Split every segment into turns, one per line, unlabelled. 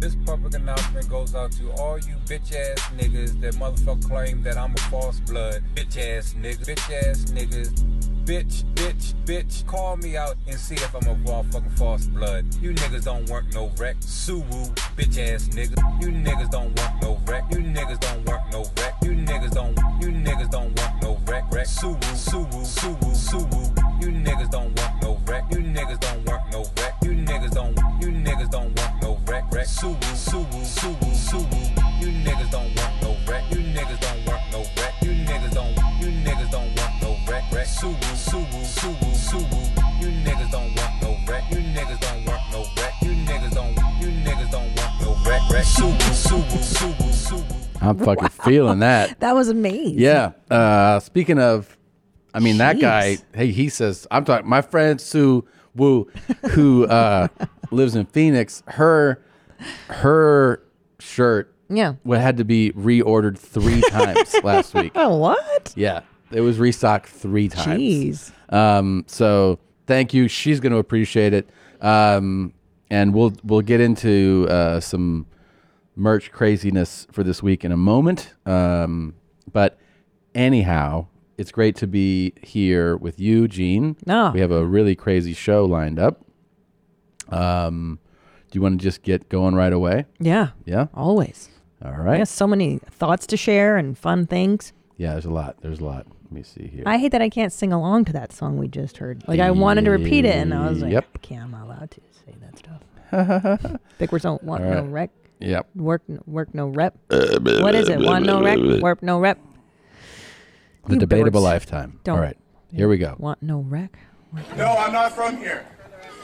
this public announcement goes out to all you bitch ass niggas that motherfucker claim that I'm a false blood. Bitch ass niggas. Bitch ass niggas. Bitch, bitch, bitch. Call me out and see if I'm a raw fucking false blood. You niggas don't work no wreck. Suwu, bitch ass niggas. You niggas don't work no wreck. You niggas don't work no wreck. You niggas don't. You niggas don't work no wreck. Wreck. Suwu, suwu, suwu, suwu. You niggas don't work no wreck. You niggas don't work no wreck. You niggas don't. You niggas don't work no wreck. Wreck. Suwu, suwu, suwu, suwu. You niggas don't work no wreck. You niggas don't work no wreck. You niggas don't. You niggas don't work no wreck. Wreck. Suwu, suwu, suwu, suwu. You niggas don't work no wreck. You niggas don't work no wreck. You niggas don't. You niggas don't work no wreck. Wreck. Suwu, suwu, suwu, suwu.
I'm fucking feeling that.
That was amazing.
Yeah. Uh, speaking of, I mean that
Jeez.
guy. Hey, he says I'm talking. My friend Sue Wu, who uh, lives in Phoenix, her her shirt
Yeah.
wa- had to be reordered three times last week.
Oh, what?
Yeah, it was restocked three times.
Jeez.
Um, so thank you. She's going to appreciate it. Um, and we'll we'll get into uh, some merch craziness for this week in a moment. Um, but anyhow, it's great to be here with you, Gene.
Ah.
we have a really crazy show lined up. Um, do you want to just get going right away?
Yeah.
Yeah.
Always.
All right.
Yeah, so many thoughts to share and fun things.
Yeah. There's a lot. There's a lot. Let me see here.
I hate that I can't sing along to that song we just heard. Like I wanted to repeat it, and I was like,
Yep.
I can't. I'm not allowed to say that stuff. Think we're don't want no rec,
yep.
work, n- work no rep. what is it? Want no rec, warp no rep.
The
You
debatable
birds.
lifetime.
Don't-
All right. Here we go.
Want no rec.
No, I'm not from here.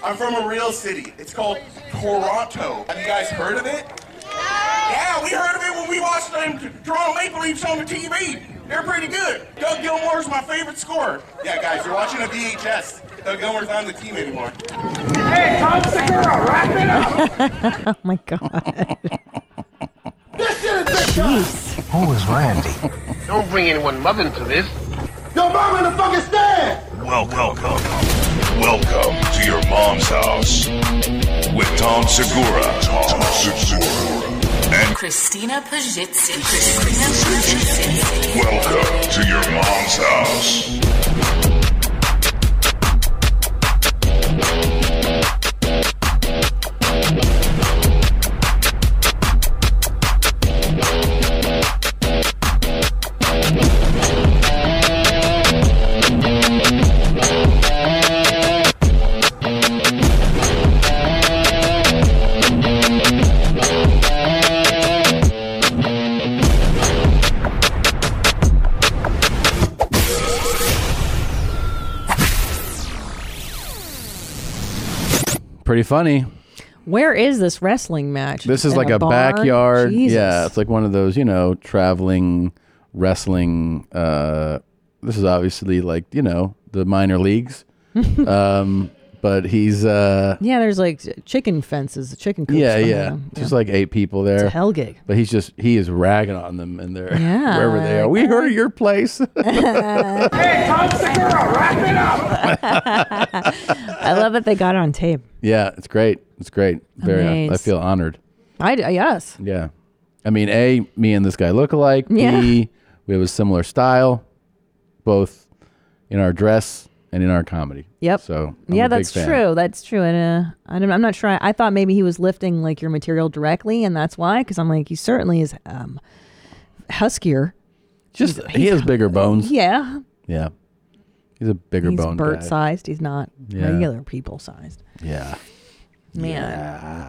I'm from a real city. It's called Toronto. Have you guys heard of it? Yeah, we heard of it when we watched them Toronto Maple Leafs on the TV. They're pretty good. Doug Gilmore's my favorite scorer. Yeah, guys, you're watching a VHS. Doug Gilmore's not on the team anymore.
Hey, Tom Segura, wrap it up!
Oh my god. Jeez.
Who is Randy?
Don't bring anyone mother into this.
Yo, mom in the fucking stand!
Welcome. Welcome to your mom's house with Tom Segura. Tom Segura. And
Christina Pajitsin. Christina Pajitsin.
welcome to your mom's house.
Pretty funny.
Where is this wrestling match?
This is
In
like a,
barn?
backyard.
Jesus.
Yeah, it's like one of those, you know, traveling wrestling. Uh, this is obviously like you know the minor leagues, um, but he's uh,
Yeah, there's like chicken fences, chicken coops.
yeah,
behind
yeah,
them.
just like eight people there.
It's a hell gig.
But he's just he is ragging on them and they're
Yeah,
wherever they are.
like,
We heard of your place.
Hey, Tom Segura, wrap it up!
I love that they got it on tape.
yeah, it's great. It's great. Very. hon- I
Amazed.
feel honored.
I d- yes.
Yeah. I mean, A, me and this guy look alike.
Yeah.
B, we have a similar style, both in our dress and in our comedy.
Yep.
So, I'm
yeah,
a big
that's
fan.
true. That's true. And uh, I don't, I'm not sure. I, I thought maybe he was lifting like your material directly, and that's why. Because I'm like, he certainly is um, huskier.
Just, he has bigger bones.
Yeah,
Yeah. He's a bigger
he's
bone
bird
guy.
sized. He's not
Yeah.
regular people sized.
Yeah.
Man,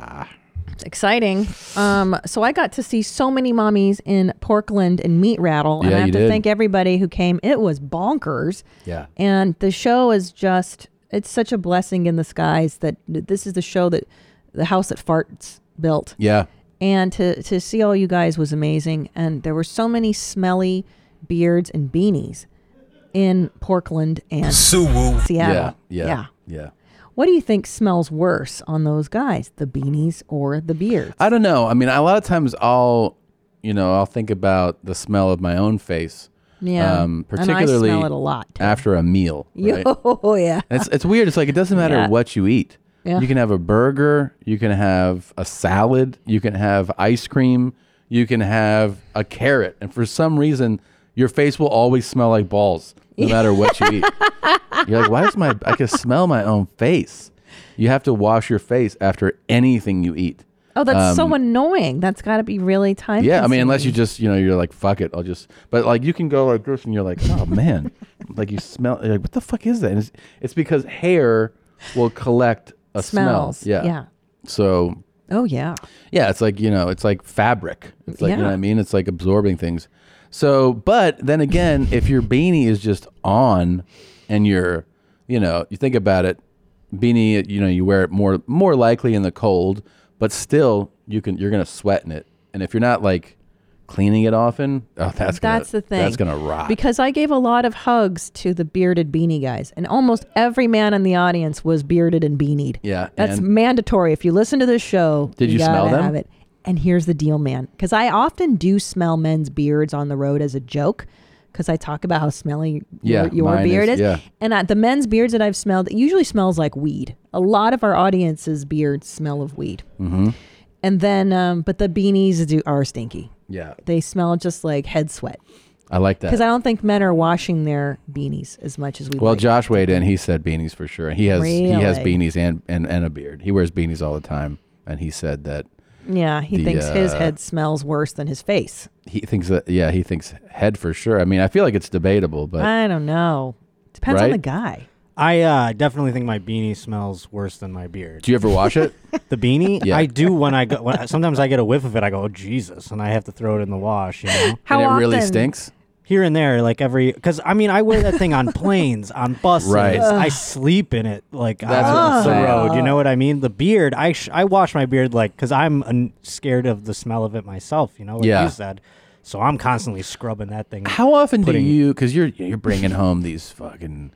it's exciting. Um, so I got to see so many mommies in Portland and Meat Rattle, and
Yeah,
I have
you
to
did.
thank everybody who came. It was bonkers.
Yeah.
And the show is just, it's such a blessing in the skies that this is the show that the house that farts built.
Yeah.
And to, to see all you guys was amazing. And there were so many smelly beards and beanies in Portland and
Suwu.
Yeah.
Seattle.
Yeah. Yeah. yeah.
What do you think smells worse on those guys, the beanies or the beards?
I don't know. I mean, a lot of times I'll, you know, I'll think about the smell of my own face.
Yeah.
Um,
And I
particularly
smell it a lot, too.
after a meal. Right?
Oh, yeah.
It's, it's weird. It's like it doesn't matter
Yeah.
what you eat.
Yeah.
You can have a burger. You can have a salad. You can have ice cream. You can have a carrot. And for some reason, your face will always smell like balls, no matter what you eat. You're like, why does my I can smell my own face? You have to wash your face after anything you eat. Um,
Oh, that's so annoying. That's got to be really time.
Yeah, I mean,
consuming.
unless you just you know you're like fuck it, I'll just. But like you can go like this, and you're like, oh man, like you smell you're like what the fuck is that? And it's, it's because hair will collect a
smells.
smell. Yeah.
Yeah.
So
Oh yeah.
yeah, it's like you know, it's like fabric. It's like you know
Yeah.
what I mean. It's like absorbing things. So, but then again, if your beanie is just on, and you're, you know, you think about it, beanie, you know, you wear it more more likely in the cold, but still you can you're gonna sweat in it, and if you're not like cleaning it often, oh, that's gonna,
That's the thing.
That's gonna rot.
Because I gave a lot of hugs to the bearded beanie guys, and almost every man in the audience was bearded and beanied.
Yeah,
that's
and-
mandatory. If you listen to this show,
Did you
gotta
smell them?
Have it. And here's the deal, man. Because I often do smell men's beards on the road as a joke, because I talk about how smelly
Yeah,
your, your
mine
beard
is-
is.
yeah.
And uh, the men's beards that I've smelled it usually smells like weed. A lot of our audience's beards smell of weed.
Mm-hmm.
And then, um, but the beanies do are stinky.
yeah,
They smell just like head sweat.
I like that.
Because I don't think men are washing their beanies as much as we.
Well,
like.
Josh weighed in. He said beanies for sure. He has he has
Really?
beanies and, and and a beard. He wears beanies all the time, and he said that
yeah, he
the,
thinks his
uh,
head smells worse than his face.
he thinks that yeah he thinks head for sure. I mean, I feel like it's debatable, but
I don't know. Depends on
Right?
the guy.
I uh, definitely think my beanie smells worse than my beard.
do you ever wash it?
The beanie,
Yeah.
I do when I go. When, sometimes I get a whiff of it. I go, oh Jesus, and I have to throw it in the wash. You know,
How
and it
often?
really stinks.
here and there, like every because I mean I wear that thing on planes, on buses.
Right.
I sleep in it, like
That's what I'm
on the
saying.
road. You know what I mean? The beard, I sh- I wash my beard like because I'm an- scared of the smell of it myself. You know, like
Yeah.
you said. So I'm constantly scrubbing that thing.
How often
Putting-
do you? Because you're you're bringing home these fucking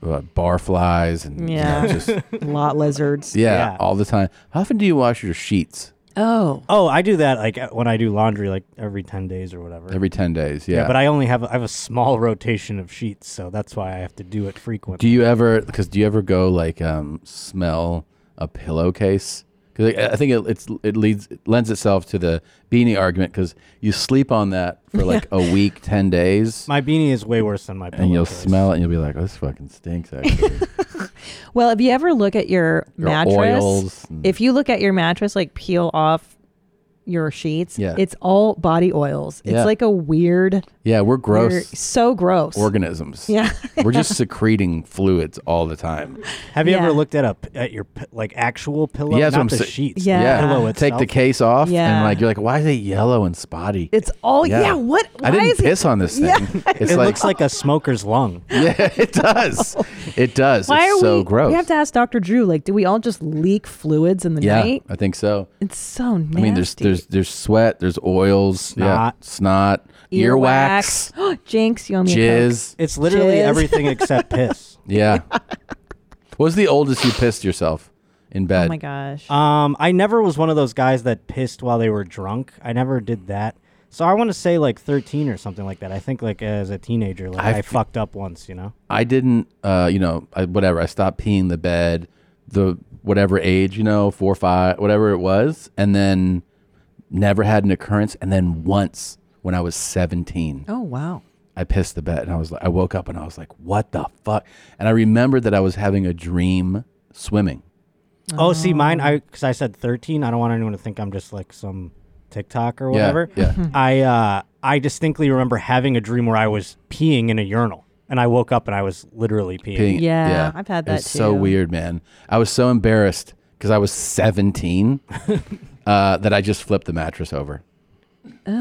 uh, bar flies and yeah,
Yeah.
Mm, just yeah,
Lot lizards.
Yeah.
all the time. How often do you wash your sheets?
Oh,
Oh, I do that like when I do laundry, like every ten days or whatever.
Every ten days. Yeah,
yeah, but I only have I have a small rotation of sheets, so that's why I have to do it frequently.
Do you ever? Because do you ever go like um, smell a pillowcase? Because I, I think it, it's it leads it lends itself to the beanie argument because you sleep on that for like a week, ten days,
my beanie is way worse than my
and you'll
pillowcase.
smell it and you'll be like, "Oh, "This fucking stinks." Actually,
well, if you ever look at your,
Your
mattress,
oils and-
if you look at your mattress, like peel off your sheets,
Yeah.
it's all body oils. It's
Yeah.
like a weird,
yeah, we're gross
weird- so gross.
organisms.
Yeah.
we're just secreting fluids all the time.
Have you ever
Yeah.
looked at a p- at your p- like actual pillow?
Yeah, that's
not
what I'm
the
sa-
sheets.
Yeah.
the pillow
take
itself.
the case off, and
Yeah.
like you're like, "Why is it yellow and spotty?"
it's all yeah. what? Why
I didn't
is it-
piss on this thing. It's
It
like,
looks like a smoker's lung.
yeah, it does. It does.
Oh. Why
it's
are
so
we?
gross.
You have to ask Dr. Drew. Like, do we all just leak fluids in the
Yeah,
night?
I think so.
It's so nasty.
I mean, there's there's there's sweat, there's oils, snot, yeah,
Snot.
snot, earwax,
Jinx, you owe me a Coke.
jizz.
It's literally
Jizz.
everything except piss.
Yeah. What's the oldest you pissed yourself in bed?
Oh my gosh.
Um, I never was one of those guys that pissed while they were drunk. I never did that. So I want to say like 13 or something like that. I think like as a teenager, like
I
I,
f-
fucked up once, you know.
I didn't, uh, you know, I, whatever. I stopped peeing the bed, the whatever age, you know, four, five, whatever it was, and then never had an occurrence. And then once when I was 17,
oh wow.
I pissed the bed and I was like, I woke up and I was like, what the fuck? And I remembered that I was having a dream swimming.
Oh, see, mine. I because I said 13. I don't want anyone to think I'm just like some TikTok or whatever.
yeah. Mhm.
I uh, I distinctly remember having a dream where I was peeing in a urinal, and I woke up and I was literally peeing.
Being-
Yeah, I've had
It
that
was so
too.
weird, man. I was so embarrassed because I was 17 uh, that I just flipped the mattress over.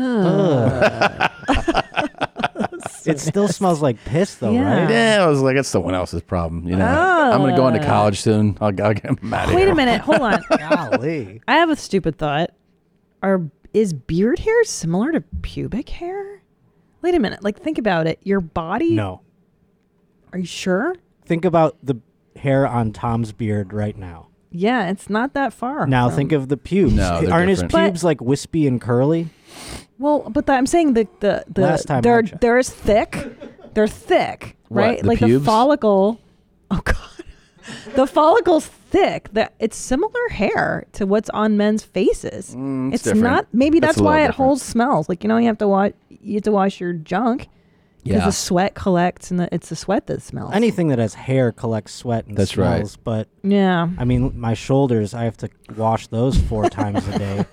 Uh.
It still smells like piss
Oh,
though,
Yeah. Oh.
right?
Yeah, I was like, it's someone else's problem. You know, I'm gonna go into college soon. I'll, I'll get him out of
Wait
here.
a minute. Hold on.
Golly.
I have a stupid thought. Are is beard hair similar to pubic hair? Wait a minute. Like think about it. Your body.
No.
Are you sure?
Think about the hair on Tom's beard right now.
Yeah, it's not that far.
Now
from-
think of the pubes.
No, they're different.
Aren't his
But-
pubes like wispy and curly?
Well, but the, I'm saying the the the
Last time I
they're
checked.
they're as thick. They're thick,
What,
right?
the
like
pubes?
the follicle. Oh god. the follicle's thick. That it's similar hair to what's on men's faces. it's
different.
not. Maybe
It's
that's
a little
why it
different.
holds smells. Like you know, you have to wash. You have to wash your junk because
Yeah.
the sweat collects, and the, it's the sweat that smells.
Anything that has hair collects sweat and
That's right.
smells, but
yeah.
I mean, my shoulders, I have to wash those four times a day.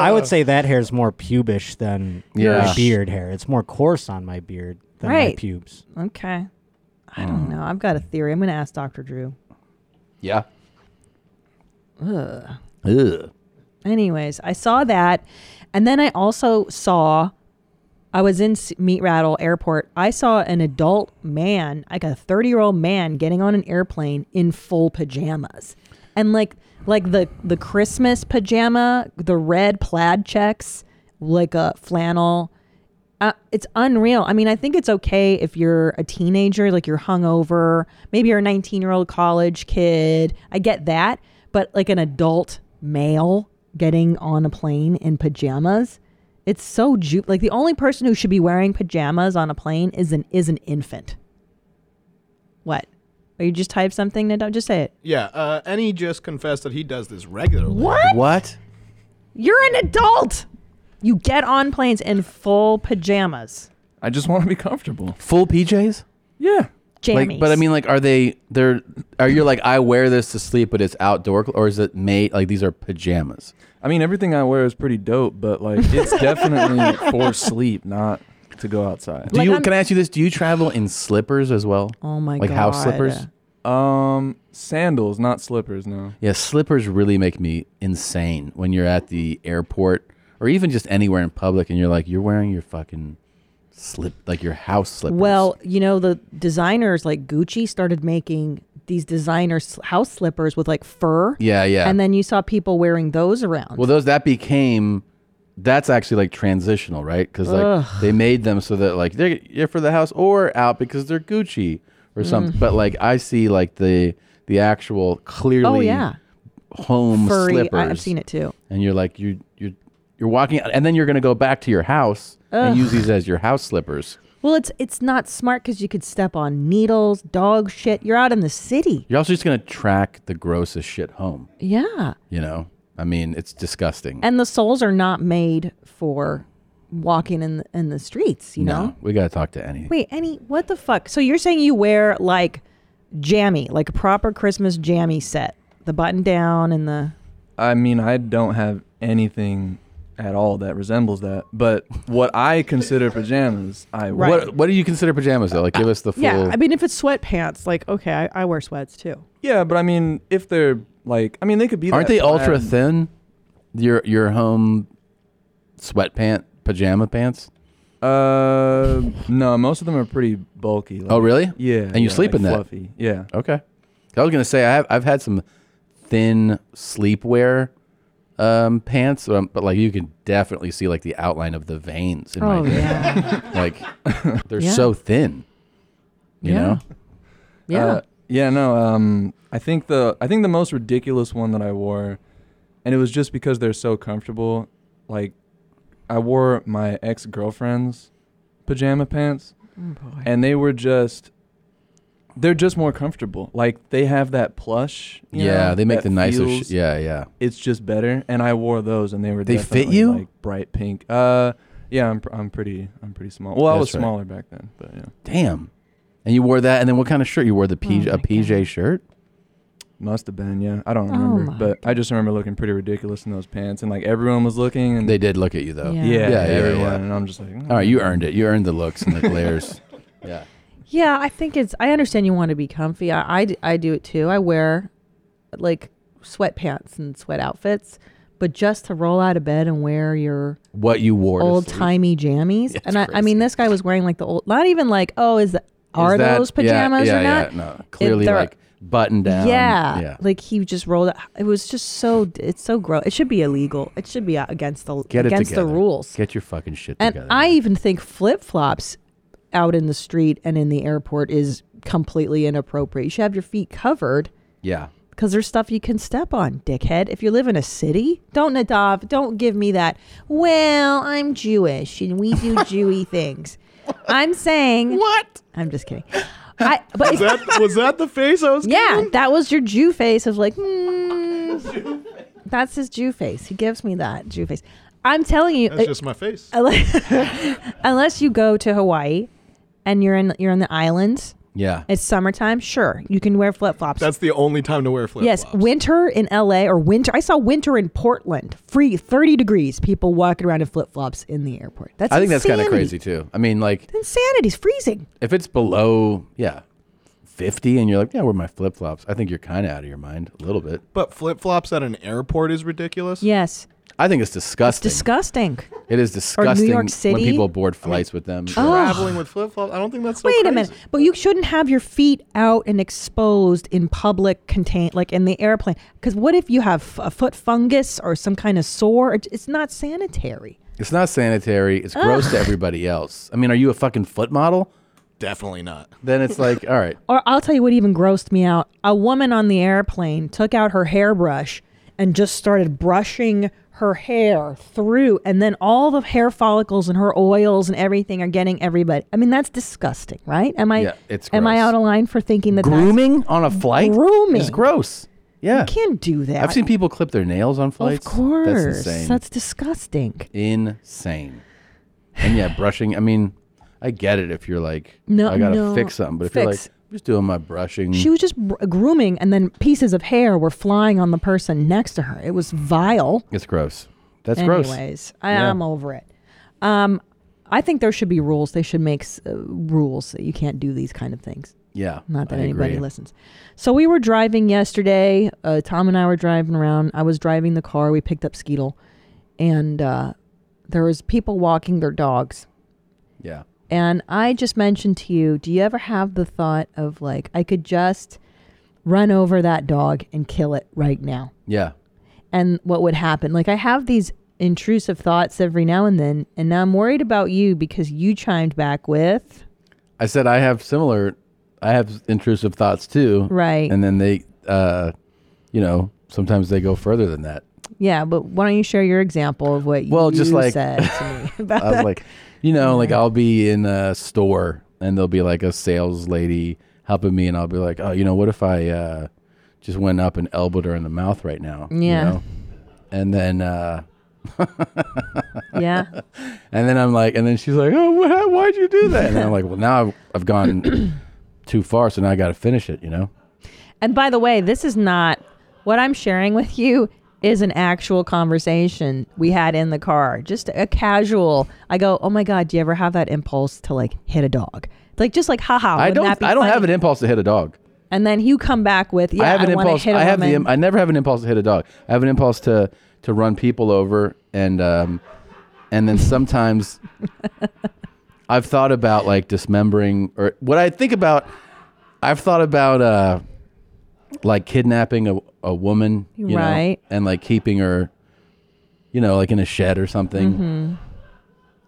I would say that hair is more pubish than
Yeah.
my beard hair. It's more coarse on my beard than my
Right.
pubes.
Okay. I don't know. I've got a theory. I'm going to ask Dr. Drew.
Yeah. Ugh. Ugh.
Anyways, I saw that. And then I also saw, I was in S- Meat Rattle Airport. I saw an adult man, like a 30 year old man, getting on an airplane in full pajamas. And like, like the the Christmas pajama, the red plaid checks, like a flannel. Uh, it's unreal. I mean, I think it's okay if you're a teenager, like you're hungover, maybe you're a 19 year old college kid. I get that, but like an adult male getting on a plane in pajamas, it's so ju- like the only person who should be wearing pajamas on a plane is an is an infant. What? Or you just type something? No, don't just say it.
Yeah, uh, and he just confessed that he does this regularly.
What?
What?
You're an adult. You get on planes in full pajamas,
I just want to be comfortable.
Full PJs?
Yeah.
jammies.
Like, but I mean, like, are they? They're? Are you like? I wear this to sleep, but it's outdoor, cl- or is it made like these are pajamas?
I mean, everything I wear is pretty dope, but like it's definitely for sleep, not to go outside.
Do
Like,
you?
I'm-
can I ask you this? Do you travel in slippers as well?
oh my
like
god,
house slippers.
Um, sandals, not slippers. No.
Yeah, slippers really make me insane when you're at the airport or even just anywhere in public, and you're like, you're wearing your fucking slip, like your house slippers.
Well, you know, the designers like Gucci started making these designer s- house slippers with like fur.
Yeah, yeah.
And then you saw people wearing those around.
Well, those that became that's actually like transitional, right? Because like they made them so that like they're, you're for the house or out because they're Gucci or something. But like I see like the the actual clearly
Mm. oh yeah,
home
furry.
slippers.
I, I've seen it too.
And you're like you you you're walking out, and then you're gonna go back to your house and use these as your house slippers.
Well, it's it's not smart because you could step on needles, dog shit. You're out in the city.
You're also just gonna track the grossest shit home.
Yeah,
You know, I mean, it's disgusting.
and the soles are not made for walking in the, in the streets. You know.
no, we gotta talk to any.
Wait, any what the fuck? So you're saying you wear like jammy, like a proper Christmas jammy set, the button down and the
I mean, I don't have anything at all that resembles that. But what I consider pajamas, I wear.
What what do you consider pajamas though? Like, give us the full.
Yeah, I mean, if it's sweatpants, like okay, I, I wear sweats too.
Yeah, but I mean, if they're like, I mean, they could be.
Aren't
that
they ultra
plaid.
thin? Your your home sweatpant pajama pants.
Uh, no, most of them are pretty bulky. like-
Oh, really?
Yeah.
And
yeah,
you sleep
like
in that?
Fluffy. Yeah.
Okay. I was gonna say I have I've had some thin sleepwear um, pants, um, but like you can definitely see like the outline of the veins in my dick.
Oh, yeah,
Like they're
Yeah.
so thin. You
Yeah.
know?
yeah.
Uh, yeah, no. Um, I think the I think the most ridiculous one that I wore, and it was just because they're so comfortable. Like, I wore my ex girlfriend's pajama pants,
Oh,
and they were just. They're just more comfortable. Like they have that plush. you
yeah,
know,
they make
that
the nicest.
feels-
Sh- yeah, yeah.
it's just better. And I wore those, and they were
They fit
definitely,
you?
like bright pink. Uh, yeah, I'm pr- I'm pretty I'm pretty small. Well, I was
That's right.
smaller back then, but yeah,
Damn. And you wore that, and then what kind of shirt? You wore the
Oh
PJ, a PJ shirt.
must have been. Yeah, I don't
Oh
remember,
my
but I just remember looking pretty ridiculous in those pants, and like everyone was looking, and
They did look at you though.
Yeah.
yeah,
yeah, yeah,
everyone,
yeah.
and I'm just like,
All right, you earned it. You earned the looks and the glares. Yeah.
Yeah, I think it's. I understand you want to be comfy. I, I, d- I do it too. I wear like sweatpants and sweat outfits, but just to roll out of bed and wear your
What you wore. to
old
sleep.
timey jammies.
It's
and I, I mean,
crazy.
this guy was wearing like the old, not even like, oh, is the, are
Is that-
those
yeah,
pajamas
yeah,
or
yeah,
not?
no, clearly
they're-
like button down.
yeah,
yeah.
like he just rolled. Out. It was just so. d- It's so gross. It should be illegal. It should be uh, against the
Get it
against the
together.
rules.
Get your fucking shit
And
together.
I even think flip flops out in the street and in the airport is completely inappropriate. You should have your feet covered
yeah.
because there's stuff you can step on, dickhead. If you live in a city, don't Nadav, don't give me that. Well, I'm Jewish and we do Jewy things. I'm saying
what?
I'm just kidding. I but
was that was that the face I was?
yeah, that was your Jew face of like, mm, that's his Jew face. He gives me that Jew face. I'm telling you,
That's
uh,
just my face.
unless, unless you go to Hawaii and you're in you're on the islands.
Yeah.
it's summertime. Sure, you can wear flip flops.
That's the only time to wear flip.
Yes, winter in LA or winter. I saw winter in Portland. Free, thirty degrees. People walking around in flip flops in the airport. That's
I think that's kind of
insanity.
crazy too. I mean, like
Insanity's freezing.
if it's below, yeah, fifty, and you're like, yeah, where are my flip flops? I think you're kind of out of your mind a little bit.
But flip flops at an airport is ridiculous.
Yes,
I think it's disgusting.
disgusting.
It is disgusting
York
when
City.
people board flights with them.
Traveling with flip flops, I don't think that's so
Wait
crazy.
a minute, but you shouldn't have your feet out and exposed in public contain, like in the airplane. Because what if you have f- a foot fungus or some kind of sore? It- It's not sanitary.
It's not sanitary. It's gross to
Ugh.
everybody else. I mean, are you a fucking foot model?
Definitely not.
Then it's like, all right,
Or I'll tell you what even grossed me out. A woman on the airplane took out her hairbrush and just started brushing her hair through, and then all the hair follicles and her oils and everything are getting everybody. I mean, that's disgusting, right? Am I?
Yeah, it's
am I
gross.
out of line for thinking that
grooming on a flight.
Grooming.
is gross. Yeah, you
can't do that.
I've seen people clip their nails on
That's,
flights.
of course,
that's insane.
that's disgusting.
insane. And yeah, brushing. I mean, I get it if you're like,
No,
I gotta
no.
fix something. But if you're like,
Fix.
I'm just doing my brushing.
She was just br- grooming, and then pieces of hair were flying on the person next to her. It was vile.
it's gross. That's
Anyways,
gross.
I,
Yeah.
I'm over it. Um, I think there should be rules. They should make s- uh, rules that you can't do these kind of things.
Yeah,
Not that
I
anybody
agree.
listens. So we were driving yesterday. Uh, Tom and I were driving around. I was driving the car. We picked up Skeetle, and uh, there was people walking their dogs.
Yeah.
And I just mentioned to you, do you ever have the thought of like, I could just run over that dog and kill it right now?
Yeah.
And what would happen? Like, I have these intrusive thoughts every now and then. And now I'm worried about you because you chimed back with,
I said I have similar, I have intrusive thoughts too.
Right.
And then they, uh, you know, sometimes they go further than that.
yeah, but why don't you share your example of what
Well,
you
just like
said to me about
I was
that?
like, you know, like I'll be in a store and there'll be like a sales lady helping me, and I'll be like, oh, you know, what if I uh, just went up and elbowed her in the mouth right now? you
Yeah.
know? And then. Uh,
Yeah.
And then I'm like, and then she's like, oh, wha- why'd you do that? And I'm like, well, now I've, I've gone too far, so now I got to finish it, you know?
And by the way, this is not what I'm sharing with you is an actual conversation we had in the car. Just a casual. I go, "Oh my god, do you ever have that impulse to like hit a dog?" Like just like, "Haha,
I
Oh, wouldn't
don't.
that be
I don't
funny?"
have an impulse to hit a dog.
And then you come back with, "Yeah,
I
I,
have an
want
impulse.
to hit a
I have the.
woman."
im- I never have an impulse to hit a dog. I have an impulse to to run people over, and um, and then sometimes I've thought about like dismembering or what I think about. I've thought about uh, like kidnapping a a woman, you know,
Right.
and like keeping her, you know, like in a shed or something,
Mhm.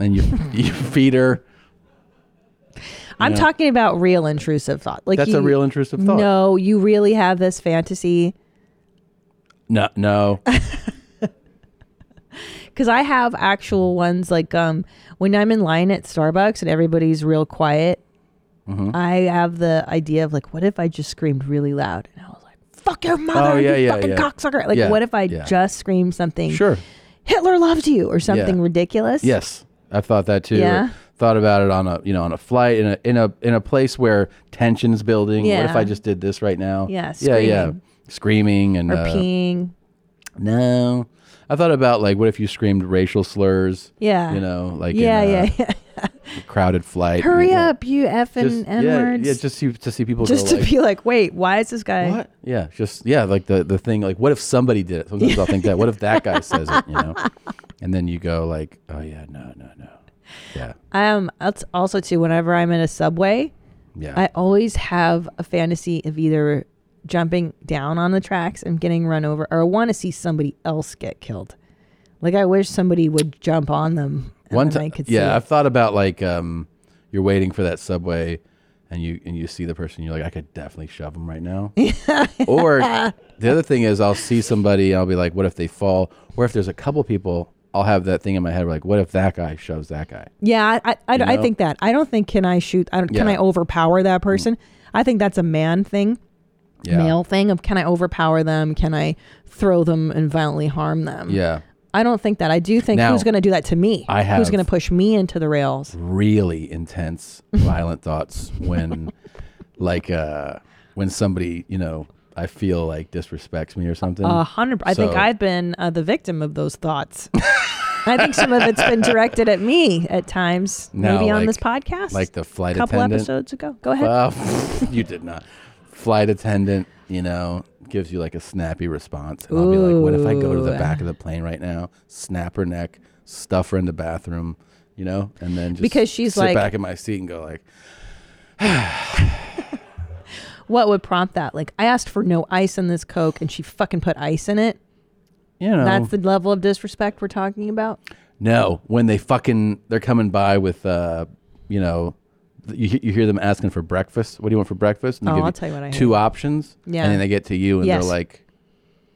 and you you feed her.
I'm
Yeah.
talking about real intrusive thought. Like
That's a
you-
real intrusive thought.
No, you really have this fantasy
No, no.
because I have actual ones like um when I'm in line at Starbucks and everybody's real quiet.
Mhm.
Mm-hmm.
I have the idea of like, what if I just screamed really loud and I was like, "Fuck your mother,
Oh, yeah,
you
yeah,
fucking
yeah.
cocksucker!" Like,
Yeah,
what if I
yeah.
just screamed something?
Sure.
Hitler loved you or something
Yeah.
ridiculous.
Yes, I've thought that too.
Yeah.
Thought about it on a you know on a flight in a in a in a place where tension's building. What if
Yeah.
I just did this right now?
Yeah,
yeah, yeah. Screaming and
or
uh,
peeing.
No, I thought about like what if you screamed racial slurs?
Yeah.
you know, like
yeah,
in a
yeah, yeah.
crowded flight.
Hurry
Yeah.
up, you effing
Just-
n
yeah,
words.
yeah, just see, to see people
just
go
to
like,
be like, wait, why is this guy?
yeah, just yeah, like the the thing like what if somebody did it? Sometimes I'll think that what if that guy says it, you know? And then you go like, oh yeah, no, no, no, yeah.
Um, that's also too. Whenever I'm in a subway,
Yeah.
I always have a fantasy of either jumping down on the tracks and getting run over, or I want to see somebody else get killed. Like I wish somebody would jump on them. and
One
then I
time,
could see
yeah,
it.
I've thought about like um, you're waiting for that subway, and you and you see the person, you're like, I could definitely shove them right now. or the other thing is, I'll see somebody, I'll be like, what if they fall? Or if there's a couple people I'll have that thing in my head like, what if that guy shoves that guy?
Yeah, I I, I,
You
I
know?
think that. I don't think can I shoot. I don't. Can
Yeah. Mm.
I overpower that person? I think that's a man thing,
Yeah.
male thing of can I overpower them? Can I throw them and violently harm them?
Yeah.
I don't think that. I do think
Now,
who's going to do that to me?
I
who's
have-
going to push me into the rails?
really intense violent thoughts when like uh when somebody you know i feel like disrespects me or something
A hundred. I think
So-
I've been uh, the victim of those thoughts. I think some of it's been directed at me at times,
Now,
maybe on
like-
this podcast,
like the flight
couple
attendant
episodes ago. Go ahead.
Well, you did not flight attendant you know gives you like a snappy response and i'll be like what if i go to the
Ooh.
back of the plane right now snap her neck stuff her in the bathroom you know and then just
Because she's
sit
like-
back in my seat and go like
What would prompt that? Like, I asked for no ice in this Coke, and she fucking put ice in it.
You know.
that's the level of disrespect we're talking about.
No, when they fucking they're coming by with uh, you know, th- you, he- you hear them asking for breakfast. What do you want for breakfast? And they
Oh,
give
I'll tell you what I
Two
hate.
options.
Yeah.
And then they get to you and
Yes.
they're like,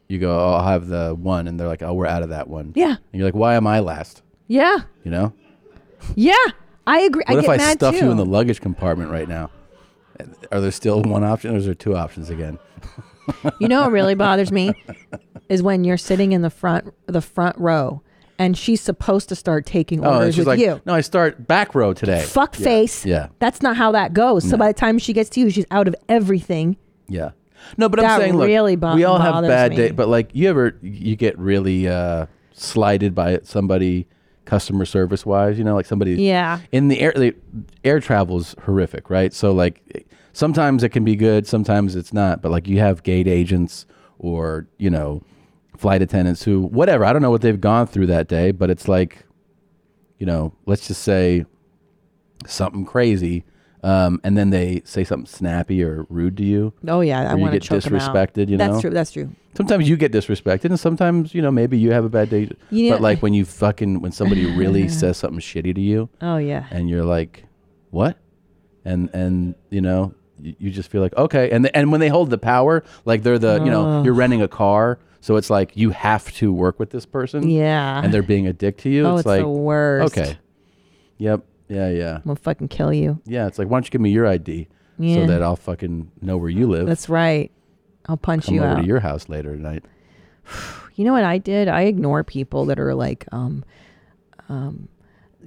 you go, oh, I'll have the one, and they're like, oh, we're out of that one.
Yeah.
And you're like, why am I last?
Yeah,
You know.
yeah, I agree.
What
I
if
get
I
mad
stuff
too.
you in the luggage compartment right now? Are there still one option, or is there two options again?
You know what really bothers me is when you're sitting in the front the front row and she's supposed to start taking
oh, and
orders
she's
with
like,
you.
no, I start back row today.
Fuck
Yeah.
face.
Yeah.
That's not how that goes. So
No.
by the time she gets to you, she's out of everything.
Yeah. No, but
That
I'm saying, look,
really bo-
we all have
bothers
bad
me.
days. But like, you ever you get really uh, slighted by somebody, customer service wise? You know, like somebody.
Yeah.
In the air, the air travel's horrific, right? So like, sometimes it can be good, sometimes it's not. But like, you have gate agents or you know, flight attendants who, whatever. I don't know what they've gone through that day, but it's like, you know, let's just say something crazy, um, and then they say something snappy or rude to you.
Oh yeah, I
or you
want to
get
choke 'em out.
disrespected. You know,
That's true. That's true.
Sometimes you get disrespected, and sometimes you know maybe you have a bad day.
You know-
but like when you fucking when somebody really says something shitty to you.
Oh, yeah.
and you're like, what? And and you know you, you just feel like okay, and the, and when they hold the power, like they're the you know
Ugh.
you're renting a car. So it's like you have to work with this person,
Yeah.
and they're being a dick to you.
Oh,
it's,
it's
like
the worst.
Okay, yep, yeah, yeah.
I'm gonna fucking kill you.
Yeah, it's like, why don't you give me your ID
Yeah.
so that I'll fucking know where you live.
That's right. I'll punch
Come
you
over
out.
to your house later tonight.
You know what I did? I ignore people that are like, um, um,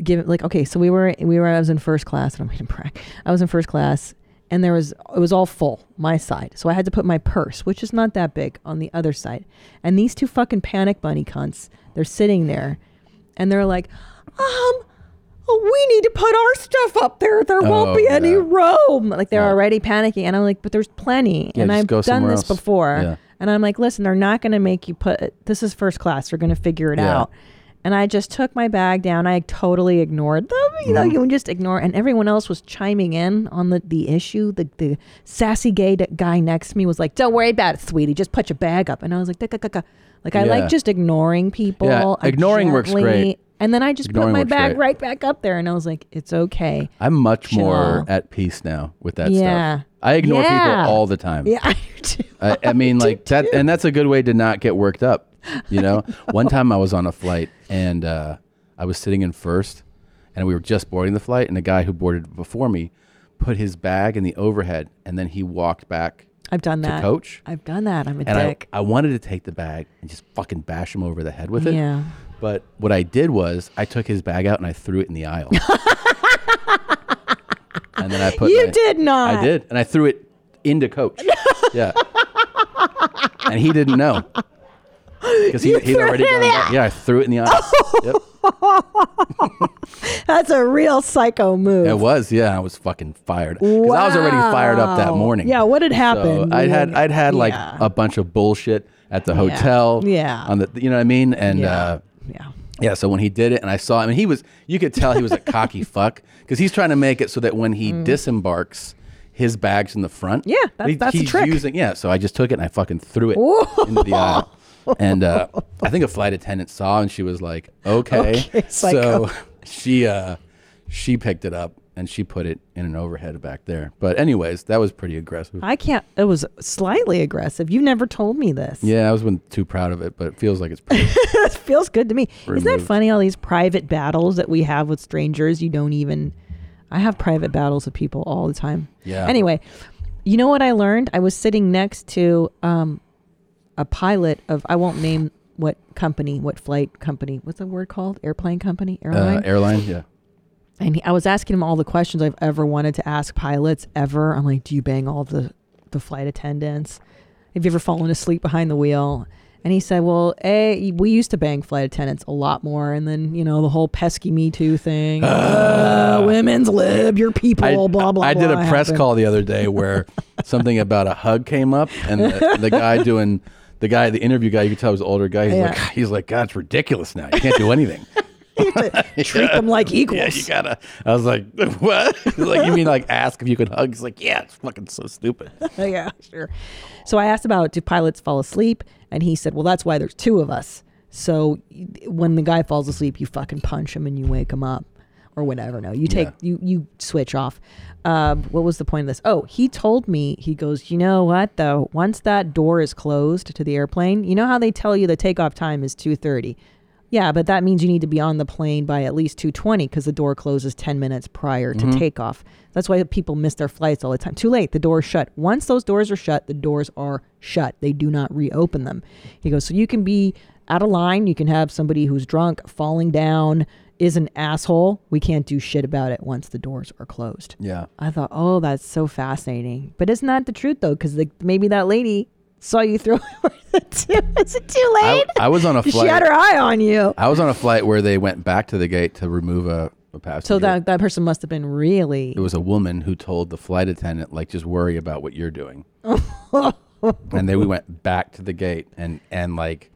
give like okay. So we were we were I was in first class and I'm in brag. I was in first class and there was it was all full my side. So I had to put my purse, which is not that big, on the other side. And these two fucking panic bunny cunts, they're sitting there, and they're like, um. Oh, we need to put our stuff up there. There won't
Oh,
be any
yeah.
room. Like they're already panicking, and I'm like, but there's plenty.
Yeah,
and
just
I've
go
done
somewhere
this
else.
before.
Yeah.
And I'm like, listen, they're not going to make you put this is first class. They're going to figure it
Yeah.
out. And I just took my bag down. I totally ignored them. You know,
Mhm.
you just ignore. And everyone else was chiming in on the, the issue. The, the sassy gay d- guy next to me was like, don't worry about it, sweetie. Just put your bag up. And I was like, "Duh, duh, duh, duh." like, I
Yeah.
like just ignoring people.
Yeah,
I
ignoring works
gently-
great.
And then I just
Ignoring
put my
works
bag
great.
right back up there. And I was like, it's okay.
I'm much
Chill.
more at peace now with that
Yeah.
stuff. I ignore
Yeah.
people all the time.
Yeah, I
I, I mean, like that, and that's a good way to not get worked up. You know? one time I was on a flight and uh, I was sitting in first, and we were just boarding the flight, and the guy who boarded before me put his bag in the overhead, and then he walked back.
I've done
to
that.
coach.
I've done that. I'm a
and I-
dick.
I, wanted to take the bag and just fucking bash him over the head with it.
Yeah.
But what I did was I took his bag out and I threw it in the aisle. and then I put
You
my-
did not.
I did. And I threw it into coach. yeah. And he didn't know. Because he,
You
he'd
threw
already
it in
done
the
that. Yeah, I threw it in the aisle. yep.
That's a real psycho move.
It was, yeah. I was fucking fired because I was already fired up that
Wow.
morning.
Yeah, what had
So
happened?
I
You
had
didn't-
I'd had like
yeah.
a bunch of bullshit at the
Yeah.
hotel.
Yeah.
on the you know what I mean, and
Yeah.
uh,
yeah,
yeah. So when he did it, and I saw him, and he was you could tell he was a cocky fuck because he's trying to make it so that when he
Mm.
disembarks. His bags in the front. Yeah,
that's- that's a trick.
Using, yeah, so I just took it and I fucking threw it into the aisle. And uh, I think a flight attendant saw and she was like, "Okay."
Okay, psycho.
so she uh, she picked it up and she put it in an overhead back there. But anyways, that was pretty aggressive.
I can't. It was slightly aggressive. You never told me this.
yeah, I wasn't too proud of it, but it feels like it's pretty.
it feels good to me. Isn't that
Removed.
funny? All these private battles that we have with strangers. You don't even. I have private battles with people all the time.
Yeah.
Anyway, you know what I learned? I was sitting next to um, a pilot of I won't name what company, what flight company. What's the word called? Airplane company? Airline?
uh, airline. Yeah.
And he, I was asking him all the questions I've ever wanted to ask pilots ever. I'm like, do you bang all the, the flight attendants? Have you ever fallen asleep behind the wheel? And he said, well, A, we used to bang flight attendants a lot more. And then, you know, the whole pesky Me Too thing.
Ah.
Uh, women's lib, your people,
I,
blah, blah,
I did
blah,
a press
happened.
call the other day where something about a hug came up, and the, the guy doing the guy, the interview guy, you could tell he was an older guy. He's
Yeah.
like, he's like, God, it's ridiculous now. You can't do anything.
Treat them like equals.
Yeah, you gotta. I was like, what? He's like, you mean like ask if you could hug? He's like, yeah, it's fucking so stupid.
yeah, sure. So I asked about do pilots fall asleep, and he said, "Well, that's why there's two of us. So y- when the guy falls asleep, you fucking punch him and you wake him up, or whatever. No, you take you you switch off. Um, what was the point of this? Oh, he told me he goes, you know what though? Once that door is closed to the airplane, you know how they tell you the takeoff time is two thirty. Yeah, but that means you need to be on the plane by at least 2:20 because the door closes 10 minutes prior to
Mhm.
takeoff. That's why people miss their flights all the time. Too late, the door's shut. Once those doors are shut, the doors are shut. They do not reopen them. He goes, "So you can be out of line, you can have somebody who's drunk falling down is an asshole. We can't do shit about it once the doors are closed."
Yeah.
I thought, "Oh, that's so fascinating." But isn't that the truth though? Cuz maybe that lady saw you throw Is it too
I,
late?
I was on a flight.
She had her eye on you.
I was on a flight where they went back to the gate to remove a, a passenger.
So that that person must have been really.
it was a woman who told the flight attendant, like, just worry about what you're doing. and then we went back to the gate, and and like,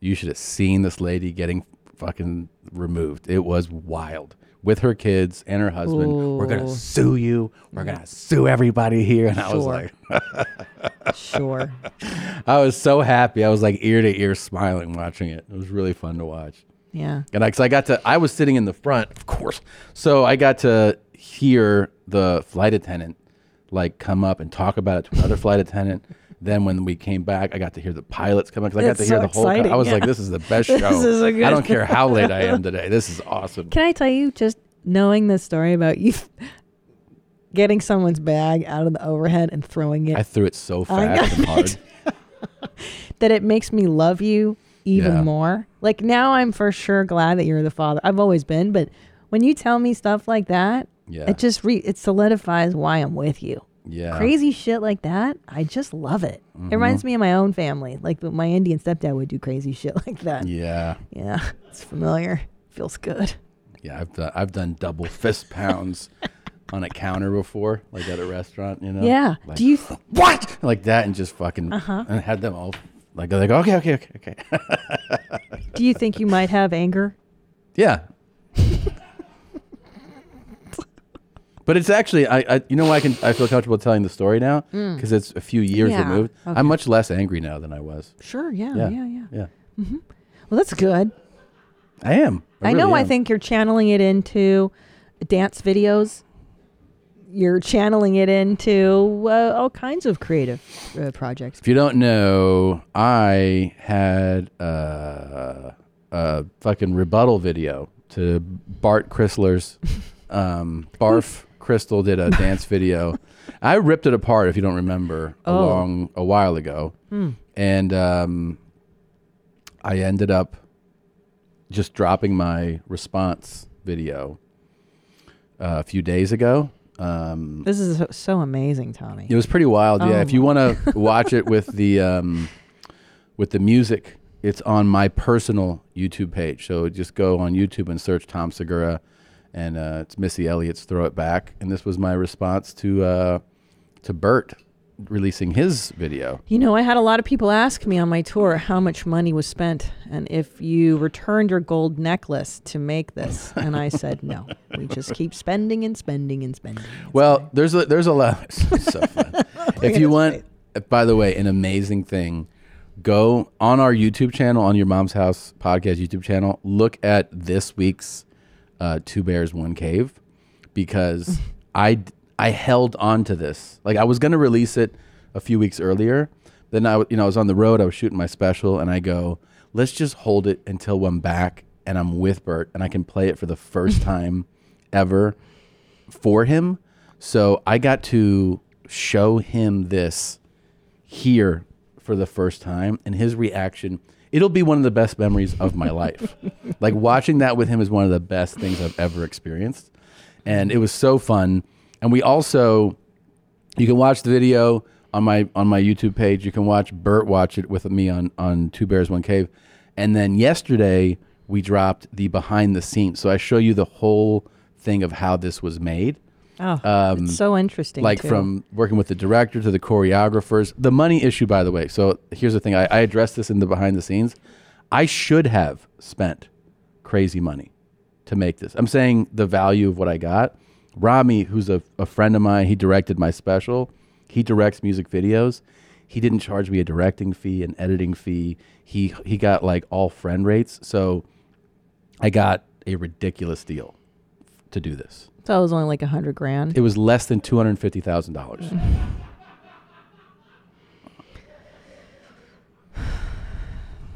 you should have seen this lady getting fucking removed. It was wild with her kids and her husband. We're
Ooh.
gonna sue you. We're gonna sue everybody here. And I was
Sure.
like,
sure.
I was so happy. I was like ear to ear smiling watching it. It was really fun to watch.
Yeah.
And I, cause I got to, I was sitting in the front, of course. So I got to hear the flight attendant like come up and talk about it to another flight attendant. Then when we came back, I got to hear the pilots come up because I got
That's
to hear
so
the whole. co-
exciting,
I was like,
yeah.
"This is the best show.
This is a good-
I don't care how late I am today. This is awesome."
Can I tell you just knowing this story about you getting someone's bag out of the overhead and throwing it?
I threw it so
I
fast and
know.
hard.
that it makes me love you even
Yeah.
more. Like now, I'm for sure glad that you're the father. I've always been, but when you tell me stuff like that,
Yeah.
it just re- it solidifies why I'm with you.
Yeah.
crazy shit like that, I just love it.
Mhm.
It reminds me of my own family. Like my Indian stepdad would do crazy shit like that.
Yeah.
yeah, it's familiar. Feels good.
Yeah, I've done, I've done double fist pounds on a counter before, like at a restaurant. You know.
Yeah.
Like,
Do you th-
what like that and just fucking
Uh-huh.
and had them all like like okay okay okay okay.
do you think you might have anger?
Yeah. but it's actually I, I you know why I can I feel comfortable telling the story now
Mm.
because it's a few years
Yeah,
removed.
okay.
I'm much less angry now than I was.
Sure. Yeah.
Yeah,
Yeah. Yeah. yeah.
yeah.
hmm Well, that's good.
I am.
I know.
really
I
am.
think you're channeling it into dance videos. You're channeling it into uh, all kinds of creative uh, projects.
If you don't know, I had uh, a fucking rebuttal video to Bart Chrysler's um, Barf. Crystal did a dance video. I ripped it apart, if you don't remember, a
Oh.
long a while ago,
Hmm.
and um, I ended up just dropping my response video uh, a few days ago. Um,
This is so, so amazing, Tommy.
it was pretty wild.
Oh
yeah, if you want to watch it with the um, with the music, it's on my personal YouTube page. So just go on YouTube and search Tom Segura, and uh, it's Missy Elliott's "Throw It Back." And this was my response to uh, to Bert releasing his video.
You know, I had a lot of people ask me on my tour how much money was spent and if you returned your gold necklace to make this. And I said, no, we just keep spending and spending and spending.
Well, there's a, there's a lot. so fun. if you want, by the way, an amazing thing, go on our YouTube channel, on your mom's house podcast YouTube channel. Look at this week's uh, Two Bears One Cave because I d- I held on to this. Like I was gonna release it a few weeks earlier. Then I w- you know I was on the road. I was shooting my special, and I go, let's just hold it until I'm back and I'm with Bert and I can play it for the first time ever for him. So I got to show him this here for the first time and his reaction it'll be one of the best memories of my life like watching that with him is one of the best things i've ever experienced and it was so fun and we also you can watch the video on my on my youtube page you can watch bert watch it with me on on two bears one cave and then yesterday we dropped the behind the scenes so i show you the whole thing of how this was made Um,
Oh, it's so interesting,
Like
too.
from working with the director to the choreographers. The money issue, by the way. So here's the thing: I, I addressed this in the behind the scenes. I should have spent crazy money to make this. I'm saying the value of what I got. Rami, who's a, a friend of mine, he directed my special. He directs music videos. He didn't charge me a directing fee, an editing fee. He he got like all friend rates. So I got a ridiculous deal to do this.
So it was only like a hundred grand.
It was less than two hundred fifty thousand dollars.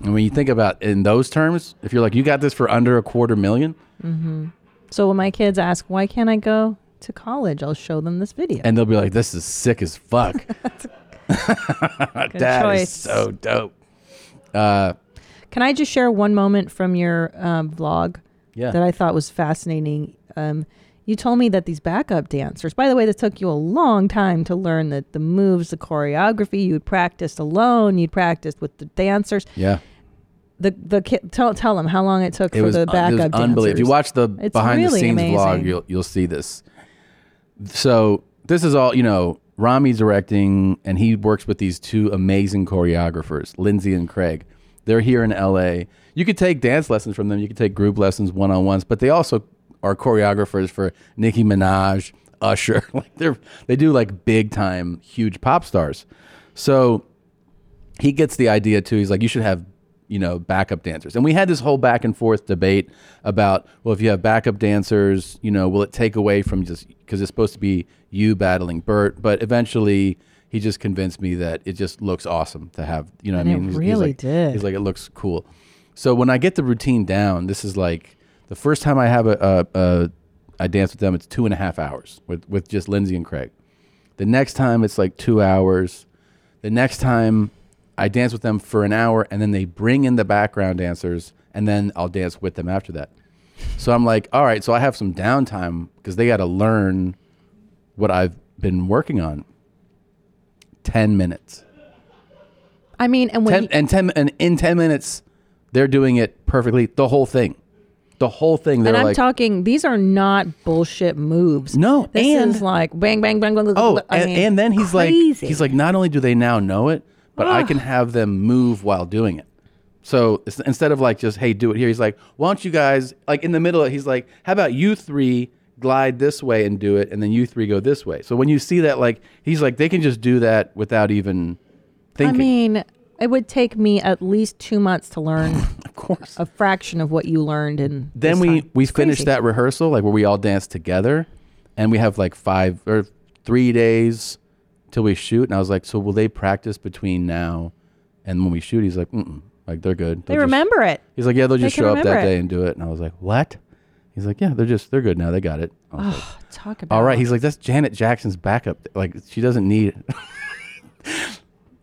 And when you think about it in those terms, if you're like, you got this for under a quarter million,
hmm So when my kids ask, why can't I go to college? I'll show them this video.
and they'll be like, this is sick as fuck. That is
Good choice.
so dope. Uh,
Can I just share one moment from your um, vlog
Yeah.
that I thought was fascinating? Um, you told me that these backup dancers, by the way, that took you a long time to learn that the moves, the choreography, you'd practiced alone, you'd practiced with the dancers.
yeah.
The the ki- tell tell them how long it took
It
for
was,
the backup dancers.
unbelievable. If you watch the
It's
behind the
really
scenes vlog,
amazing.
you'll you'll see this. So this is all you know. Rami's directing, and he works with these two amazing choreographers, Lindsay and Craig. They're here in LA. You could take dance lessons from them. You could take group lessons, one on ones, but they also are choreographers for Nicki Minaj, Usher. like they're they do like big time, huge pop stars. So he gets the idea too. He's like, you should have, you know, backup dancers. And we had this whole back and forth debate about, well, if you have backup dancers, you know, will it take away from just because it's supposed to be you battling Bert? But eventually, he just convinced me that it just looks awesome to have, you know, what
And
I
it
mean, He's- he's
really
like,
did.
He's like, it looks cool. So when I get the routine down, this is like the first time I have a, a, a I dance with them. It's two and a half hours with with just Lindsay and Craig. The next time it's like two hours. The next time I dance with them for an hour, and then they bring in the background dancers, and then I'll dance with them after that. So I'm like, all right, so I have some downtime because they got to learn what I've been working on. Ten minutes.
I mean, and when
Ten,
you-
and ten and in ten minutes, they're doing it perfectly. The whole thing, the whole thing. They're
and I'm
like,
talking, these are not bullshit moves.
No,
this
and-
is like bang, bang, bang, bang.
oh,
I
and,
mean,
and then he's like,
crazy.
he's like, not only do they now know it, but I
Ugh.
can have them move while doing it. So it's- instead of like just hey, do it here, he's like, why don't you guys like in the middle? He's like, how about you three glide this way and do it, and then you three go this way. So when you see that, like, he's like, they can just do that without even thinking.
I mean, it would take me at least two months to learn, of
course,
a fraction of what you learned in.
then
this
we
time.
we
It's
finish
crazy.
that rehearsal like where we all dance together and we have like five or three days till we shoot and i was like so will they practice between now and when we shoot he's like Mm-mm. like they're good
They
They'll just-
remember it.
he's like yeah they'll
They
just
can
show up that
remember it."
day and do it and i was like what he's like yeah they're just they're good now they got it I was
Oh, talk
like,
about.
all right he's like that's janet jackson's backup like she doesn't need it i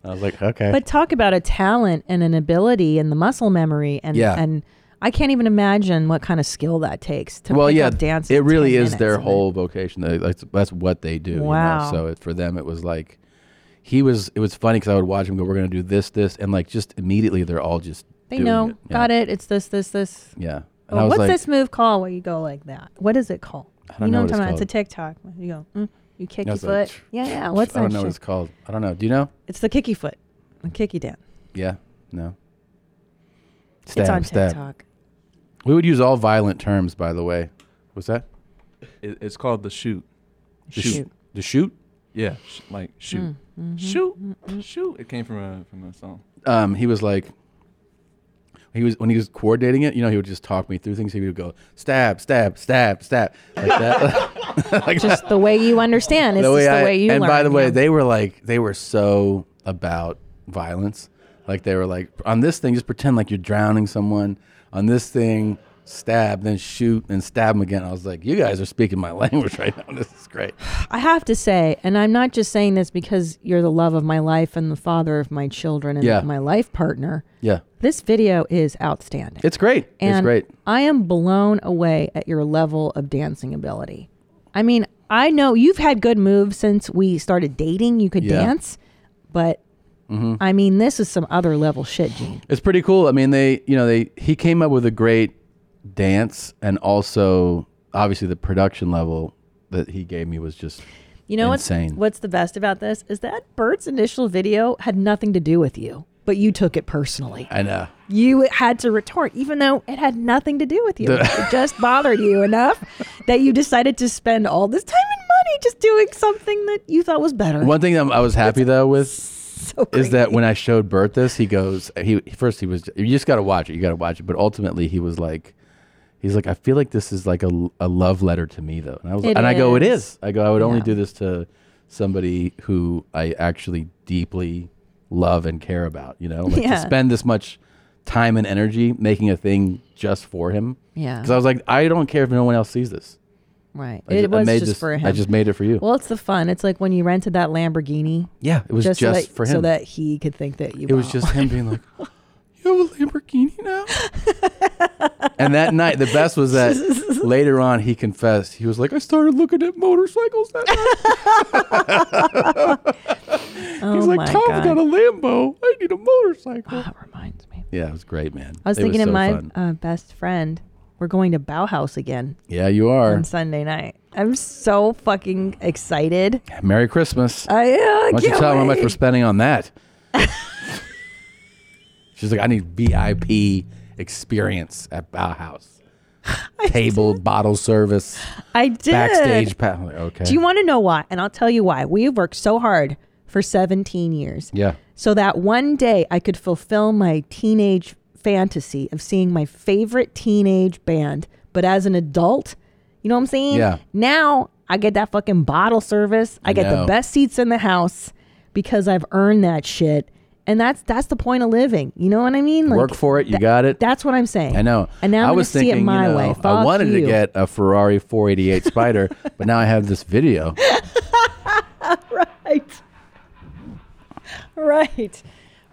was like okay
But talk about a talent and an ability and the muscle memory and
Yeah.
and I can't even imagine what kind of skill that takes to
well
pick
yeah
up dance.
it
in
really
10
is their
minutes.
whole vocation They- that's, that's what they do you know?
Wow.
so it, for them it was like he was it was funny because i would watch him go we're gonna do this this and like just immediately they're all just
They
doing
know.
it. Yeah.
Got it. It's this, this, this.
Yeah. And
Oh,
I was
what's
like-
this move called? Where you go like that? What is it called?
I don't
you
know
know
what
what I'm
it's
talking about. It's a TikTok. You go. Mm, you kick
And I
your
was
foot.
like,
yeah, yeah. What's that?
i don't know
shit?
what it's called i don't know do you know
It's the kicky foot, the kicky dance.
yeah no
it's on
stab.
TikTok.
we would use all violent terms by the way what's that
It, it's called the shoot.
The sh- the shoot
Yeah, sh- like shoot,
Mm,
Mm-hmm.
shoot, shoot. It came from a from a song.
um, he was like, He was when he was coordinating it. You know, he would just talk me through things. He would go stab, stab, stab, stab, like that. like
just the way you understand. It's just
I-
the way you
and
learn.
by the way, they were like they were so about violence. Like they were like on this thing, just pretend like you're drowning someone. On this thing, stab, then shoot, and stab them again. I was like, you guys are speaking my language right now. This is great.
I have to say, and I'm not just saying this because you're the love of my life and the father of my children and
Yeah.
my life partner.
Yeah,
This video is outstanding.
it's great.
And
it's great.
I am blown away at your level of dancing ability. I mean, I know you've had good moves since we started dating. You could
Yeah.
dance, but
Mm-hmm.
I mean, this is some other level shit, Gene.
It's pretty cool. I mean, they, you know, they he came up with a great dance, and also obviously the production level that he gave me was just
You know what's,
insane.
what's the best about this is that Bert's initial video had nothing to do with you, but you took it personally.
I know.
You had to retort, even though it had nothing to do with you.
The-
it just bothered you enough that you decided to spend all this time and money just doing something that you thought was better.
One thing I'm- I was happy though with is that when I showed Bert this, he goes, he first he was, you just got to watch it, you got to watch it, but ultimately he was like, he's like, I feel like this is like a, a love letter to me though, and I was,
It
and I go, it
is.
is. I go, I would only
Yeah.
do this to somebody who I actually deeply love and care about, you know, like
Yeah.
to spend this much time and energy making a thing just for him.
Yeah.
because I was like, I don't care if no one else sees this.
Right.
I
it
ju- I
was
made
just
this-
for
I
him.
just made it for you.
Well, it's the fun. It's like when you rented that Lamborghini.
Yeah, it was
so
just
that,
for
So
him.
that he could think that you
It was
bought
just him being like,
You have a Lamborghini now?
And that night, the best was that later on he confessed. He was like, I started looking at motorcycles that night.
Oh
He's like,
my
Tom's
God. Oh,
got a Lambo. I need a motorcycle.
Yeah, it was great, man.
I was
It
thinking
so
of my
fun.
uh, best friend. We're going to Bauhaus again
Yeah, you are.
on Sunday night. I'm so fucking excited.
Merry Christmas.
I, uh,
Why don't you
can't
tell him how much
wait.
we're spending on that? She's like, I need VIP experience at Bauhaus. Table, bottle service.
I did.
Backstage. Pa- I'm like, okay.
Do you want to know why? And I'll tell you why. We have worked so hard for 17 years.
Yeah.
So that one day I could fulfill my teenage fantasy of seeing my favorite teenage band, but as an adult, you know what I'm saying?
Yeah.
Now I get that fucking bottle service. I,
I
get the
know.
best seats in the house because I've earned that shit. And that's that's the point of living. You know what I mean?
Work for it. You got it.
That's what I'm saying.
I know.
And now I'm
I
gonna
was thinking,
see it
you
my
know,
way.
I
Fuck
wanted to
you.
get a Ferrari 488 Spider, but now I have this video.
right. Right.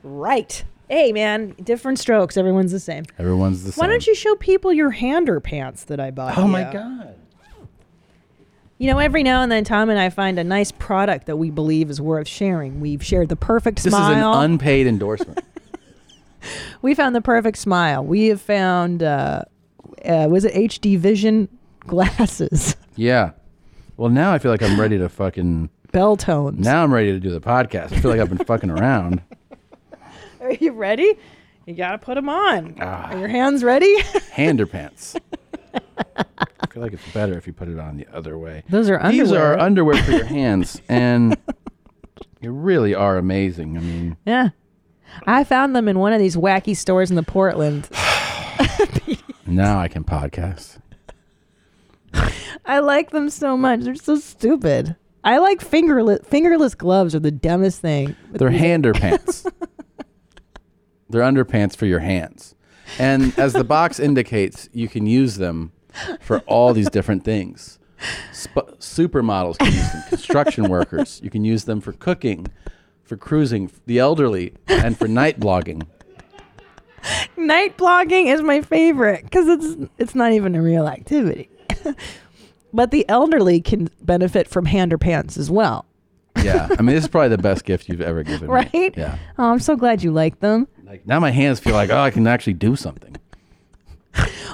Right. Hey, man, different strokes. Everyone's the same.
Everyone's the
Why
same.
don't you show people your hander pants that I bought?
Oh my
you?
god.
You know, every now and then, Tom and I find a nice product that we believe is worth sharing. We've shared the perfect
This is an
smile.
unpaid endorsement.
we found the perfect smile. We have found, uh, uh, was it HD Vision glasses?
yeah. Well, now I feel like I'm ready to fucking
bell tones.
Now I'm ready to do the podcast. I feel like I've been fucking around.
Are you ready? You got to put them on.
Ah.
Are your hands ready?
Hander pants. I feel like it's better if you put it on the other way.
Those are
These are
underwear.
underwear for your hands, and you really are amazing. I mean,
yeah. I found them in one of these wacky stores in the Portland.
now I can podcast.
I like them so much. They're so stupid. I like fingerless fingerless gloves are the dumbest thing. But
They're
these-
hander pants. They're underpants for your hands. And as the box indicates, you can use them for all these different things. Sp- supermodels can use them, construction workers. You can use them for cooking, for cruising, the elderly, and for night blogging.
Night blogging is my favorite because it's it's not even a real activity. but the elderly can benefit from hander pants as well,
Yeah. I mean, this is probably the best gift you've ever given me.
right?
Yeah.
Oh, I'm so glad you like them.
Like, now my hands feel like, oh, I can actually do something.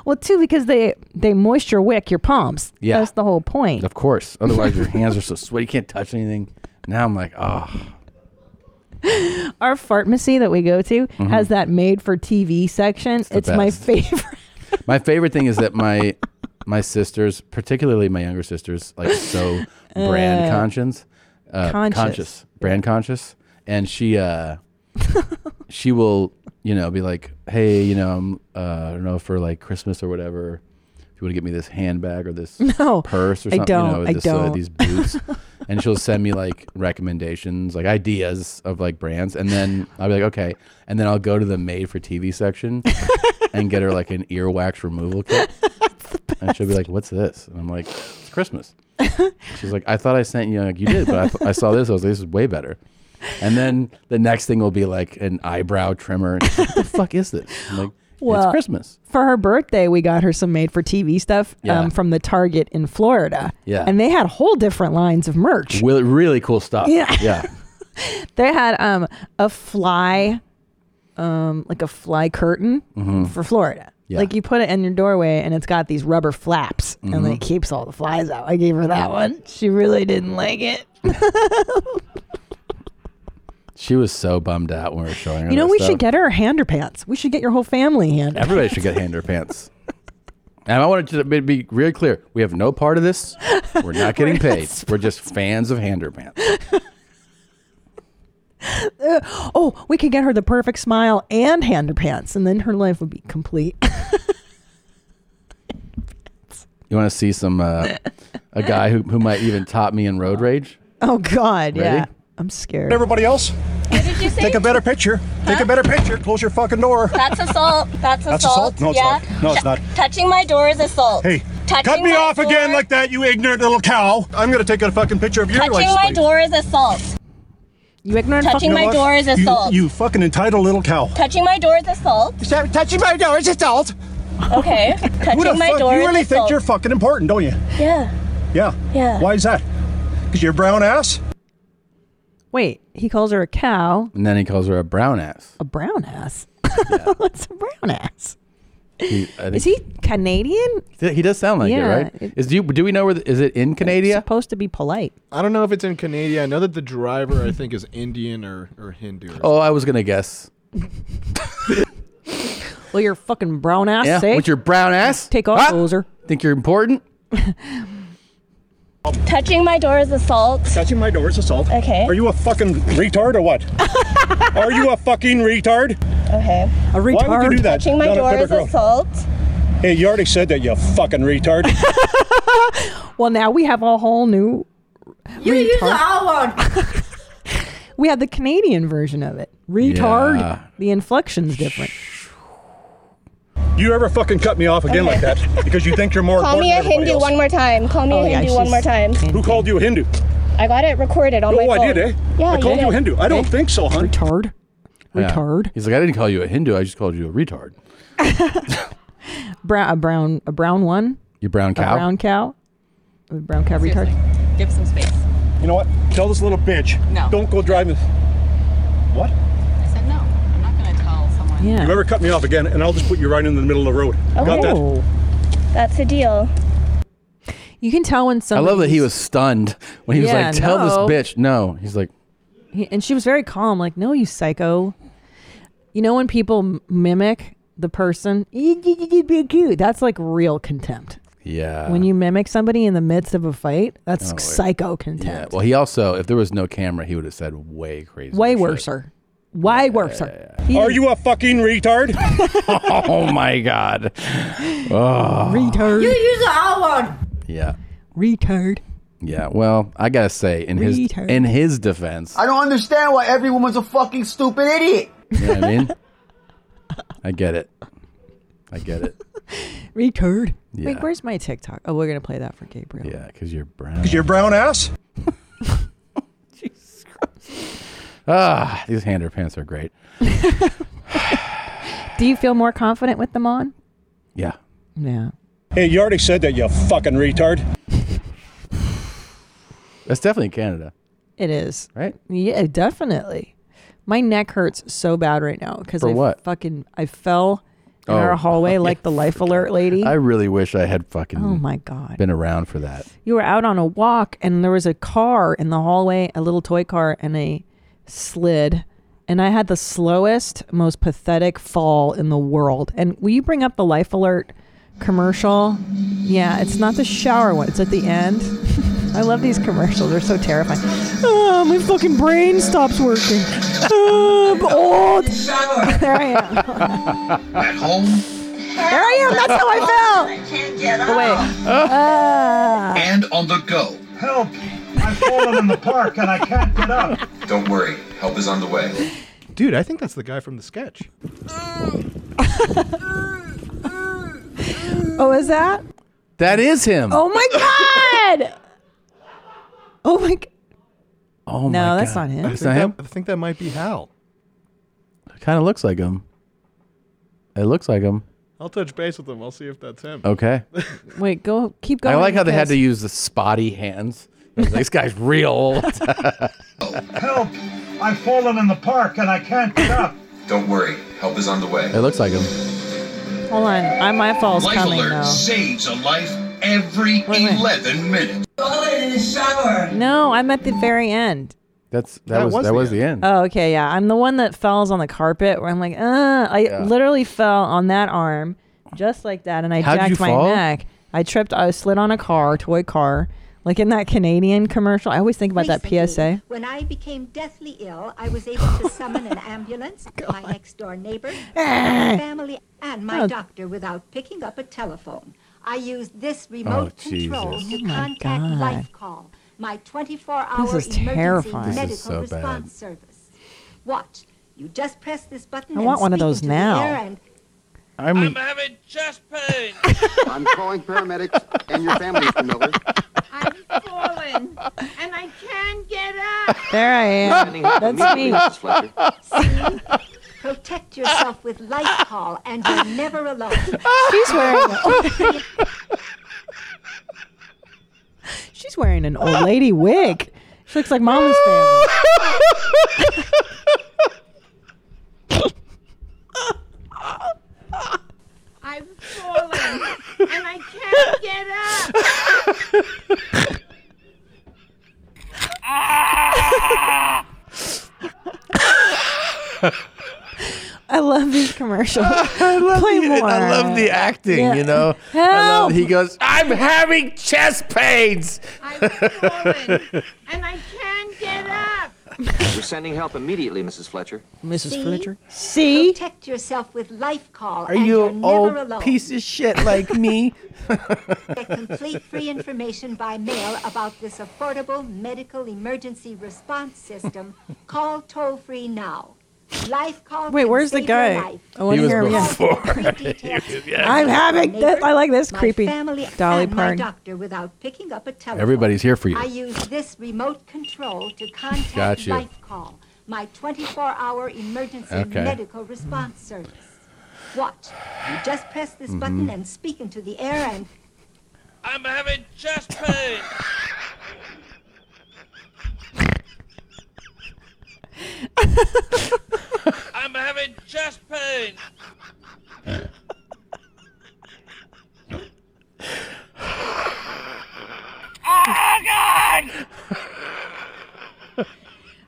Well, too, because they they moisture wick your palms.
Yeah.
that's the whole point.
Of course. Otherwise, your hands are so sweaty, you can't touch anything. Now I'm like, oh.
Our pharmacy that we go to
Mhm.
has that made for TV section. It's,
the
my
best.
favorite.
My favorite thing is that my my sisters, particularly my younger sisters, like so brand
Uh,
conscious, uh,
conscious.
brand conscious, and she uh, she will you know, be like, hey, you know, I'm, uh, I don't know, for like Christmas or whatever, if you want to get me this handbag or this
No,
purse or
I
something, you know,
don't, I
this, Uh,
don't.
these boots. and she'll send me like recommendations, like ideas of like brands. And then I'll be like, okay. And then I'll go to the made for TV section and get her like an earwax removal kit. And she'll be like, what's this? And I'm like, it's Christmas. She's like, I thought I sent you, like, you did, but I, th- I saw this. I was like, this is way better. And then the next thing will be like an eyebrow trimmer. And she's like, what the fuck is this? I'm like, it's Christmas.
For her birthday, we got her some made for TV stuff
Yeah.
um, from the Target in Florida.
Yeah.
And they had whole different lines of merch.
Will really cool stuff.
Yeah.
Yeah. Mm.
They had um, a fly, um, like a fly curtain
Mhm.
for Florida.
Yeah.
Like you put it in your doorway and it's got these rubber flaps and
Mhm.
it keeps all the flies out. I gave her that one. She really didn't like it.
She was so bummed out when we were showing her.
You know,
that
we
stuff.
should get her hander pants. We should get your whole family hander.
Everybody should get hand in their pants. And I wanted to be- be really clear. We have no part of this. We're not getting paid. We're just fans of hander pants.
Uh, oh, we could get her the perfect smile and hander pants, and then her life would be complete.
You want to see some uh, a guy who, who might even top me in road rage?
oh God, yeah,
Ready?
I'm scared.
Everybody else, take a better picture. Take a better picture. Close your fucking door.
That's assault. That's assault.
That's assault? No, it's
yeah.
not. No, it's not.
Touching my door is assault.
Hey,
Touching
cut me
my
off
door-
again like that, you ignorant little cow. I'm gonna take a fucking picture of your
Touching
license
my
plate.
door is assault.
You ignorant.
Touching
You know
my
what?
door is
You-
assault.
You, fucking entitled little cow.
Touching my door is assault.
Touching my door is assault.
Okay. Touching
Who the
my
fuck-
door
You
is
really think
assault.
you're fucking important, don't you?
Yeah.
Yeah.
Yeah.
Why is that? Because you're a brown ass.
Wait, he calls her a cow,
And then he calls her a brown ass.
a brown ass. What's a brown ass?
He, I think-
Is he Canadian?
He does sound like
Yeah,
it, right?
it-
Is do you, do we know where the, is it in Canada?
supposed to be polite.
I don't know if it's in Canada. I know that the driver, I think, is Indian or, or Hindu. Or
Oh, I was gonna guess.
Well, your fucking brown ass.
yeah,
say.
with your brown ass.
Take off, loser.
Think you're important?
Touching my door is assault.
Touching my door is assault.
Okay.
Are you a fucking retard or what? Are you a fucking retard?
Okay.
A
Why would you do that?
Touching my
down at
door
Pepper
is
Grill?
assault.
Hey, you already said that, you fucking retard.
Well, now we have a whole new. You
use the
we had the Canadian version of it. Retard.
Yeah.
The inflection's different.
you ever fucking cut me off again like that? Because you think you're more
Call
important
me a
than everybody
Hindu
else.
one more time. Call me
Oh,
a
yeah,
Hindu one
she's
more time.
Who called you a Hindu?
I got it recorded on my
Oh,
phone.
I did, eh?
Yeah,
I called
did.
you a Hindu. I don't think so, hon.
Retard.
Retard. He's like, I didn't call you a Hindu. I just called you a retard.
Brown, a brown, a brown one.
You brown cow.
A brown cow. A brown cow retard.
Give some space.
You know what? Tell this little bitch.
No.
Don't go driving. What?
I said no. I'm not going to tell someone.
You ever cut me off again, and I'll just put you right in the middle of the road. Got
Oh.
that?
That's a deal.
You can tell when
I
somebody.
love that he was stunned when he was
Yeah,
like, "Tell
no.
this bitch no." He's like,
He- and she was very calm, like, "No, you psycho." You know when people m- mimic the person, that's like real contempt.
"Yeah."
when you mimic somebody in the midst of a fight, that's
Uh. Oh, wait.
psycho
yeah.
contempt.
Well, he also, if there was no camera, he would have said way crazy.
Way worser. Way worser. He
Are
didn't-
you a fucking retard?
oh my god. Oh.
retard? You
use the R word.
Yeah.
Retard.
Yeah. Well, I gotta say, in his
Retard.
in his defense,
I don't understand why every woman's a fucking stupid idiot.
you know what I mean, I get it. I get it.
Retard.
Yeah.
Wait, where's my TikTok? Oh, we're gonna play that for Gabriel.
Yeah, because you're brown.
Because you're brown ass?
Ah, these hander pants are great.
Do you feel more confident with them on?
Yeah.
Yeah.
Hey, you already said that, you fucking retard.
That's definitely Canada.
It is.
Right?
Yeah, definitely. My neck hurts so bad right now because
For
I
what?
fucking I fell in our
Oh.
hallway
Yeah,
like the life alert lady.
I really wish I had fucking.
Oh my God.
Been around for that.
you were out on a walk and there was a car in the hallway, a little toy car, and I slid. And I had the slowest, most pathetic fall in the world. And will you bring up the life alert commercial? Yeah, it's not the shower one, it's at the end. I love these commercials, they're so terrifying. Ah, my fucking brain stops working. I'm old. There I am.
Back home
There I am. That's how I felt. Oh, wait. Ah.
and on the go.
Help! I've fallen in the park and I can't get up.
Don't worry, help is on the way.
Dude, I think that's the guy from the sketch.
oh, is that?
That is him.
Oh my god. Oh my. g-
Oh
no,
my
that's
God.
not him.
That's not him.
I think that might be Hal.
Kind of looks like him. It looks like him.
I'll touch base with him. I'll see if that's him.
Okay.
Wait, go. Keep going.
I like how they had
because-
to use the spotty hands. I was like, this guy's real old.
Help! I've fallen in the park and I can't get up.
Don't worry, help is on the way.
it looks like him.
Hold on. I, my fall's
life
coming
alert
though.
saves a life every 11 minutes.
No, I'm at the very end.
That's that, was, that was the end.
Oh, okay, yeah. I'm the one that falls on the carpet where I'm like, uh, I
Yeah.
literally fell on that arm just like that, and I
How did
jacked
you
my
fall?
neck. I tripped. I slid on a car, toy car, like in that Canadian commercial. I always think about that PSA.
When I became deathly ill, I was able to summon an ambulance, my next door neighbor, my family, and my
Eh. Oh.
doctor without picking up a telephone. I used this remote control
Oh, Jesus.
to
Oh, my
contact
God.
Life Call, my 24
This
hour
is
emergency
terrifying. This
medical
is so bad.
response service. Watch. You just press this button.
I
and
want one of
speak
those
into the
now.
air and
I'm,
having chest pain.
I'm calling paramedics and your family's familiar.
I'm fallen, and I can't get up.
There I am. That's me.
See? Protect yourself with life call, and you're never alone.
She's wearing. She's wearing an old lady wig. She looks like Mama's family.
I've fallen, and I can't get up.
I love these commercials.
I love,
Play
the,
more.
I love the acting,
Yeah.
you know. I love, he goes, I'm having chest pains.
and I can't get up.
We're sending help immediately, Mrs. Fletcher.
See?
See?
Protect yourself with life call,
Are
and
you
you're
an
never
old
alone.
piece
of shit like me?
Get complete free information by mail about this affordable medical emergency response system. Call toll free now. Life call.
Wait,
can
where's the
save your
guy?
life.
I wanna He was hear him. before. I'm having this. I like this
My
creepy
family
Dolly
and my
Parton.
doctor without picking up a telephone.
Everybody's here for you.
I use this remote control to contact
Got you.
Life Call, my 24-hour emergency
Okay.
medical response service. Watch. You just press this button
Mhm.
and speak into the air and I'm having chest pain.
I'm having chest pain. oh, God!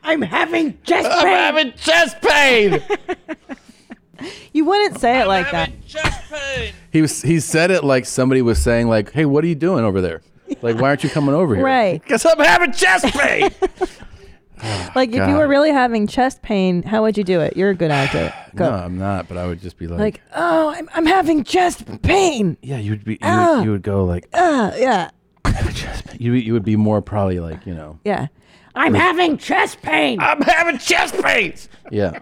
I'm having chest
I'm
pain.
having
chest pain.
you wouldn't say it like that.
He was he said it like somebody was saying, like, hey, what are you doing over there? Like, why aren't you coming over here?
Right.
Because I'm having chest pain.
Like if you
God.
were really having chest pain, how would you do it? You're a good actor.
No, I'm not, but I would just be like,
Like, oh, I'm, I'm having chest pain.
yeah, you'd be you,
Ah.
would you would go like
Uh, yeah,
you you would be more probably like, you know.
yeah. I'm having chest pain.
I'm having chest pains. Yeah.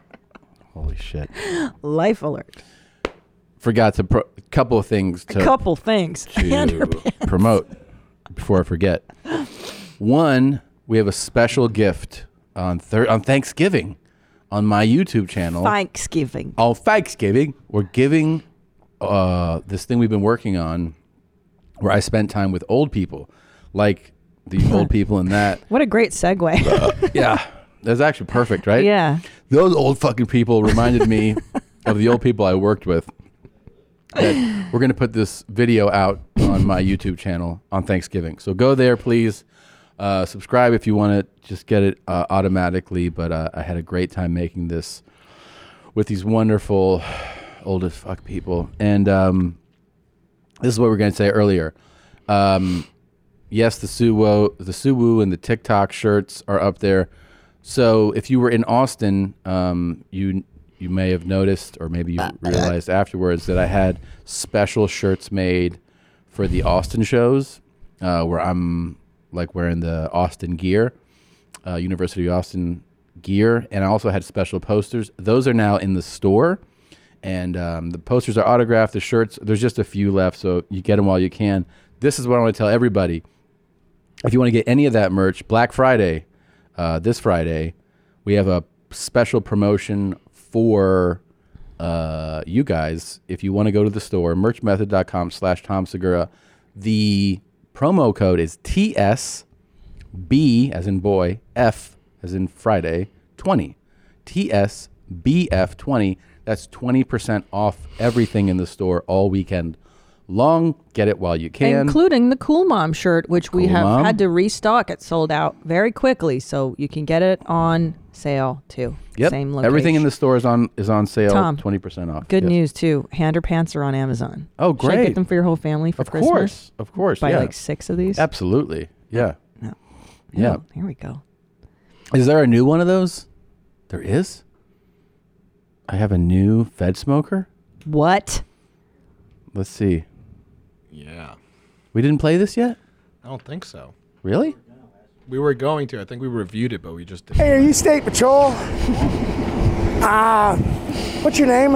Holy shit.
Life alert.
Forgot to pro- couple of things to
A couple things.
to promote before I forget. One, we have a special gift on thir- on Thanksgiving on my YouTube channel.
Thanksgiving.
On Thanksgiving, we're giving uh, this thing we've been working on, where I spent time with old people, like the old people in that.
What a great segue.
yeah, that's actually perfect, right?
Yeah.
Those old fucking people reminded me of the old people I worked with. That we're gonna put this video out on my YouTube channel on Thanksgiving. So go there, please. Uh, subscribe if you want to just get it uh, automatically. But uh, I had a great time making this with these wonderful old as fuck people. And um, this is what we were going to say earlier. Um, yes, the Suwo, the Suwu, and the TikTok shirts are up there. So if you were in Austin, um, you you may have noticed, or maybe you realized afterwards that I had special shirts made for the Austin shows, uh, where I'm like wearing the Austin gear, uh, University of Austin gear, and I also had special posters. Those are now in the store, and um, the posters are autographed. The shirts, there's just a few left, so you get them while you can. This is what I want to tell everybody if you want to get any of that merch, Black Friday, uh, this Friday, we have a special promotion for uh, you guys. If you want to go to the store, merchmethod.com slash Tom Segura. The promo code is TSB, as in boy, F, as in Friday, 20. TSBF20. That's 20% off everything in the store all weekend long. Get it while you can.
including the Cool Mom shirt, which we
Cool
have
Mom.
had to restock. It sold out very quickly, so you can get it on sale too.
Yep.
Same location.
Everything in the store is on is on sale.
Tom,
Twenty percent off.
Good
Yes.
news too. Hand or pants are on Amazon.
Oh,
Should I
great.
get them for your whole family for
Of
Christmas?
course, of course.
Buy
yeah.
like six of these. Oh,
Absolutely. Yeah.
No.
Yeah.
Oh, here we go.
Is there a new one of those? There is. I have a new Fed smoker.
What?
Let's see.
Yeah.
We didn't play this yet.
I don't think so.
Really?
We were going to. I think we reviewed it, but we just didn't.
Hey, are you State Patrol? Ah, what's your name?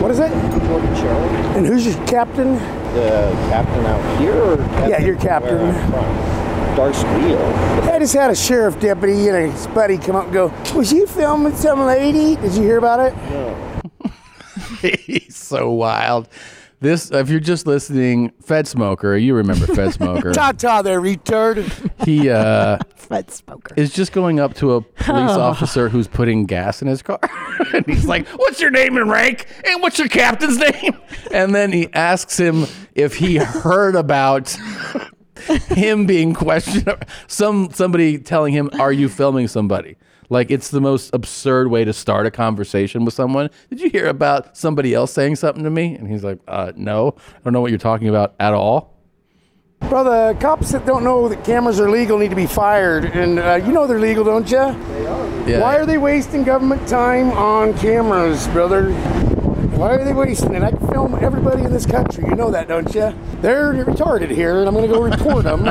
what is it? Jordan Sherrill. And who's your captain?
The captain out here? Or
Yeah, your captain.
where I'm from? Darce Leo.
I just had a sheriff deputy and his buddy come up and go, "Was you filming some lady? Did you hear about it?"
He's so wild. This, if you're just listening, Fed smoker. You remember Fed smoker.
Ta ta there, retard.
he uh,
Fed smoker
is just going up to a police
Oh.
officer who's putting gas in his car, and he's like, "What's your name and rank? And what's your captain's name?" And then he asks him if he heard about him being questioned. Some somebody telling him, "Are you filming somebody?" Like it's the most absurd way to start a conversation with someone. Did you hear about somebody else saying something to me? And he's like, uh, "No, I don't know what you're talking about at all."
Brother, cops that don't know that cameras are legal need to be fired, and uh, you know they're legal, don't you? They are.
Yeah.
Why are they wasting government time on cameras, brother? Why are they wasting it? I can film everybody in this country. You know that, don't you? They're retarded here, and I'm going to go report them.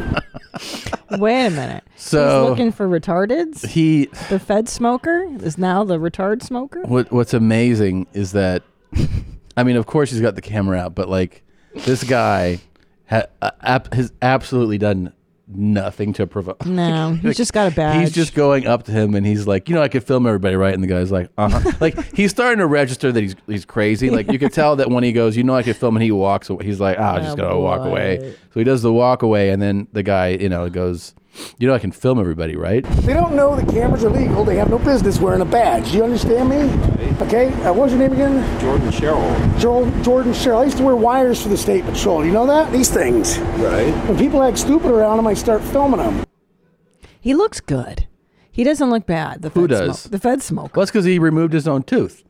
Wait a minute.
So-
He's looking for retardeds.
He
the Fed smoker is now the retard smoker.
What What's amazing is that, I mean, of course he's got the camera out, but like this guy ha, uh, ab- has absolutely done nothing to provoke.
No, he's just got a badge.
He's just going up to him and he's like, you know, I could film everybody, right? And the guy's like, uh huh. like he's starting to register that he's he's crazy. Like you could tell that when he goes, you know, I could film, and he walks away. He's like, ah, I'm just
Oh,
gonna walk
boy.
away. So he does the walk away, and then the guy, you know, goes, you know, I can film everybody, right?
they don't know that cameras are legal. They have no business wearing a badge. You understand me? Okay. Uh, what was your name again?
Jordan Sherrill.
Jordan, Jordan Sherrill. I used to wear wires for the state patrol. You know that? These things. Right. When people act stupid around them, I start filming them.
He looks good. He doesn't look bad. The
Who
Fed
does?
smoke- the Fed smoker.
Well, that's because he removed his own tooth,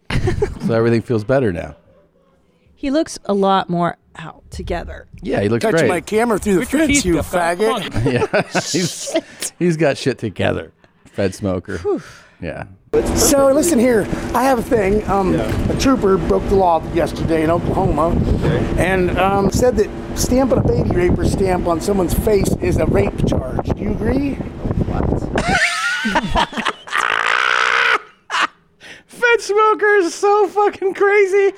so everything feels better now.
He looks a lot more out together.
Yeah, he looks
Touch
great.
my camera through the fence, you faggot.
yeah, he's, he's got shit together. Fed smoker.
Whew.
Yeah.
So listen here, I have a thing. Um, A trooper broke the law yesterday in Oklahoma, and um, said that stamping a baby raper stamp on someone's face is a rape charge. Do you agree?
Fed smoker is so fucking crazy.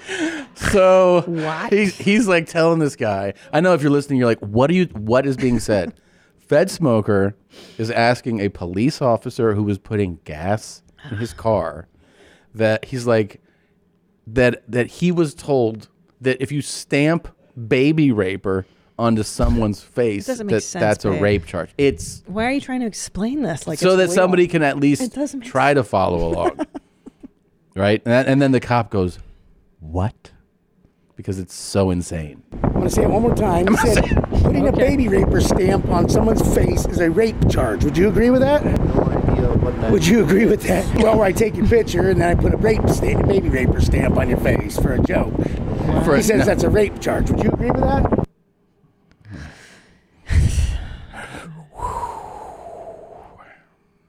So He's, he's like telling this guy. I know if you're listening, you're like, what do you? What is being said? Fed smoker is asking a police officer who was putting gas in his car that he's like that that he was told that if you stamp baby raper onto someone's face,
doesn't
that
make sense,
that's
babe.
a rape charge. It's
Why are you trying to explain this? Like
so
it's
that
real?
somebody can at
It
least
doesn't make
try to follow along, right? And, that- and then the cop goes, "What?" Because it's so insane.
I'm gonna say it one more time. He said putting a baby raper stamp on someone's face is a rape charge. Would you agree with that? Would you agree with that? Well, where I take your picture and then I put a rape stamp, baby raper stamp on your face for a joke.
For a-
he says
no.
that's a rape charge. Would you agree with that?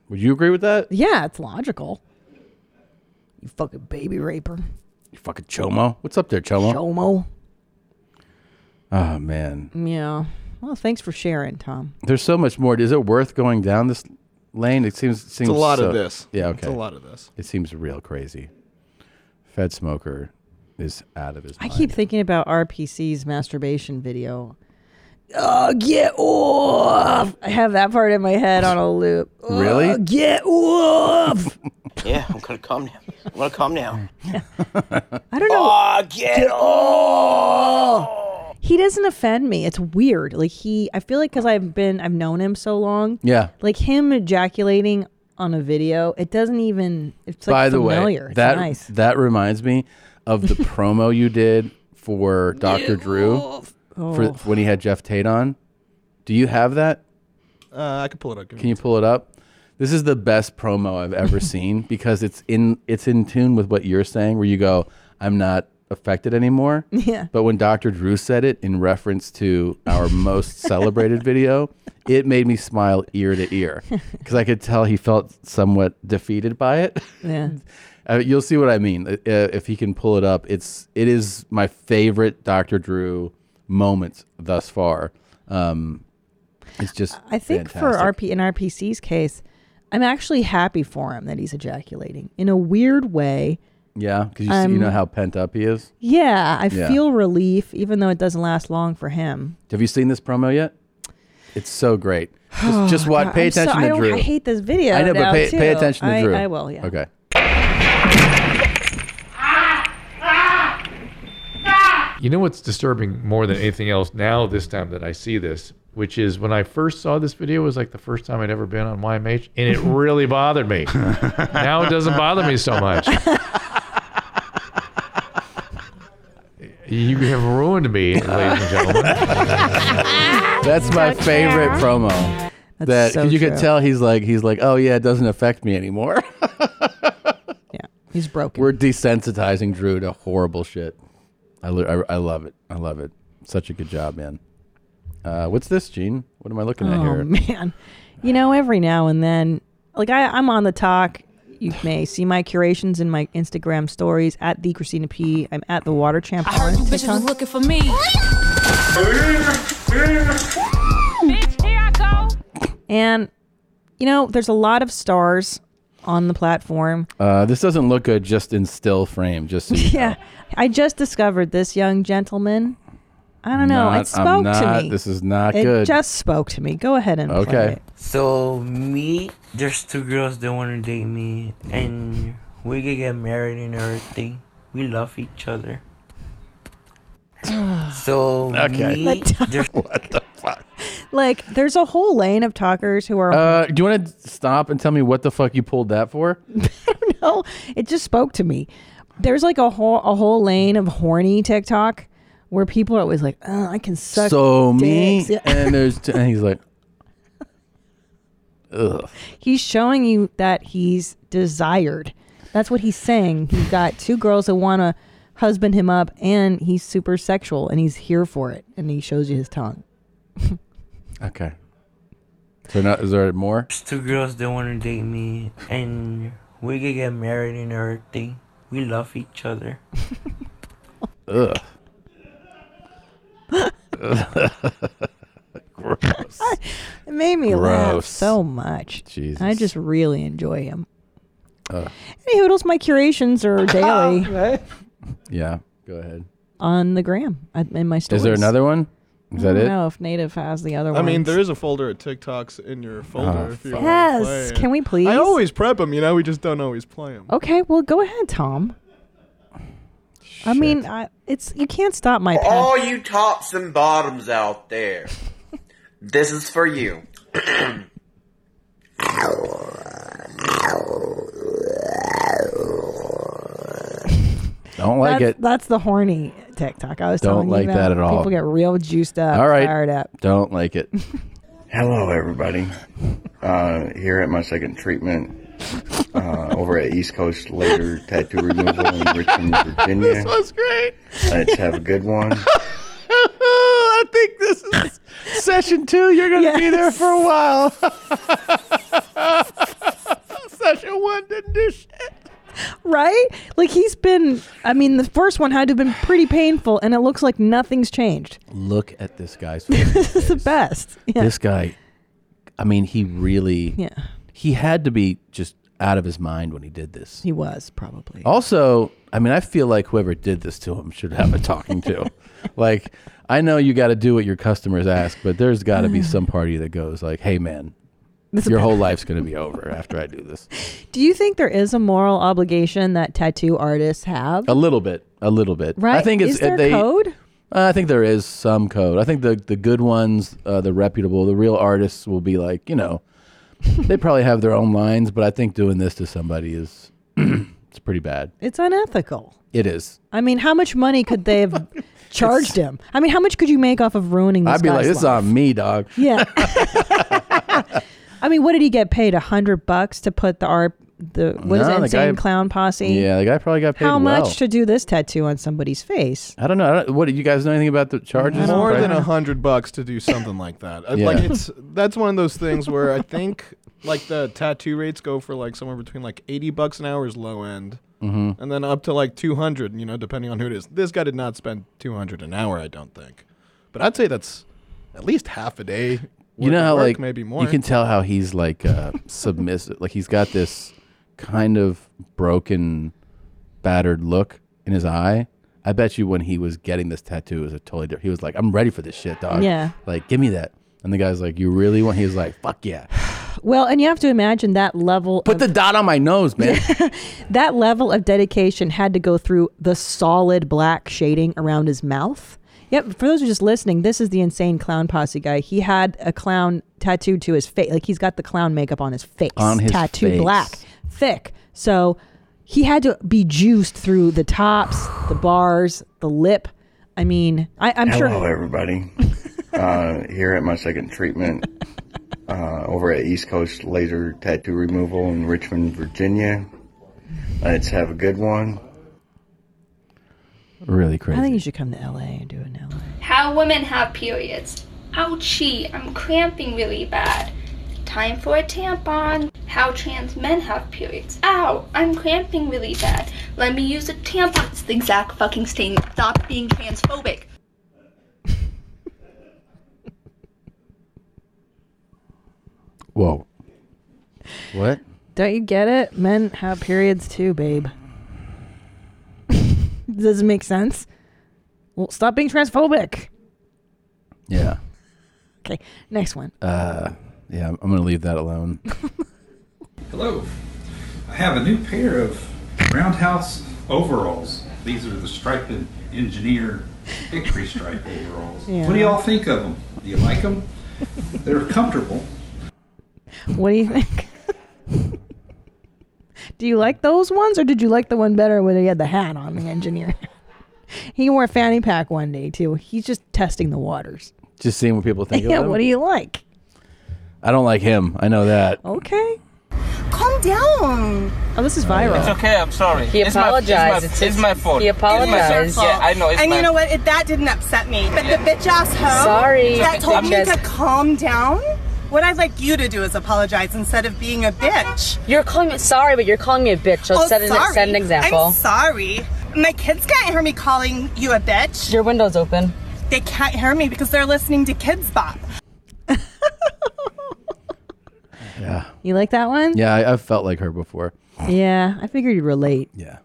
Would you agree with that?
Yeah, it's logical. You fucking baby raper.
You fucking chomo. What's up there, chomo?
Chomo.
Oh man,
Yeah. Well, thanks for sharing, Tom.
there's so much more. Is it worth going down this lane? It seems. It seems
lot of
so-
this.
Yeah. Okay.
It's a lot of this.
It seems real crazy. Fed smoker is out of his.
I
mind.
keep thinking about RPC's masturbation video. Oh, get off! I have that part in my head on a loop.
Really?
Oh, get off!
Yeah, I'm gonna come now. I'm gonna come now.
I don't know.
get, off!
He doesn't offend me. It's weird. Like he, I feel like because I've been, I've known him so long.
Yeah.
Like him ejaculating on a video, it doesn't even. It's like
By the
familiar.
way,
it's
that
nice.
that reminds me of the promo you did for Dr. Drew for
Oh.
when he had Jeff Tate on. Do you have that?
Uh, I can pull it up. Give
Can you pull it up? This is the best promo I've ever seen because it's in it's in tune with what you're saying where you go, I'm not affected anymore.
Yeah.
But when Dr. Drew said it in reference to our most celebrated video, it made me smile ear to ear because I could tell he felt somewhat defeated by it.
Yeah.
Uh, you'll see what I mean uh, if he can pull it up. It's it is my favorite Dr. Drew moment thus far. Um, it's just
I think
fantastic.
for RP in RPC's case, I'm actually happy for him that he's ejaculating in a weird way.
yeah because you, see- you
I'm-
know how pent up he is.
Yeah, I
Yeah.
feel relief, even though it doesn't last long for him.
Have you seen this promo yet? It's so great. Just, just
Oh,
watch.
God,
Pay
I'm so-
attention
I
to
don't-
Drew.
I hate this video
I know,
now,
but pay,
too.
pay attention to
I-
Drew.
I will, yeah.
Okay.
You know what's disturbing more than anything else now, this time that I see this, which is when I first saw this video, it was like the first time I'd ever been on YMH, and it really bothered me. now it doesn't bother me so much. You have ruined me, ladies and gentlemen.
That's my
So
favorite
true.
promo.
That's
that
so
'cause you could
true.
tell he's like he's like oh yeah it doesn't affect me anymore. yeah,
he's broken.
We're desensitizing Drew to horrible shit. I, lo- I, I love it. I love it. Such a good job, man. Uh, what's this, Gene? What am I looking at
Oh
here?
man, you know every now and then, like I, I'm on the talk. You may see my curations in my Instagram stories at the Christina P. I'm at the Water Champ.
I heard you bitches was looking for me. Bitch, here I go.
And you know, there's a lot of stars on the platform.
Uh, this doesn't look good just in still frame. Just so you
Yeah, I just discovered this young gentleman. I don't know.
Not- I'm
it spoke
not-
to me.
this is not
it
good.
just spoke to me. Go ahead and play
Okay.
it.
So me, there's two girls that wanna date me, and we could get married and everything. We love each other. So
Okay.
me,
Like,
there's
what the fuck?
Like, there's a whole lane of talkers who are.
Uh, do you want to stop and tell me what the fuck you pulled that for?
no, it just spoke to me. There's like a whole a whole lane of horny TikTok where people are always like, oh, "I can suck."
so me
dicks." Yeah.
and there's t- and he's like, ugh.
he's showing you that he's desired. That's what he's saying. He's got two girls that want to husband him up, and he's super sexual, and he's here for it. And he shows you his tongue.
Okay. So now is there more?
two girls that wanna date me, and we could get married and everything. We love each other.
Ugh.
Gross.
It made me laugh
Gross.
so much.
Jesus.
I just really enjoy him.
uh,
Any hoodles, my curations are daily
Yeah. Go ahead.
on the gram I- in my stories.
Is there another one? Is that
I don't
it?
know if Native has the other
I
one.
mean, there is a folder of TikToks in your folder.
Oh,
if you
fuck.
wanna
Yes,
play.
can we please?
I uh, always prep them. You know, we just don't always play them.
Okay, well, go ahead, Tom. I mean, I, it's you can't stop my.
For
passion.
all you tops and bottoms out there, this is for you.
Don't like
that's,
it.
That's the horny TikTok. I was
Don't
telling you
like
about.
that at all.
People get real juiced up,
All right.
fired up.
Don't like it.
Hello, everybody. Uh, here at my second treatment uh, over at East Coast Laser Tattoo Removal in Richmond, Virginia.
This was great.
Let's have a good one.
I think this is session two. You're going to be there for a while. one didn't do shit.
right? Like he's been. I mean, the first one had to have been pretty painful, and it looks like nothing's changed.
Look at this guy's face.
This is the best. Yeah.
This guy, I mean, he really.
Yeah.
He had to be just out of his mind when he did this.
He was probably.
Also, I mean, I feel like whoever did this to him should have a talking to. like, I know you got to do what your customers ask, but there's got to be some party that goes like, "Hey, man,
This-
your whole life's going to be over after I do this."
Do you think there is a moral obligation that tattoo artists have?
A little bit, a little bit. I
Right?
think it's
Is there
they-
code?
Uh, I think there is some code. I think the the good ones, uh, the reputable, the real artists will be like, you know, they probably have their own lines, but I think doing this to somebody is it's pretty bad.
It's unethical.
It is.
I mean, how much money could they have charged him? I mean, how much could you make off of ruining this
I'd be like,
guy's
this is
life?
on me, dog.
Yeah. I mean, what did he get paid? A hundred bucks to put the art, the what is
No,
that
the
insane
guy-
clown posse?
Yeah, the guy probably got paid
How
well.
much to do this tattoo on somebody's face?
I don't know. I don't, what do you guys know anything about the charges?
More than a
Right?
hundred bucks to do something like that. Uh,
Yeah.
Like it's that's one of those things where I think like the tattoo rates go for like somewhere between like eighty bucks an hour is low end,
Mhm.
and then up to like two hundred. You know, depending on who it is. This guy did not spend two hundred an hour, I don't think. But I'd say that's at least half a day.
you know
worth of
how
work,
like
maybe more.
you can tell how he's like uh, submissive like he's got this kind of broken battered look in his eye i bet you when he was getting this tattoo it was a totally different he was like i'm ready for this shit dog
Yeah.
like give me that and the guy's like you really want he was like fuck yeah
Well, and you have to imagine that level.
put the dot on my nose man
that level of dedication had to go through the solid black shading around his mouth. Yep, for those who are just listening, this is the insane clown posse guy. He had a clown tattooed to his face. Like he's got the clown makeup on his face.
On his
tattooed
face.
black, thick. So he had to be juiced through the tops, the bars, the lip. I mean, I, I'm
Hello,
sure
everybody. uh, here at my second treatment uh, over at East Coast Laser Tattoo Removal in Richmond, Virginia. Let's have a good one.
really
I
crazy
think you should come to LA and do it now.
How women have periods. Ouchie, I'm cramping really bad. Time for a tampon. How trans men have periods. Ow, I'm cramping really bad. Let me use a tampon. It's the exact fucking same. Stop being transphobic.
whoa what
Don't you get it? Men have periods too, babe. Does it make sense? Well, stop being transphobic.
yeah
Okay, next one.
uh yeah i'm gonna leave that alone
Hello. I have a new pair of roundhouse overalls. These are the striped engineer hickory stripe overalls.
Yeah.
What do y'all think of them? Do you like them? They're comfortable.
What do you think? do you like those ones, or did you like the one better when he had the hat on, the engineer? he wore a fanny pack one day too. He's just testing the waters.
just seeing what people think
yeah,
of him.
what do you like?
i don't like him i know that
Okay.
Calm down.
Oh, this is viral.
It's
okay, I'm sorry.
He
It's my- it's my-
apologized. It's
It's
his-
my fault.
he
It's my fault.
apologized.
Yeah, I know. It's
and
my
you know what? It, that didn't upset me. But the bitch ass hoe Sorry. that told me Bitches. to calm down. What I'd like you to do is apologize instead of being a bitch. You're calling me sorry, but you're calling me a bitch.
Oh,
So set an- set an example. I'm sorry. My kids can't hear me calling you a bitch. Your window's open. They can't hear me because they're listening to Kids Bop.
yeah
You like that one?
yeah I, i've felt like her before
Yeah, I figured you'd relate.
Yeah.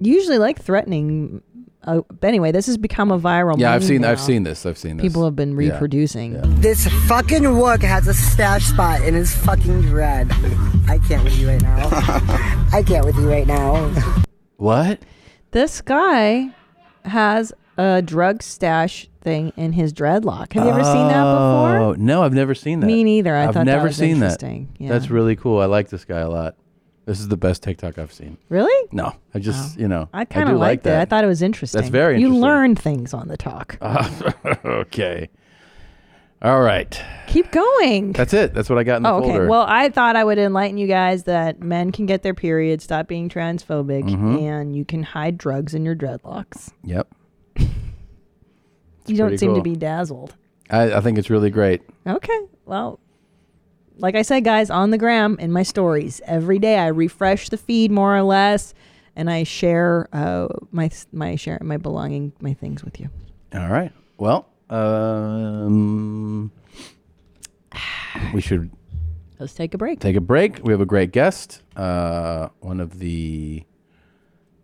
You usually like threatening. Uh, but anyway, this has become a viral.
yeah i've
meme
seen
now.
i've seen this i've seen this
People have been
Yeah.
reproducing.
This fucking work has a stash spot and is fucking dread. I can't with you right now. I can't with you right now.
What?
This guy has a drug stash thing in his dreadlock. Have you ever seen that before?
Oh, no, I've never seen that.
Me neither. I
have
thought that
never
was
seen
interesting.
that.
Yeah.
That's really cool. I like this guy a lot. This is the best TikTok I've seen.
Really? Oh.
No, I just you know
I kind
do
of
like
liked it. I thought it was interesting.
That's very
You
interesting. Uh,
learn things on the talk.
okay. All right.
Keep going.
That's it. That's what I got in the
oh, okay.
folder.
Well, I thought I would enlighten you guys that men can get their periods, stop being transphobic,
Mhm.
and you can hide drugs in your dreadlocks.
yep.
you don't
pretty
seem to
cool.
be dazzled.
I, I think it's really great.
Okay. Well, like I said, guys, on the gram in my stories every day, I refresh the feed more or less, and I share uh, my my share my belonging my things with you.
All right. Well, um, we should
Let's take a break.
take a break. We have a great guest, uh, one of the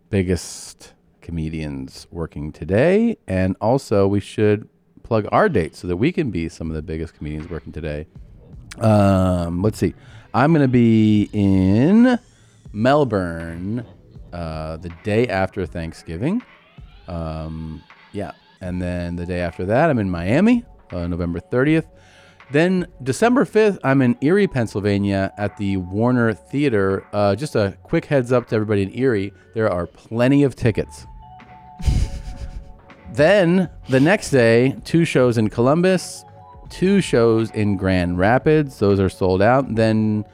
biggest comedians working today, and also we should plug our dates so that we can be some of the biggest comedians working today. Um, let's see. I'm going to be in Melbourne uh, the day after Thanksgiving. Um, yeah, and then the day after that, I'm in Miami, uh, November 30th. Then December 5th, I'm in Erie, Pennsylvania at the Warner Theater. Uh, just a quick heads up to everybody in Erie there are plenty of tickets. then the next day, two shows in Columbus, two shows in Grand Rapids. Those are sold out. Then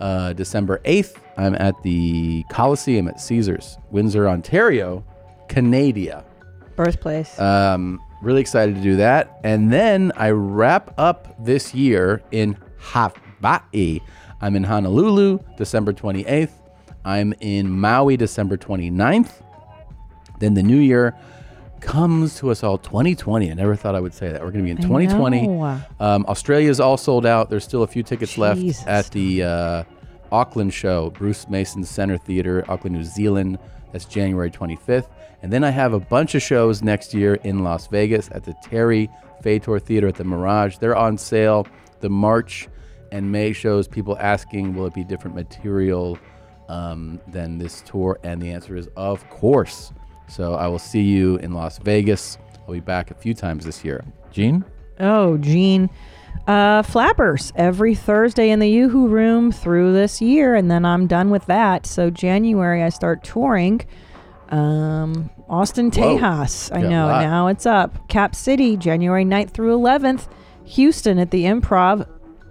uh, December 8th, I'm at the Coliseum at Caesars, Windsor, Ontario, Canada.
Birthplace.
Um, really excited to do that. And then I wrap up this year in Hawaii. I'm in Honolulu, December 28th. I'm in Maui, December 29th. Then the new year comes to us all 2020. I never thought I would say that. We're going to be in
I
2020.
know.
Um, Australia's all sold out. There's still a few tickets
Jesus.
left at the uh, Auckland show, Bruce Mason Center Theater, Auckland, New Zealand. That's January 25th. And then I have a bunch of shows next year in Las Vegas at the Terry Fator Theater at the Mirage. They're on sale. The March and May shows, people asking, will it be different material um, than this tour? And the answer is, of course. So I will see you in Las Vegas. I'll be back a few times this year. Gene?
Oh, Gene. Uh, flappers every Thursday in the Yoo-Hoo Room through this year, and then I'm done with that. So January I start touring. Um, Austin
Whoa.
Tejas, I
Got a
know
lot.
now it's up. Cap City, January 9th through 11th. Houston at the Improv,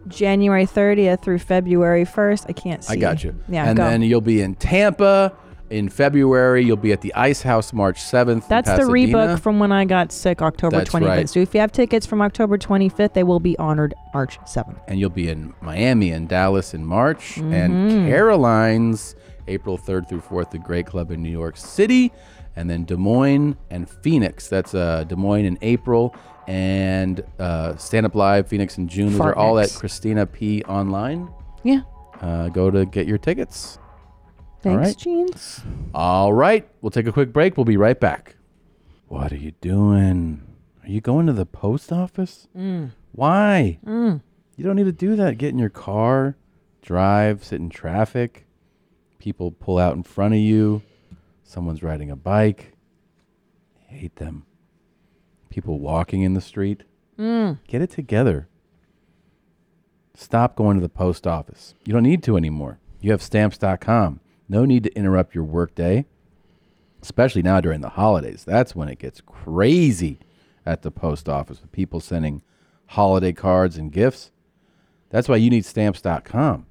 January 30th through February 1st. I can't see.
I got you.
Yeah,
and
go.
then you'll be in Tampa in February. You'll be at the Ice House March 7th. in
That's the
Pasadena.
rebook from when I got sick October
That's
25th.
right.
So if you have tickets from October 25th, they will be honored March 7th.
And you'll be in Miami and Dallas in March.
Mhm.
And Caroline's April 3rd through 4th, the Great Club in New York City. And then Des Moines and Phoenix. That's uh, Des Moines in April. And uh, Stand Up Live, Phoenix in June. Those are all at
Fartnext.
Christina P. Online.
Yeah.
Uh, go to get your tickets. All
Thanks,
right.
Jeans.
All right. We'll take a quick break. We'll be right back. What are you doing? Are you going to the post office?
Mm.
Why?
Mm.
You don't need to do that. Get in your car, drive, sit in traffic. People pull out in front of you. Someone's riding a bike. I hate them. People walking in the street.
Mm.
Get it together. Stop going to the post office. You don't need to anymore. You have stamps.com. No need to interrupt your workday, especially now during the holidays. That's when it gets crazy at the post office with people sending holiday cards and gifts. That's why you need stamps.com.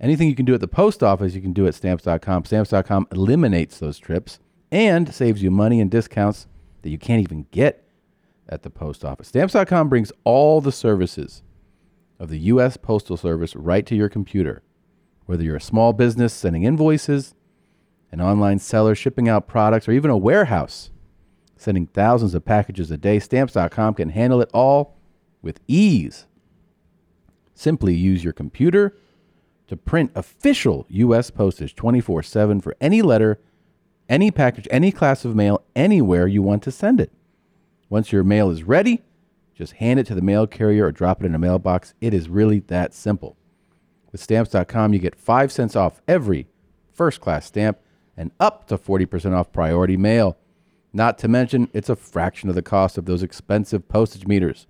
Anything you can do at the post office, you can do at stamps.com. Stamps.com eliminates those trips and saves you money and discounts that you can't even get at the post office. Stamps.com brings all the services of the U.S. Postal Service right to your computer. Whether you're a small business sending invoices, an online seller shipping out products, or even a warehouse sending thousands of packages a day, Stamps.com can handle it all with ease. Simply use your computer to print official U.S. postage 24 7 for any letter, any package, any class of mail, anywhere you want to send it. Once your mail is ready, just hand it to the mail carrier or drop it in a mailbox. It is really that simple. With stamps.com, you get 5 cents off every first class stamp and up to 40% off priority mail. Not to mention, it's a fraction of the cost of those expensive postage meters.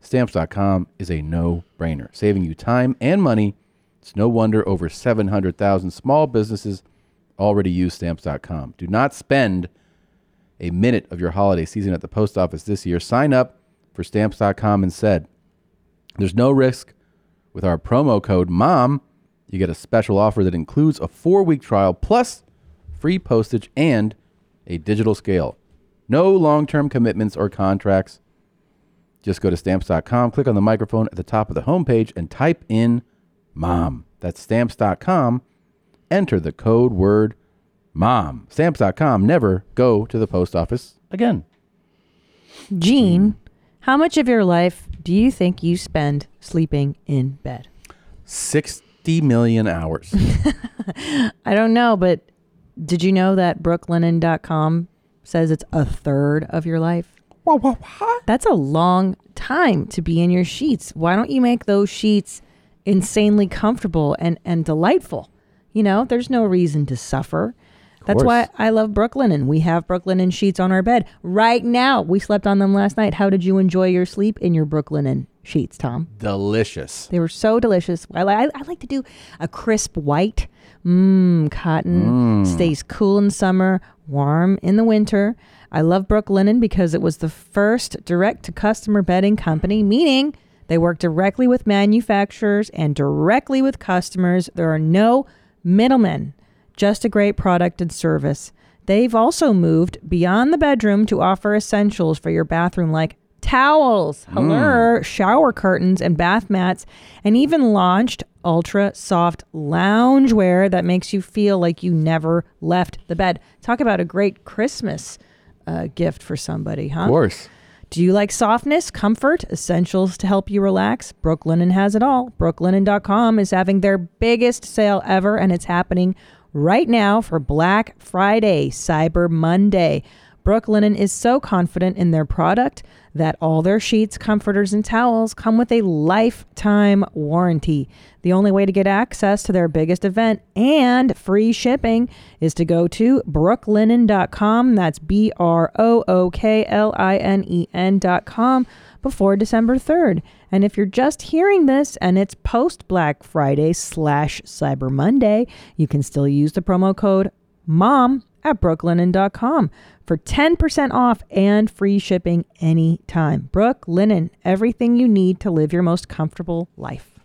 Stamps.com is a no brainer, saving you time and money. It's no wonder over 700,000 small businesses already use Stamps.com. Do not spend a minute of your holiday season at the post office this year. Sign up for Stamps.com instead. There's no risk with our promo code MOM. You get a special offer that includes a four week trial plus free postage and a digital scale. No long term commitments or contracts. Just go to stamps.com, click on the microphone at the top of the homepage, and type in mom. That's stamps.com. Enter the code word mom. Stamps.com. Never go to the post office again.
Gene, how much of your life do you think you spend sleeping in bed?
60 million hours.
I don't know, but did you know that brooklinen.com says it's a third of your life? That's a long time to be in your sheets. Why don't you make those sheets insanely comfortable and, and delightful? You know, there's no reason to suffer. That's
course.
why I love Brooklinen. We have Brooklinen sheets on our bed right now. We slept on them last night. How did you enjoy your sleep in your Brooklinen sheets, Tom?
Delicious.
They were so delicious. I, li- I, I like to do a crisp white. Mmm, cotton
Mm.
stays cool in summer, warm in the winter. I love Brook Linen because it was the first direct to customer bedding company, meaning they work directly with manufacturers and directly with customers. There are no middlemen, just a great product and service. They've also moved beyond the bedroom to offer essentials for your bathroom like towels, hello, shower curtains, and bath mats, and even launched ultra soft loungewear that makes you feel like you never left the bed. Talk about a great Christmas uh, gift for somebody, huh?
Of course.
Do you like softness, comfort, essentials to help you relax? Brooklinen has it all. Brooklinen.com is having their biggest sale ever, and it's happening right now for Black Friday, Cyber Monday. Brooklinen is so confident in their product that all their sheets, comforters, and towels come with a lifetime warranty. The only way to get access to their biggest event and free shipping is to go to brooklinen.com. That's B R O O K L I N E N.com before December 3rd. And if you're just hearing this and it's post Black Friday slash Cyber Monday, you can still use the promo code mom at brooklinen.com for 10% off and free shipping anytime. Brooklinen, everything you need to live your most comfortable life.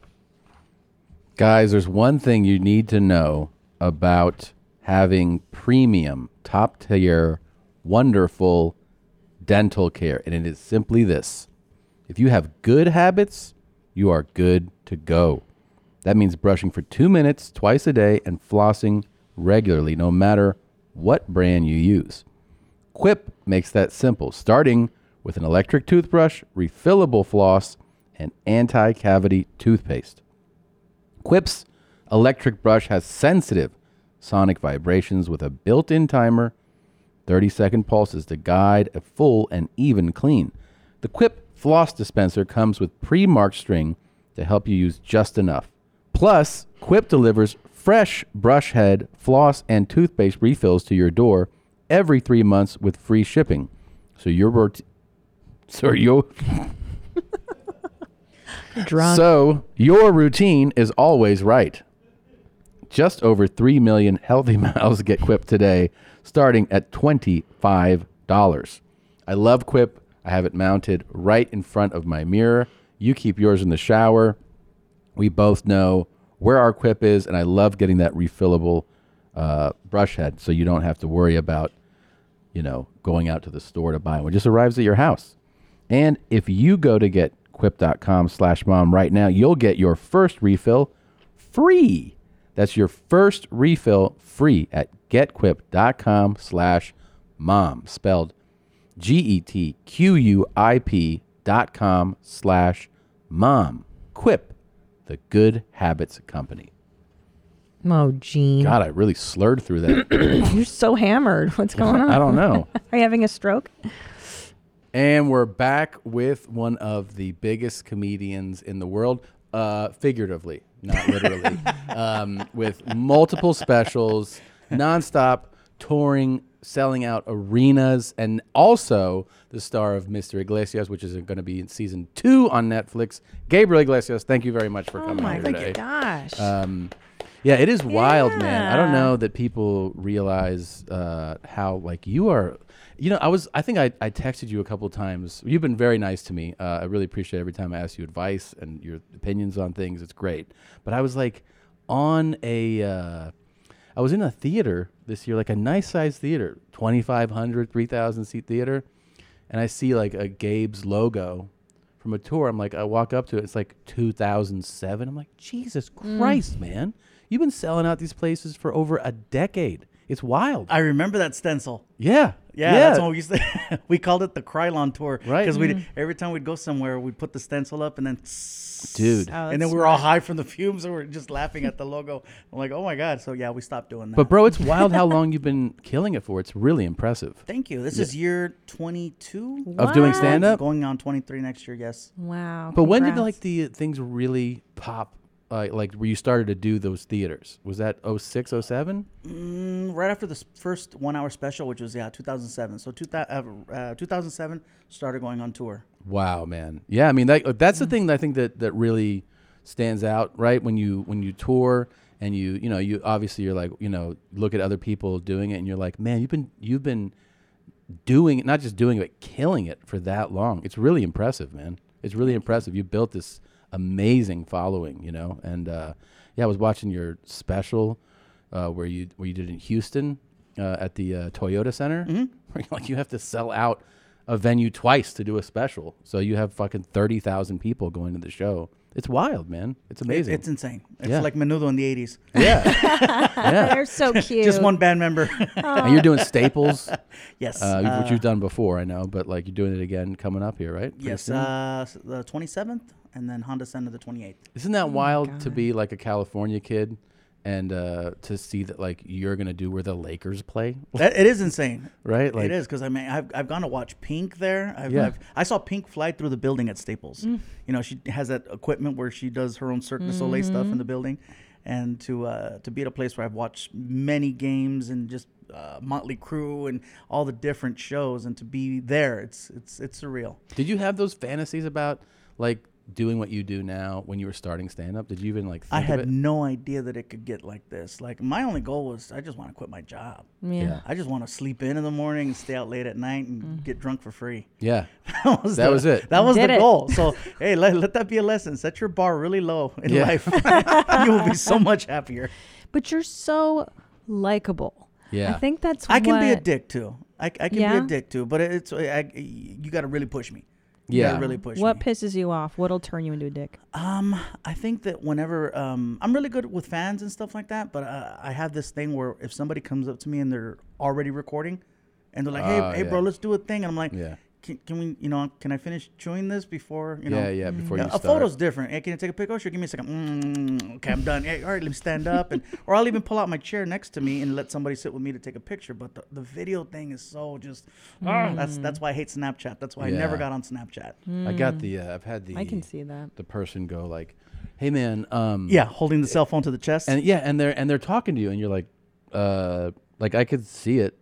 Guys, there's one thing you need to know about having premium, top tier, wonderful dental care. And it is simply this if you have good habits, you are good to go. That means brushing for two minutes twice a day and flossing regularly, no matter what brand you use. Quip makes that simple, starting with an electric toothbrush, refillable floss, and anti cavity toothpaste. Quip's electric brush has sensitive sonic vibrations with a built in timer, 30 second pulses to guide a full and even clean. The Quip floss dispenser comes with pre marked string to help you use just enough. Plus, Quip delivers fresh brush head, floss, and toothpaste refills to your door every three months with free shipping. So your rot- so your
Drunk.
So your routine is always right. Just over 3 million healthy mouths get Quip today, starting at $25. I love Quip. I have it mounted right in front of my mirror. You keep yours in the shower. We both know where our Quip is, and I love getting that refillable uh, brush head so you don't have to worry about, you know, going out to the store to buy one. It just arrives at your house. And if you go to get quip.com slash mom right now, you'll get your first refill free. That's your first refill free at getquip.com slash mom, spelled G E T Q U I P dot com slash mom. Quip, the good habits company.
Oh, Gene.
God, I really slurred through that.
You're so hammered. What's going on?
I don't know.
Are you having a stroke?
And we're back with one of the biggest comedians in the world, uh, figuratively, not literally, um, with multiple specials, nonstop touring, selling out arenas, and also the star of Mr. Iglesias, which is going to be in season two on Netflix. Gabriel Iglesias, thank you very much for coming
Oh my
here today.
gosh.
Um, yeah, it is wild, man. I don't know that people realize uh, how like you are. You know, I was. I think I, I texted you a couple times. You've been very nice to me. Uh, I really appreciate every time I ask you advice and your opinions on things. It's great. But I was like on a. Uh, I was in a theater this year, like a nice sized theater, 2,500, 3,000 seat theater, and I see like a Gabe's logo from a tour. I'm like, I walk up to it. It's like 2007. I'm like, Jesus Christ, man! You've been selling out these places for over a decade. It's wild.
I remember that stencil.
Yeah,
Yeah, that's what we used to. we called it the Krylon tour,
Right.
Because we
Mhm.
every time we'd go somewhere, we'd put the stencil up and then,
Dude.
Oh,
and then
that's
we were all
smart.
high from the fumes and we are just laughing at the logo. I'm like, oh my god! So yeah, we stopped doing that.
But bro, it's wild how long you've been killing it for. It's really impressive.
Thank you. This
Yeah.
is year 22
Of doing What? stand-up?
going on 23 next year. Yes.
Wow.
But when did like the uh, things really pop? Uh, like where you started to do those theaters? Was that 06, 07?
Mm, right after the s- first one-hour special, which was yeah 2007. So two, thou- uh, uh, 2007 started going on tour.
Wow, man. Yeah, I mean that, that's the thing that I think that that really stands out, right? When you when you tour and you you know you obviously you're like you know look at other people doing it and you're like, man, you've been you've been doing it, not just doing it, but killing it for that long. It's really impressive, man. It's really impressive. You built this amazing following, you know. And uh, yeah, I was watching your special uh, where you where you did in Houston uh, at the uh, Toyota Center.
Mm-hmm.
Where, like you have to sell out a venue twice to do a special, so you have fucking thirty thousand people going to the show. It's wild, man. It's amazing.
it's insane. It's
Yeah.
like Menudo in the 80s.
Yeah. Yeah.
They're so
Just
cute.
one band member.
and you're doing staples.
yes.
Uh,
uh,
which you've done before, I know, but like you're doing it again coming up here, right? Pretty
Yes,
soon?
Oh
uh, s- the 27th and then Honda Center the 28th.
Isn't
Oh
that wild to be like a California kid and uh, to see that like you're gonna do where the Lakers play?
That- it is insane,
right? Like
it is because I mean I've, I've gone to watch Pink there. I've,
Yeah.
I've, I saw Pink fly through the building at Staples.
Mm.
You know she has that equipment where she does her own Cirque du Soleil stuff in the building, and to uh, to be at a place where I've watched many games and just uh, Motley Crue and all the different shows, and to be there, it's it's it's surreal.
Did you have those fantasies about like doing what you do now when you were starting stand up? Did you even like think
I
of it?
had no idea that it could get like this. Like my only goal was I just want to quit my job.
Yeah. Yeah.
I just want to sleep in in the morning and stay out late at night and get drunk for free.
Yeah.
That was,
That
the-
was it.
That
You
was
did
the
it.
goal. So hey, let, let that be a lesson. Set your bar really low in
Yeah.
life. you will be so much happier.
But you're so likable. I think that's
I can be a
what-
dick too. I, I can
Yeah?
be a dick too, but it's I, you got to really push me. You gotta really push me.
What pisses you off? What'll turn you into a dick?
Um, I think that whenever um, I'm really good with fans and stuff like that, but uh, I have this thing where if somebody comes up to me and they're already recording, and they're like, "Hey,
Oh,
hey, bro,
yeah.
let's do a thing," and I'm like,
Yeah.
Can, can we, you know, can I finish chewing this before, you know? Mm,
Yeah, yeah, before
Yeah,
you
A
start.
photo's different. Hey, can you take a picture? Sure, give me a second. Mm, okay, I'm done. Hey, all right, let me stand up, and or I'll even pull out my chair next to me and let somebody sit with me to take a picture. But the, the video thing is so just, ah, that's
Mm.
that's why I hate Snapchat. That's why I never
Yeah.
got on Snapchat.
I got the uh, I've had the
I can see that.
the person go like, "Hey man, um
Yeah, holding the cell phone to the chest.
And yeah, and they're and they're talking to you and you're like uh like I could see it.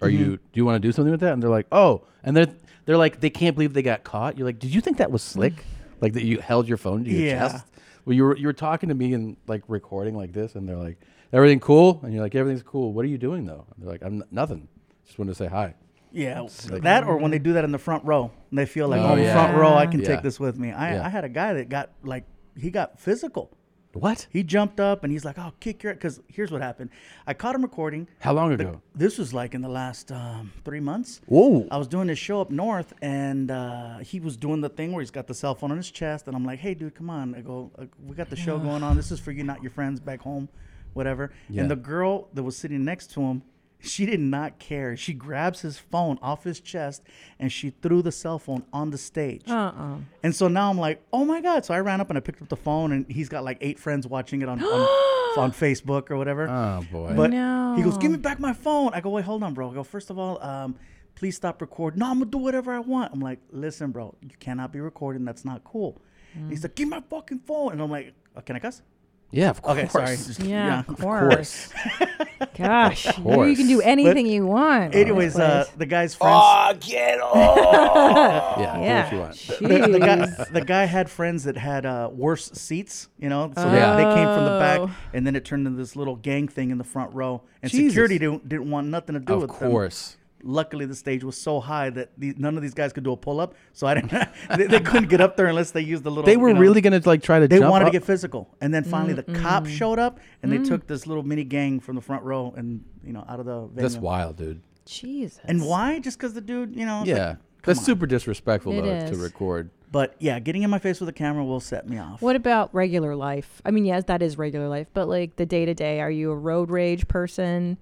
Are
Mm-hmm.
you do you want to do something with that? And they're like, "Oh." And they're they're like they can't believe they got caught. You're like, "Did you think that was slick? like that you held your phone to your
Mm-hmm. Yeah.
chest?" Well, you were you were talking to me and like recording like this and they're like, "Everything cool?" And you're like, "Everything's cool. What are you doing though?" And they're like, "I'm n- nothing. Just wanted to say hi."
Yeah,
It's like- mm-hmm.
that or when they do that in the front row, and they feel like,
Oh,
oh,
yeah.
front row, I can
Yeah.
take this with me. I,
Yeah.
I had a guy that got like he got physical.
What?
He jumped up and he's like, "I'll kick your." Because here's what happened: I caught him recording.
How long
The-
ago?
this was like in the last um, three months.
Whoa.
I was doing this show up north, and uh, he was doing the thing where he's got the cell phone on his chest, and I'm like, "Hey, dude, come on! I go, uh, we got the show going on. This is for you, not your friends back home, whatever."
Yeah.
And the girl that was sitting next to him, she did not care. She grabs his phone off his chest, and she threw the cell phone on the stage.
Uh-uh.
And so now I'm like, oh my god! So I ran up and I picked up the phone, and he's got like eight friends watching it on on, on Facebook or whatever.
Oh boy!
But he goes, "Give me back my phone." I go, "Wait, hold on, bro." I go, first of all, um, please stop recording." No, I'm gonna do whatever I want. I'm like, "Listen, bro, you cannot be recording. That's not cool." And
Mm.
he's like, "Give me my fucking phone," and I'm like, oh, "Can I cuss?"
Yeah, of
Okay, sorry.
course.
Just-
Yeah, of
of
course. Gosh,
Of
you know you can do
course.
anything
But
you want. in this
Anyways, uh,
place.
the guy's friends.
get
Yeah, do
Yeah.
what you want.
The, the guy, the guy had friends that had uh, worse seats, you know, so
Yeah.
they, they came from the
Oh.
back, and then it turned into this little gang thing in the front row, and
Jesus.
security didn't, didn't want nothing to do
Of
with them.
course.
Luckily, the stage was so high that the, none of these guys could do a pull up, so I didn't. they, they couldn't get up there unless they used the little.
They were
you know,
really gonna like try to.
They
jump
wanted
up.
to get physical, and then finally the cop
Mm-mm.
showed up, and
Mm.
they took this little mini gang from the front row, and you know, out of the. Venue.
That's wild, dude.
Jesus.
And why? Just because the dude, you know. it's like,
Yeah, that's super disrespectful
It
though to
is.
record.
But yeah, getting in my face with a camera will set me off.
What about regular life? I mean, yes, that is regular life, but like the day to day, are you a road rage person?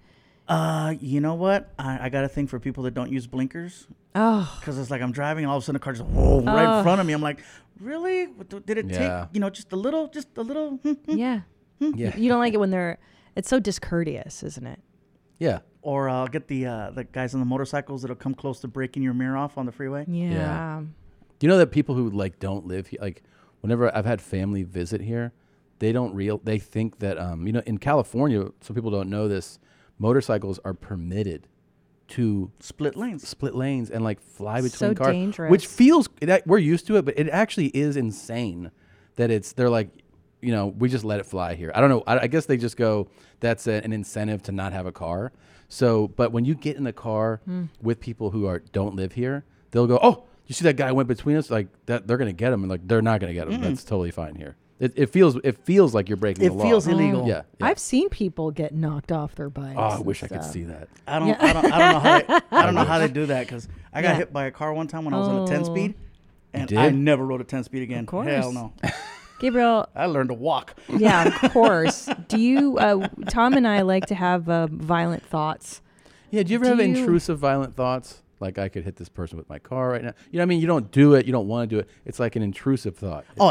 Uh, you know what? I, I got a thing for people that don't use blinkers.
Oh.
Because it's like I'm driving, and all of a sudden a car just whoa right
Oh.
in front of me. I'm like, really? What the- Did it
Yeah.
take? You know, just a little, just a little. hmm,
yeah.
Yeah.
You don't like it when they're. It's so discourteous, isn't it?
Yeah.
Or I'll get the uh, the guys on the motorcycles that'll come close to breaking your mirror off on the freeway.
Yeah.
Do you know that people who like don't live here, like whenever I've had family visit here, they don't real they think that um you know in California, some people don't know this, motorcycles are permitted to
split lanes,
split lanes, and like fly between
So
cars, which
dangerous.
feels that we're used to it, but it actually is insane that it's they're like. You know, we just let it fly here. I don't know. I, I guess they just go. That's a- an incentive to not have a car. So, but when you get in the car
Mm.
with people who are don't live here, they'll go, "Oh, you see that guy went between us? Like that, they're gonna get him." And like they're not gonna get him.
Mm-mm.
That's totally fine here. It, it feels it feels like you're breaking. the law. Yeah.
I've seen people get knocked off their bikes.
Oh, I
and
wish I could
stuff.
see that.
I don't, I don't, I don't know how they, I don't know how they
Yeah.
do that because I got
Yeah.
hit by a car one time when I was on a ten
Oh.
speed,
You
and
did?
I never rode a ten speed again.
Of course.
Hell no.
Gabriel.
I learned to walk.
Yeah, of course. do you, uh, Tom and I like to have uh, violent thoughts.
Yeah. Do you ever have intrusive, violent thoughts? Like I could hit this person with my car right now. You know, what I mean, you don't do it. You don't want to do it. It's like an intrusive thought.
Oh,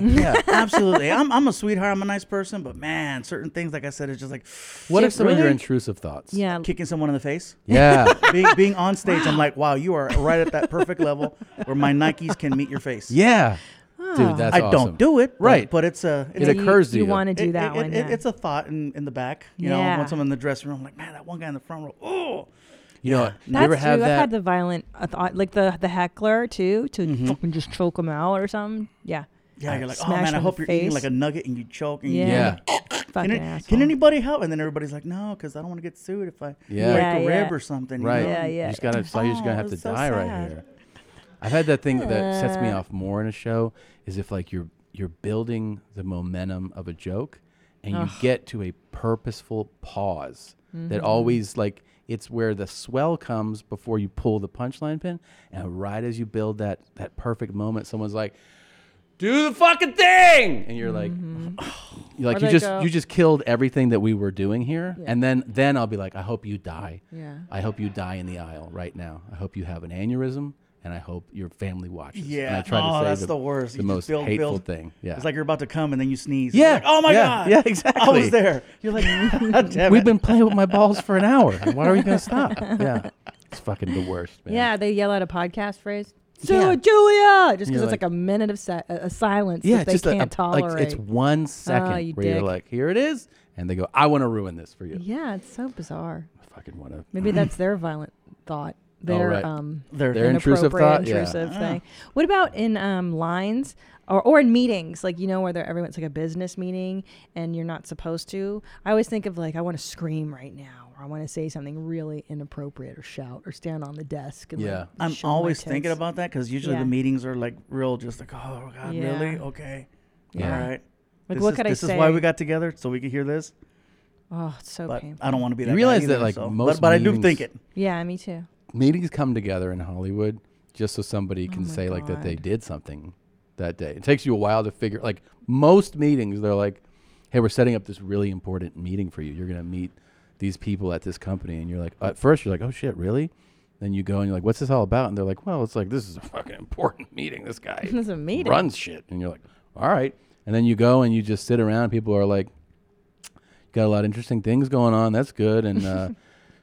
Yeah, absolutely. I'm, I'm a sweetheart. I'm a nice person, but man, certain things, like I said, it's just like.
What are some of your
really?
intrusive thoughts?
Yeah.
Kicking someone in the face.
Yeah.
being, being on stage, I'm like, wow, you are right at that perfect level where my Nikes can meet your face.
Yeah. Dude, that's
I
awesome.
don't do it. but-
Right.
But it's a.
It occurs to You- you you. wanna
do
It-
that
it-
one,
it-
yeah.
It's a thought in, in the back. You
Yeah.
know, once I'm in the dressing room, I'm like, man, that one guy in the front row. Oh.
You know,
That's true. I've had the violent uh, thought, like the the heckler too, to
Mm-hmm.
fucking just choke them out or something. Yeah.
Yeah, you're like, oh
Smash
man, I
in
hope
the
you're eating
face.
like a nugget and you choke and
Yeah.
you
Yeah. Fucking
can, it-
asshole.
can anybody help? And then everybody's like, no, because I don't want to get sued if I
Yeah.
break
Yeah,
a rib
yeah.
or something. you
Right.
know?
Yeah,
And-
yeah. You just gotta- so you're just gonna have
Oh,
to
it's so
die right
sad.
here. I've had that thing that sets me
Uh.
off more in a show is if like you're you're building the momentum of a joke and
Ugh.
you get to a purposeful pause that
Mhm.
always like it's where the swell comes before you pull the punchline pin and right as you build that that perfect moment someone's like do the fucking thing and you're like
Mm-hmm.
you're
Or
like you
they
just
go-
you just killed everything that we were doing here and then then I'll be like I hope you die
Yeah.
I hope you die in the aisle right now. I hope you have an aneurysm, and I hope your family watches. and
Yeah.
I try to
oh,
say
that's
the,
the, worst.
the
You just
most
build-
hateful
build.
thing. Yeah,
It's like you're about to come and then you sneeze.
Yeah,
Like, oh my
yeah,
god.
yeah,
I
exactly.
was there. You're like, God damn
we've
it.
been playing with my balls for an hour. Why are we gonna stop? Yeah, it's fucking the worst, man.
Yeah, they yell out a podcast phrase.
Yeah.
So Julia, just
You're
because it's like,
like-
a minute of si- a a silence
yeah,
that they
just a-
can't
a, like,
tolerate.
it's one second
Oh, you
where
dick.
you're like, here it is, and they go, I want to ruin this for you.
yeah, it's so bizarre.
I fucking want to.
Maybe that's their violent thought. Their
right.
um
Their- Their intrusive thought,
inappropriate
yeah.
intrusive
Uh-huh.
Ah.
thing. What about in um lines or, or in meetings, like you know where they're- everyone's like a business meeting and you're not supposed to. I always think of like I want to scream right now or I want to say something really inappropriate or shout or stand on the desk and like,
I'm
show my
always
tits.
thinking about that because usually
Yeah.
the meetings are like real, just like, oh god,
Yeah.
really? Okay.
Yeah.
All right.
Like,
this
what
is,
could I
This is why
say?
we got together so we could hear this.
Oh, it's so
But
painful.
I don't want to be
You
that. guy
realize that,
either,
like,
so- but-
most
but I do
meetings-
think it.
Yeah, me too.
meetings come together in Hollywood just so
Oh
somebody can say like that they did something that day. It takes you a while to figure like most meetings they're like, "Hey, we're setting up this really important meeting for you. You're going to meet these people at this company." And you're like, at first you're like, "Oh shit, really?" Then you go and you're like, "What's this all about?" And they're like, "Well, it's like this is a fucking important meeting. This guy
This is a meeting.
runs shit." And you're like, "All right." And then you go and you just sit around. People are like, got a lot of interesting things going on. That's good. And uh,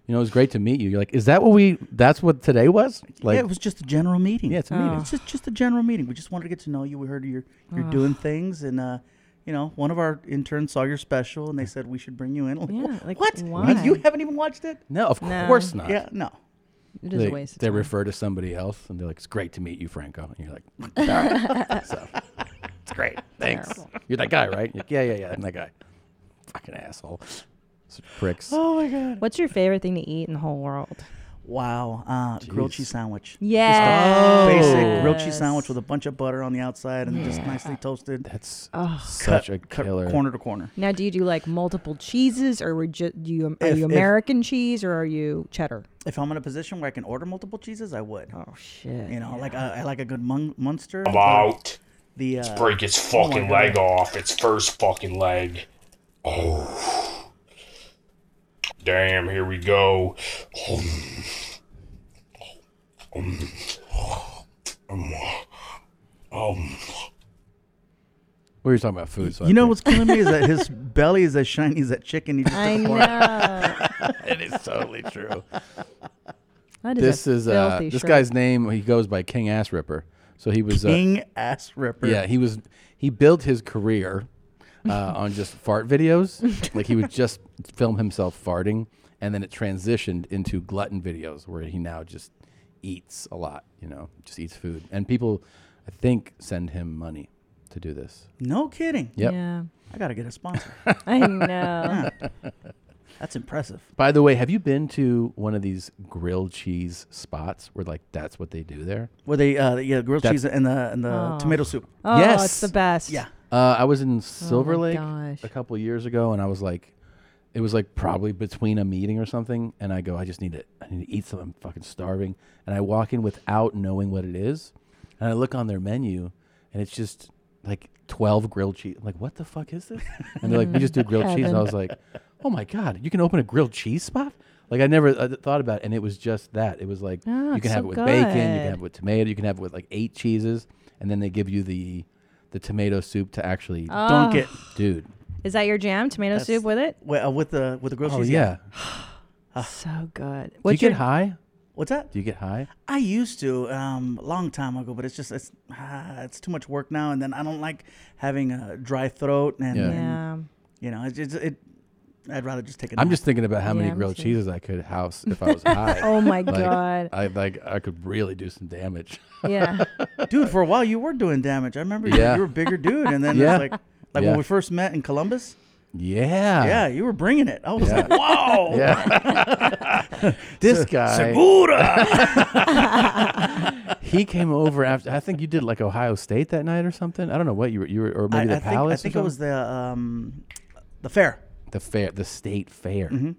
you know, it was great to meet you. You're like, is that what we? That's what today was. Like,
yeah, it was just a general meeting. Yeah,
it's a meeting.
It's just, just a general meeting. We just wanted to get to know you. We heard you're you're
Ugh.
doing things, and uh, you know, one of our interns saw your special, and they said we should bring you in. Like,
Yeah, like,
what?
why?
You haven't even watched it?
no, of
No.
course not.
Yeah, no. It is a
they,
waste of
They
time.
refer to somebody else, and they're like, "It's great to meet you, Franco." And you're like, "All right." so, "It's great. Thanks.
Terrible.
You're that guy, right? You're like, yeah, yeah, yeah. I'm that guy. Fucking asshole. Such pricks.
Oh my god. What's your favorite thing to eat in the whole world?
Wow, uh, grilled cheese sandwich.
Yes.
Just a basic grilled cheese sandwich with a bunch of butter on the outside and just
Yeah.
nicely toasted. That's
Oh.
such a killer.
corner to corner.
Now, do you do like multiple cheeses, or were ju- do you are
If-
you
if-
American cheese, or are you cheddar?
If I'm in a position where I can order multiple cheeses, I would.
Oh shit!
You know, like I, I like a good mun- Munster.
I'm out.
The
Let's
uh,
break its
oh my
fucking
God.
leg off. Its first fucking leg. Oh. Damn, here we go. Um, um,
We were talking about food. So I
You know
picked-
what's killing me is that his belly is as shiny as that chicken he just
I
took apart.
know.
It is totally true.
That
this
a
is uh,
filthy
this
shrimp.
guy's name. He goes by King Ass Ripper. So he was uh,
King Ass Ripper.
Yeah, he was. He built his career uh, on just fart videos. like he would just film himself farting, and then it transitioned into glutton videos, where he now just eats a lot. You know, just eats food, and people, I think, send him money to do this.
No kidding.
Yep.
I gotta get a sponsor.
I know.
Yeah. That's impressive.
By the way, have you been to one of these grilled cheese spots where like that's what they do there?
Where they uh, yeah grilled
That's-
cheese and the and the
Oh.
tomato soup.
Oh,
yes,
it's the best. Yeah.
Uh, I was in
my
Silver Lake
gosh.
a couple years ago, and I was like, it was like probably between a meeting or something, and I go, I just need to, I need to eat something. I'm fucking starving, and I walk in without knowing what it is, and I look on their menu, and it's just like twelve grilled cheese. I'm like, what the fuck is this? And they're like, we just do grilled cheese, and I was
Heaven.
like, oh my god, you can open a grilled cheese spot. Like I never uh, thought about, it, and it was just that. It was like
Oh,
you
it's
can have
so
it with bacon, you can
good.
have it with tomato, you can have it with like eight cheeses, and then they give you the the tomato soup to actually
Dunk Oh. it.
dude.
Is that your jam? Tomato
That's-
soup with it?
Well, uh, with the with the grilled
Oh,
cheese.
yeah.
so good.
Do you
What's
get
your-
high?
What's that?
Do you get high?
I used to um, a long time ago, but it's just it's ah, it's too much work now, and then I don't like having a dry throat and,
Yeah.
and, you know it's, it's it. I'd rather just take it.
I'm just thinking about how many
Yeah, me
grilled
too.
cheeses I could house if I was high.
Oh my
Like,
God.
I like I could really do some damage.
dude. For a while, you were doing damage. I remember you-
Yeah.
you, were a bigger dude, and then
Yeah.
it's like like
Yeah.
when we first met in Columbus.
Yeah.
yeah, you were bringing it. I was
Yeah.
like, wow.
Yeah. this
Se-
guy
Segura.
he came over after I think you did like Ohio State that night or something. I don't know what you were you were or
I,
maybe
I
the
think,
Palace.
I
or
think it
something?
was the um, the fair.
the fair, the state fair,
Mhm.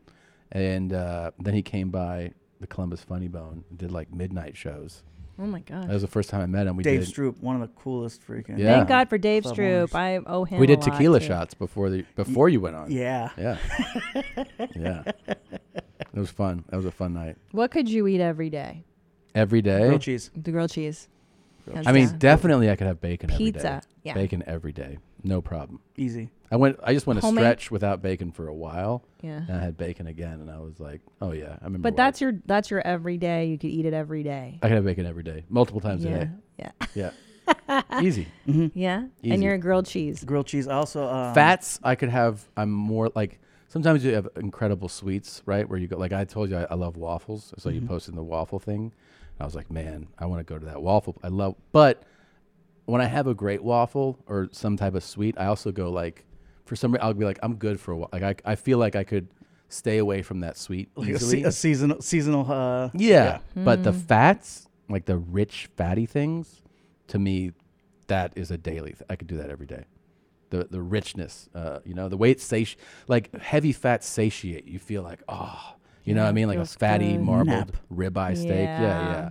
and uh, then he came by the Columbus Funny Bone, and did like midnight shows.
Oh my gosh.
That was the first time I met him. We
Dave
did,
Stroop, one of the coolest freaking.
Yeah.
Thank God for Dave
club
Stroop.
owners.
I owe him.
we
a
did
lot,
tequila
too.
shots before the before you went on.
yeah.
yeah, yeah. It was fun. That was a fun night.
What could you eat every day?
Every day,
Grilled cheese.
The grilled cheese. Hands
I mean,
down.
definitely I could have bacon every day.
Pizza, yeah.
Bacon every day. No problem.
Easy.
I went I just went
Homemade?
a stretch without bacon for a while.
Yeah.
And I had bacon again and I was like, Oh yeah, I remember
But
why.
that's your that's your everyday. You could eat it every day.
I could have bacon every day. Multiple times a day.
Yeah.
Yeah. Easy.
Yeah.
Easy.
And you're a grilled cheese.
Mm-hmm. Grilled cheese. Also um,
Fats I could have I'm more like sometimes you have incredible sweets, right? Where you go like I told you I, I love waffles. So you
Mhm.
posted the waffle thing. I was like, Man, I want to go to that waffle. I love but when I have a great waffle or some type of sweet, I also go like for some reason I'll be like, I'm good for a while. Like I I feel like I could stay away from that sweet
Like a,
easily.
se- a seasonal seasonal. Uh,
Yeah. But the
Mm.
fats, like the rich fatty things, to me, that is a daily. Th- I could do that every day. The the richness, uh, you know, the way it's sati- like heavy fats satiate. You feel like oh, you know what I
Yeah,
mean, like a
feels
fatty
good.
marbled
Nap.
ribeye steak. Yeah,
Yeah.
yeah.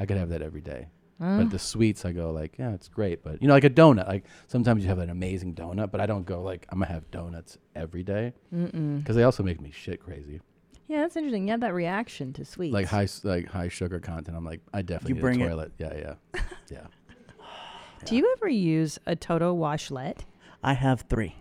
I could have that every day.
Mm.
But the sweets, I go like, yeah, it's great. But you know, like a donut. Like sometimes you have an amazing donut, but I don't go like I'm gonna have donuts every day
Mm-mm.
because they also make me shit crazy
Yeah, that's interesting. You have that reaction to sweets.
like high s- like high sugar content. I'm like, I definitely
bring
need
it.
a toilet. Yeah, yeah, yeah.
Do you ever use a Toto washlet?
I have three.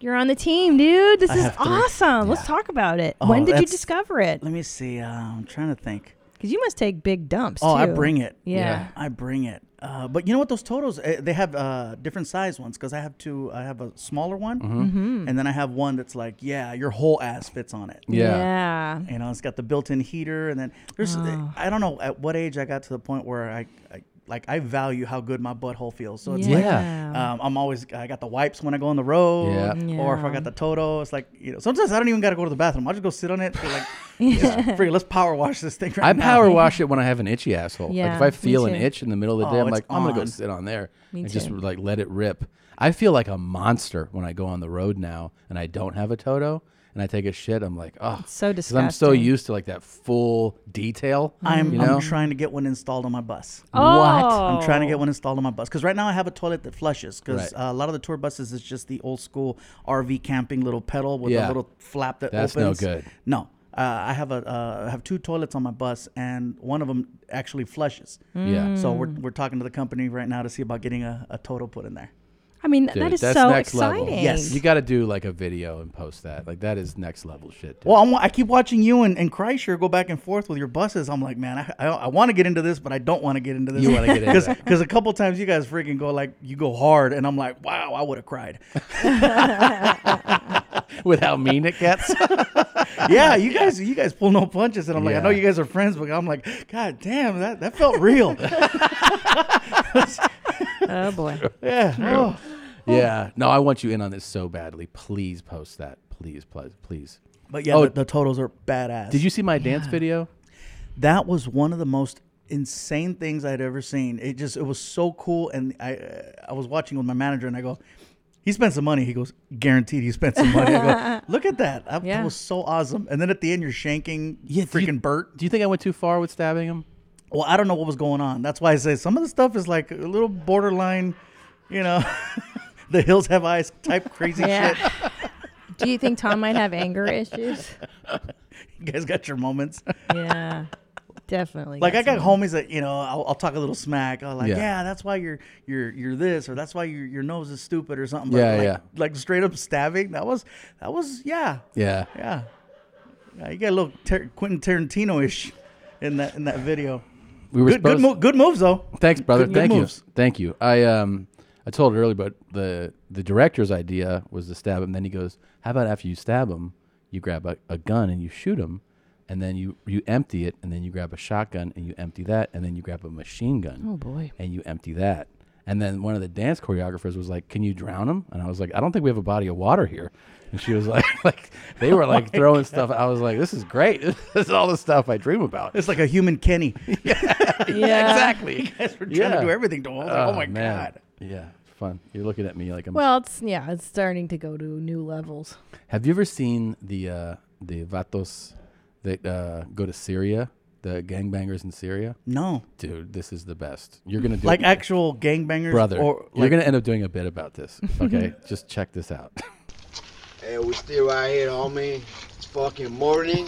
You're on the team, dude. This
I
is
have three.
awesome. Let's talk about it. when
Oh,
did you
that's-
discover it?
Let me see. Uh, I'm trying to think.
Because you must take big dumps.
Oh, I
too.
bring it.
Yeah.
I bring it. Uh, but you know what? Those totals uh, they have uh, different size ones because I have two. I have a smaller one,
Mhm. Mhm.
and then I have one that's like, yeah, your whole ass fits on it.
Yeah.
eh, You know, it's got the built-in heater, and then there's. I don't know at what age I got to the point where I, I like I value how good my butthole feels. So it's like
Yeah.
um, I'm always I got the wipes when I go on the road,
Yeah.
or if I
Yeah.
got the Toto, it's like you know sometimes I don't even gotta go to the bathroom. I just go sit on it. Like, yeah. free. Let's power wash this thing. Right
I
now.
power wash it when I have an itchy asshole.
Yeah,
like if I
me
feel an
too.
itch in the middle of the day,
Oh,
I'm
it's
like, I'm gonna go
on.
sit on there
Me
and just
too.
like let it rip. I feel like a monster when I go on the road now and I don't have a Toto and I take a shit. I'm like, oh,
It's so
'Cause I'm so
disgusting.
used to like that full detail.
I'm,
you know?
I'm trying to get one installed on my bus.
What?
I'm trying to
Oh.
get one installed on my bus because right now I have a toilet that flushes because
Right.
uh, a lot of the tour buses is just the old school RV camping little pedal with
Yeah.
a little flap that
That's no
opens.
good.
No, uh, I have a uh, I have two toilets on my bus and one of them actually flushes.
Yeah.
So we're, we're talking to the company right now to see about getting a, a total put in there.
I mean,
Dude,
that is
that's
so
next
exciting.
level.
Yes.
you got to do like a video and post that. Like that is next level shit.
Well, I'm, I keep watching you and, and Kreischer go back and forth with your buses. I'm like, man, I, I, I want to get into this, but I don't want to get into this.
You wanna get into it.
Because a couple times you guys freaking go like, you go hard, and I'm like, wow, I would have cried.
With how mean it gets.
yeah, you guys, you guys pull no punches, and I'm like, I know
Yeah.
you guys are friends, but I'm like, god damn, that that felt real.
oh boy.
Yeah. Oh.
Yeah. No, I want you in on this so badly. Please post that. Please, please, please.
But yeah,
Oh,
the, the totals are badass.
Did you see my dance video?
That was one of the most insane things I'd ever seen. It just it was so cool, and I uh, I was watching with my manager, and I go, he spent some money. He goes, guaranteed, he spent some money. I go, look at that. I,
Yeah.
That was so awesome. And then at the end, you're shanking freaking Bert.
Do you think I went too far with stabbing him?
Well, I don't know what was going on. That's why I say some of the stuff is like a little borderline, you know, the hills have eyes type crazy
Yeah.
shit.
Do you think Tom might have anger issues?
You guys got your moments.
Yeah, definitely.
like I
got
got
some.
homies that you know I'll, I'll talk a little smack. i like,
Yeah.
yeah. that's why you're you're you're this, or that's why your your nose is stupid, or something. But
Yeah,
like,
yeah.
Like straight up stabbing. That was that was yeah.
Yeah.
Yeah. Yeah, you got a little Tar- Quentin Tarantino ish in that in that video.
We were
good good,
supposed-
mo- good moves though.
Thanks, brother.
Good- good
Thank you.
moves.
Thank you. I um I told it earlier, but the the director's idea was to stab him. Then he goes, "How about after you stab him, you grab a, a gun and you shoot him, and then you you empty it, and then you grab a shotgun and you empty that, and then you grab a machine gun.
Oh, boy.
And you empty that." And then one of the dance choreographers was like, "Can you drown him?" And I was like, "I don't think we have a body of water here." And she was like, "Like they were
Oh
like
my
throwing
God.
stuff." I was like, "This is great. this is all the stuff I dream about."
It's like a human Kenny.
Yeah. exactly.
You guys were trying
Yeah.
to do everything to hold. it. oh
Oh,
my
man.
god.
Yeah, it's fun. You're looking at me like I'm.
Well, it's yeah, it's starting to go to new levels.
Have you ever seen the uh, the vatos that uh, go to Syria? The gangbangers in Syria?
No,
dude, this is the best. You're gonna do
Like actual gangbangers
brother.
or
you're
like-
gonna end up doing a bit about this. Okay, just check this out.
Hey, we still right here, homie. It's fucking morning.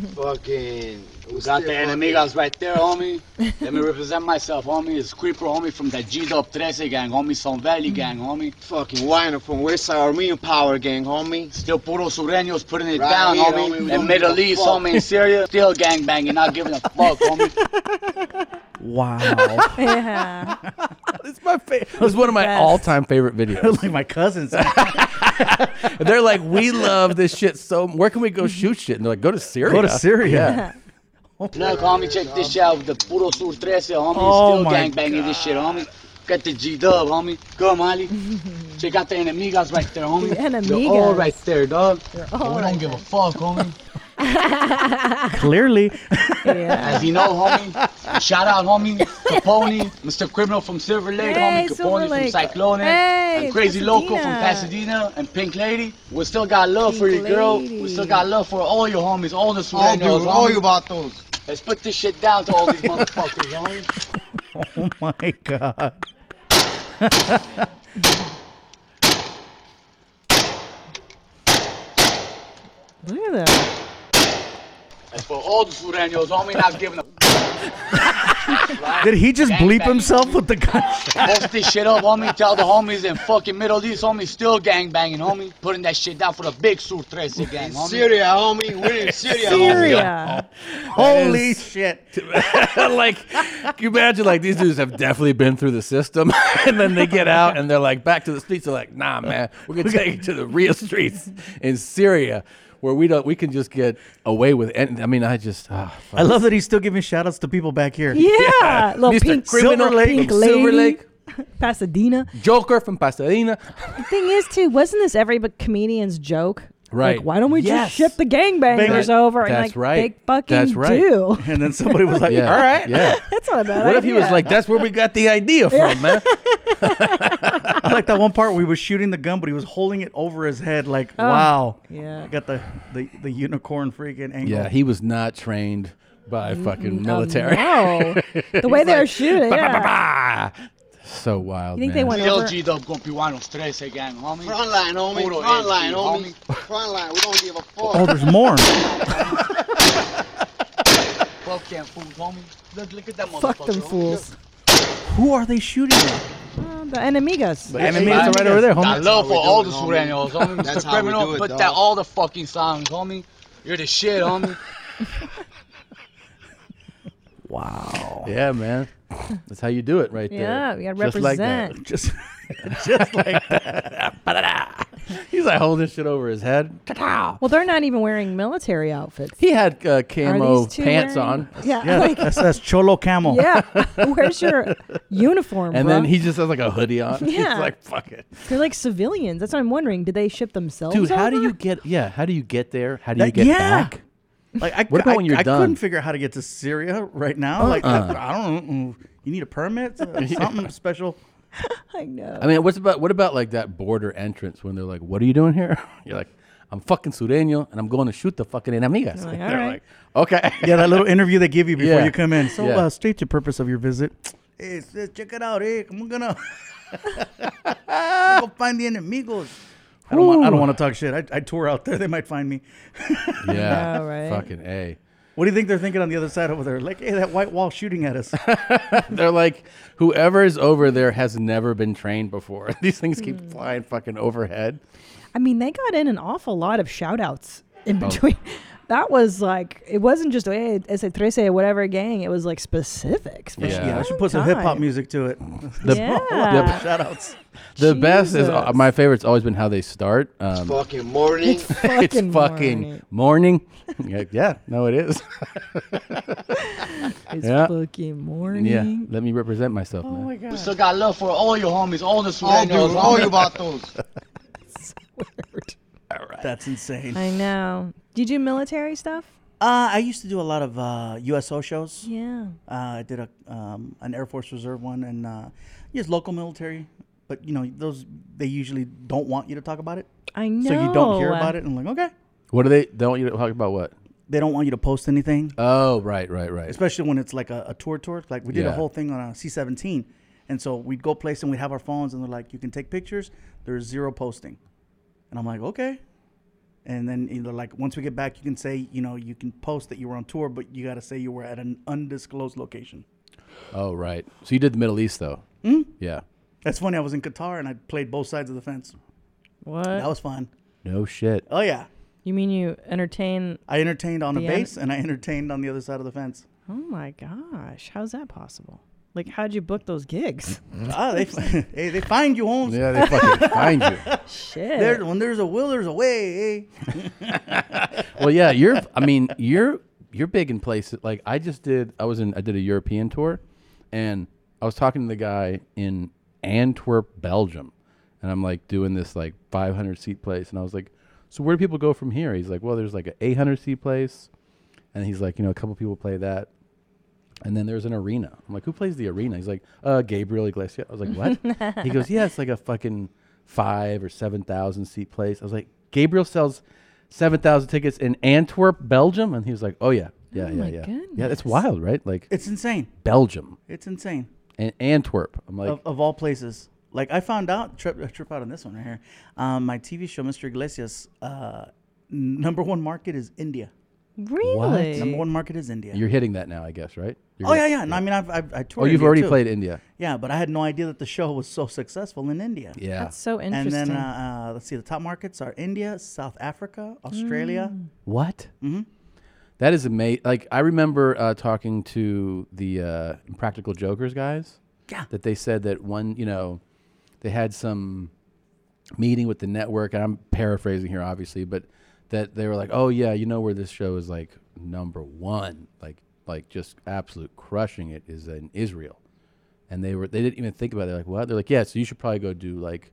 fucking. We
Got the enemigos right there, homie. Let me represent myself, homie. It's Creeper, homie, from the G-Dop 13 gang, homie, Son Valley gang, homie.
Fucking whiner from Westside Armenian Power Gang, homie.
Still puro sureños putting it
Right
down,
here, homie. We
homie.
don't
And Middle
give a
East,
fuck.
homie, in Syria, still gang banging, not giving a fuck, homie.
Wow.
yeah.
It's Oh. my favorite. It was one of my all-time favorite videos.
like my cousins.
They're like, we love this shit so. Where can we go shoot shit? And they're like, go to Syria.
Go to
Yeah.
Syria. Look, homie, check this shit out. The Puro Sur 13, homie.
Oh
still
my
gang banging this shit, homie. Got the G Dub, homie. Come, Ali. check out the enemigos right there, homie.
The
They're all
enemigos.
right there, dog.
all
we don't give a fuck, homie.
Clearly.
As you know, homie, shout out, homie, Capone, Mr. Criminal from Silver Lake,
Hey,
homie,
Silver
Capone
Lake.
from Cyclone,
Hey,
and Crazy Loco from
Pasadena.
Pasadena, and Pink Lady. We still got love for you,
Pink
girl.
Lady.
We still got love for all your homies, all the All Sureños, dude, all homie. you Let's put this shit down to all these motherfuckers, homie.
Oh my god.
Look at that.
That's for all the Sureños, homie, not giving a
Did he just
Gang
bleep
banging,
himself with the gunshot?
Post this shit up, homie. Tell the homies in fucking Middle East, homie, still gang banging, homie. Putting that shit down for the big Sur 13 gang, homie.
Syria, homie. We're in Syria,
Syria.
Holy
shit!
like, can you imagine? Like these dudes have definitely been through the system, and then they get out and they're like back to the streets. They're like, nah, man, we're gonna take it to the real streets in Syria. where we don't we can just get away with. And I mean, I just ah, fuck.
I love that he's still giving shout outs to people back here.
Yeah, little pink,
Silver
Silver
Lake.
pink lady,
Silver Lake.
Pasadena.
Joker from Pasadena.
The thing is, too, wasn't this every b- comedian's joke?
Right.
Like, why don't we
Yes.
just ship the gangbangers
Bangers.
over? and
That's
like,
right.
They fucking
That's right.
do.
And then somebody was like,
Yeah.
"All right,
Yeah.
That's not a bad
What if he was
idea.
like, "That's where we got the idea from,
Yeah.
man"?
I like that one part where he was shooting the gun, but he was holding it over his head. Like,
Oh,
wow,
yeah.
I got the, the the unicorn freaking angle.
Yeah, he was not trained by fucking
oh,
military.
no.
The way
He's
they were
like,
shooting.
"Bah,
yeah.
bah, bah." So wild. man.
Oh,
Still G'd up Gompiwanos 13 gang, homie.
Front line, homie.
Puro
Front
SD,
line, homie. Front line. We don't give a fuck.
Oh, there's more.
Fuck them fools, homie. Look, look at that
Fuck them
motherfucker, homie.
fools. Uh,
Who are they shooting at?
The enemigos.
The enemigos are right over there, homie.
I
That's
love for
how we do
all
it,
the
homie.
Sureños, homie.
That's
Mr.
how we
Criminal,
do it,
put
dog.
that all the fucking songs, homie. You're the shit, homie.
Wow.
Yeah, man. That's how you do it, right
Yeah,
there.
we gotta
Just like that.
represent.
Just, just like
that. He's like holding shit over his head. Ta-ta.
Well, they're not even wearing military outfits.
He had uh, camo
these two
pants
wearing-
on.
Yeah, Yeah, like-
that's- that's cholo camel.
Yeah. Where's your uniform?
And
bro?
then he just has like a hoodie on. He's
Yeah.
like, fuck it.
They're like civilians. That's what I'm wondering. Did they ship themselves?
Dude, how do
over?
you get yeah, how do you get there? How do you
That-
get
yeah.
back?
Like I,
What about
I-
when you're
I
done?
couldn't figure out how to get to Syria right now. Like
Uh-uh.
I, I don't. know. Mm, You need a permit, Uh, something special.
I know.
I mean, what's about what about like that border entrance when they're like, "What are you doing here?" You're like, "I'm fucking Sureño, and I'm going to shoot the fucking enemigas."
They're like,
They're
"All right."
like, "Okay."
Yeah, that little interview they give you before
Yeah.
you come in. So,
Yeah.
uh, state your purpose of your visit. Hey, sis, check it out. Hey, I'm gonna go find the enemigos. I don't, want, I don't
Whew.
want to talk shit. I, I tour out there. They might find me.
Yeah, right. fucking a.
What do you think they're thinking on the other side over there? Like, hey, that white wall shooting at us.
They're like, whoever is over there has never been trained before. These things keep
Hmm.
flying fucking overhead.
I mean, they got in an awful lot of shout outs in
Oh.
between. That was like, it wasn't just, hey, ese trece, whatever gang. It was like specifics. for
Yeah.
a
Yeah, I
I should
long
put
Oh,
some hip hop
time.
music to it.
The-
Yeah.
Shout outs.
The best is uh,
Jesus.
my favorite's always been how they start. Um,
Fucking morning.
it's fucking morning. Yeah, yeah, no, it is.
It's
Yeah.
fucking
Yeah,
morning.
let me represent
Oh
myself. man.
We still got love for all your homies, all the
All
Sureños,
you, all you vatos.
That's insane.
I know. Do you do military stuff?
Uh, I used to do a lot of uh, USO shows.
Yeah.
Uh, I did a um, an Air Force Reserve one and uh, just local military. But you know those they usually don't want you to talk about it.
I
So you don't hear
know.
about it. And I'm like, okay.
What do they? They want you to talk about what?
They don't want you to post anything.
Oh, right, right, right.
Especially when it's like a, a tour tour. Like we did a
Yeah.
whole thing on a C-17, and so we'd go place and we'd have our phones, and they're like, you can take pictures. There's zero posting, and I'm like, okay. And then you know, like once we get back, you can say, you know, you can post that you were on tour, but you got to say you were at an undisclosed location.
Oh, right. So you did the Middle East though.
Hmm?
Yeah.
That's funny. I was in Qatar and I played both sides of the fence.
What?
That was fun.
No shit.
Oh yeah,
You mean you entertain?
I entertained on a
The en-
base and I entertained on the other side of the fence.
Oh my gosh, how's that possible? Like, how'd you book those gigs?
Mm-hmm.
Ah, they hey, they find you, Holmes.
Yeah, they fucking find you.
Shit.
There, when there's a will, there's a way. eh?
Well, yeah. You're. I mean, you're. You're big in places. Like I just did. I was in. I did a European tour, and I was talking to the guy in Antwerp, Belgium, and I'm like doing this like 500 seat place, and I was like, so where do people go from here? He's like, well, there's like an 800 seat place, and he's like, you know, a couple people play that. And then there's an arena. I'm like, who plays the arena? He's like, uh, Gabriel Iglesias. I was like, what? he goes, yeah, it's like a fucking five or seven thousand seat place. I was like, Gabriel sells seven thousand tickets in Antwerp, Belgium, and he was like, oh yeah, yeah,
Oh,
yeah,
my
yeah, yeah. That's wild, right? Like,
It's insane. Oh,
Belgium
it's insane.
and Antwerp. I'm like,
of, of all places. Like I found out trip uh, trip out on this one right here. Um, my TV show, Mr. Iglesias, uh, n- number one market is India.
Really?
Number one market is India.
you're hitting that now, I guess, right? You're
oh
gonna-
yeah, yeah. No, I mean, I've, I've I
Oh,
toured.
you've
India,
already
too.
played India.
Yeah, but I had no idea that the show was so successful in India.
Yeah. That's
so
And
interesting.
then uh, uh, let's see, the top markets are India, South Africa, Australia.
Mm.
What?
Mhm.
That is amazing. Like I remember uh, talking to the uh, Practical Jokers guys.
Yeah.
That they said that one, you know, they had some meeting with the network, and I'm paraphrasing here, obviously, but that they were like, "Oh yeah, you know where this show is like number one, like like just absolute crushing it is in Israel," and they were they didn't even think about it. They're like, "What?" They're like, "Yeah, so you should probably go do like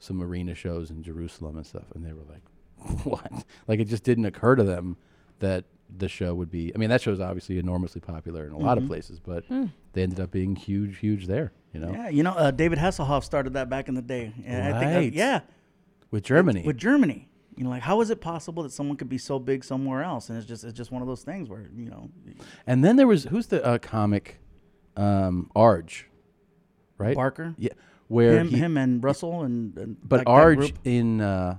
some arena shows in Jerusalem and stuff," and they were like, "What?" Like it just didn't occur to them that the show would be. I mean, that show is obviously enormously popular in a lot of
Mhm.
places, but
Mm.
they ended up being huge, huge there. You know,
Yeah, you know, uh, David Hasselhoff started that back in the day. And I think, uh,
Right.
yeah,
with Germany.
with Germany. You know, like how is it possible that someone could be so big somewhere else? And it's just it's just one of those things where you know,
And then there was who's the uh, comic, um, Arge, right?
Barker?
Yeah, where
him,
he-
him and Russell and, and
but
like that
Arge
group.
in uh,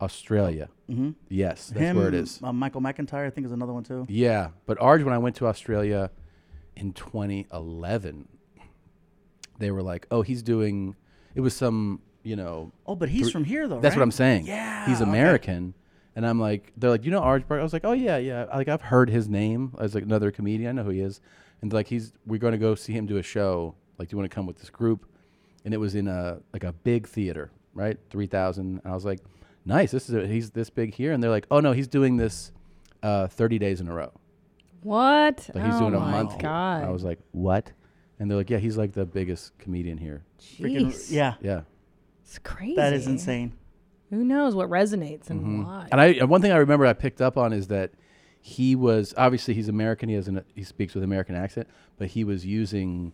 Australia.
Mhm.
Yes, that's
him,
where it is.
Uh, Michael McIntyre, I think, is another one too.
Yeah, but Arge, when I went to Australia in 2011, they were like, "Oh, he's doing." It was some, you know.
Oh, but he's from here, though,
That's what
right?
I'm saying.
Yeah,
he's
okay.
American, and I'm like, they're like, "You know Arge Barker?" I was like, "Oh yeah, yeah." Like I've heard his name as like another comedian. I know who he is, and like he's we're going to go see him do a show. Like, do you want to come with this group? And it was in a like a big theater, right, three thousand. And I was like, "Nice, this is a, he's this big here," and they're like, "Oh no, he's doing this uh, thirty days in a row."
What?
Like he's
oh
doing a
my
month. here.
God.
And I was like, what? And they're like, yeah, he's like the biggest comedian here.
Freaking- Jeez.
yeah.
Yeah.
it's crazy.
That is insane.
Who knows what resonates and
Mhm.
why?
And I and one thing I remember I picked up on is that he was obviously he's American. He has an he speaks with American accent, but he was using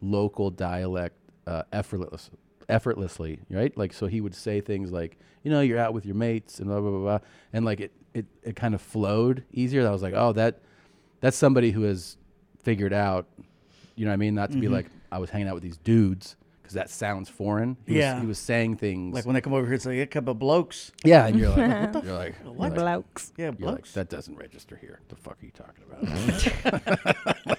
local dialect uh, effortless effortlessly, right? Like so he would say things like, you know, you're out with your mates and blah blah blah, blah. and like it it it kind of flowed easier. And I was like, oh, that that's somebody who has figured out, you know what I mean? Not to be
Mhm.
like I was hanging out with these dudes because that sounds foreign. He
Yeah.
was, he was saying things
Like when they come over here and say, "Yeah, couple of blokes."
yeah, and you're like,
what the
you're like,
f-
you're like-
what? Yeah,
you're like,
blokes.
that doesn't register here. The fuck are you talking about?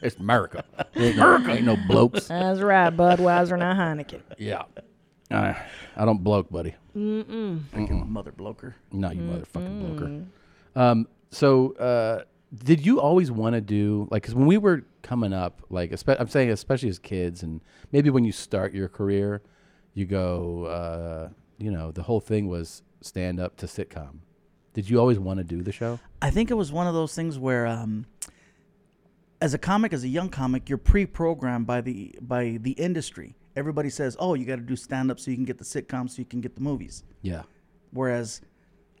it's America. Ain't no, ain't no blokes.
That's right, Budweiser, not Heineken.
Yeah, I, I don't bloke, buddy.
Mm-mm.
Fucking
Mm-mm.
mother bloker.
No, you motherfucking
Mm-mm.
bloker. Um, so, uh, did you always want to do like? Because when we were coming up, like, espe- I'm saying, especially as kids, and maybe when you start your career, you go, uh, you know, the whole thing was stand up to sitcom. Did you always want to do the show?
I think it was one of those things where, um, as a comic, as a young comic, you're pre-programmed by the by the industry. Everybody says, "Oh, you got to do stand-up so you can get the sitcom, so you can get the movies."
Yeah.
Whereas,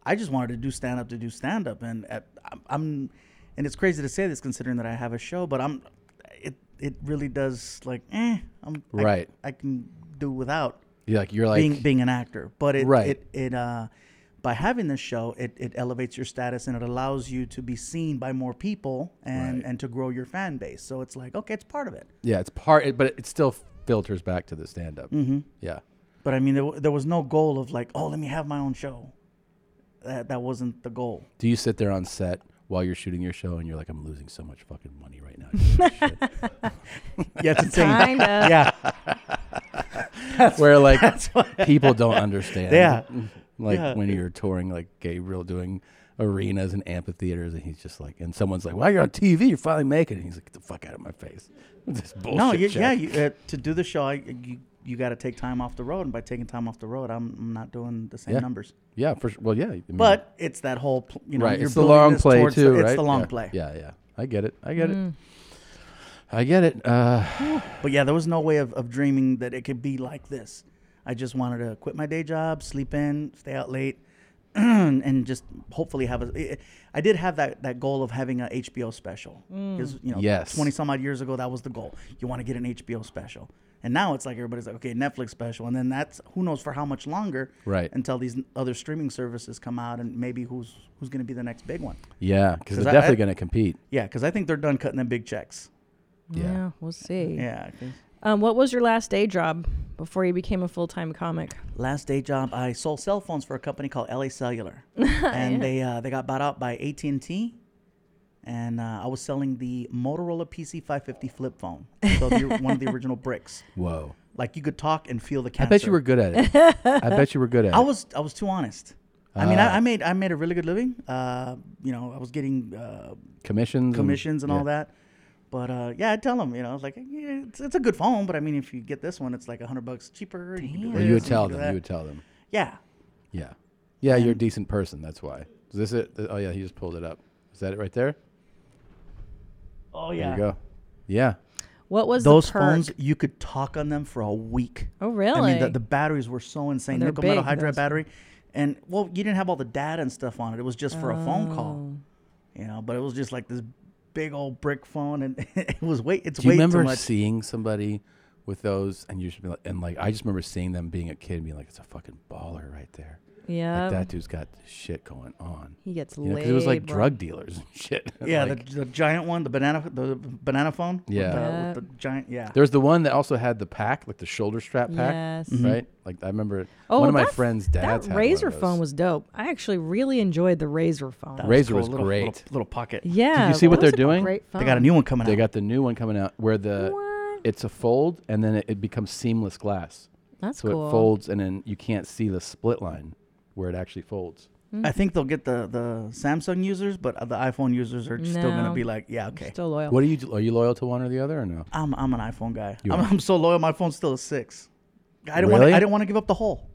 I just wanted to do stand-up to do stand-up, and at, I'm, I'm, and it's crazy to say this considering that I have a show, but I'm, it it really does like, eh, I'm I-
Right.
I, can do without.
You're like- you're like-
being being an actor, but it
Right.
it it uh by having this show it, it elevates your status and it allows you to be seen by more people and and to grow your fan base so it's like okay it's part of it
Yeah, it's part, it, but it still filters back to the stand up.
Mhm.
Yeah.
but i mean there, wa- there was no goal of like oh let me have my own show that, that wasn't the goal
Do you sit there on set while you're shooting your show and you're like, I'm losing so much fucking money right now?
yeah it's insane
Kinda.
yeah That's-
Where like
that's what-
people don't understand.
yeah
Like
Yeah.
when you're touring, like Gabriel doing arenas and amphitheaters, and he's just like, and someone's like, "Well, you're on TV, you're finally making it." And he's like, "Get the fuck out of my face." This bullshit.
no you,
Jack."
yeah you, uh, to do the show I, you you got to take time off the road and by taking time off the road i'm, I'm not doing the same
Yeah.
numbers
Yeah, for sure. Well, yeah. I mean,
but it's that whole pl- you know
right,
you're
it's the
building
long
this
play
towards the-
too,
it's
right?
the long
Yeah.
play
Yeah, yeah. I get it. I get
Mm.
it. I get it. Uh,
But yeah, there was no way of, of dreaming that it could be like this. I just wanted to quit my day job, sleep in, stay out late, and just hopefully have a. I did have that, that goal of having a HBO special because
Mm.
you know,
Yes.
twenty some odd years ago, that was the goal. You want to get an HBO special, and now it's like everybody's like, okay, Netflix special, and then that's who knows for how much longer,
Right.
Until these other streaming services come out, and maybe who's who's going to be the next big one?
Yeah, 'cause they're
I-
definitely
I-
gonna compete.
Yeah, because I think they're done cutting them big checks.
Yeah, we'll see.
Yeah. 'cause-
Um, what was your last day job before you became a full time comic?
Last day job, I sold cell phones for a company called LA Cellular, and they uh, they got bought out by AT and T, and uh, I was selling the Motorola PC550 flip phone, so the, one of the original bricks.
Whoa.
Like you could talk and feel the
I
cancer.
bet you were good at it. I bet you were good at
I
it.
was I was too honest. I mean,
Ah.
I, I made I made a really good living. Uh, you know, I was getting uh,
Commissions and-
commissions and
yeah.
all that. But uh, yeah, I tell them, you know, I was like, yeah, it's, it's a good phone, but I mean, if you get this one, it's like hundred bucks cheaper. You, can do
Well, you would
this,
tell
can do
them.
that."
You would tell them.
Yeah.
Yeah. Yeah, you're a decent person. That's why. Is this it? Oh yeah, he just pulled it up. Is that it right there?
Oh
There
yeah.
you go. Yeah.
What was the
those
perk?
phones? You could talk on them for a week.
Oh,
I mean,
really? Oh,
the, the batteries were so insane.
They're
Nickel metal
big,
hydride
those-
battery, and well, you didn't have all the data and stuff on it. It was just for a phone call,
Oh.
you know. But it was just like this big old brick phone, and it was way. It's
Do you
way too
remember
much.
seeing somebody with those, and you should be like, and like I just remember seeing them being a kid, and being like, "It's a fucking baller right there."
Yep.
like, that dude's got shit going on.
He gets
'cause It was like
laid, bro.
drug dealers and shit.
Yeah,
Like,
the, the giant one, the banana, the banana phone. with
Yeah.
the-
Yeah.
With the, giant. Yeah.
There's the one that also had the pack, like the shoulder strap pack,
Yes.
Mm-hmm.
Mhm.
right? Like I remember
Oh,
one of my
that-
friends' dads
that
had one of
razor
those.
phone was dope. I actually really enjoyed the razor phone.
Razor was
Little-
great.
Little, little pocket.
Yeah,
Did you see what
that was
they're
a
doing?
great They got a phone.
new one coming
they out. They got the new one coming out where the it's a fold and then it, it becomes seamless glass.
That's
so
cool.
it folds and then you can't see the split line where it actually folds.
I think they'll get the the Samsung users, but the iPhone users are still gonna
No.
be like, yeah, okay.
Still loyal.
What are you? Are you loyal to one or the other or no?
I'm I'm an iPhone guy.
You
I'm,
are.
I'm so loyal. My phone's still a six. I didn't want
Really?
I didn't want to give up the hole.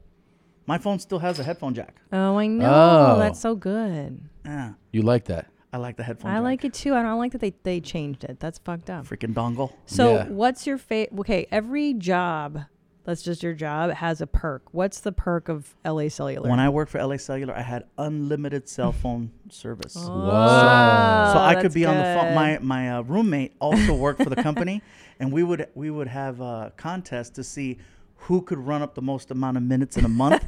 My phone still has a headphone jack.
Oh, I know.
Oh.
That's so good.
Yeah.
You like that?
I like the headphone.
I
jack.
like it too. I don't like that they, they changed it. That's fucked up.
freaking dongle.
So, what's your favorite? Okay, every job that's just your job has a perk. What's the perk of LA Cellular?
When I worked for LA Cellular, I had unlimited cell phone service. So,
Whoa.
so I could
Oh, That's
be on the phone.
good.
My my uh, roommate also worked for the company, and we would we would have a contest to see who could run up the most amount of minutes in a month,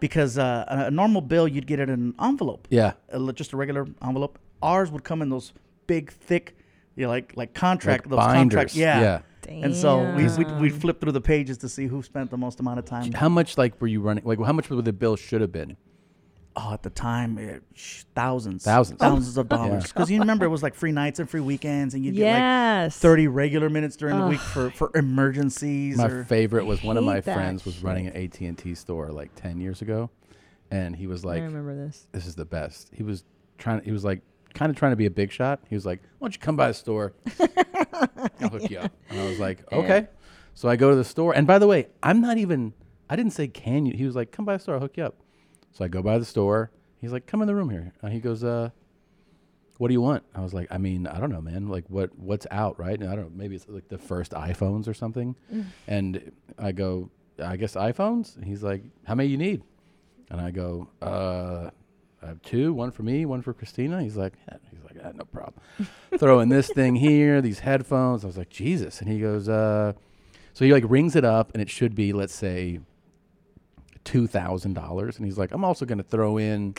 because uh, a, a normal bill you'd get it in an envelope.
Yeah.
a li- just a regular envelope. Ours would come in those big thick. You know, like like contract
Like
those contracts,
binders.
yeah.
Yeah.
And so we we we flip through the pages to see who spent the most amount of time.
How much like were you running? Like how much would the bill should have been?
Oh, at the time, it, sh- thousands,
Thousands.
thousands of
Oh.
Yeah.
dollars. Because you remember, it was like free nights and free weekends, and you get like
Yes.
thirty regular minutes during the week
Ugh.
for for emergencies.
my
or-
favorite was one of my
hate that
friends was running an AT&T store like 10 years ago and he was like
remember this.
this is the best he was trying he was like kind of trying to be a big shot he was like why don't you come by the store i'll hook you up and i was like
Yeah.
okay so i go to the store and by the way i'm not even i didn't say can you he was like come by the store i'll hook you up so i go by the store he's like come in the room here and he goes uh what do you want? I was like, I mean, I don't know, man. Like, what what's out, right? And I don't know. Maybe it's like the first iPhones or something.
Mm.
And I go, I guess iPhones. And he's like, how many you need? And I go, uh, I have two, one for me, one for Christina. He's like, "Yeah." he's like, ah, no problem. Throwing this thing here, these headphones. I was like, Jesus. And he goes, uh, so he like rings it up, and it should be, let's say, two thousand dollars, and he's like, "I'm also going to throw in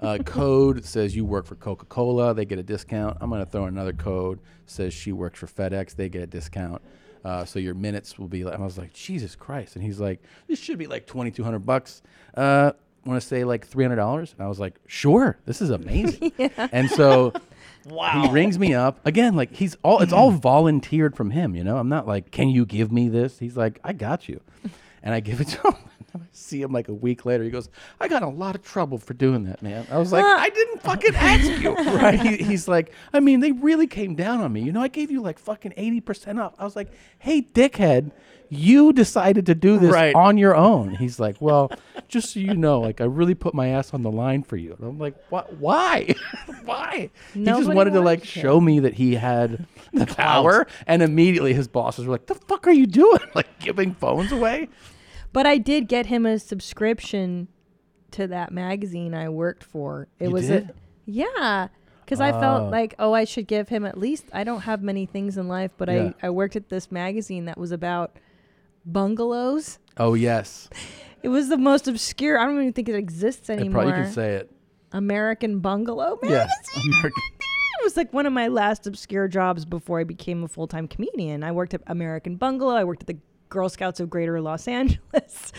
a code that says you work for Coca Cola, they get a discount. I'm going to throw in another code says she works for FedEx, they get a discount. Uh, so your minutes will be like." And I was like, "Jesus Christ!" And he's like, "This should be like twenty two hundred bucks. Uh, Want to say like three hundred dollars?" And I was like, "Sure, this is amazing." And so. He
Wow.
rings me up again. Like he's all it's all volunteered from him. You know, I'm not like, can you give me this? He's like, I got you, and I give it to him. I see him like a week later. He goes, I got in a lot of trouble for doing that, man. I was like, I didn't fucking ask you, right? He, he's like, I mean, they really came down on me. You know, I gave you like fucking eighty percent off. I was like, hey, dickhead. You decided to do this
Right.
on your own. He's like, "Well, just so you know, like I really put my ass on the line for you." And I'm like, "What? Why? why?" he just
Nobody
wanted to like
watched it.
show me that he had the power, and immediately his bosses were like, "The fuck are you doing? Like giving phones away?"
But I did get him a subscription to that magazine I worked for. It
You
was
did?
a yeah, because I
Oh.
felt like oh I should give him at least I don't have many things in life, but
Yeah.
I I worked at this magazine that was about bungalows.
Oh yes,
It was the most obscure. I don't even think it exists
I
anymore.
probably you can say it.
American Bungalow. Man,
Yeah,
it was like one of my last obscure jobs before I became a full time comedian. I worked at American Bungalow. I worked at the Girl Scouts of Greater Los Angeles.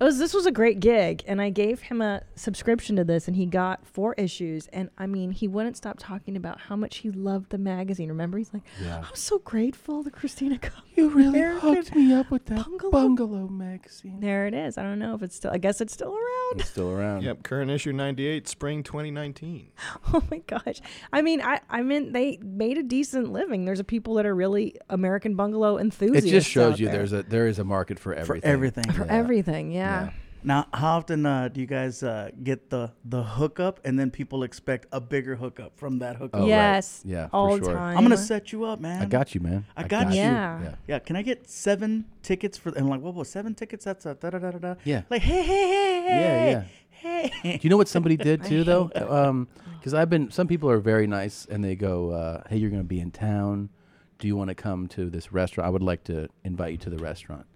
It was this was a great gig, and I gave him a subscription to this, and he got four issues. And I mean, he wouldn't stop talking about how much he loved the magazine. Remember, he's like,
Yeah.
"I'm so grateful that Christina got
You really
hooked
me up with that
bungalow.
magazine."
There it is. I don't know if it's still. I guess it's still around.
It's still around.
Yep, current issue 98, spring 2019.
Oh my gosh. I mean, I I mean they made a decent living. There's a people that are really American bungalow
It
enthusiasts.
just shows
out
you
there.
there's a there is a market for everything.
everything.
for everything, yeah.
Now, how often uh, do you guys uh, get the the hookup, and then people expect a bigger hookup from that
Oh,
hookup?
right. Yes, Yeah, for all sure. time.
I'm gonna set you up, man.
I got you, man.
I got, you. Yeah. Can I get seven tickets for? And like, what was seven tickets? That's a da da da da da.
Yeah.
Like, hey, hey, hey, hey,
yeah.
hey.
Do you know what somebody did too, though? Because I've been, some people are very nice and they go, uh, hey, you're going to be in town. Do you want to come to this restaurant? I would like to invite you to the restaurant.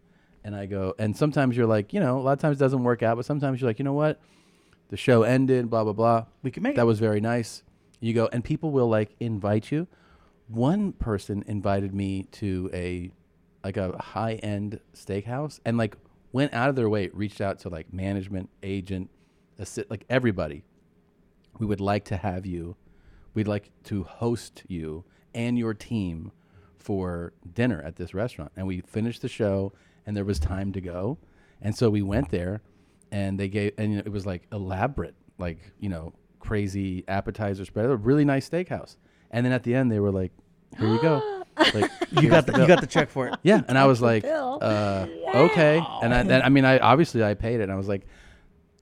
And I go, and sometimes you're like, you know, a lot of times it doesn't work out, but sometimes you're like, you know what? The show ended, blah, blah, blah.
We can make
That was very nice. You go, and people will like invite you. One person invited me to a, like a high end steakhouse and like went out of their way, reached out to like management, agent, assi- like everybody we would like to have you. We'd like to host you and your team for dinner at this restaurant. And we finished the show, and there was time to go, and so we went there, and they gave, and you know, it was like elaborate, like you know, crazy appetizer spread, a really nice steakhouse. And then at the end, they were like, "Here you go." Like
You got the- you got the check for it.
Yeah, and I was like,
Bill.
uh, okay. And I, then, I mean, I obviously I paid it. And I was like,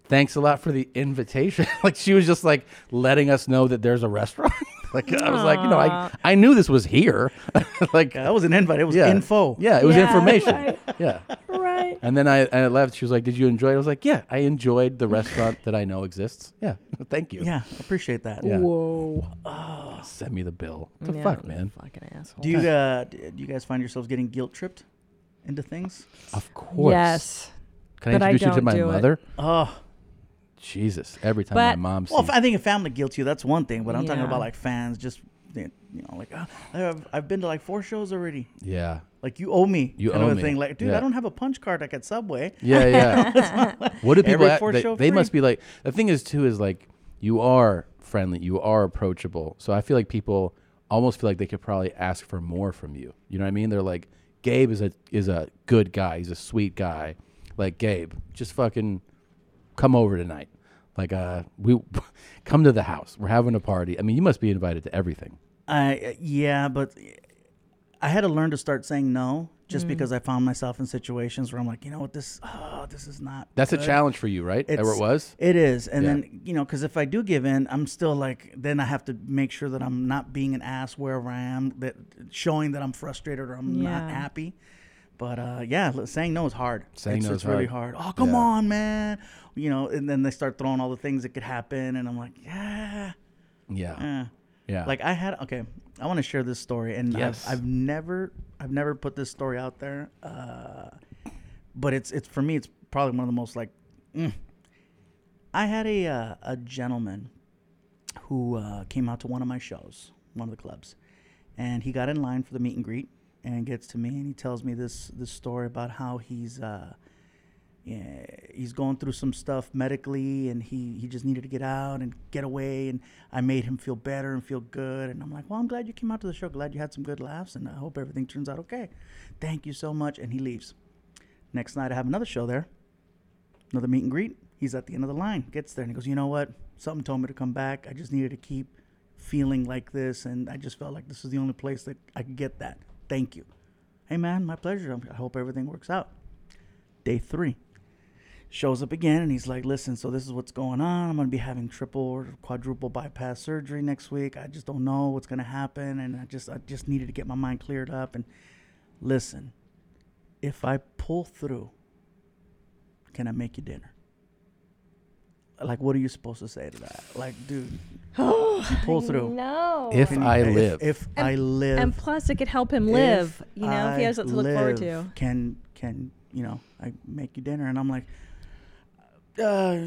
thanks a lot for the invitation. like she was just like letting us know that there's a restaurant. like I was like, you know, I
Aw.
I knew this was here. like
that was an invite. It was
yeah.
info.
Yeah, it was
Yeah,
information.
right.
Yeah.
Right.
And then I, and I left. She was like, "Did you enjoy?" it? I was like, "Yeah, I enjoyed the restaurant that I know exists." Yeah, thank you.
Yeah, appreciate that.
Yeah.
Whoa.
Send me the bill. What the
Yeah,
fuck, man?
Fucking
asshole.
Do you uh, d- do you guys find yourselves getting guilt tripped into things?
Of course.
Yes.
Can I introduce you to my mother?
Oh.
Jesus! Every time my mom.
Well,
sees-
if I think if family guilt you, that's one thing. But I'm talking
Yeah.
about like fans, just you know, like "Ah, I've, I've been to like four shows already.
Yeah.
Like you owe me.
You
kind
owe
of a
me.
thing. Like, dude,
Yeah.
I don't have a punch card like at Subway.
Yeah, yeah. what do people?
Every
Act,
fourth
they,
show
they must
free.
be like. The thing is, too, is like you are friendly, you are approachable. So I feel like people almost feel like they could probably ask for more from you. You know what I mean? They're like, Gabe is a is a good guy. He's a sweet guy. Like Gabe, just fucking come over tonight. Like uh, we come to the house. We're having a party. I mean, you must be invited to everything.
I yeah, but I had to learn to start saying no, just
Mm.
because I found myself in situations where I'm like, you know what, this oh, this is not.
That's a
good."
challenge for you, right? Or it was?
It is, and
Yeah.
then you know, because if I do give in, I'm still like, then I have to make sure that I'm not being an ass wherever I am, that showing that I'm frustrated or I'm
Yeah.
not happy. But uh, yeah, li- saying no is hard.
Saying
it's,
no
it's
is
really
hard.
hard. Oh, come
Yeah.
on, man. You know, and then they start throwing all the things that could happen, and I'm like, yeah. Mm,
Yeah. Yeah.
Eh. Like I had okay, I want to share this story, and
Yes.
I've, I've never, I've never put this story out there, uh, but it's, it's for me, it's probably one of the most like, mm. I had a uh, a gentleman who uh, came out to one of my shows, one of the clubs, and he got in line for the meet and greet, and gets to me, and he tells me this this story about how he's. Uh, yeah, he's going through some stuff medically and he, he just needed to get out and get away and i made him feel better and feel good and i'm like well i'm glad you came out to the show glad you had some good laughs and i hope everything turns out okay thank you so much and he leaves next night i have another show there another meet and greet he's at the end of the line gets there and he goes you know what something told me to come back i just needed to keep feeling like this and i just felt like this is the only place that i could get that thank you hey man my pleasure I'm- i hope everything works out day three shows up again and he's like, listen, so this is what's going on. I'm going to be having triple or quadruple bypass surgery next week. I just don't know what's going to happen. And I just, I just needed to get my mind cleared up. And listen, if I pull through, can I make you dinner? Like, what are you supposed to say to that? Like, dude, if you pull through.
No.
If
can you-
I
if-
live.
If, I live.
And plus, it could help him live.
If
You know, if he
I
has it to look forward to.
live, Can can you know? I make you dinner, and I'm like, uh,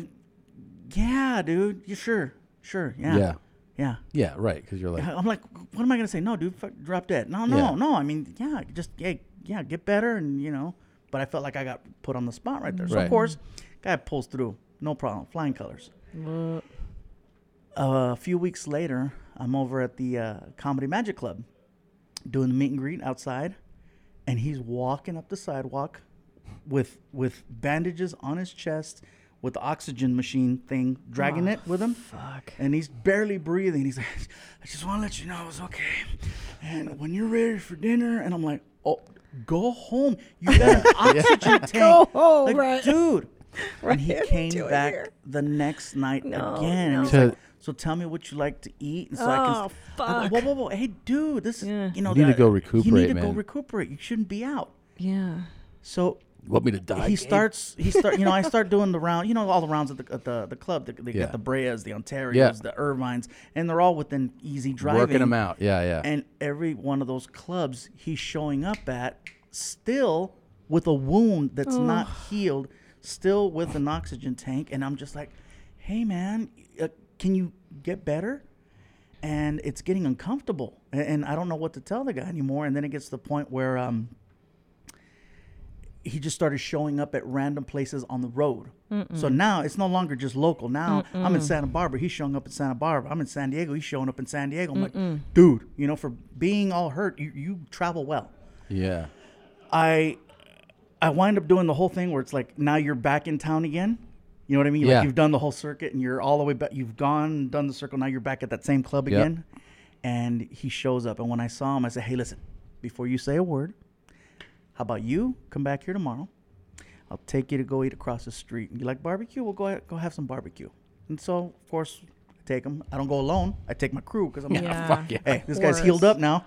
yeah, dude, you sure, sure, yeah,
Yeah.
yeah.
Yeah. Right. Because you're like.
I'm like, what am I gonna say? No, dude, fuck, drop dead. No, no,
Yeah.
no. I mean, yeah, just yeah, yeah, get better, and you know. But I felt like I got put on the spot right there. So
Right.
of course, guy pulls through, no problem, flying colors. Uh, a few weeks later, I'm over at the uh, Comedy Magic Club doing the meet and greet outside, and he's walking up the sidewalk with with bandages on his chest, with the oxygen machine thing dragging
Oh,
it with him, and he's barely breathing. He's like, "I just want to let you know it's okay, and when you're ready for dinner," and I'm like, "Oh, go home. You got an oxygen tank,
Go home,
Like,
right.
dude." and he came back the next night
No,
again. And he's
no.
like, so tell me what you like to eat, and so I
Oh,
can. I'm
fuck.
like, Whoa, whoa, whoa! Hey, dude, this is you know.
You need to
that-
go
You need
recuperate,
to go
man.
recuperate. You shouldn't be out.
Yeah.
So
You want me to die,
He
Gabe?
starts. He start. You know, I start doing the round. You know, all the rounds at the at the, the club. They, they
Yeah.
got the Breas, the Ontarios,
Yeah.
the Irvines, and they're all within easy driving.
Working 'em out. Yeah, yeah.
And every one of those clubs, he's showing up at still with a wound that's
Oh.
not healed, still with an oxygen tank, and I'm just like, hey man, uh, can you get better? And it's getting uncomfortable, and, and I don't know what to tell the guy anymore. And then it gets to the point where um, he just started showing up at random places on the road. So
Mm-mm.
now it's no longer just local. Now I'm in
Mm-mm.
Santa Barbara. He's showing up in Santa Barbara. I'm in San Diego. He's showing up in San Diego. I'm
Mm-mm.
like, dude, you know, for being all hurt, you, you travel well.
Yeah.
I I wind up doing the whole thing where it's like now you're back in town again. You know what I mean?
Yeah.
Like you've done the whole circuit and you're all the way back. You've gone, done the circle. Now you're back at that same club
Yep.
again. And he shows up. And when I saw him, I said, "Hey, listen, before you say a word, how about you come back here tomorrow? I'll take you to go eat across the street. And you like barbecue? We'll go ahead, go have some barbecue." And so, of course, I take him. I don't go alone. I take my crew because I'm like,
Yeah, fuck yeah.
"Hey, this
of
guy's healed
course.
up now.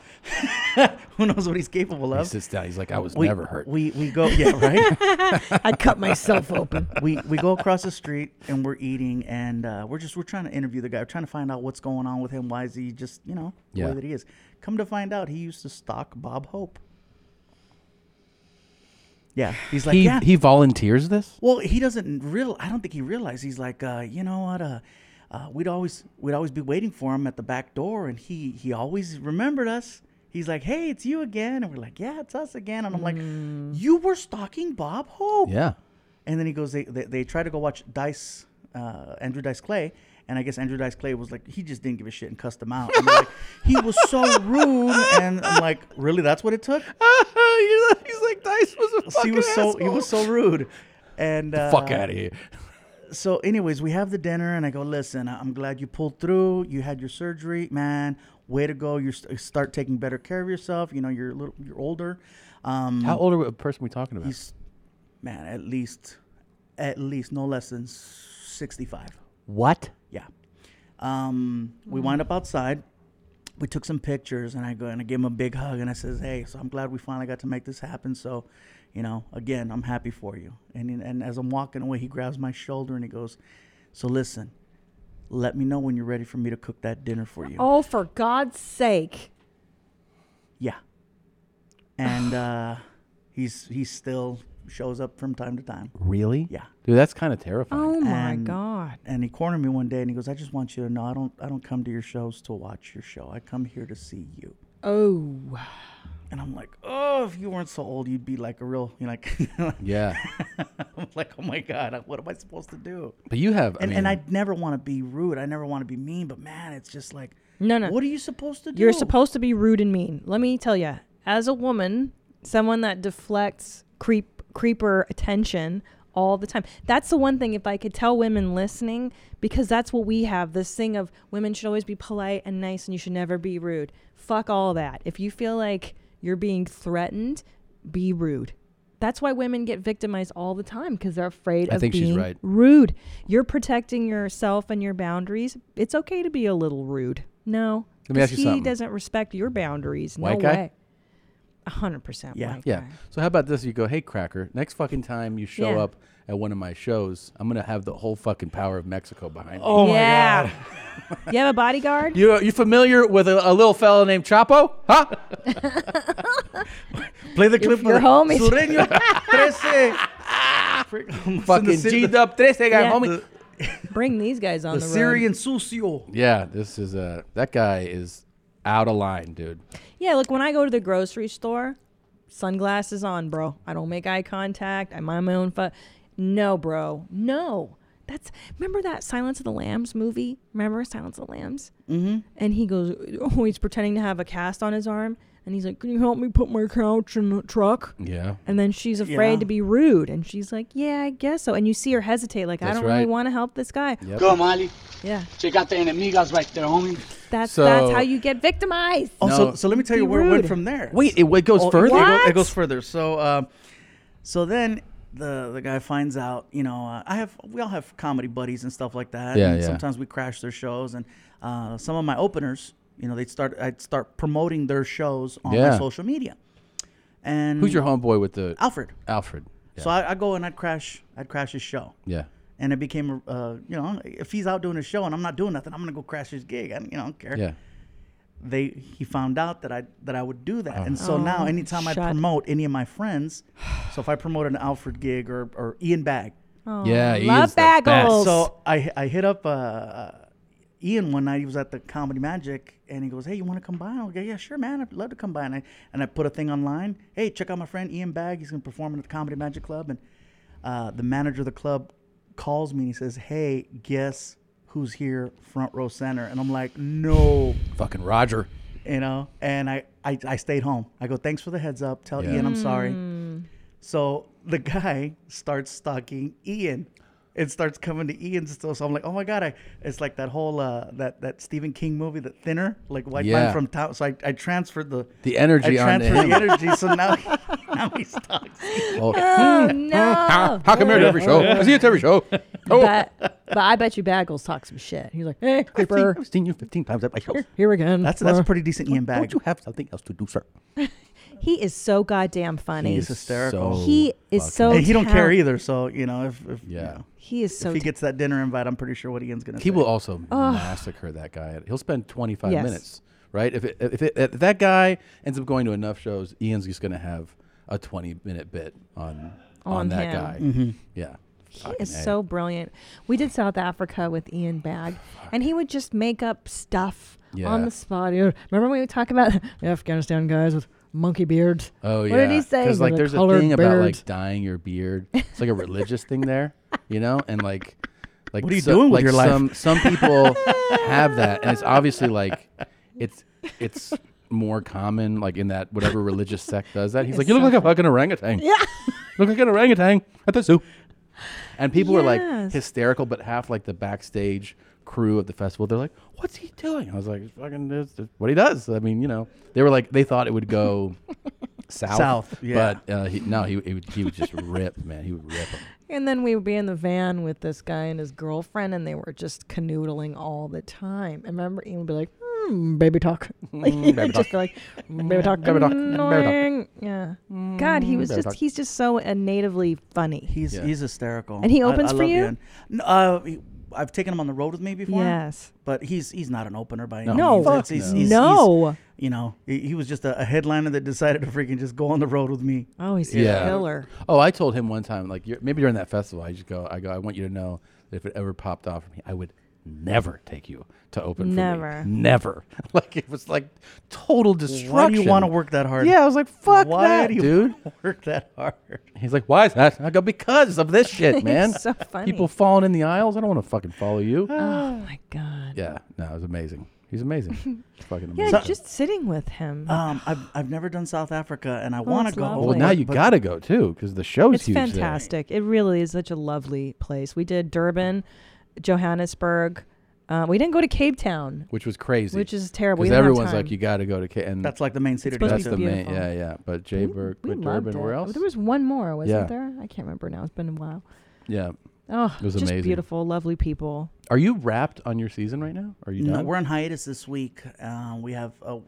Who knows what he's capable of?"
He sits down. He's like, I was
We-
never hurt.
We we go yeah right.
I cut myself open.
We we go across the street and we're eating and uh, we're just we're trying to interview the guy. We're trying to find out what's going on with him. Why is he just you know the
Yeah.
way that he is? Come to find out, he used to stalk Bob Hope. Yeah, he's like
he,
yeah.
he volunteers this?
Well, he doesn't real. I don't think he realized. He's like, uh, you know what? Uh, uh, we'd always we'd always be waiting for him at the back door, and he he always remembered us. He's like, hey, it's you again, and we're like, yeah, it's us again. And I'm like, you were stalking Bob Hope.
Mm. Yeah.
And then he goes, they they, they try to go watch Dice, uh, Andrew Dice Clay. And I guess Andrew Dice Clay was like, he just didn't give a shit and cussed him out. And they're like, he was so rude. And I'm like, really? That's what it took?
He's like, Dice was a
he was so he was so rude and uh,
fuck outta here.
so anyways we have the dinner and i go listen I- i'm glad you pulled through you had your surgery man way to go you st- start taking better care of yourself you know you're a little you're older um
How old are a person we talking about?
he's man at least at least no less than 65
What?
yeah um we wind up outside we took some pictures and I go and I give him a big hug and I says, "Hey, so I'm glad we finally got to make this happen. So, you know, again, I'm happy for you." And and as I'm walking away, he grabs my shoulder and he goes, "So listen, let me know when you're ready for me to cook that dinner for you."
Oh, for God's sake.
Yeah. And uh, he's he still shows up from time to time.
Really?
Yeah. Oh
Dude, that's kind of terrifying.
And- And he cornered me one day and he goes, "I just want you to know, I don't I don't come to your shows to watch your show. I come here to see you."
Oh.
And I'm like, oh, if you weren't so old, you'd be like a real, you know, like,
Yeah.
I'm like, oh my God, what am I supposed to do?
But you have, I
and, and
mean-
I never want to be rude. I never want to be mean, but man, it's just like,
No, no.
What are you supposed to do?
You're supposed to be rude and mean. Let me tell you, as a woman, someone that deflects creep creeper attention all the time. That's the one thing if I could tell women listening because that's what we have this thing of women should always be polite and nice and you should never be rude. Fuck all that. If you feel like you're being threatened, be rude. That's why women get victimized all the time because they're afraid
I
of
think she's
being
right.
rude. You're protecting yourself and your boundaries. It's okay to be a little rude. No,
Let me ask
'cause
you
he
something.
doesn't respect your boundaries.
White
no
guy?
way. A hundred percent.
Yeah.
white
yeah.
guy.
So how about this? You go, hey, Cracker, next fucking time you show
Yeah.
up at one of my shows, I'm going to have the whole fucking power of Mexico behind me.
Oh yeah. you have a bodyguard?
You, you familiar with a, a little fella named Chapo? Huh?
Play the
clip of your the- homies.
Sureño 13.
Fucking G'd up 13, guy,
Yeah.
homie.
Bring these guys on the, road.
sucio.
Yeah, this is uh, that guy is out of line, dude.
Yeah, look, when I go to the grocery store, sunglasses on, bro. I don't make eye contact. I mind my own fu- No, bro. No. That's remember that Silence of the Lambs movie? Remember Silence of the Lambs?
Mm-hmm.
And he goes, oh, he's pretending to have a cast on his arm, and he's like, "Can you help me put my couch in the truck?"
Yeah.
And then she's afraid
Yeah.
to be rude, and she's like, "Yeah, I guess so." And you see her hesitate, like, "I
That's
don't really
right.
want to help this guy."
Go, Molly.
Yeah.
Check out the enemigos right there, homie.
That's
So-
that's how you get victimized.
Oh, so, so let me tell you
Be
where it went
rude.
from there.
Wait, it, it goes
Oh, it-
further.
It, go- it goes further. So, um, so then the the guy finds out, you know, uh, I have we all have comedy buddies and stuff like that.
Yeah,
and
yeah.
Sometimes we crash their shows, and uh, some of my openers, you know, they'd start I'd start promoting their shows on
Yeah.
my social media. And
Who's your homeboy with the
Alfred?
Alfred. Yeah.
So I I'd go and I'd crash I'd crash his show.
yeah.
And it became, uh, you know, if he's out doing a show and I'm not doing nothing, I'm gonna go crash his gig. I, don't- you know, I don't care.
Yeah.
They he found out that I that I would do that,
Oh.
and so
Oh,
now anytime I
shut-
promote any of my friends, so if I promote an Alfred gig or or Ian Bag,
Oh, Yeah, love Ian's the best. bagels.
So I I hit up uh, Ian one night. He was at the Comedy Magic, and he goes, "Hey, you want to come by?" And I'll go, "Yeah, sure, man. I'd love to come by." And I and I put a thing online. Hey, check out my friend Ian Bag. He's gonna perform at the Comedy Magic Club, and uh, the manager of the club calls me and he says, "Hey, guess who's here, front row center?" And I'm like, "No,
fucking Roger."
You know, and I, I, I stayed home. I go, thanks for the heads up. Tell Ian I'm sorry. So the guy starts stalking Ian. It starts coming to Ian's still. So I'm like, oh my god! I, it's like that whole uh, that that Stephen King movie, The Thinner, like white
Yeah.
man from town. So I, I transferred the
The energy
I
onto
transferred the
him.
energy. So now now he stalks.
Oh, How, how come you're at every show? I see it every show. Oh.
Oh, But, but I bet you Bagels talk some shit. He's like,
Eh,
hey, creeper.
I've seen you 15 times at my show.
Here, here again.
That's that's
Uh,
pretty decent Ian bag.
Don't you have something else to do, sir?
He is so goddamn funny.
He is hysterical.
he is so.
And he don't care
talent-
either. So you know if, if yeah,
He is so
If he
ta-
gets that dinner invite, I'm pretty sure what Ian's gonna.
He
say.
will also
Ugh.
massacre that guy. He'll spend 25
Yes.
minutes, right? If, it, if, it, if that guy ends up going to enough shows, Ian's just going to have a 20 minute bit on on,
On
that
him.
guy.
Mm-hmm.
Mhm.
Yeah.
He is so brilliant. We did South Africa with Ian Bag, and he would just make up stuff on
Yeah.
the spot. You know, Remember when we talk about the Afghanistan guys with monkey beards?
Oh yeah.
What did he say?
Because like,
With
there's a
colored
thing about like
beard.
dyeing your beard. It's like a religious thing there, you know, and like, like
What are you
so-
doing with
like
your life?
Some some people have that, and it's obviously like, it's it's more common like in that whatever religious sect does that. He's
It's
like, you look
so
like a fucking orangutan.
Yeah.
look like an orangutan at the zoo. And people were like
Yes.
hysterical, but half like the backstage crew of the festival, they're like, what's he doing? I was like, "It's fucking it's, it's what he does. I mean, you know, they were like, they thought it would go south.
South, yeah.
But uh, he, no, he, he, would, he would just rip, man. He would rip him.
And then we would be in the van with this guy and his girlfriend, and they were just canoodling all the time. And remember, Ian would be like, mm, baby talk. Like,
Mm,
he
baby
would
talk. Hmm,
just be like, "Mm, baby talk,
Baby talk, baby talk.
annoying." Yeah. God, he
Mm,
was
baby
just,
talk.
he's just so uh, natively funny.
He's he's hysterical.
And he
I-
opens
I
for
love
you?
Ian. N- uh, he- I've taken him on the road with me before.
Yes.
but he's he's not an opener by
No.
any
No.
means. It's-
Fuck
he's-
no.
he's- he's-
No.
you know, he, he was just a, a headliner that decided to freaking just go on the road with me.
Oh, he's
Oh, I told him one time, like you're, maybe during that festival, I just go, I go, I want you to know that if it ever popped off for me, I would never take you to open
Never.
for me. Never. Like it was like total destruction.
Why do you want to work that hard?
Yeah, I was like, fuck
Why
that,
do you
dude.
Work that hard.
He's like, why is that? I go, because of this shit,
He's
man.
so funny.
People falling in the aisles. I don't want to fucking follow you.
Oh, my God.
Yeah, no, it was amazing. He's amazing. It's fucking
Yeah,
amazing.
just sitting with him.
Um, I've I've never done South Africa, and I want to
that's
go.
lovely.
well, now
but-
you
but-
got to go too because the show's
it's
huge. there.
fantastic. It really is such a lovely place. We did Durban, Johannesburg. Uh, we didn't go to Cape Town.
which was crazy,
Which is terrible. We
Because
didn't have
everyone's
time.
like, you got to go to K- and
That's like the main city
It's supposed
That's
to
the
be
main,
beautiful. Mm-hmm.
yeah, yeah. But Jayburg,
We
but
loved
Durban,
it.
where else?
There was one more, wasn't
Yeah.
there? I can't remember now. It's been a while.
Yeah,
Oh,
it was
just
amazing.
beautiful, lovely people.
Are you wrapped on your season right now? Are you
No,
done?
we're on hiatus this week. Um, we have uh,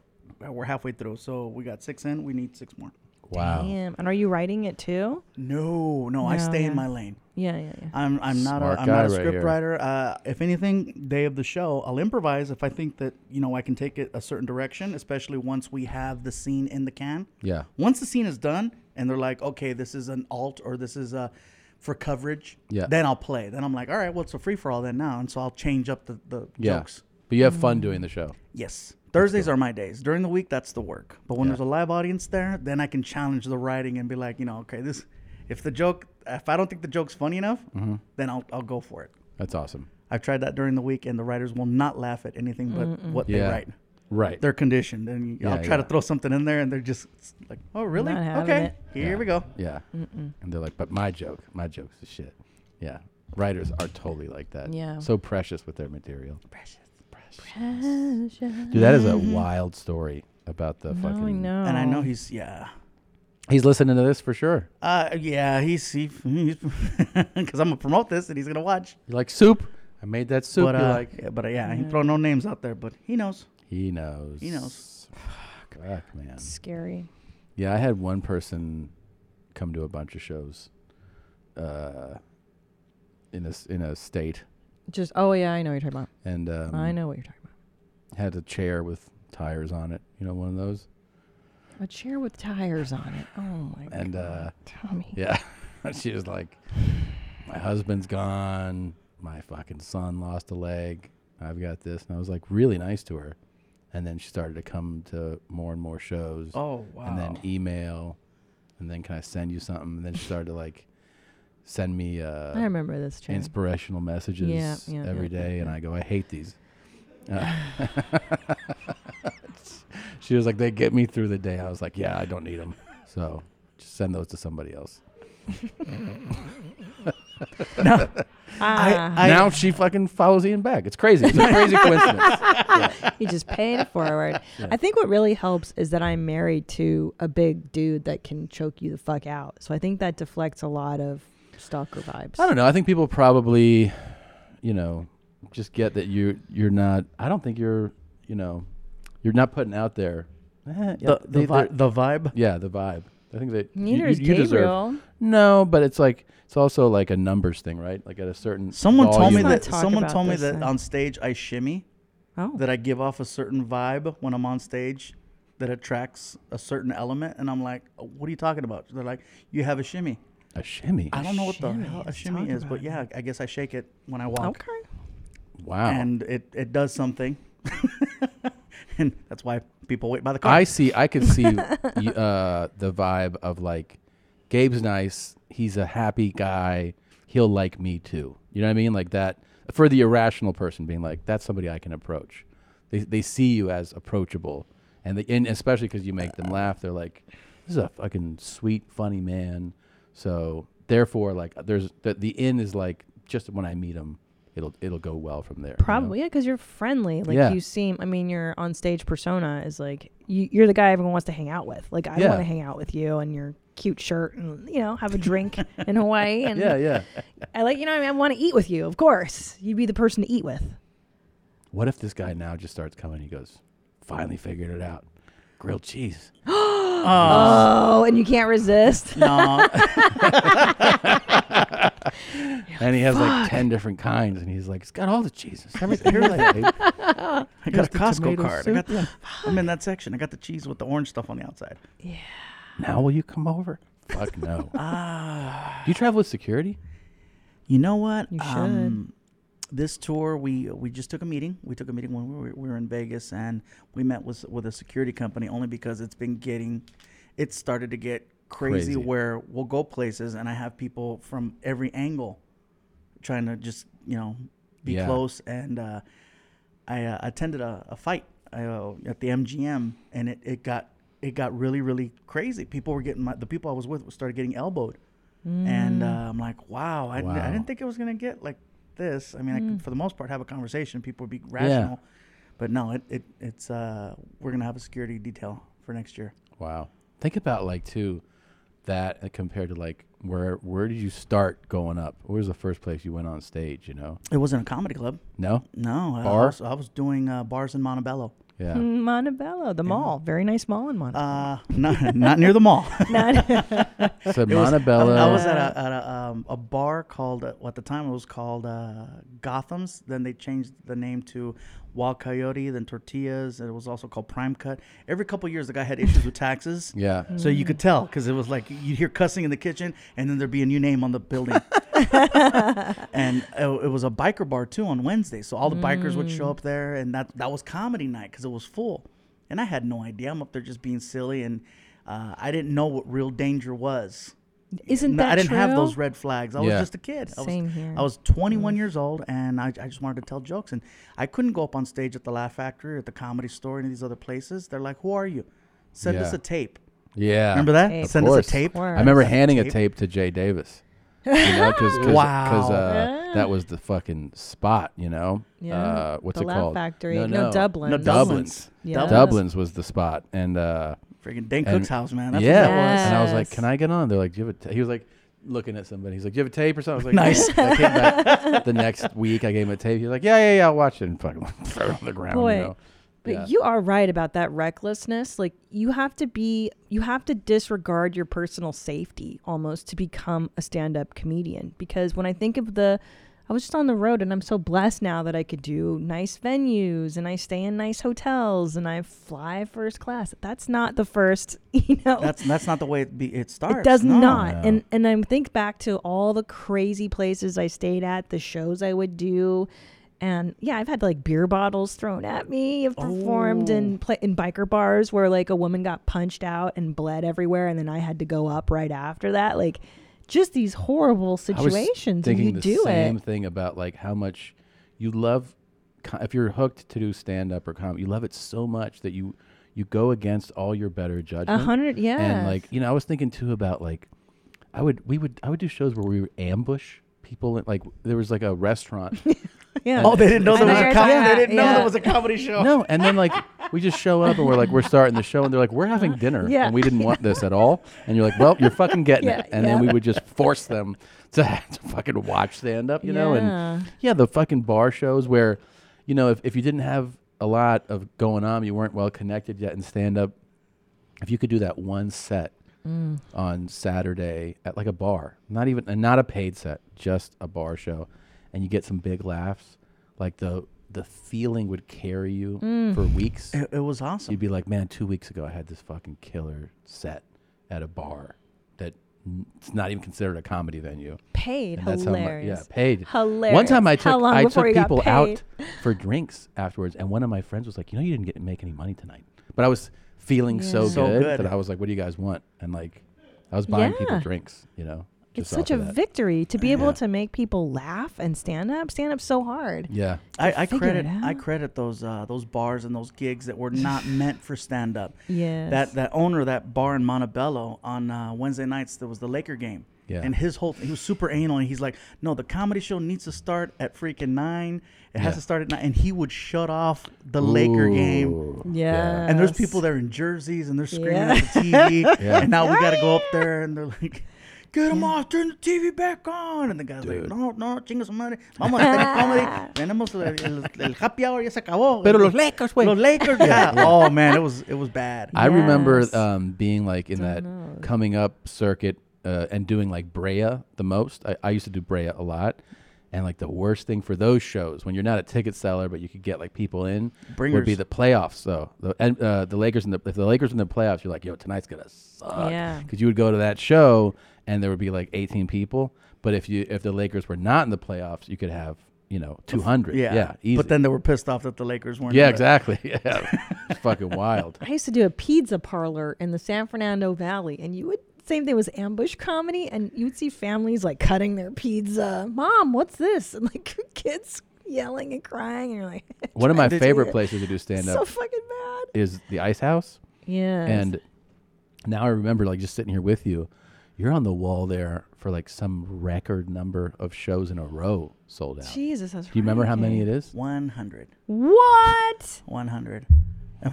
we're halfway through, so we got six in. We need six more.
wow.
Damn. And are you writing it too?
Oh. No, no, I stay
Oh, yeah.
in my lane.
Yeah, yeah, yeah.
I'm I'm not
Oh, Smart
a I'm not a
guy right
script
here.
writer. Uh, if anything, day of the show, I'll improvise if I think that you know I can take it a certain direction, especially once we have the scene in the can.
Yeah.
Once the scene is done and they're like, okay, this is an alt or this is a for coverage.
Yeah.
Then I'll play. Then I'm like, all right, well it's a free for all then now, and so I'll change up the the
Yeah.
jokes.
But you have
Mm-hmm.
fun doing the show.
Yes. Thursdays are my days. During the week, that's the work. But when there's a live audience there, then I can challenge the writing and be like, you know, okay, this, if the joke, if I don't think the joke's funny enough,
Mhm.
then I'll, I'll go for it.
That's awesome.
I've tried that during the week, and the writers will not laugh at anything but
Mm-mm.
what
Yeah.
they write.
Right.
They're conditioned. And
Yeah,
I'll try to
yeah.
throw something in there, and they're just like, oh, really?
Not having
Okay.
it.
Here we go.
Yeah.
Mm-mm.
And they're like, but my joke, my joke's the shit. Yeah. Writers are totally like that.
Yeah.
So precious with their material.
Precious. Mm-hmm.
Dude, that is a wild story about the
No, I
fucking.
know.
And I know he's, yeah.
He's listening to this for sure.
Uh, yeah, he's he, he's because I'm gonna promote this and he's gonna watch.
You like soup? I made that soup.
But,
you
uh,
like?
yeah, but uh, yeah, he throw no names out there, but he knows.
He knows.
He knows.
Fuck, man.
Scary.
Yeah, I had one person come to a bunch of shows, uh, in a s- in a state,
Just oh yeah, I know what you're talking about.
and um,
I know what you're talking
had a chair with tires on it. You know, one of those.
about. A chair with tires on it. Oh my god.
and uh,
Tommy.
Yeah, she was like, "My husband's gone. My fucking son lost a leg. I've got this." And I was like, really nice to her. And then she started to come to more and more shows.
Oh,
And then email, and then can I send you something? And then she started to like send me. Uh,
I remember this chick.
inspirational messages every
Yeah,
day,
yeah, yeah,
and I go, I hate these. Uh, she was like, they get me through the day. I was like, yeah, I don't need them. So just send those to somebody else.
Ah.
I-
now she fucking follows Ian back. It's crazy. It's a crazy coincidence.
you just paid it forward.
Yeah.
I think what really helps is that I'm married to a big dude that can choke you the fuck out. So I think that deflects a lot of stalker vibes.
I don't know. I think people probably, you know, just get that you you're not. I don't think you're, you know, you're not putting out there. Eh, yeah,
The- the
they-
vi-
they're-
the vibe?
Yeah, the vibe. I think that you-
Neither
you,
is
you
Gabriel.
Deserve, no, but it's like it's also like a numbers thing, right? Like at a certain
Someone told me
volume-
that someone told me that on stage I shimmy. That I give off a certain vibe when I'm on stage that attracts a certain element and I'm like, "Oh, "What are you talking about?" They're like, "You have a shimmy."
A shimmy.
I don't know what the
Shimmy.
hell a shimmy is, but yeah, I guess I shake it when I walk.
Okay.
Wow.
And it it does something. and that's why people wait by the car.
I see. I could see y- uh, the vibe of like, Gabe's nice. He's a happy guy. He'll like me too. You know what I mean? Like that for the irrational person being like, that's somebody I can approach. They they see you as approachable, and they, and especially because you make them laugh, they're like, this is a fucking sweet, funny man. So therefore, like, there's the, the in is like just when I meet him, it'll it'll go well from there.
Probably, yeah, because you're friendly. Like
Yeah.
you seem. I mean, your on stage persona is like you, you're the guy everyone wants to hang out with. Like I
Yeah.
want to hang out with you and your cute shirt and you know have a drink in Hawaii and
Yeah, yeah.
I like you know I, mean, I want to eat with you. Of course, you'd be the person to eat with.
What if this guy now just starts coming? He goes, finally figured it out. Grilled cheese.
Oh, and you can't resist.
No. and he has like
Fuck.
10 different kinds, and he's like, it's got all the cheeses. Everything.
You're like,
Babe.
I
Here's
got
the
a Costco
tomato
card. I
soup.
got the, I'm in that section. I got the cheese with the orange stuff on the outside. Yeah.
Now will you come over? Fuck no.
Ah.
Do you travel with security?
You know what? You this tour, we we just took a meeting. We took a meeting when we were, we were in Vegas, and we met with with a security company only because it's been getting, it started to get crazy,
Crazy.
where we'll go places and I have people from every angle, trying to just you know be
Yeah.
close. And uh, I uh, attended a, a fight uh, at the MGM, and it, it got it got really really crazy. People were getting my, the people I was with started getting elbowed, and uh,
Mm.
I'm like, wow, I, didn't- I
Wow.
didn't think it was gonna get like this. I mean, I
Mm.
could, for the most part, have a conversation. People would be rational, but no, it, it it's uh, we're gonna have a security detail for next year.
Wow. Think about like too that uh, compared to like where where did you start going up? Where was the first place you went on stage? You know.
It wasn't a comedy club.
No.
No, I- I
Bar.
was, I was doing uh, bars in Montebello.
Yeah.
Mm, Montebello, the mall, very nice mall in Montebello.
Uh, not not near the mall.
Not-
It
So
was-
Montebello-
I, I was at a, at a, um, a bar called uh, well, at the time it was called uh, Gotham's. Then they changed the name to Wild Coyote. Then Tortillas. And it was also called Prime Cut. Every couple years, the guy had issues with taxes.
Yeah.
So you could tell because it was like you'd hear cussing in the kitchen, and then there'd be a new name on the building. and it, it was a biker bar too on Wednesday. So all the bikers would show
Mm.
up there, and that that was comedy night because it was full. And I had no idea. I'm up there just being silly, and uh, I didn't know what real danger was.
Isn't
No, I
that
didn't have
true?
those red flags. I was
Yeah.
just a kid. I was,
Same here.
I was 21 years old, and I, I just wanted to tell jokes. And I couldn't go up on stage at the Laugh Factory, at the Comedy Store, any of these other places. They're like, "Who are you? Send us
Yeah.
a tape."
Yeah.
Remember that?
Of
Send
course.
us a tape.
I remember
Send us
handing a tape to Jay Davis. You know, cause, 'cause- 'cause,
Wow.
uh, that was the fucking spot, you know?
Yeah.
Uh, what's
The
it
Laugh
called?
Factory. No, Dublin's.
Dublin's.
Yeah.
Dublin's was the spot. And uh,
Freaking Dan
And-
Cook's house, man. That's
yeah.
what that was.
And I was like, "Can I get on?" They're like, "Do you have a?" Ta-? He was like, looking at somebody. He's like, "Do you have a tape or something?" I was
Nice.
like, "Yeah." I came back the next week. I gave him a tape. He's like, "Yeah, yeah, yeah. I'll watch it." And fucking throw it on the ground.
Boy,
You know?
but
Yeah.
you are right about that recklessness. Like you have to be, you have to disregard your personal safety almost to become a stand-up comedian. Because when I think of the, I was just on the road, and I'm so blessed now that I could do nice venues, and I stay in nice hotels, and I fly first class. That's not the first, you know.
That's that's not the way it, be, it starts.
It does
No.
not. And and I think back to all the crazy places I stayed at, the shows I would do. And yeah, I've had like beer bottles thrown at me. I've performed
Oh.
in pla in biker bars where like a woman got punched out and bled everywhere, and then I had to go up right after that. Like, just these horrible
I was
situations, and
thinking
you
the
do
same
it.
thing about like how much you love co- if you're hooked to do stand up or comedy, you love it so much that you you go against all your better judgment.
hundred-
And
yes.
like you know, I was thinking too about like I would we would I would do shows where we would ambush people. Like there was like a restaurant.
Yeah.
And-
Oh, they didn't know there was a comedy. They didn't know
Yeah.
there was a comedy show.
No, and then like we just show up and we're like we're starting the show and they're like we're having dinner
Yeah.
and we didn't want this at all and you're like well you're fucking getting
Yeah,
it and then
yeah.
we would just force them to, to fucking watch stand up you know
Yeah.
and yeah the fucking bar shows where you know if, if you didn't have a lot of going on you weren't well connected yet in stand up if you could do that one set
Mm.
on Saturday at like a bar, not even and not a paid set, just a bar show, and you get some big laughs, like the the feeling would carry you
Mm.
for weeks.
It- it was awesome.
You'd be like, man, two weeks ago I had this fucking killer set at a bar that n- it's not even considered a comedy venue.
Paid,
And that's how mu-
hilarious.
yeah, paid. One
Hilarious.
time I took
How long
I
before
took
you got
people out
paid?
for drinks afterwards, and one of my friends was like, "You know, you didn't get make any money tonight," but I was feeling so,
Yeah. So
good,
good.
that I was like, "What do you guys want?" And like, I was buying people
Yeah.
drinks, you know.
It's
just
such a
off of that.
victory to be able
Yeah.
to make people laugh and stand up. Stand up's so hard.
Yeah.
To
I, I
figure it
credit I credit those uh, those bars and those gigs that were not meant for stand up.
Yes.
That that owner of that bar in Montebello on uh, Wednesday nights there was the Laker game.
Yeah.
And his whole he was super anal and he's like, no, the comedy show needs to start at freaking nine. It has
Yeah.
to start at nine, and he would shut off the Laker game.
Ooh.
Yeah.
And there's people there in jerseys and they're screaming
Yeah.
at the TV.
Yeah.
And now we got to go up there and they're like. Get them off! Turn the TV back on, and the guy's like, "No, no, chingas madre, vamos a tener comedy, tenemos el, el- el happy hour ya se acabó."
Pero los Lakers, güey.
Los Lakers, yeah. Oh man, it was it was bad.
I remember um, being like in that coming up circuit uh, and doing like Brea the most. I, I used to do Brea a lot. And like the worst thing for those shows when you're not a ticket seller, but you could get like people in, would be
Bringers.
the playoffs. So the and, uh, the Lakers and the if the Lakers in the playoffs, you're like, yo, tonight's gonna suck.
Yeah.
Because you would go to that show and there would be like 18 people. But if you if the Lakers were not in the playoffs, you could have you know 200.
Yeah,
yeah easy.
But then they were pissed off that the Lakers weren't.
yeah,
in it.
exactly. Yeah, It's fucking wild.
I used to do a pizza parlor in the San Fernando Valley, and you would same thing was ambush comedy, and you would see families like cutting their pizza. Mom, what's this? And like kids yelling and crying, and you're like,
One of my
trying to
favorite
do it.
places to do stand up
So fucking bad.
is the Ice House.
Yes.
And now I remember like just sitting here with you. You're on the wall there for like some record number of shows in a row sold out.
Jesus, that's
Do you remember how many it is?
One hundred.
What?
One hundred.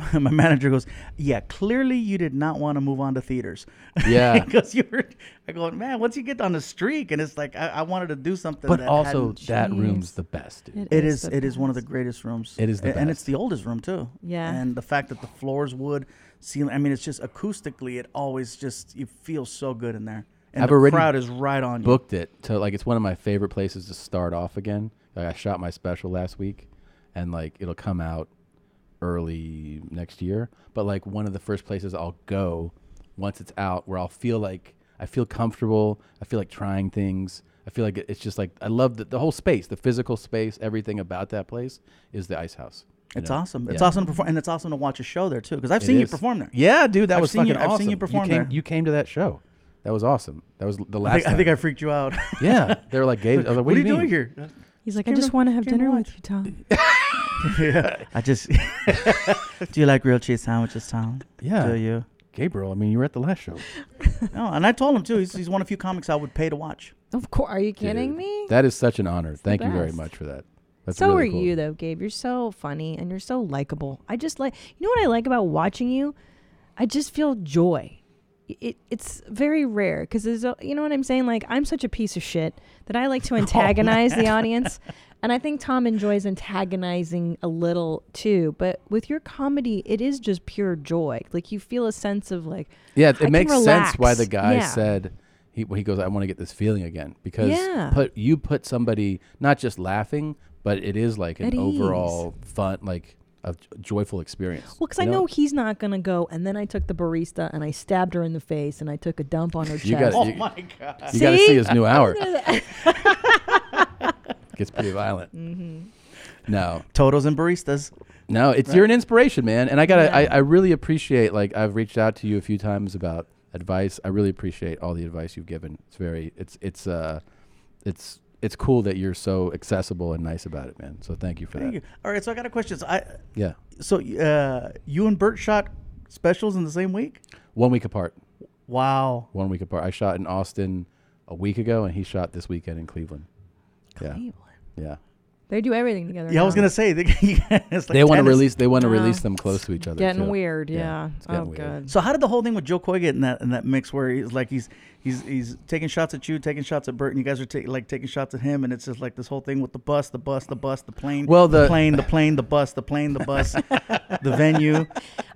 My manager goes, "Yeah, clearly you did not want to move on to theaters."
Yeah.
because you were. I go, man, once you get on the streak, and it's like I, I wanted to do something.
But
that
also
hadn't-
Oh, that room's the best, dude.
it
It is
is. It
the
is one of the greatest rooms.
It is the
A- and it's the oldest room too.
Yeah.
And the fact that the floors would seem. I mean, it's just acoustically, it always just you feel so good in there. And
I've
the
already
crowd is right on you.
Booked it to like it's one of my favorite places to start off again. Like I shot my special last week, and like it'll come out early next year. But like one of the first places I'll go once it's out, where I'll feel like I feel comfortable. I feel like trying things. I feel like it- it's just like I love the, the whole space, the physical space, everything about that place is the Ice House. you
It's
know?
awesome. It's
Yeah.
awesome to perform, and it's awesome to watch a show there too. Because I've
It
seen you
is.
perform there.
Yeah, dude, that
I've
was
seen
fucking
you, I've
awesome.
seen you perform
came,
there.
You came to that show. That was awesome. That was the last.
I think, I think
time.
I freaked you out.
Yeah, they were like, "Gabe, I was like, what,
What
do
are you
mean?
doing here?
He's like, I
Came
just
to-
want to have
came to
dinner
watch."
with you, Tom.
yeah. I just. Do you like grilled cheese sandwiches, Tom?
Yeah.
Do you?
Gabriel, I mean, you were at the last show.
No, and I told him too. He's, he's one of few comics I would pay to watch.
Of course. Are you kidding me?
That is such an honor.
the
Thank you very
best.
much for that. That's
so
really
are
cool.
you though, Gabe. You're so funny and you're so likable. I just like you know what I like about watching you?
I just feel joy. It, it's very rare because there's a, you know what I'm saying. Like I'm such a piece of shit that I
Oh,
like to antagonize the
man.
audience, and I think Tom enjoys antagonizing a little too. But with your comedy, it is just pure joy. Like you feel a sense of like
Yeah,
I
it
can
makes sense why the
relax.
guy
Yeah.
said he when he goes, "I want to get this feeling again," because
Yeah.
put you put somebody not just laughing, but it is like an
At ease.
overall fun, like a j- joyful experience.
Well, because
you
I know he's not gonna go. And then I took the barista and I stabbed her in the face and I took a dump on her chest.
You gotta- Oh you- my God. you gotta see his new hour. gets pretty violent.
Mm.
Mm-hmm.
No,
totos and baristas.
No, it's
Right.
you're an inspiration, man, and I gotta
Yeah.
I, I really appreciate like I've reached out to you a few times about advice. I really appreciate all the advice you've given. It's very it's it's uh it's it's cool that you're so accessible and nice about it, man. So thank you for that.
Thank you. All right, so I got a question. So I
Yeah.
So uh, you and Bert shot specials in the same week?
One week apart.
Wow.
One week apart. I shot in Austin a week ago, and he shot this weekend in Cleveland.
Cleveland.
Yeah. Yeah.
They do everything together.
Yeah, I was
now.
gonna say they, it's like
they want to
tennis.
release. They want to
Yeah.
release them close to each other.
Getting
too.
weird, yeah.
it's getting
oh,
weird.
good.
So how did the whole thing with Joe Coy get in that in that mix where he's like he's he's he's taking shots at you, taking shots at Bert, and you guys are ta- like taking shots at him, and it's just like this whole thing with the bus, the bus, the bus, the plane,
Well, the-
plane, the plane, the bus, the plane, the bus, the venue.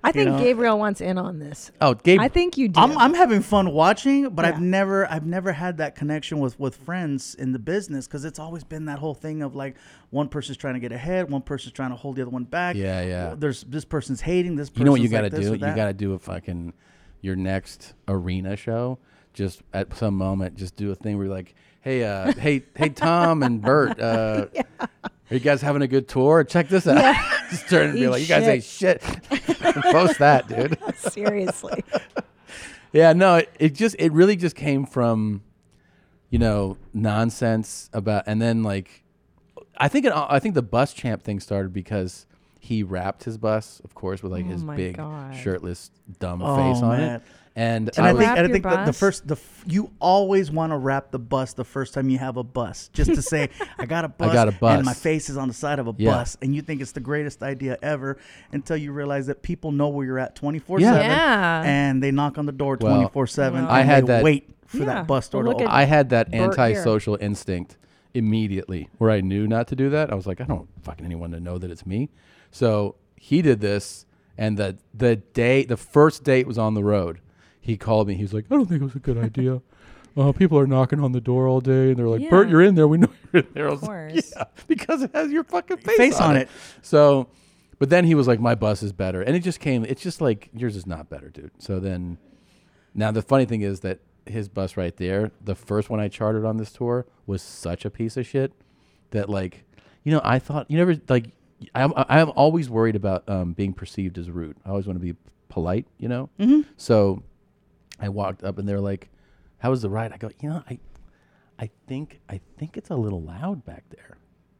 I
you
think
know?
Gabriel wants in on this.
Oh, Gabe,
I think you do.
I'm, I'm having fun watching, but I've
Yeah.
never I've never had that connection with with friends in the business because it's always been that whole thing of like one person's trying to get ahead, one person's trying to hold the other one back.
Yeah, yeah.
There's this person's hating this. Person's
you know what you
got to
gotta do? You gotta do a fucking your next arena show. Just at some moment, just do a thing where you're like, "Hey, uh, hey, hey, Tom and Bert, uh, are you guys having a good tour? Check this out." just turn and be
Eat
like, "You guys ate shit."
shit.
Post that, dude.
Seriously.
yeah, no, it, it just it really just came from, you know, nonsense about, and then like, I think it, I think the bus champ thing started because he wrapped his bus, of course, with like
Oh
his
my
big
God.
shirtless dumb
Oh,
face on
man.
it, and,
and I, think,
was-
and I think the, the first the f- you always want to wrap the bus the first time you have a bus just to say I got a bus,
I got a
and my
bus.
face is on the side of a
Yeah.
bus and you think it's the greatest idea ever until you realize that people know where you're at 24/7
Yeah.
and they knock on the door
Well,
24/7 and
I had
they
that
wait for that bus door to open.
I had that
Bert here.
antisocial instinct immediately where I knew not to do that. I was like, I don't want fucking anyone to know that it's me. So he did this, and the the day the first date was on the road. He called me. He was like, I don't think it was a good idea. Uh, people are knocking on the door all day, and they're like, "Bert,
Yeah.
you're in there. We know you're in there." I was
Of
like,
course.
"Yeah, because it has your fucking face,
Face on it.
So, but then he was like, "My bus is better," and it just came. It's just like yours is not better, dude. So then, now the funny thing is that his bus right there, the first one I chartered on this tour, was such a piece of shit that like, you know, I thought you never like. I'm I'm always worried about um, being perceived as rude. I always want to be polite, you know.
Mhm.
So, I walked up and they're like, "How was the ride?" I go, "You know, I, I think I think it's a little loud back there.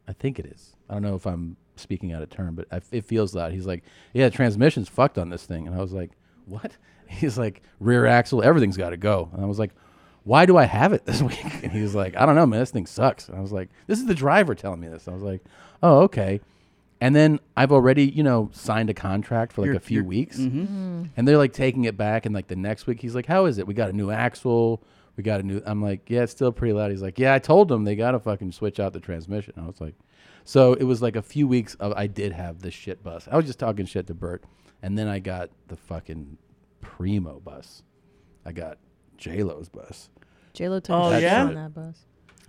I think it is. I don't know if I'm speaking out of turn, but I, it feels loud." He's like, "Yeah, transmission's fucked on this thing," and I was like, "What?" He's like, "Rear axle, everything's got to go," and I was like. Why do I have it this week? And he was like, I don't know, man. This thing sucks. And I was like, this is the driver telling me this. I was like, oh, okay. And then I've already, you know, signed a contract for like
You're-
a few
you're-
weeks.
Mhm. Mhm.
And they're like taking it back, and like the next week, he's like, "How is it? We got a new axle. We got a new." I'm like, "Yeah, it's still pretty loud." He's like, "Yeah, I told them they gotta fucking switch out the transmission." I was like, "So it was like a few weeks of I did have this shit bus. I was just talking shit to Bert, and then I got the fucking primo bus. I got J Lo's bus.
J Lo took
Oh,
a shit
yeah?
on that bus.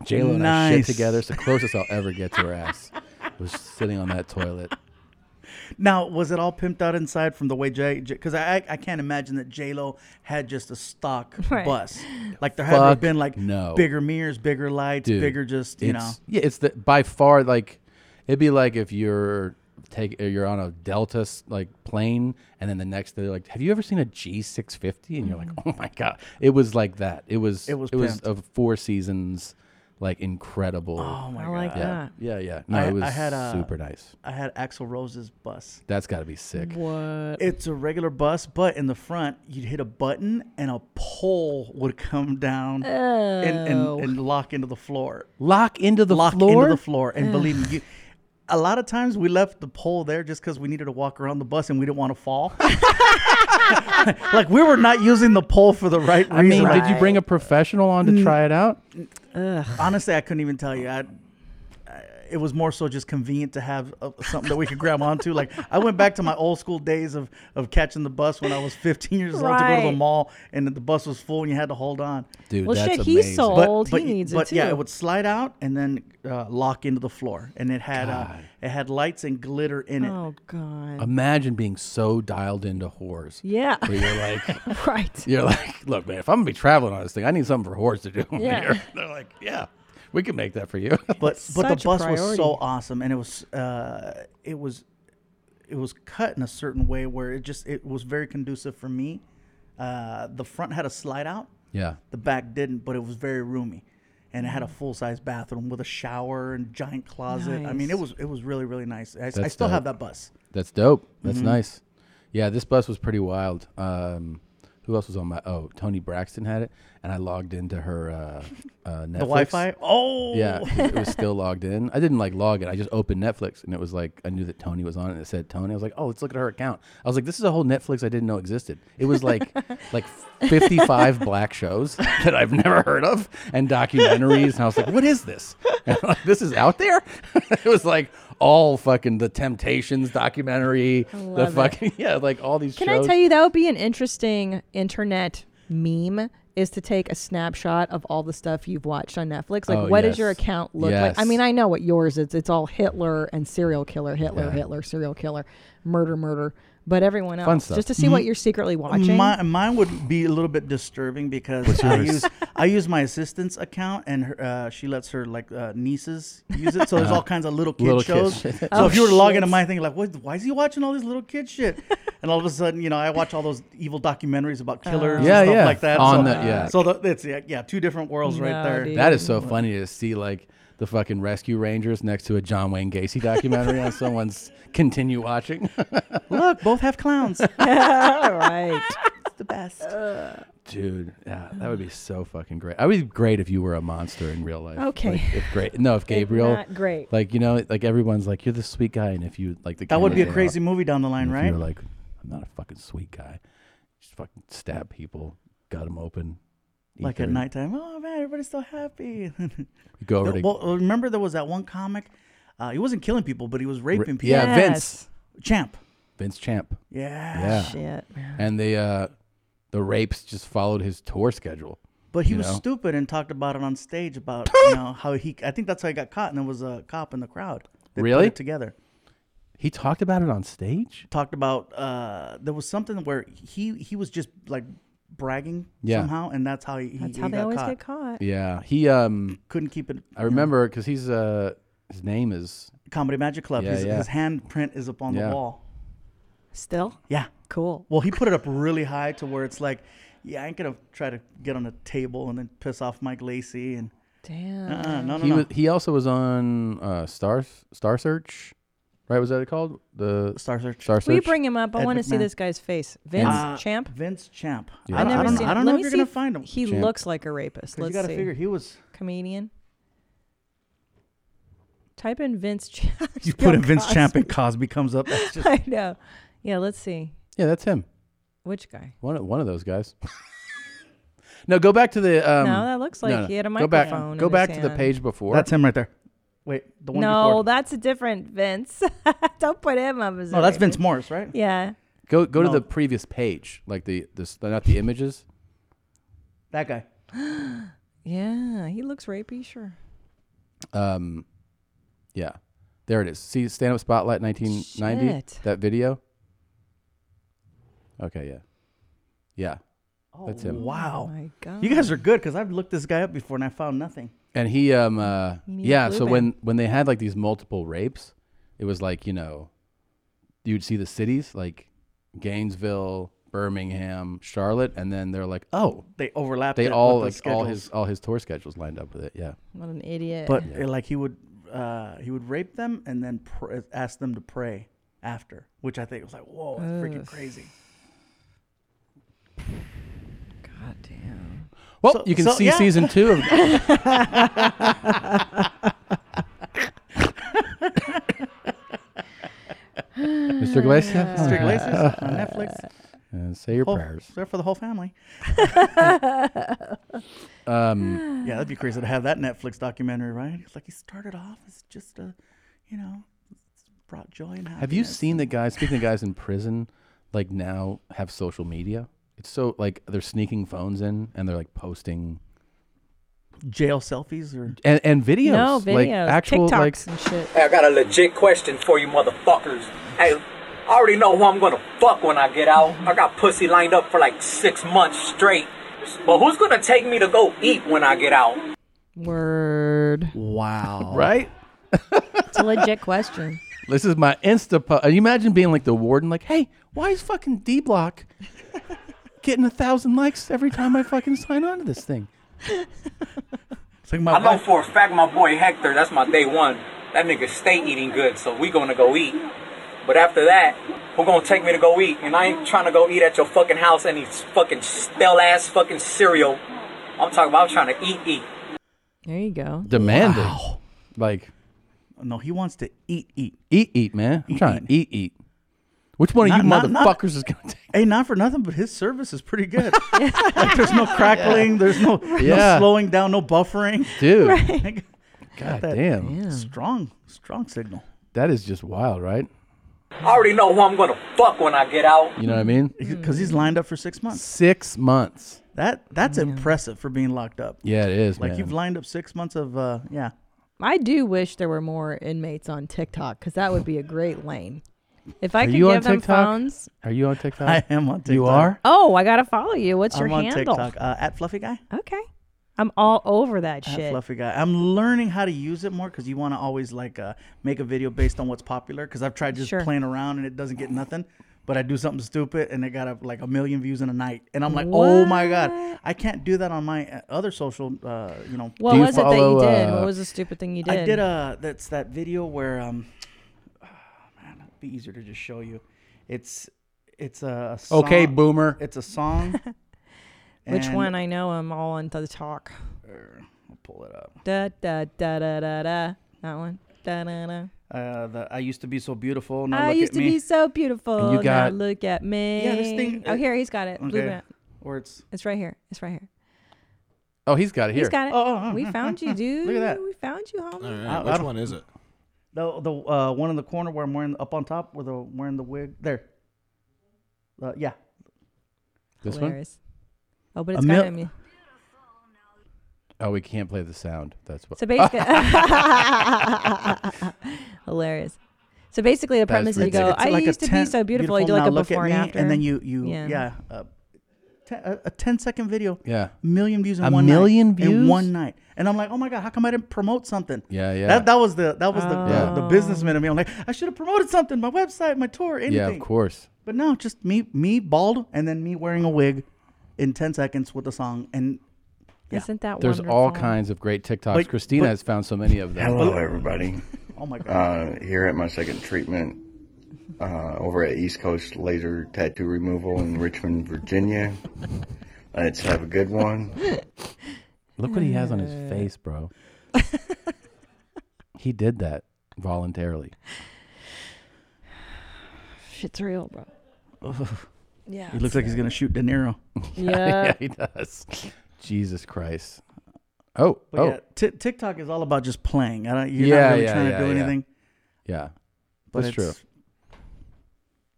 J Lo and I shit
Nice.
together. It's the closest I'll ever get to her ass. was sitting on that toilet.
Now, was it all pimped out inside from the way J? Because I, I I can't imagine that J Lo had just a stock
Right.
bus. Like there had to have
Fuck
been like
no.
bigger mirrors, bigger lights,
Dude,
bigger just you know.
it's- Yeah, it's the by far like it'd be like if you're take or you're on a Delta s- like plane, and then the next day they're like, "Have you ever seen a G650?" And you're like, "Oh my god!" It was like that. It was
Mm-hmm. It was
it was
pimped.
a Four Seasons like incredible.
Oh my I
like
yeah.
that.
Yeah, yeah. No,
I,
it was
I had a,
super nice.
I had Axl Rose's bus.
That's got to be sick.
What?
It's a regular bus, but in the front you'd hit a button and a pole would come down and,
Oh.
and, and lock into the floor.
Lock into the
lock
floor.
into the floor. And believe me, you, a lot of times we left the pole there just because we needed to walk around the bus and we didn't want to fall. like we were not using the poll for the right reason.
I mean, did you bring a professional on to try it out?
Honestly, I couldn't even tell you. I, I- it was more so just convenient to have uh, something that we could grab onto. Like I went back to my old school days of of catching the bus when I was 15 years old to go to the
Right.
mall, and the bus was full and you had to hold on.
Dude,
Well, that's shit, he's amazing. so old, he needs it
but yeah,
too.
it would slide out and then uh, lock into the floor, and it had uh, it had lights and glitter in it.
Oh God.
Imagine being so dialed into whores.
Yeah.
Where you're like,
Right.
You're like, look, man, if I'm gonna be traveling on this thing, I need something for whores to do.
Yeah.
Here. They're like, yeah, we can make that for you.
but but the bus was so awesome, and it was uh, it was it was cut in a certain way where it just it was very conducive for me. Uh, the front had a slide out,
Yeah.
The back didn't, but it was very roomy, and it had a full size bathroom with a shower and giant closet. I mean, it
Nice.
was it was really really nice. I, I
That's
still have
dope.
that bus.
That's dope. That's
Mhm.
nice. Yeah, this bus was pretty wild. Um, who else was on my? Oh, Tony Braxton had it, and I logged into her uh, uh, Netflix.
Wi-Fi? Oh!
yeah, 'cause it was still logged in. I didn't like log it. I just opened Netflix, and it was like I knew that Tony was on it. and It said Tony. I was like, oh, let's look at her account. I was like, this is a whole Netflix I didn't know existed. It was like like fifty five black shows that I've never heard of and documentaries, and I was like, what is this? And I'm like, this is out there. it was like all fucking the Temptations documentary, the
love it.
fucking yeah, like all these.
Can
shows.
I tell you that would be an interesting internet meme is to take a snapshot of all the stuff you've watched on Netflix. Like
Oh,
what does your
yes.
account look like? I
Yes.
mean, I know what yours is. It's all Hitler and serial killer, Hitler,
Yeah.
Hitler, serial killer, murder, murder. But everyone
Fun
else
stuff.
just to see what
Mhm.
you're secretly watching.
Mi- mine would be a little bit disturbing because
What's
I
yours?
use I use my assistant's account and her, uh, she lets her like uh, nieces use it. So there's
Uh-huh.
all kinds of little kid
Little kid
shows.
shit.
so
Oh,
if you were logging into
shit.
my thing, like, what, why is he watching all this little kid shit? And all of a sudden, you know, I watch all those evil documentaries about
Oh.
killers
Yeah,
and stuff
yeah.
like that.
On
so,
the- yeah.
So the, it's yeah, yeah, two different worlds right there.
That is so funny to see like the fucking Rescue Rangers next to a John Wayne Gacy documentary on someone's continue watching.
Look, both have clowns.
right.
It's the best.
Dude, yeah, that would be so fucking great. I would be great if you were a monster in real life.
Okay.
Like, if great. No, if Gabriel.
not great.
Like, you know, like everyone's like, you're the sweet guy. And if you, like, the
That would be a
cameras
crazy
out,
movie down the line,
and if
right?
You're like, I'm not a fucking sweet guy. Just fucking stab people, gut them open. eat
like at
their-
nighttime. Oh man, everybody's so happy.
Go over
The-
to-
well, remember there was that one comic. Uh, he wasn't killing people, but he was raping people.
yeah, Vince.
Champ.
Vince Champ.
Yeah.
Yeah.
Shit, man.
And the uh, the rapes just followed his tour schedule.
But he
you
was
know?
stupid and talked about it on stage about you know how he. I think that's how he got caught, and there was a cop in the crowd. They put
Really?
it together.
He talked about it on stage.
Talked about uh, there was something where he he was just like bragging
Yeah.
somehow, and that's how he.
That's
he
how they
got
always
caught.
get caught.
Yeah, he um
couldn't keep it.
I remember because he's uh his name is
Comedy Magic Club.
Yeah,
his,
yeah.
his handprint is up on
Yeah.
the wall.
Still?
Yeah.
Cool.
Well, he put it up really high to where it's like, yeah, I ain't gonna try to get on a table and then piss off Mike Lacey and.
Damn.
Uh-uh, no, no,
he
no.
was he also was on uh Star Star Search, right? Was that it called the
Star Search?
Star
Will
Search.
you bring him up? I
Ed
want to see
McMahon.
this guy's face. Vince
Uh,
Champ.
Vince Champ.
Yeah.
I
I
never
don't-
seen
I
it.
don't
Let
know if
me
you're
see
gonna find him.
He
Champ.
looks like a rapist.
'Cause you
Let's
gotta
see.
figure he was
comedian. Type in Vince Champ.
You put in Vince Champ and Cosby comes up. That's just,
I know. Yeah, let's see.
Yeah, that's him.
Which guy?
One of- one of those guys. no, go back to the um
No, that looks like he had a
Go back,
microphone
Go
in
back
his
to the
hand.
page before.
That's him right there. Wait, the one
no,
before.
that's a different Vince. Don't put him up as
No,
a
that's Vince
rapist.
Morris, right?
Yeah.
Go go
No.
to the previous page, like the this not the images.
That guy.
Yeah, he looks rapey, sure.
Um, yeah, there it is. See stand up spotlight 1990.
Shit.
That video. Okay, yeah, yeah, that's him.
Oh, Wow.
Oh my God.
You guys are good because I've looked this guy up before and I found nothing.
And he, um, uh,
You need
yeah. So
Lupin.
when when they had like these multiple rapes, it was like you know, you'd see the cities like Gainesville, Birmingham, Charlotte, and then they're like, oh,
They overlapped it
They
with
all
the
like all
schedules.
his all his tour schedules lined up with it. Yeah.
What an idiot.
But uh, like he would, uh, he would rape them and then pr- eh, ask them to pray after, which I think was like, whoa, that's freaking
Ugh.
crazy.
God damn.
Well,
So-
you can
so-
see
yeah.
season two of. Mr. Glacier?
Mr. Glacier on Netflix.
And Uh, say your
Whole-
prayers.
There for the whole family.
Um,
yeah, that'd be crazy to have that Netflix documentary, right? It's like he started off as just a, you know, it's brought joy and happiness.
Have you seen the guys? Speaking of guys in prison, like now have social media. It's so like they're sneaking phones in and they're like posting
jail selfies or
and, and videos, like actual like
Hey, I got a legit question for you, motherfuckers. Hey, I already know who I'm gonna fuck when I get out. I got pussy lined up for like six months straight. But who's gonna take me to go eat when I get out?
Word.
Wow.
right.
It's a legit question.
This is my Insta. Po- uh, you imagine being like the warden, like, hey, why is fucking D Block getting a thousand likes every time I fucking sign on to this thing?
I know for a fact my boy Hector, that's my day one. That nigga stay eating good, so we gonna go eat. But after that, who gonna take me to go eat? And I ain't trying to go eat at your fucking house and eat fucking stale ass fucking cereal. I'm talking about I'm trying to eat, eat.
There you go.
Demanding, like,
no, he wants to eat, eat,
eat, eat, man. I'm trying to eat, eat. Which one of you
Not-
motherfuckers
not- not-
is gonna?
Hey, not for nothing, but his service is pretty good. like, there's no crackling, there's no,
Yeah.
no slowing down, no buffering.
Dude.
Right.
God damn.
Strong, Mm, strong signal.
That is just wild, right?
I already know who I'm gonna fuck when I get out.
You know what I mean?
Because he's lined up for six months.
Six months.
That that's impressive for being locked up.
Yeah, it is,
Like
man.
you've lined up six months of uh, yeah.
I do wish there were more inmates on TikTok because that would be a great lane. If I
Are
could
you on
give them
TikTok?
phones.
Are you on TikTok?
I am on
You
TikTok.
are?
Oh, I gotta follow you. What's your
I'm on
handle?
TikTok uh, at Fluffy Guy.
Okay, I'm all over that
At
shit.
Fluffy Guy. I'm learning how to use it more because you want to always like uh, make a video based on what's popular. Because I've tried just
Sure.
playing around and it doesn't get nothing. But I do something stupid and it got up like a million views in a night, and I'm like, oh my god, I can't do that on my uh, other social. Uh, you know,
What was it that you
uh,
did? what was the stupid thing you did?
I did a that's that video where um, oh, man, it'd be easier to just show you. It's it's a song,
Okay, boomer.
It's a song.
Which
and- Er,
one? I know I'm all on the talk.
I'll pull it up.
Da da da da da da. That one. Da da da.
Uh, the I used to be so beautiful. Now
I
look
used to
at me.
be so beautiful.
got-
now look at me.
Yeah, this thing-
Oh, here he's got it. Blue
Okay.
band.
Or it's
It's right here. It's right here.
Oh, he's got it here.
He's got it.
Oh, oh,
we
oh,
found
oh,
you,
oh.
dude.
Look at that.
We found you, homie.
All
I-
right.
I
Which
don't-
one is it?
the the uh, one in the corner where I'm wearing up on top where the wearing the wig there. Uh, yeah,
This
Hilarious. Oh, but
A
it's got
mil-
it in me.
one? Oh, we can't play the sound. That's what.
So basically, hilarious. So basically, the
That
premise
is
is you go,
ridiculous.
I
It's like a
used to be
tent-
so beautiful. You do
now
like a
look at
before and
me,
after,
and then you you yeah, uh, te- a, a 10 second video.
Yeah.
million views in
A
one night.
million
in
views?
one night, and I'm like, oh my god, how come I didn't promote something?
Yeah, yeah.
That that was the that was the
Oh.
Yeah.
the, the businessman in me. I'm like, I should have promoted something, my website, my tour, anything.
yeah, of course.
But no, just me me bald and then me wearing a wig in 10 seconds with the song and
Isn't that
There's all kinds of great TikToks.
But-
Christina
but-
has found so many of them.
Hello, everybody.
Oh my god.
Uh, here at my second treatment uh, over at East Coast Laser Tattoo Removal in Richmond, Virginia. Let's have a good one.
Look what he has on his face, bro. he did that voluntarily.
Shit's real, bro. Yeah.
He looks like he's gonna shoot De Niro.
Yeah.
yeah, he does. Jesus Christ. Oh,
But
oh,
yeah, t- TikTok is all about just playing. I don't, you're
Yeah,
not really
yeah,
trying
yeah,
to do
yeah.
anything.
yeah.
But
That's true.
it's-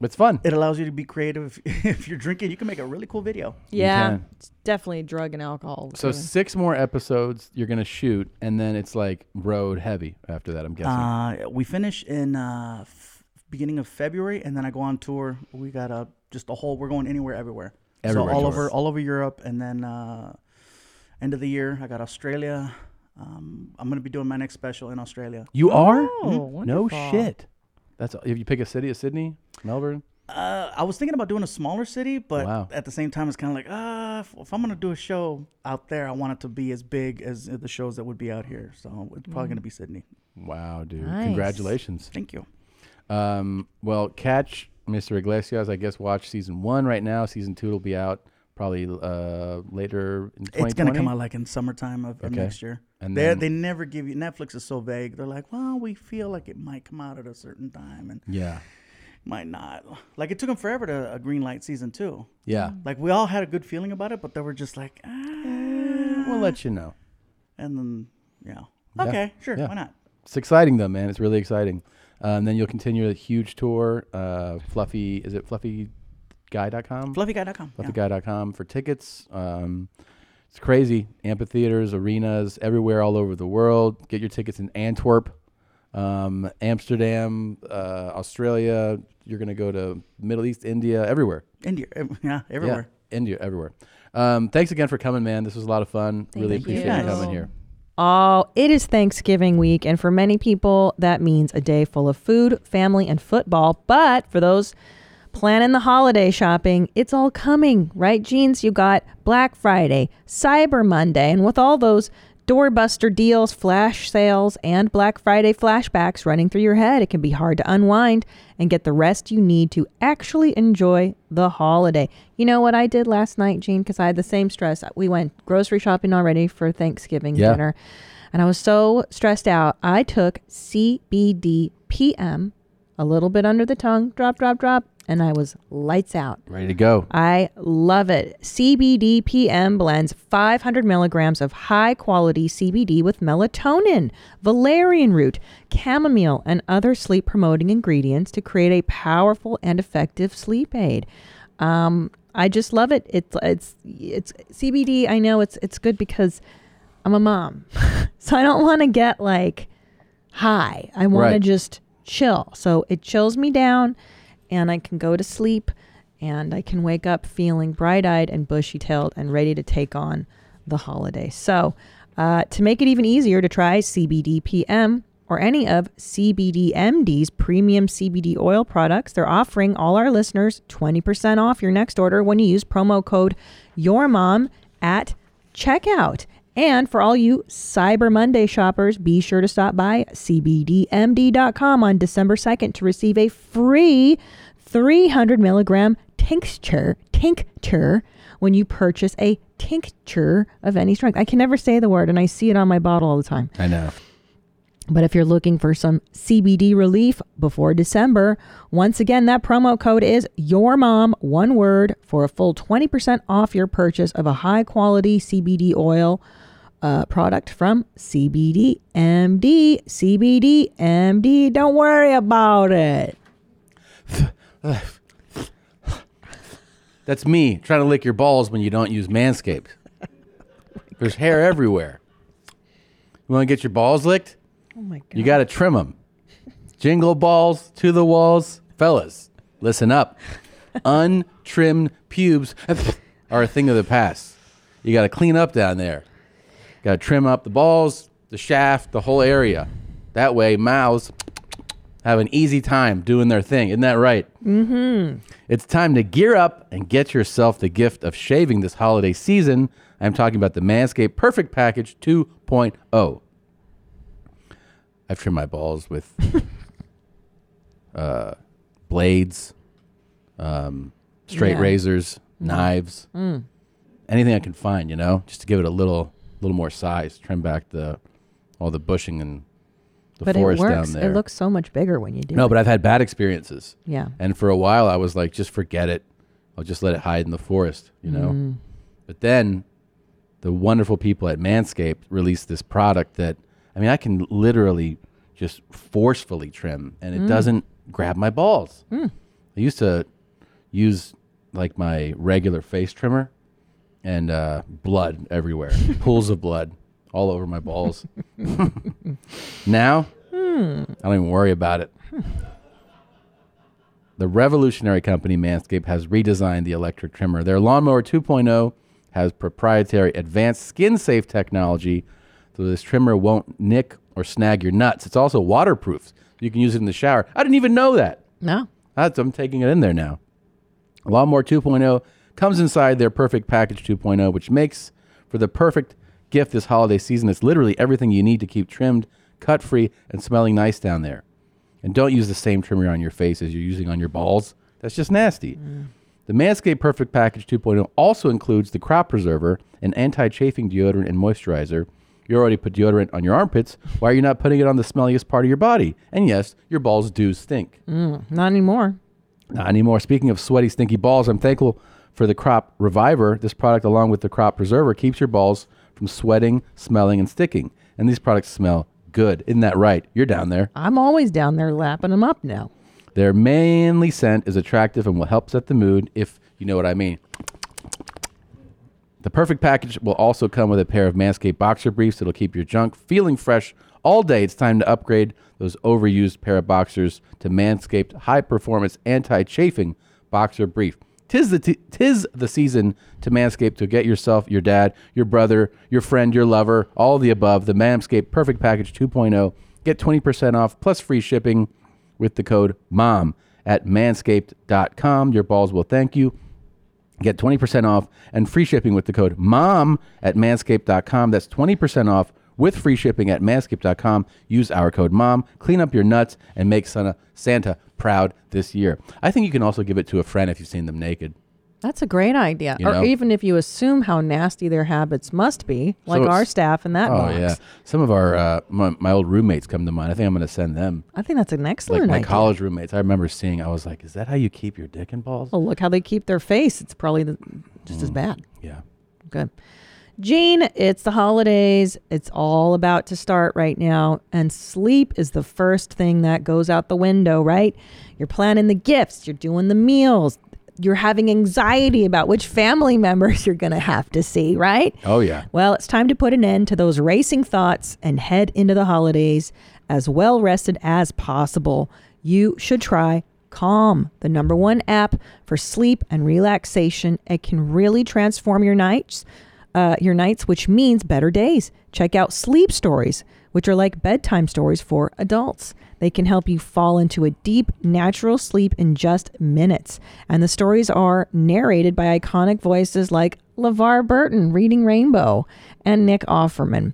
It's fun.
It allows you to be creative. If you're drinking, you can make a really cool video.
Yeah.
can.
It's definitely drug and alcohol.
So
too.
six more episodes you're gonna shoot, and then it's like road heavy after that. I'm guessing.
Uh, we finish in uh, f- beginning of February, and then I go on tour. We got a just a whole. We're going anywhere, everywhere.
Everywhere
so all
tour.
over, all over Europe, and then uh, end of the year, I got Australia. Um, I'm gonna be doing my next special in Australia.
you are? Hmm.
Mhm.
no shit. That's if you pick a city, a Sydney, Melbourne.
Uh, I was thinking about doing a smaller city, but
Wow.
at the same time, it's kind of like, ah, if, if I'm gonna do a show out there, I want it to be as big as the shows that would be out here. So it's probably
Mm.
gonna be Sydney.
Wow, dude!
Nice.
Congratulations.
Thank you.
Um, well, catch Mr. Iglesias. I guess watch season one right now. Season two will be out probably uh, later. In
It's gonna
2020?
come out like in summertime of, of
Okay.
next year.
And
And they
then-
they never give you Netflix is so vague. They're like, well, we feel like it might come out at a certain time, and
Yeah.
might not. Like it took them forever to uh, green light season two.
Yeah.
Like we all had a good feeling about it, but they were just like, ah.
we'll let you know.
And then, yeah.
Yeah.
Okay, sure.
Yeah.
Why not?
It's exciting though, man. It's really exciting. Uh, and then you'll continue a huge tour. Uh, fluffy, is it fluffyguy.com?
Fluffyguy.com, yeah.
Fluffyguy.com for tickets. Um, it's crazy. Amphitheaters, arenas, everywhere, all over the world. Get your tickets in Antwerp, um, Amsterdam, uh, Australia. You're gonna go to Middle East, India, everywhere.
India, ev- yeah, everywhere.
Yeah, India, everywhere. Um, thanks again for coming, man. This was a lot of fun. really
you.
appreciate you
Yes.
coming here.
Oh, it is Thanksgiving week, and for many people, that means a day full of food, family, and football. But for those planning the holiday shopping, it's all coming, right, Jeans? You got Black Friday, Cyber Monday, and with all those doorbuster deals, flash sales, and Black Friday flashbacks running through your head, it can be hard to unwind and get the rest you need to actually enjoy the holiday. You know what I did last night, Gene? Because I had the same stress. We went grocery shopping already for Thanksgiving
Yeah.
dinner, and I was so stressed out. I took CBD PM, a little bit under the tongue, drop, drop, drop, and I was lights out.
Ready to go.
I love it. CBD PM blends 500 milligrams of high quality CBD with melatonin, valerian root, chamomile, and other sleep promoting ingredients to create a powerful and effective sleep aid. Um, I just love it. It's it's it's CBD. I know it's it's good because I'm a mom, so I don't want to get like high. I want to
Right.
just chill. So it chills me down and I can go to sleep and I can wake up feeling bright eyed and bushy tailed and ready to take on the holiday. So, uh, to make it even easier to try CBD PM or any of CBDMD's premium CBD oil products, they're offering all our listeners 20% off your next order when you use promo code YOURMOM at checkout. And for all you Cyber Monday shoppers, be sure to stop by CBDMD.com on December 2nd to receive a free 300 milligram tincture, tincture, when you purchase a tincture of any strength. I can never say the word, and I see it on my bottle all the time.
I know.
But if you're looking for some CBD relief before December, once again, that promo code is your mom, one word, for a full 20% off your purchase of a high quality CBD oil uh, product from CBD MD. CBD MD, don't worry about it.
That's me trying to lick your balls when you don't use Manscaped. There's hair everywhere. You want to get your balls licked?
Oh my
You got to trim them. Jingle balls to the walls. Fellas, listen up. Untrimmed pubes are a thing of the past. You got to clean up down there. Got to trim up the balls, the shaft, the whole area. That way, mouths have an easy time doing their thing. Isn't that right?
Mm-hmm.
It's time to gear up and get yourself the gift of shaving this holiday season. I'm talking about the Manscaped Perfect Package 2.0. I've trimmed my balls with uh, blades, um, straight
Yeah.
razors,
Mm.
knives,
Mm.
anything I can find, you know, just to give it a little, little more size, trim back the all the bushing and the
but it
forest
works.
down there.
It looks so much bigger when you do
No,
it.
but I've had bad experiences.
Yeah.
And for a while, I was like, just forget it. I'll just let it hide in the forest, you know?
Mm.
But then the wonderful people at Manscaped released this product that, I mean, I can literally just forcefully trim and it
Mm.
doesn't grab my balls.
Mm.
I used to use like my regular face trimmer and uh, blood everywhere, pools of blood all over my balls. now,
Hmm.
I don't even worry about it. The revolutionary company Manscaped has redesigned the electric trimmer. Their lawnmower 2.0 has proprietary advanced skin safe technology, so this trimmer won't nick or snag your nuts. It's also waterproof. You can use it in the shower. I didn't even know that.
No.
That's, I'm taking it in there now. Lawnmower 2.0 comes inside their Perfect Package 2.0, which makes for the perfect gift this holiday season. It's literally everything you need to keep trimmed, cut free, and smelling nice down there. And don't use the same trimmer on your face as you're using on your balls. That's just nasty. The Manscaped Perfect Package 2.0 also includes the crop preserver, an anti chafing deodorant and moisturizer. You already put deodorant on your armpits. Why are you not putting it on the smelliest part of your body? And yes, your balls do stink.
Mm, not anymore.
Not anymore. Speaking of sweaty, stinky balls, I'm thankful for the Crop Reviver. This product, along with the Crop Preserver, keeps your balls from sweating, smelling, and sticking. And these products smell good. Isn't that right? You're down there.
I'm always down there lapping them up now.
Their manly scent is attractive and will help set the mood, if you know what I mean. The perfect package will also come with a pair of Manscaped boxer briefs that'll keep your junk feeling fresh all day. It's time to upgrade those overused pair of boxers to Manscaped high performance anti chafing boxer brief. Tis the, t- tis the season to Manscaped to get yourself, your dad, your brother, your friend, your lover, all the above, the Manscaped Perfect Package 2.0. Get 20% off plus free shipping with the code MOM at manscaped.com. Your balls will thank you. Get 20% off and free shipping with the code MOM at manscaped.com. That's 20% off with free shipping at manscaped.com. Use our code MOM, clean up your nuts, and make Santa, Santa proud this year. I think you can also give it to a friend if you've seen them naked.
That's a great idea.
You
or
know?
even if you assume how nasty their habits must be, like
So
our
it's-
staff in that
oh,
box.
yeah. Some of our, uh, my, my old roommates come to mind. I think I'm going to send them.
I think that's an
Like
excellent
my
idea.
college roommates, I remember seeing, I was like, is that how you keep your dick and balls?
Well, look how they keep their face. It's probably the, just as
Mm,
bad.
yeah.
Good. Gene, it's the holidays. It's all about to start right now. And sleep is the first thing that goes out the window, right? You're planning the gifts, you're doing the meals, you're having anxiety about which family members you're going to have to see, right?
Oh, yeah.
Well, it's time to put an end to those racing thoughts and head into the holidays as well rested as possible. You should try Calm, the number one app for sleep and relaxation. It can really transform your nights, uh, your nights, which means better days. Check out Sleep Stories, which are like bedtime stories for adults. They can help you fall into a deep, natural sleep in just minutes. And the stories are narrated by iconic voices like LeVar Burton reading Rainbow and Nick Offerman.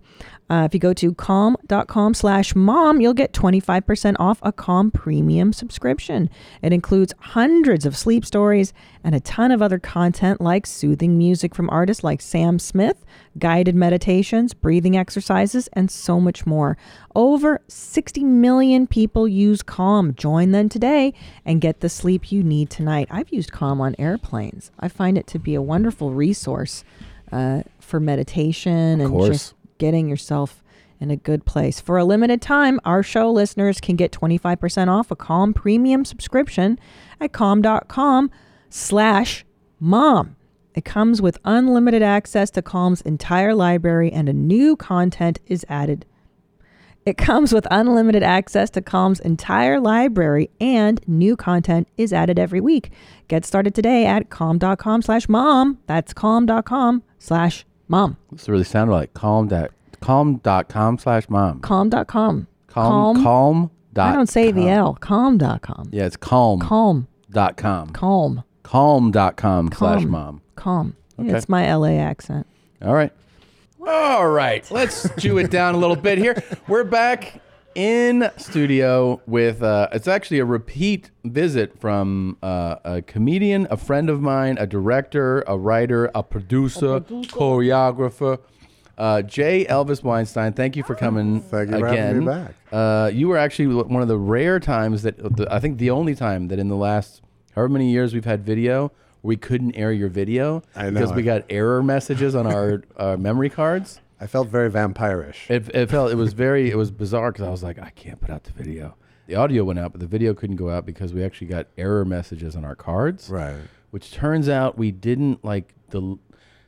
Uh, if you go to calm.com slash mom, you'll get 25% off a Calm premium subscription. It includes hundreds of sleep stories and a ton of other content like soothing music from artists like Sam Smith, guided meditations, breathing exercises, and so much more. Over 60 million people use Calm. Join them today and get the sleep you need tonight. I've used Calm on airplanes. I find it to be a wonderful resource uh, for meditation and
course.
just getting yourself in a good place. For a limited time, our show listeners can get 25% off a Calm premium subscription at calm.com slash mom. It comes with unlimited access to Calm's entire library and a new content is added it comes with unlimited access to Calm's entire library and new content is added every week. Get started today at calm.com slash mom. That's calm.com slash mom.
This really sounded like calm dot calm.com slash mom.
Calm.com.
Calm. Calm.
I don't say the L. Calm.com.
Yeah, it's calm.
Calm.
Dot com.
Calm.
Calm.com slash
Calm.
mom.
Calm.
Okay.
It's my LA accent.
All right. All right. Let's chew it down a little bit here. We're back in studio with uh, it's actually a repeat visit from uh, a comedian, a friend of mine, a director, a writer, a producer, choreographer. Uh, J. Elvis Weinstein, thank you for coming Thank
you for
again.
having me back.
Uh, you were actually one of the rare times that the, I think the only time that in the last however many years we've had video, we couldn't air your video
I
because
know.
we got error messages on our, our memory cards.
I felt very vampirish.
It, it felt it was very it was bizarre because I was like I can't put out the video. The audio went out, but the video couldn't go out because we actually got error messages on our cards.
Right.
Which turns out we didn't like the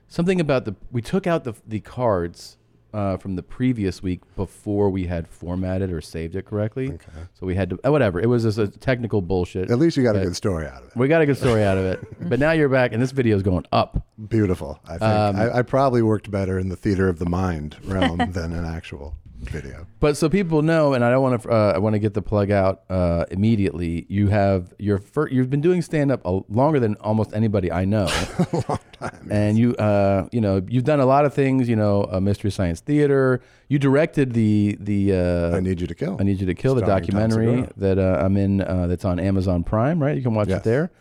something about the we took out the the cards uh, from the previous week before we had formatted or saved it correctly. Okay. So we had to uh, whatever it was just a technical bullshit.
At least you got a
but
good story out of it.
We got a good story out of it. But now you're back, and this video is going up.
Beautiful. I think
Um,
I, I probably worked better in the theater of the mind realm than an actual video.
But so people know, and I don't want to. Uh, I want to get the plug out uh, immediately. You have your fir- you've been doing stand up longer than almost anybody I know. a long time. And you, uh, you know, you've done a lot of things. You know, uh, Mystery Science Theater. You directed the the. Uh, I
need you to kill.
I need you to kill the
Starring Tom
documentary
Segura.
that uh, I'm in. Uh, that's on Amazon Prime, right? You can watch it there.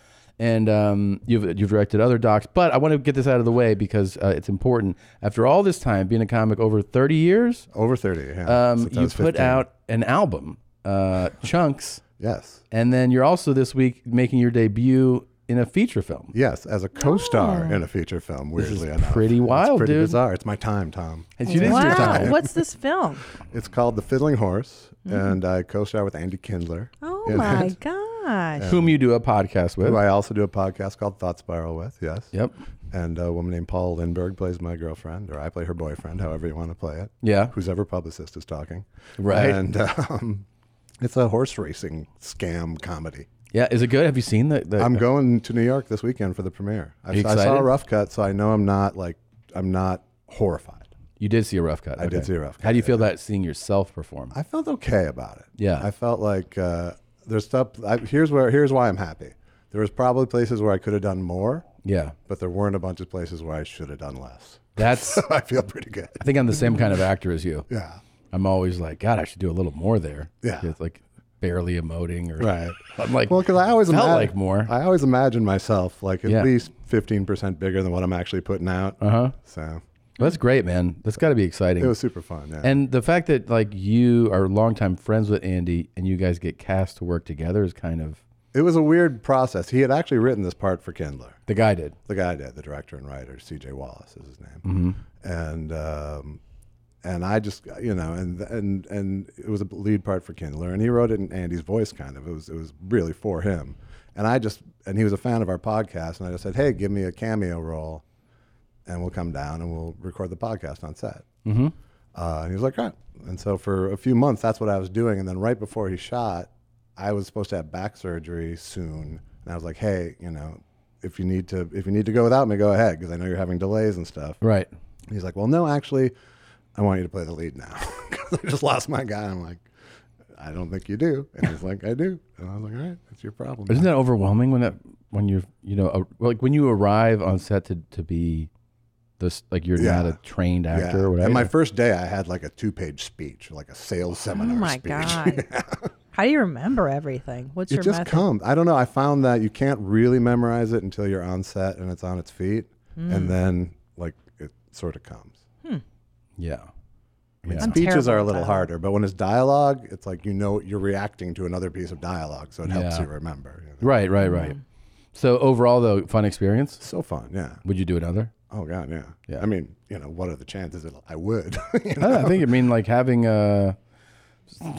And um, you've you've directed other docs, but I want to get this out of the way because uh, it's important. After all this time being a comic over 30 years,
over 30, yeah.
um,
Since I
you
was
put
15.
out an album, uh, Chunks,
Yes.
And then you're also this week making your debut in a feature film.
Yes, as a co-star in a feature film.
This
Weirdly
is
enough,
pretty
It's
wild,
pretty
dude.
bizarre. It's my time, Tom.
It's
It's my
wow.
time.
What's this film?
It's called The Fiddling Horse,
Mm.
and I co-star with Andy Kindler.
Oh
in
my
it.
gosh.
Whom you do a podcast with?
Who I also do a podcast called Thought Spiral with. Yes.
Yep.
And a woman named Paul Lindberg plays my girlfriend, or I play her boyfriend, however you want to play it.
Yeah.
Whose ever publicist is talking.
Right.
And um, it's a horse racing scam comedy.
Yeah, is it good? Have you seen the? the
I'm going to New York this weekend for the premiere. I,
Are you
I saw
excited?
a rough cut, so I know I'm not like I'm not horrified.
You did see a rough cut.
I did see a rough
How do you feel about seeing yourself perform?
I felt okay about it.
Yeah.
I felt like uh, there's stuff. I, here's where here's why I'm happy. There was probably places where I could have done more.
Yeah.
but there weren't a bunch of places where I should have done less.
That's
so I feel pretty good.
I think I'm the same kind of actor as you.
Yeah.
I'm always like, God, I should do a little more there.
Yeah.
It's like barely emoting or
Right.
I'm like,
well, because I always
felt
imagine,
like more.
I always imagine myself like at
Yeah.
least fifteen percent bigger than what I'm actually putting out.
Uh huh.
So
That's great, man. That's got to be exciting.
It was super fun, yeah.
And the fact that like you are longtime friends with Andy and you guys get cast to work together is kind of
It was a weird process. He had actually written this part for Kindler.
The guy did.
The guy did. The director and writer, C.J. Wallace is his name.
Mhm.
And um, and I just you know and and and it was a lead part for Kindler, and he wrote it in Andy's voice, kind of. It was it was really for him. And I just and he was a fan of our podcast, and I just said, hey, give me a cameo role, and we'll come down and we'll record the podcast on set.
Mhm.
Uh, and he was like, all right. And so for a few months, that's what I was doing. And then right before he shot, I was supposed to have back surgery soon. And I was like, hey, you know, if you need to, if you need to go without me, go ahead because I know you're having delays and stuff.
Right.
And he's like, well, no, actually, I want you to play the lead now because I just lost my guy. I'm like, I don't think you do. And he's like, I do. And I was like, all right, that's your problem.
Isn't that overwhelming when that when you're you know a, like when you arrive on set to to be this like you're not
Yeah.
a trained actor
Yeah.
or whatever.
And my first day, I had like a two page speech, like a sales
Oh
seminar
my
speech.
god. How do you remember everything? What's
it
your
just
method?
comes. I don't know. I found that you can't really memorize it until you're on set and it's on its feet,
Hmm.
Mm.
and then like it sort of comes.
Yeah,
I mean,
Yeah. Hmm. I'm
speeches
terrible
are a
at
little
dialogue.
harder, but when it's dialogue, it's like you know you're reacting to another piece of dialogue, so it helps
Yeah.
you remember. you know?
Right, right, right.
Mm-hmm.
So overall, though, fun experience.
So fun, yeah.
Would you do another?
Oh God, yeah.
Yeah.
I mean, you know, what are the chances that I would?
I, don't know, I think I mean like having a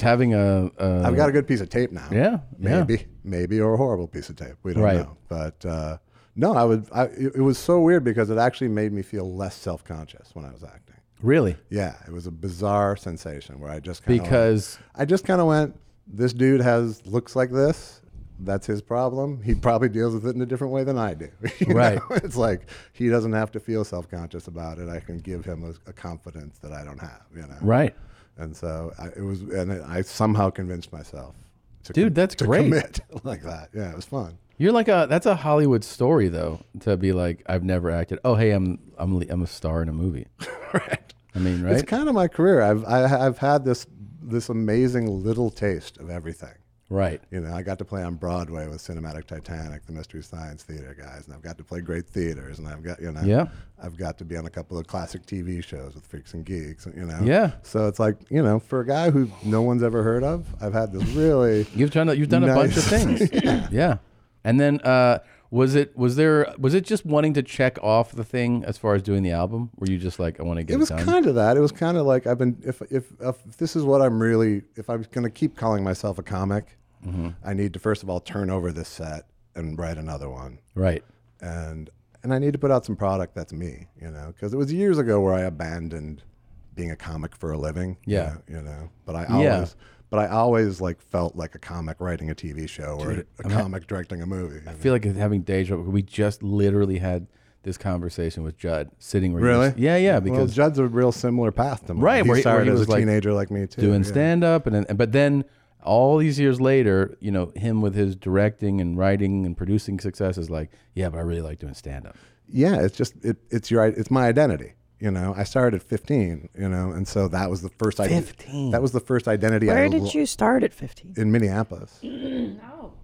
having a. a
I've got a good piece of tape now.
Uh, Yeah, yeah.
maybe, maybe, or a horrible piece of tape. We don't
Right.
know. But uh, no, I would. I, it it was so weird because it actually made me feel less self conscious when I was acting.
Really?
Yeah, it was a bizarre sensation where I just kind of
Because-
I just kind of went. This dude has looks like this. That's his problem. He probably deals with it in a different way than I do. You
Right.
know? It's like he doesn't have to feel self conscious about it. I can give him a, a confidence that I don't have. You know.
Right.
And so I, it was, and I somehow convinced myself. To
Dude, that's
to
great.
Commit like that. Yeah, it was fun.
You're like a that's a Hollywood story though to be like I've never acted. Oh hey, I'm I'm le- I'm a star in a movie. right. I mean, right?
It's kind of my career. I've I, I've had this this amazing little taste of everything.
Right.
You know, I got to play on Broadway with Cinematic Titanic, the Mystery Science Theater guys, and I've got to play great theaters, and I've got you know,
Yeah.
I've got to be on a couple of classic TV shows with Freaks and Geeks, and you know,
Yeah.
So it's like you know, for a guy who no one's ever heard of, I've had this really
You've done a- you've done a bunch of
nice-
things. yeah. And then uh was it was there was it just wanting to check off the thing as far as doing the album? Were you just like I want to get it,
it was
done?
kind of that. It was kind of like I've been if if if this is what I'm really if I'm going to keep calling myself a comic,
Mhm.
I need to first of all turn over this set and write another one.
Right.
And and I need to put out some product that's me, you know, because it was years ago where I abandoned being a comic for a living. you
Yeah.
know- you know, but I always.
Yeah.
But I always like felt like a comic writing a TV show or
Dude,
a
I'm ha-
comic directing a movie.
I feel like it's having deja vu. We just literally had this conversation with Judd sitting where he was- yeah, yeah,
well,
because
Judd's a real similar path to mine.
right
he
where,
started
where he
as
was
a teenager like me too,
doing
yeah.
stand up and, and but then all these years later you know him with his directing and writing and producing success is like yeah but i really like doing stand up
yeah, it's just it, it's your it's my identity. You know, I started at 15. You know, and so that was the first idea.
15.
That was the first identity. I
Where did
lo-
you start at 15?
In Minneapolis,
no.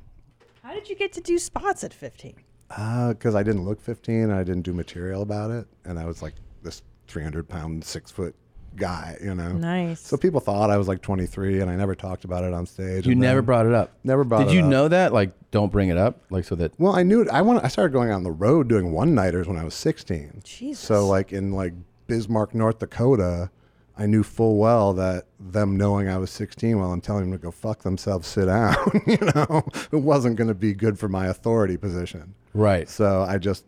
How did you get to do spots at 15?
because Uh, I didn't look 15. I didn't do material about it, and I was like this 300 pound, six foot guy, you know.
Nice.
So people thought I was like 23, and I never talked about it on stage.
You
and
never
then-
brought it up.
Never brought.
Did
it
you
up.
know that? Like, don't bring it up. Like, so that
Well, I knew it. I want. I started going on the road doing one nighters when I was sixteen. Jesus. So like in like Bismarck, North Dakota, I knew full well that them knowing I was sixteen while I'm telling them to go fuck themselves, sit down. you know, it wasn't going to be good for my authority position.
Right.
So I just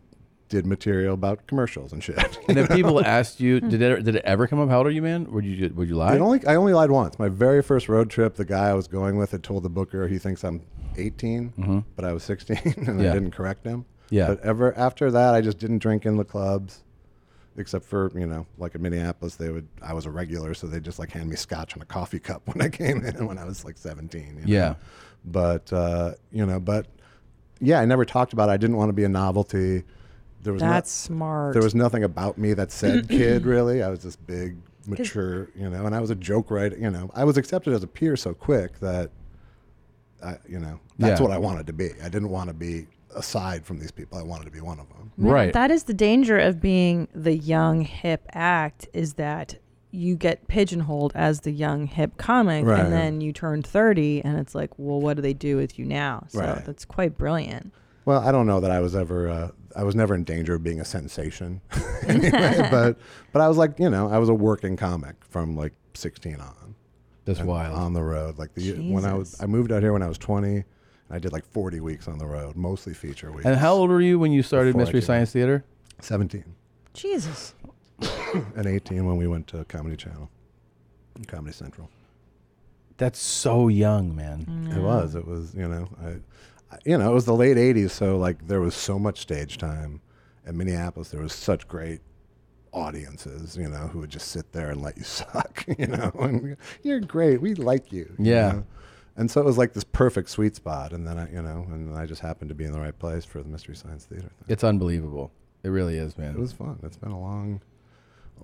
did material about commercials and shit.
and if
you know?
people asked you, did it did it ever come up? How old are you, man? Would you would you lie?
I only I only lied once. My very first road trip, the guy I was going with had told the booker he thinks I'm 18,
Mhm.
but I was 16, and
Yeah.
I didn't correct him.
Yeah.
But ever after that, I just didn't drink in the clubs, except for you know, like in Minneapolis, they would. I was a regular, so they just like hand me scotch in a coffee cup when I came in when I was like 17. you know?
Yeah.
But uh, you know, but yeah, I never talked about. it. I didn't want to be a novelty. There was no-
That's smart.
There was nothing about me that said kid really. I was this big, mature, you know, and I was a joke writer. You know, I was accepted as a peer so quick that, I, you know, that's
Yeah.
what I wanted to be. I didn't want to be aside from these people. I wanted to be one of them.
Th- That is the danger of being the young hip act is that you get pigeonholed as the young hip comic
Right.
and then you turn 30 and it's like, well, what do they do with you now? So
Right.
that's quite brilliant.
Well, I don't know that I was ever. Uh, I was never in danger of being a sensation, anyway, but but I was like, you know, I was a working comic from like 16 on.
That's wild.
On the road, like the when I was, I moved out here when I was 20, and I did like 40 weeks on the road, mostly feature weeks.
And how old were you when you started
Before I
Mystery
came
Science Theater?
17
Jesus.
and 18 when we went to Comedy Channel, and Comedy Central.
That's so young, man.
It was. It was. You know, I, I- you know, it was the late '80s, so like there was so much stage time. In Minneapolis, there was such great audiences, you know, who would just sit there and let you suck, you know, and you're great, we like you. you
Yeah.
know? And so it was like this perfect sweet spot, and then I, you know, and I just happened to be in the right place for the Mystery Science Theater.
It's unbelievable. It really is, man.
It was fun. It's been a long,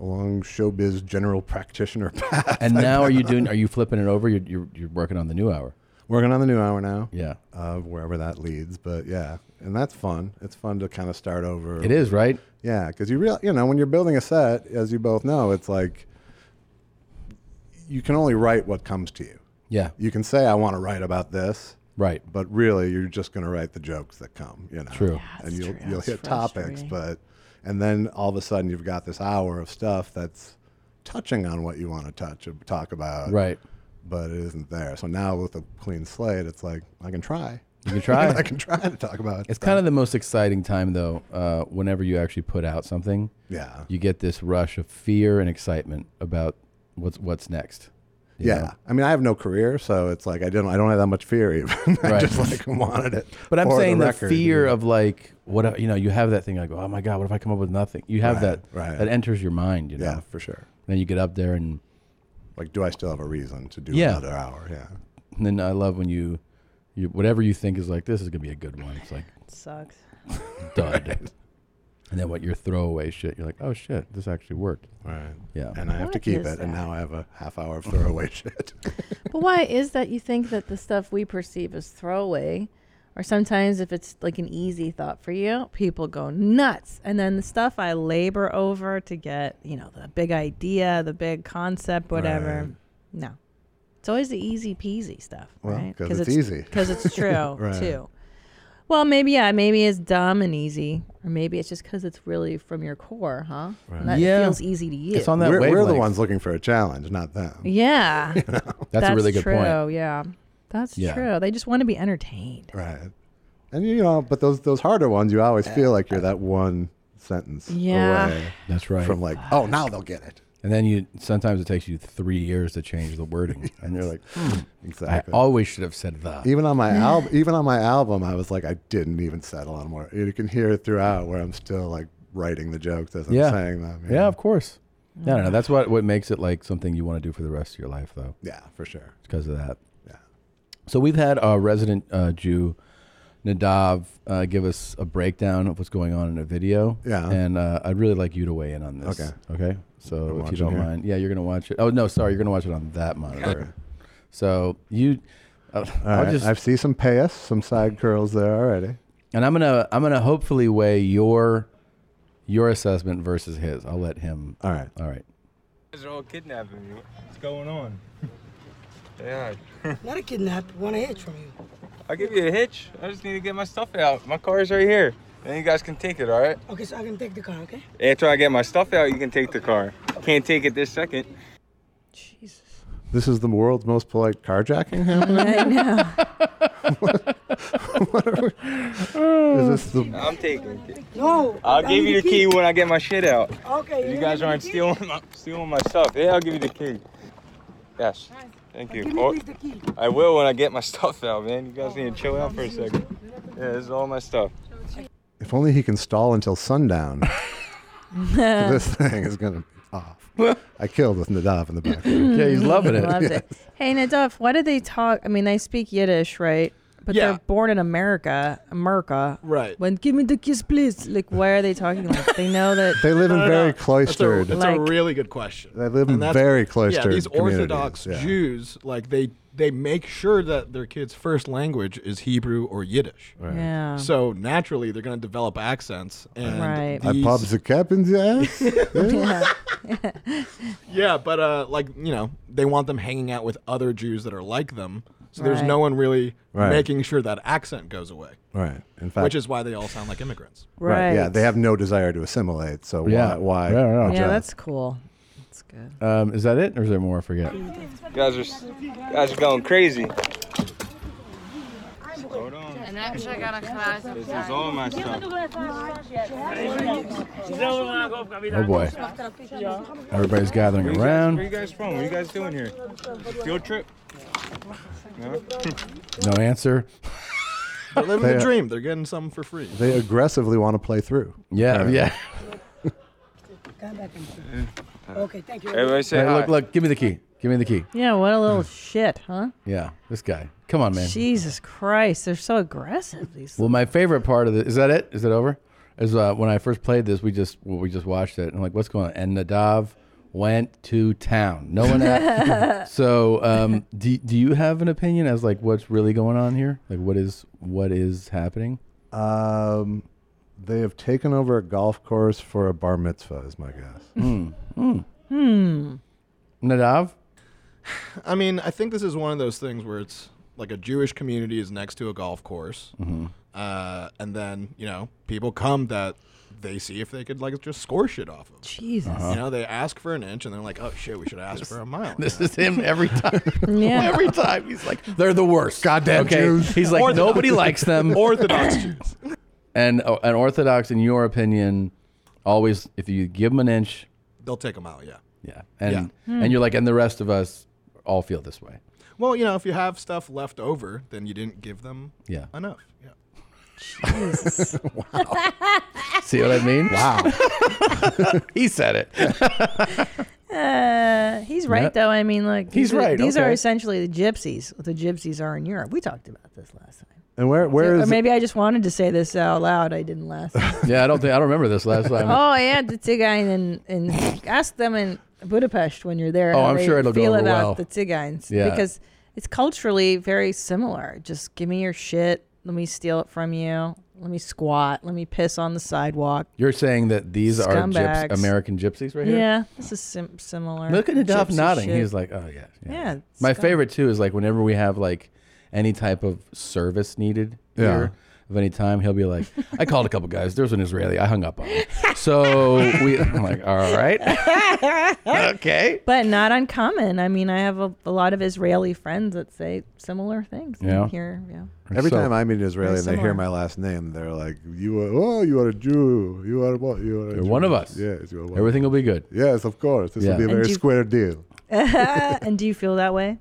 a long showbiz general practitioner path.
And now, are you doing? Are you flipping it over? You're, you're you're working on the new hour.
Working on the new hour now.
Yeah.
Uh, wherever that leads, but yeah, and that's fun. It's fun to kind of start over.
It is, right?
Yeah, because you real, you know, when you're building a set, as you both know, it's like you can only write what comes to you.
Yeah.
You can say, "I want to write about this."
Right.
But really, you're just going to write the jokes that come. You know.
True. Yeah,
and you'll you'll
That's
hit topics,
frustrating.
but and then all of a sudden you've got this hour of stuff that's touching on what you want to touch uh, talk about.
Right.
But it isn't there. So now with a clean slate, it's like I can try.
You can try.
I can try to talk about.
It's kind of the most exciting time, though. Uh, whenever you actually put out something,
Yeah.
you get this rush of fear and excitement about what's what's next. you
Yeah.
know?
I mean, I have no career, so it's like I didn't. I don't have that much fear even. I
Right.
just like wanted it.
But I'm
for
saying the,
record.
fear of like what if- you know. You have that thing like, oh my god, what if I come up with nothing? You have
Right,
that
right.
that enters your mind. You know,
Yeah, for sure.
Then you get up there and
like, do I still have a reason to do another hour? Yeah.
And then I love when you, you whatever you think is like this is gonna be a good one. It's like
Sucks.
dud. And then what your throwaway shit? You're like, oh shit, this actually worked.
Right.
Yeah.
And I have to
What
keep it,
is
and now I have a half hour of throwaway shit.
But why is that you think that the stuff we perceive as throwaway, or sometimes if it's like an easy thought for you, people go nuts.
And then the stuff I labor over to get, you know, the big idea, the big concept, whatever.
Right.
No. It's always the easy peasy stuff,
Well,
right?
'cause it's easy.
Because it's true,
Right.
too. Well, maybe, yeah, maybe it's dumb and easy, or maybe it's just because it's really from your core, huh? And that
Yeah.
feels easy to you.
We're, we're the
wavelength.
ones looking for a challenge, not them.
Yeah.
You know?
That's a really good
true,
point.
yeah. That's
Yeah.
true. They just want to be entertained.
Right. And you know, but those those harder ones, you always feel like you're that one sentence.
Yeah.
Away
That's right.
From like, oh, now they'll get it.
And then you sometimes it takes you three years to change the wording, and you're like, hmm,
Exactly.
I always should have said the.
Even on my album, even on my album, I was like, I didn't even settle on more. You can hear it throughout where I'm still like writing the jokes as I'm
yeah.
saying them. you
yeah,
know?
of course. No, no, no. That's what what makes it like something you want to do for the rest of your life, though.
Yeah, for sure.
because of that. Yeah. So we've had our resident uh, Jew Nadav uh, give us a breakdown of what's going on in a video.
Yeah.
And uh, I'd really like you to weigh in on this.
Okay.
Okay. So
I'm
if you
watching
don't
here.
mind, yeah, you're gonna watch it. Oh no, sorry, you're gonna watch it on that monitor. So you, uh,
All
I'll
right.
just
I've seen some payas, some side curls there already.
and I'm gonna I'm gonna hopefully weigh your your assessment versus his. I'll let him.
All right.
All right.
guys are all kidnapping me. What's going on? yeah.
Not a kidnap. Want a hitch from you?
I'll give you a hitch. I just need to get my stuff out. My car's right here. Then you guys can take it, all right?
Okay, so I can take the car. Okay.
After I get my stuff out, you can take the car. Can't take it this second.
This is the world's most polite carjacking happening.
I know.
what are we, is this the?
I'm taking it.
No.
I'll
I
give
need
you the key when I get my shit out.
Okay.
You guys aren't stealing my, stealing my stuff. Yeah, I'll give you the key. Yes. Thank you.
Give me
Oh,
please the key.
I will when I get my stuff out, man. You guys need to chill out for a second. Yeah, this is all my stuff.
If only he can stall until sundown. this thing is gonna be off. I killed with Nadav in the background.
Mm. Loves it.
Yes.
Hey, Nadav, why do they talk? I mean, they speak Yiddish, right? But
Yeah.
they're born in America, America.
Right.
When give me the kiss, please. Like, why are they talking like that? they know that
They live in very cloistered.
That's, a,
Like-
really good question.
They live in
And that's-
very
Yeah,
cloistered
these Orthodox
communities, yeah.
Jews, like they they make sure that their kids' first language is Hebrew or Yiddish.
Right.
Yeah.
So naturally, they're going to develop accents. And
Right.
I
these-
pops the cap in the ass. Yeah.
yeah, but uh, like you know, they want them hanging out with other Jews that are like them. So there's
Right.
no one really
Right.
making sure that accent goes away.
Right. In fact-
which is why they all sound like immigrants.
Yeah, they have no desire to assimilate. So
Yeah.
why? Why?
Yeah, yeah.
yeah, that's cool. That's good.
Um, is that it, or is there more? I forget.
You guys are s- you guys are going crazy.
And actually, I got a class.
This is all my stuff.
Oh boy, everybody's gathering
Where you guys-
around.
Where you guys from? What you guys doing here? Field trip? No?
No answer.
They're living
They-
the dream. They're getting something for free.
They aggressively want to play through.
Yeah, yeah.
Come back in. Okay. Thank you.
Hey, Look, look, give me the key. Give me the key.
Yeah, what a little shit, huh?
Yeah, this guy. Come on, man.
Jesus Christ, they're so aggressive. These.
Well, my favorite part of the is that it? Is it over? Is uh, when I first played this, we just well, we just watched it. and I'm like, what's going on? And Nadav went to town. No one. Asked. so, um, do do you have an opinion as like what's really going on here? Like, what is what is happening?
Um, they have taken over a golf course for a bar mitzvah, is my guess.
Hmm.
Hmm.
Nadav.
I mean, I think this is one of those things where it's like a Jewish community is next to a golf course,
Mm-hmm.
Mhm.
uh, and then you know people come that they see if they could like just score shit off of.
Jesus.
You know, they ask for an inch, and they're like, "Oh shit, we should ask for a mile."
Uh-huh. This is him every time.
Yeah.
Every time he's like, they're the worst. Goddamn
Jews.
He's like,
Orthodox.
nobody likes them.
Orthodox Jews.
And uh, an Orthodox, in your opinion, always if you give them an inch,
They'll take a mile. Yeah.
yeah, and
Yeah.
Hmm.
and you're like, and the rest of us all feel this way.
Well, you know, if you have stuff left over, then you didn't give them
Yeah.
enough. Yeah.
Jesus. wow. See what I mean? Wow. he said it.
Uh, he's right
Yeah.
though. I mean, like
He's
these are-
right,
These are
okay.
essentially the gypsies. What the gypsies are in Europe. We talked about this last time.
And where where
or
is? it-
maybe I just wanted to say this out loud. I didn't last. time.
yeah, I don't think I don't remember this last time.
oh yeah, the Tsigain and and ask them in Budapest when you're there.
Oh,
how
I'm
they
sure it'll go
feel
over
about
well.
the Tsigains
Yeah.
because it's culturally very similar. Just give me your shit. Let me steal it from you. Let me squat. Let me piss on the sidewalk.
You're saying that Uh, these are
Scumbags.
gyps- American gypsies right here?
Yeah, this is sim- similar.
Look at Nadav
gypsy
nodding.
shit.
He's like, oh yeah.
Yeah,
My
scum-
favorite too is like whenever we have like any type of service needed
Yeah.
here of any time, he'll be like, I called a couple guys. There's an Israeli. I hung up on him. So we, I'm like, all right, okay.
But not uncommon. I mean, I have a, a lot of Israeli friends that say similar things. in
Yeah.
Here, yeah.
Every
So-
time I meet an Israeli
Very
and they
similar.
hear my last name, they're like, "You are oh, you are a Jew. You are what? You are a
You're
Jew."
one of us.
Yes, you are one
Everything will be good.
Yes, of course. This
Yeah.
will be a
And
very
do you-
square deal.
and do you feel that way?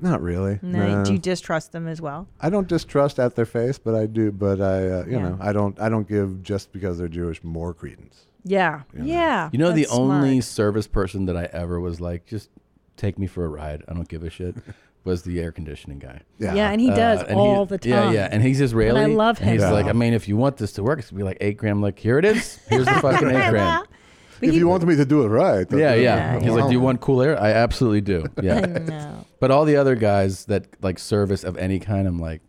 Not really.
No.
Nah.
Do you distrust them as well?
I don't distrust at their face, but I do. But I, uh, you
Yeah.
know, I don't. I don't give just because they're Jewish more credence.
Yeah. Yeah.
You know, the
Ah, that's smart.
only service person that I ever was like, just take me for a ride. I don't give a shit. Was the air conditioning guy? Uh,
Yeah. Yeah, and he does all the
Yeah,
time.
yeah, and he's
And I
Israeli.
love
and he's
him.
like,
Yeah.
I mean, if you want this to work, it's gonna be like eight gram. Like, here it is. Here's the fucking eight gram.
if you want me to do it right,
Yeah, yeah. He's like,
Wow.
do you want cool air? I absolutely do. Yeah.
I know.
But all the other guys that like service of any kind, I'm like,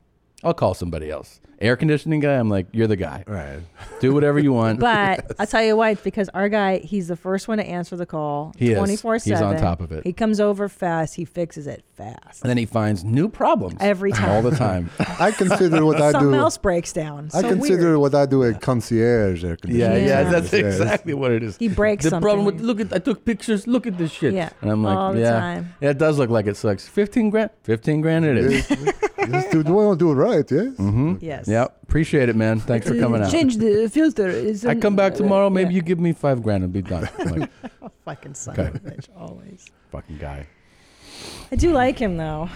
I'll call somebody else. air conditioning guy, I'm like, you're the guy. Right. Do whatever you want.
But I'll tell you why. It's because our guy, he's the first one to answer the call
He is.
24 7.
He's on top of it.
He comes over fast. He fixes it fast.
and then he finds new problems
Every time.
all the time.
I consider what I
Something
do.
else breaks down.
I
So
consider
weird.
what I do a concierge air
Yeah,
conditioning.
yeah, that's
Yes.
exactly what it is.
He breaks
the
something.
problem with look at I took pictures. Look at this shit.
Yeah,
and I'm like,
all the
yeah,
time.
yeah, it does look like it sucks. Fifteen grand, fifteen grand it is.
Just do, do I do it right? Yeah.
mm-hmm.
Yes.
Yep. Appreciate it, man. Thanks for coming out.
Uh, Change the filter. Is
I come back
uh,
tomorrow. Maybe
yeah. Oh,
you give me five grand and be done. I'm like,
Fucking son
Okay.
of a bitch, always.
fucking guy.
I do like him though.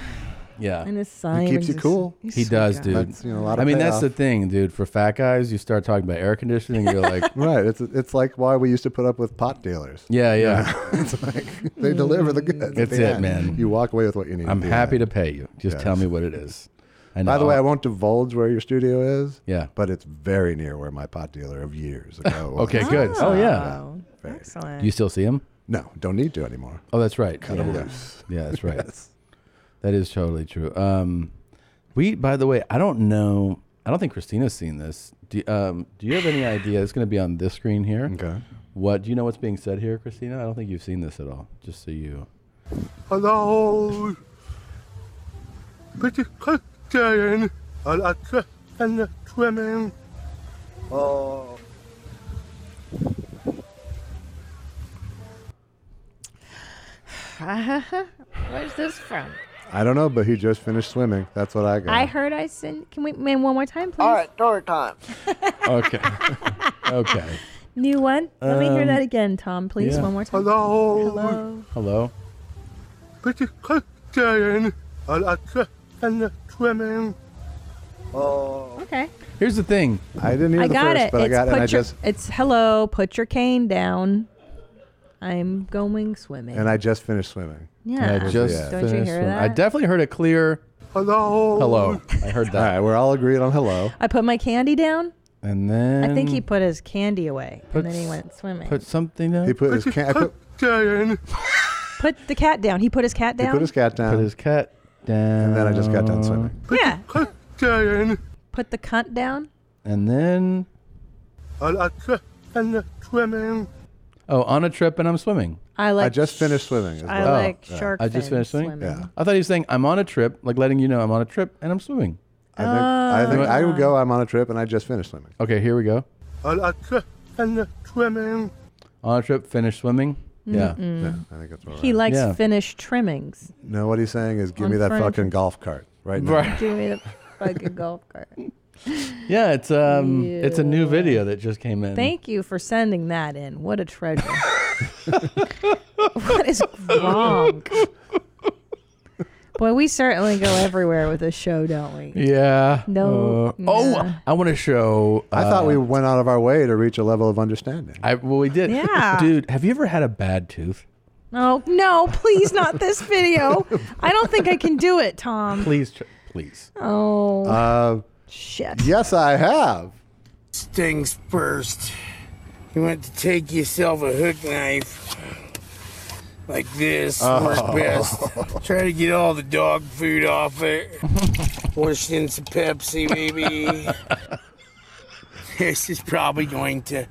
Yeah.
And his sign.
you cool.
He's
He
so
does,
good.
dude.
That's, you know, a lot of
I mean, that's the
payoff.
thing, dude. For fat guys, you start talking about air conditioning, you're like,
right. It's it's like why we used to put up with pot dealers.
yeah, yeah.
it's like
Mm.
they deliver the goods. at
That's
the
it,
end.
man.
You walk away with what you need.
I'm
at the
happy
end.
to pay you. Just
Yes.
tell me what it is. And
By the way, I
I'll-
won't divulge where your studio is.
Yeah.
But it's very near where my pot dealer of years ago was.
Okay, good. Oh, yeah.
Oh, excellent.
do you still see him?
No, don't need to anymore.
Oh, that's right.
Cut
yeah.
'em loose.
Yeah, that's right. That is totally true. Um, we, by the way, I don't know. I don't think Christina's seen this. Do, um, do you have any idea? It's going to be on this screen here.
Okay.
What do you know? What's being said here, Christina? I don't think you've seen this at all. Just so you.
Hello. Pretty Christian. I like to- and the swimming. Oh.
Where's this from?
I don't know, but he just finished swimming. That's what I got.
I heard I sent. Can we, man, one more time, please?
All
right,
story time.
okay. okay.
New one.
Let me hear Um, that
again, Tom,
please, yeah. one more
time.
Hello.
Hello.
Hello.
Pretty Christian. I like to- and the swimming. Oh.
Okay.
Here's the thing.
I didn't
I got it. it's put your, it's hello, put your cane down. I'm going swimming.
And I just finished swimming.
Yeah.
I just
Don't you
finished
hear
one. I
that?
definitely heard a clear
Hello.
hello. I heard that.
Oh. All right, we're all agreed on hello.
I put my candy down.
And then
I think he put his candy away
Put
and then he
s-
went swimming.
put something down.
He put his cat. Put,
Put the cat down. He put his cat
he
down.
put his cat down. Put his
cat down.
And then I just got done swimming.
yeah.
Christian.
Put the cunt down.
And then
I like to- and the swimming.
oh, on a trip and I'm swimming.
I like.
just finished swimming.
I well. like shark
I just
fin
finished swimming.
swimming. Yeah.
I thought he was saying I'm on a trip, like letting you know I'm on a trip and I'm swimming.
I think, I think I would go. I'm on a trip, and I just finished swimming.
Okay, here we go.
I like to- and the swimming.
On a trip, finish swimming.
Mm-hmm.
Yeah.
Mm-mm.
Yeah, I think that's what
He
we're-
likes
Yeah.
finished trimmings.
No, what he's saying is, give
On
me that
furniture.
fucking golf cart right now.
Right.
Give me the fucking golf cart.
Yeah, it's um, it's a new video that just came in.
Thank you for sending that in. What a treasure. what is wrong? Boy, we certainly go everywhere with this show, don't we?
Yeah.
No.
Uh, oh, I want to show.
I thought
uh,
we went out of our way to reach a level of understanding.
I well, we did.
Yeah.
Dude, have you ever had a bad tooth?
No, no, please not this video. I don't think I can do it, Tom.
Please, tr- please.
Oh.
Uh,
Shit.
Yes, I have.
Stings first. You want to take yourself a hook knife like this,
Oh.
work best. Try to get all the dog food off it. Wash in some Pepsi, maybe. this is probably going to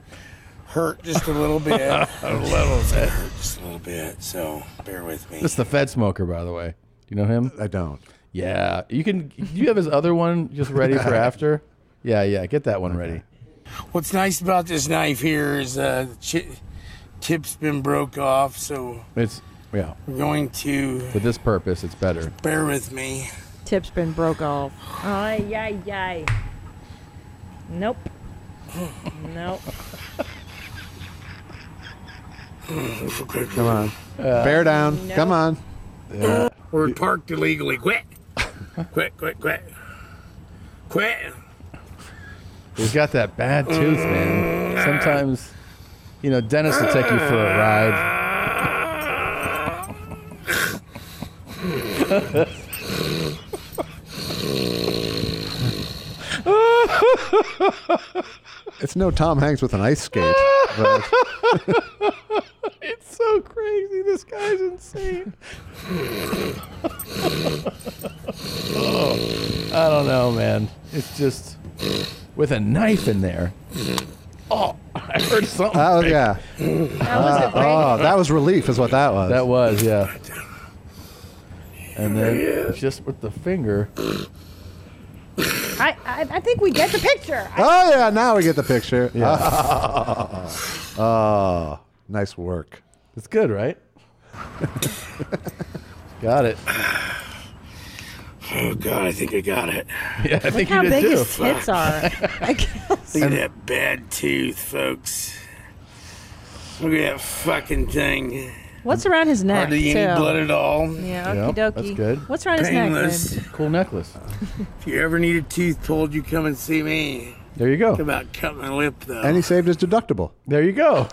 hurt just a little bit.
A little bit.
Hurt just a little bit, so bear with me.
This is the Fed smoker, by the way. Do you know him?
I don't.
Yeah, you can. Do you have his other one just ready for after? Yeah, yeah. Get that one ready.
What's nice about this knife here is uh, the chi- tip's been broke off, so
It's yeah.
We're going to-
For this purpose, it's better.
bear with me.
Tip's been broke off.
Ay, ay, ay. Nope. nope.
Come on.
Uh,
Bear down.
no.
Come on.
We're parked illegally. Quit. quit, quit, quit. Quit.
He's got that bad tooth,
Mm.
man. Sometimes, you know, dentists will take you for a ride.
It's no Tom Hanks with an ice skate. but
it's so crazy. This guy's insane. Oh, I don't know, man. It's just with a knife in there. Oh, I heard something.
Oh yeah. Uh, oh, that was relief, is what that was.
That was yeah. And then just with the finger.
Oh,
I, I, I think we get the picture.
Oh yeah, now we get the picture.
Yeah.
Oh, oh, nice work.
It's good, right? got it.
Oh god, I think I got it.
Yeah, I
Look
think
how
you did
big
too.
his tits are. Look at
And-
that bad tooth, folks. Look at that fucking thing.
What's around his neck?
Hardly
too?
any blood at all.
Yeah, okie dokie. What's around his
Painless.
neck?
Cool necklace.
If you ever need a tooth pulled, you come and see me.
There you go.
Think about cut my lip though.
And he saved his deductible.
There you go.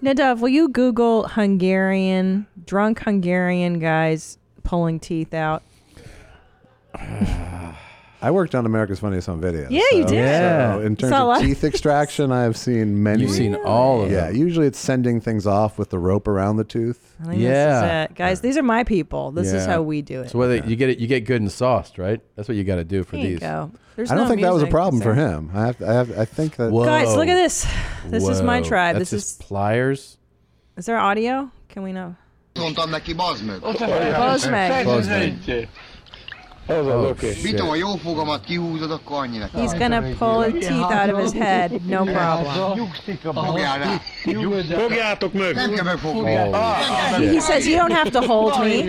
Man? Nadav, will you Google Hungarian drunk Hungarian guys pulling teeth out?
I worked on America's Funniest Home Videos.
Yeah, you did.
so
Yeah.
in terms
Saw a
of
lot of
teeth extraction, I've seen many.
You've seen all of
yeah,
them.
usually it's sending things off with the rope around the tooth.
I think This is it. Guys, these are my people. This is
Yeah.
how we do it.
So whether you get it, you get good and sauced, right? That's what you got to do for
There you
these.
go. There's
I don't
no
think that was a
music,
problem for
so-
him. I have, I have, I think that.
Guys, look at this. This is my
Whoa.
tribe.
That's
this
just
is
pliers.
is there audio? Can we know?
Mondtam neki, bazd meg.
Bazd meg.
Bazd
Oh,
Mit tudom, a jó fogamat kihúzod, akkor annyi nekem.
He's gonna pull his teeth out of his head. No problem.
Fogjál rá.
Fogjátok meg!
Nem kell megfogni.
Fogjátok.
Oh.
Ah,
He says you don't have to hold me.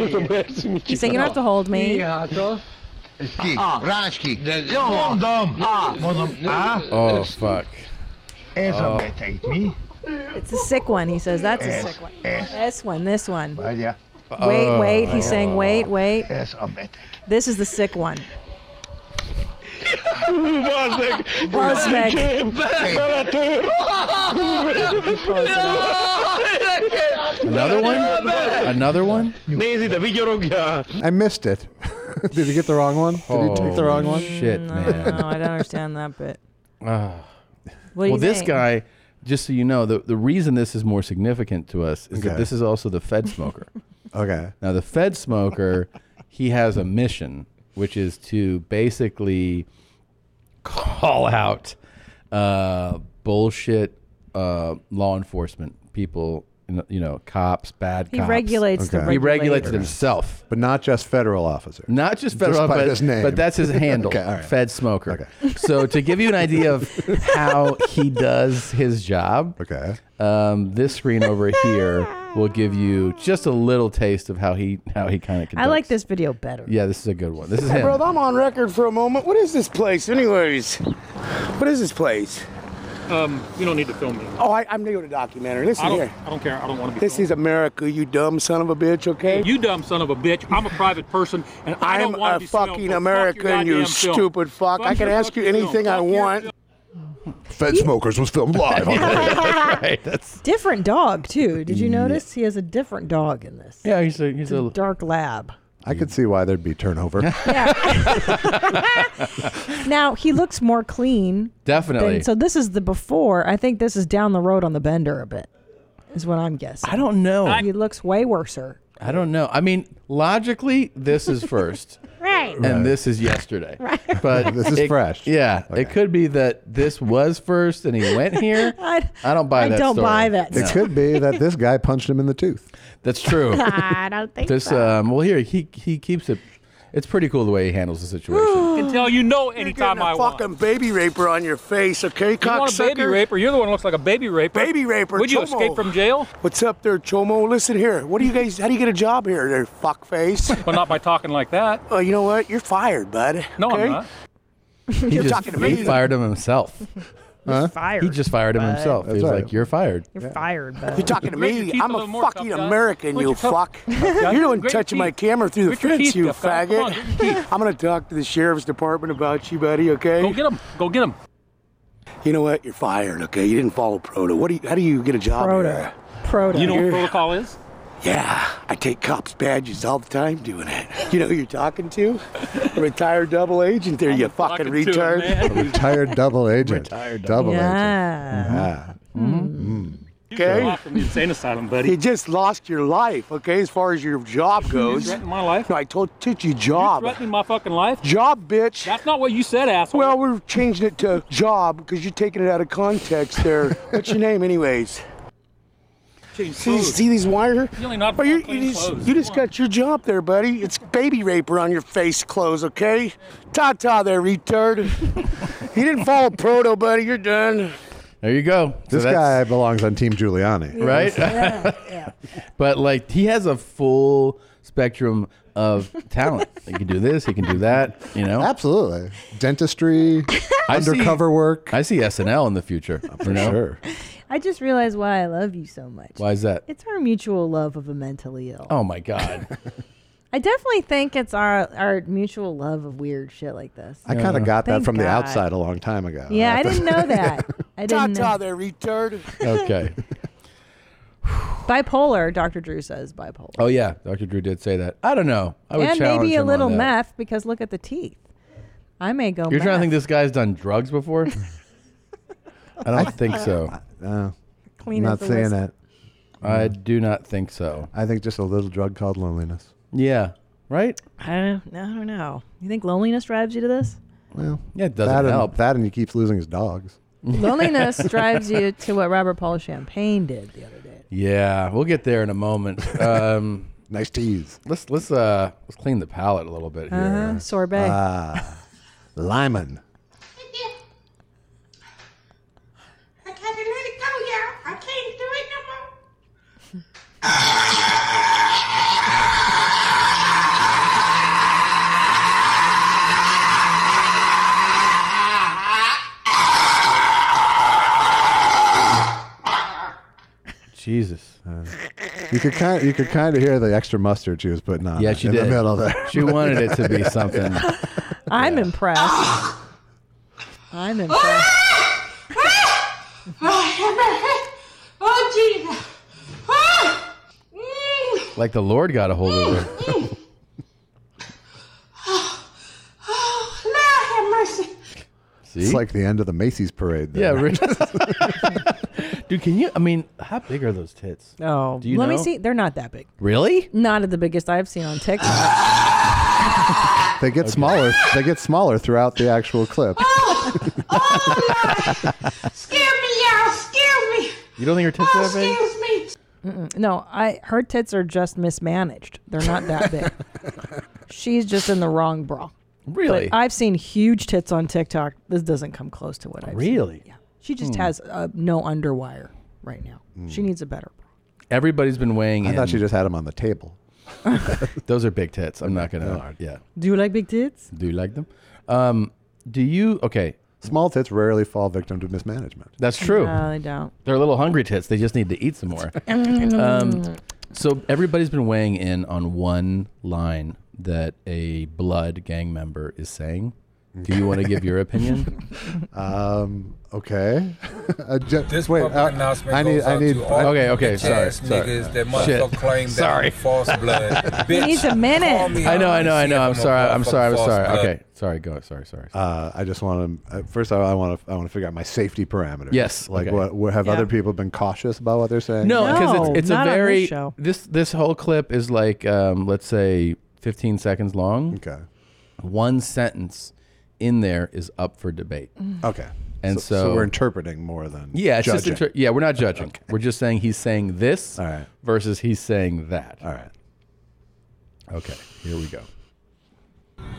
He's saying you don't have to hold me.
Oh.
Ez ki?
Uh-uh.
Rás ki.
Jó, mondom! Mondom, á,
Oh fuck.
ez a
Oh.
beteg, mi?
It's a sick one. He says that's a sick one. This one. This one.
Várjál.
Wait, wait. He's saying wait, wait.
Ez a beteg.
This is the sick one.
Bazd meg!
Bazd meg!
Beletör!
Another one? Another one?
Nézd ide, vigyorogja!
I missed it. Did you get the wrong one? Did you take the wrong one?
Shit, man.
No, Oh, I don't understand that bit.
Ah.
What do
well,
you
this
think?
guy, just so you know, the, the reason this is more significant to us is that
Okay.
this is also the Fed smoker.
okay.
Now, the Fed smoker, he has a mission, which is to basically call out uh, bullshit uh, law enforcement people, you know- you know, cops, bad
He
cops.
regulates the
He regulates
regulators.
himself.
But not just federal officer.
Not just federal,
Just by
but,
his name.
but that's his handle,
Okay, all right.
Fed Smoker. So to give you an idea of how he does his job,
okay,
um, this screen over here will give you just a little taste of how he how he kind of
I
conducts.
like this video better.
Yeah, this is a good one. This is
Hey,
him.
bro, I'm on record for a moment. What is this place, anyways? What is this place?
Um, you don't need to film me.
Oh, I, I'm new to documentary. Listen
I don't,
here.
I don't care. I don't want to be.
This is America, you dumb son of a bitch. Okay.
You dumb son of a bitch! I'm a private person, and I
I'm
don't want to
a
be
fucking
American.
American, you stupid fuck. I can ask you anything I want.
Fed Smokers was filmed live. On
Different dog too. Did you notice he has a different dog in this?
Yeah, he's a he's
a, dark lab.
I could see why there'd be turnover.
Now he looks more clean.
Definitely.
than- so this is the before. I think this is down the road on the bender a bit, is what I'm guessing. I
don't know.
He looks way worser.
I don't know. I mean, logically, this is first.
Right.
And this is yesterday.
Right.
But
This is
it-
fresh.
Yeah. It could be that this was first and he went here.
I,
I don't buy
I
that.
don't
story.
buy that
It could be that this guy punched him in the tooth.
That's true.
I don't think
this um well here he he keeps it it's pretty cool the way he handles the situation.
can tell you no anytime
You're
I
getting a
want.
fucking baby raper on your face, okay,
You want a
cocksucker?
baby raper? You're the one who looks like a baby raper.
Baby raper.
Would you
chomo.
escape from jail?
What's up there, Chomo? Listen here. What do you guys? How do you get a job here, there, fuckface?
Well, not by talking like that.
Oh, you know what? You're fired, bud.
No,
okay?
I'm not.
He
You're
just
talking to me.
he fired him himself. Huh?
fired,
He just fired him
bud.
himself. he
That's
was
right.
like, "You're fired."
You're fired, bud.
You're talking to
Grit your
me.
teeth
I'm
a
a
little more,
fucking
tough guy.
American,
Grit
you
your tough-
fuck.
tough guy.
You're doing
Grit your
touching my
teeth.
camera through the
Grit your
fence,
teeth,
you
tough guy. Come on,
faggot. I'm gonna talk to the sheriff's department about you, buddy. Okay? Go
get him. Go get him.
You know what? You're fired. Okay? You didn't follow Proto. What do you? How do you get a job here?
Proto.
You know what
You're-
protocol is?
Yeah, I take cops' badges all the time doing it. You know who you're talking to? A retired double agent there, you
talking
fucking
to a
retard.
man.
Retired double agent.
Retired
double
double
agent. Mm-hmm.
agent.
Ah. Mm.
Yeah.
okay?
off from the insane asylum, buddy.
You just lost your life, okay, as far as your job goes.
threatened
my life? No, I told took you job.
You threatening my fucking life?
Job, bitch.
That's not what you said, asshole.
Well, we're changing it to job because you're taking it out of context there. What's your name, anyways? See, see these wire?
You only not
Oh, you,
clean
you just,
clothes.
you just got your job there, buddy. It's baby raper on your face clothes, okay? Ta ta there, retard. you didn't follow proto, buddy. You're done.
There you go. So
This
that's-
guy belongs on Team Giuliani,
right? but like he has a full spectrum of talent. he can do this. He can do that. You know,
absolutely. Dentistry, undercover work. Oh,
I see SNL in the future for
sure.
I just realized why I love you so much.
Why is that?
It's our mutual love of the mentally ill.
Oh my god.
I definitely think it's our our mutual love of weird shit like this.
I kind of got that
Thank
from the
God.
outside a long time ago.
Yeah, I didn't know that. I didn't
Ta-ta
know.
there, retard.
okay.
Bipolar, Dr. Drew says bipolar.
Oh yeah, Dr. Drew did say that. I don't know. I would
and
challenge
maybe a
him
little
on that.
meth because look at the teeth. I may go
You're
meth.
trying to think this guy's done drugs before? I don't think so.
No.
Uh, Clean
not
as the
saying
whistle.
that.
I do not think so.
I think just a little drug called loneliness.
Yeah. Right?
I don't, I don't know. You think loneliness drives you to this?
Well,
yeah, it doesn't
that
help.
And, that and he keeps losing his dogs.
Loneliness drives you to what Robert Paul Champagne did the other day.
Yeah, we'll get there in a moment. Um, nice tease. Let's let's uh let's clean the palate a little bit here.
Uh-huh, sorbet.
Ah, Lyman.
Jesus.
Ah. you could kind you could kind of hear the extra mustard she was putting on.
Yeah,
it
she
in
did.
the middle there.
She wanted it to be something.
I'm impressed. I'm impressed.
Oh, Jesus. Ah! Mm.
Like the Lord got a hold of her.
Oh, Lord have mercy.
It's like the end of the Macy's parade.
yeah,
There.
Rich. Dude, can you I mean, how big are those tits?
Oh,
Do you
let me
know?
see. They're not that big.
Really?
Not at the biggest I've seen on TikTok.
They get smaller. They get smaller throughout the actual clip.
Oh, Scare me, y'all. Scare me.
You don't think her tits
Oh,
are that big?
excuse me.
Mm-mm. no, I her tits are just mismanaged. They're not that big. She's just in the wrong bra.
Really?
But I've seen huge tits on TikTok. This doesn't come close to what I've seen.
Really?
Yeah. She just
Hmm.
has uh, no underwire right now. She needs a better bra.
Everybody's been weighing
I
in.
thought you just had them on the table.
Those are big tits. I'm not gonna. Yeah.
Do you like big tits?
Do you like them? Um, do you? Okay.
Small tits rarely fall victim to mismanagement.
That's true.
No, they don't.
They're little hungry tits. They just need to eat some more. um, so everybody's been weighing in on one line that a blood gang member is saying. Do you want to give your opinion?
Um. Okay. uh, ju-
This
wait.
public
uh,
announcement
I need.
goes
I
out
need.
to all
Okay, okay,
bitch
sorry,
ass
sorry.
Niggas that
Shit.
motherfucker claim that
Sorry.
I'm false blood.
He
bitch,
needs a minute.
call me
I know,
out
I know,
and
I
see
know.
if
I'm sorry. I'm
motherfucking
sorry. I'm
false
sorry.
blood.
Okay. Sorry. Go. Sorry. Sorry.
Uh, I just want to. Uh, first, I, I want to. I want to figure out my safety parameters.
Yes,
Like,
okay.
what, what have
Yeah.
other people been cautious about what they're saying?
No, because it's, it's a
not on this
very
show.
this, this whole clip is like um, let's say 15 seconds long.
Okay.
One sentence in there is up for debate.
Mm. Okay.
And so,
So- so we're interpreting more than
yeah. It's just
judging.
inter- yeah. We're not judging. We're just saying he's saying this versus he's saying that. All
right.
Okay. Here we go.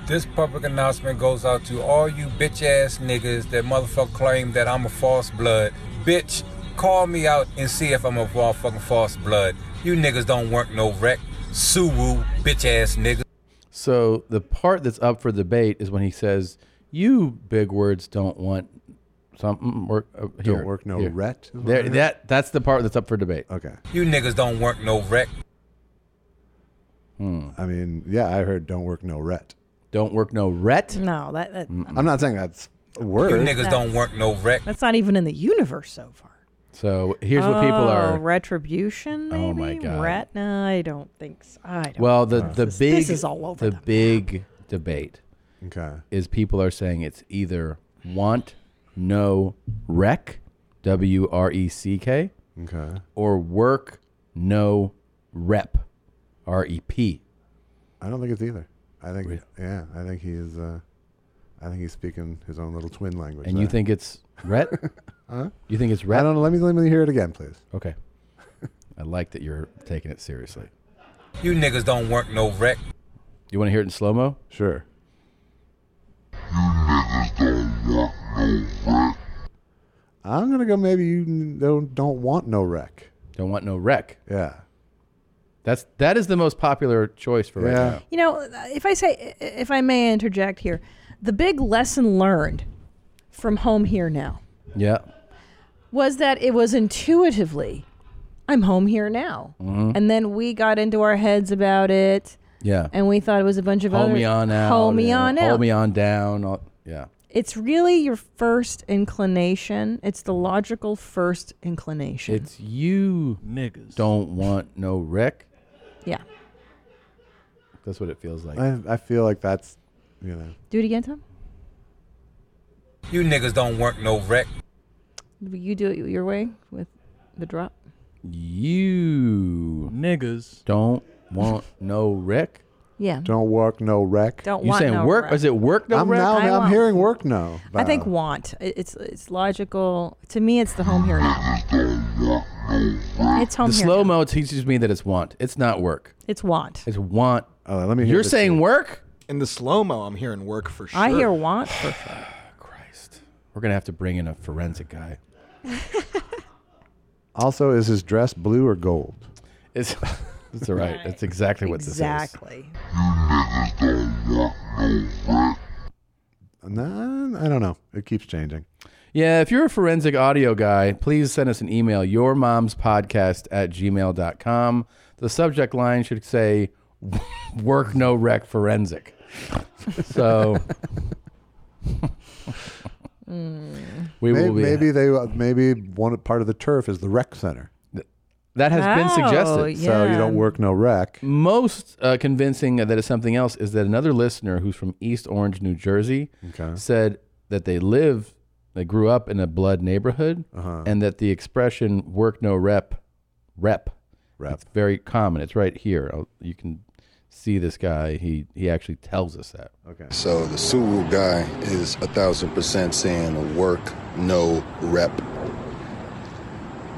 This public announcement goes out to all you bitch ass niggas that motherfucker claim that I'm a false blood. Bitch, call me out and see if I'm a motherfucking false blood. You niggas don't work no wreck. Suwu, bitch ass niggas.
So the part that's up for debate is when he says, "You big words don't want something work uh, here,
Don't work no
here."
ret?
There, that that's the part that's up for debate.
Okay.
You niggas don't work no wreck.
I mean, yeah, I heard "don't work no ret."
Hmm. Don't work no ret.
No, that, that
I'm not saying that's a word.
You niggas don't work no wreck.
that's not even in the universe so far.
So here's what people
Oh,
are.
retribution. Maybe?
Oh my God.
Ret? No, I don't think so. I don't.
Well, the
know.
the
This-
big
this is all over.
the big debate.
Okay.
Is people are saying it's either want no rec, W R E C K,
Okay.
Or work no rep. R E P.
I don't think it's either. I think yeah, I think he is. Uh, I think he's speaking his own little twin language. Uh,
And you
there.
think it's ret?
Huh?
You think it's ret?
I don't know. Let me let me hear it again, please.
Okay. I like that you're taking it seriously.
You niggas don't work no wreck.
You want to hear it in slow mo?
Sure. I'm gonna go. Maybe you n- don't don't want no wreck.
Don't want no wreck.
Yeah.
That's that is the most popular choice for right
Yeah.
now.
You know, if I say, if I may interject here, the big lesson learned from home here now
Yeah.
was that it was intuitively, I'm home here now.
Mhm.
And then we got into our heads about it.
Yeah.
And we thought it was a bunch of
Hold
other
me on out.
Hold me
yeah.
on out.
Hold me on down. all- yeah.
It's really your first inclination. It's the logical first inclination.
It's you niggas don't want no wreck.
yeah.
That's what it feels like.
I I feel like that's you know.
Do it again, Tom.
You niggas don't work no wreck.
You do it your way with the drop.
You niggas don't want no wreck.
Yeah.
Don't work no wreck.
Don't
you
want
saying
no
work?
wreck.
Is it work no
I'm
wreck?
now.
I
I'm
want-
hearing work no.
I think want. It- It's it's logical. To me, it's the home here now. It's home
the
here.
slow mo teaches me that it's want. It's not work.
It's want.
It's want.
Oh, let me.
You're saying work?
In the slow mo, I'm hearing work for sure.
I hear want for sure.
we're gonna have to bring in a forensic guy.
Also, is his dress blue or gold?
It's it's all right. That's exactly what
Exactly.
Nah, I don't know. It keeps changing.
this is. Yeah, if you're a forensic audio guy, please send us an email, yourmomspodcast at gmail.com. The subject line should say work no wreck forensic. So we
maybe,
will be
maybe they uh, maybe one part of the turf is the rec center.
That has been suggested.
So you don't work no wreck.
Most uh, convincing that it's something else is that another listener who's from East Orange, New Jersey, said that they live, they grew up in a blood neighborhood,
Uh-huh.
and that the expression "work no rep," rep,
rep,
it's very common. It's right here. I'll, you can see this guy. He he actually tells us that.
Okay.
So the Suru guy is a thousand percent saying work, no rep.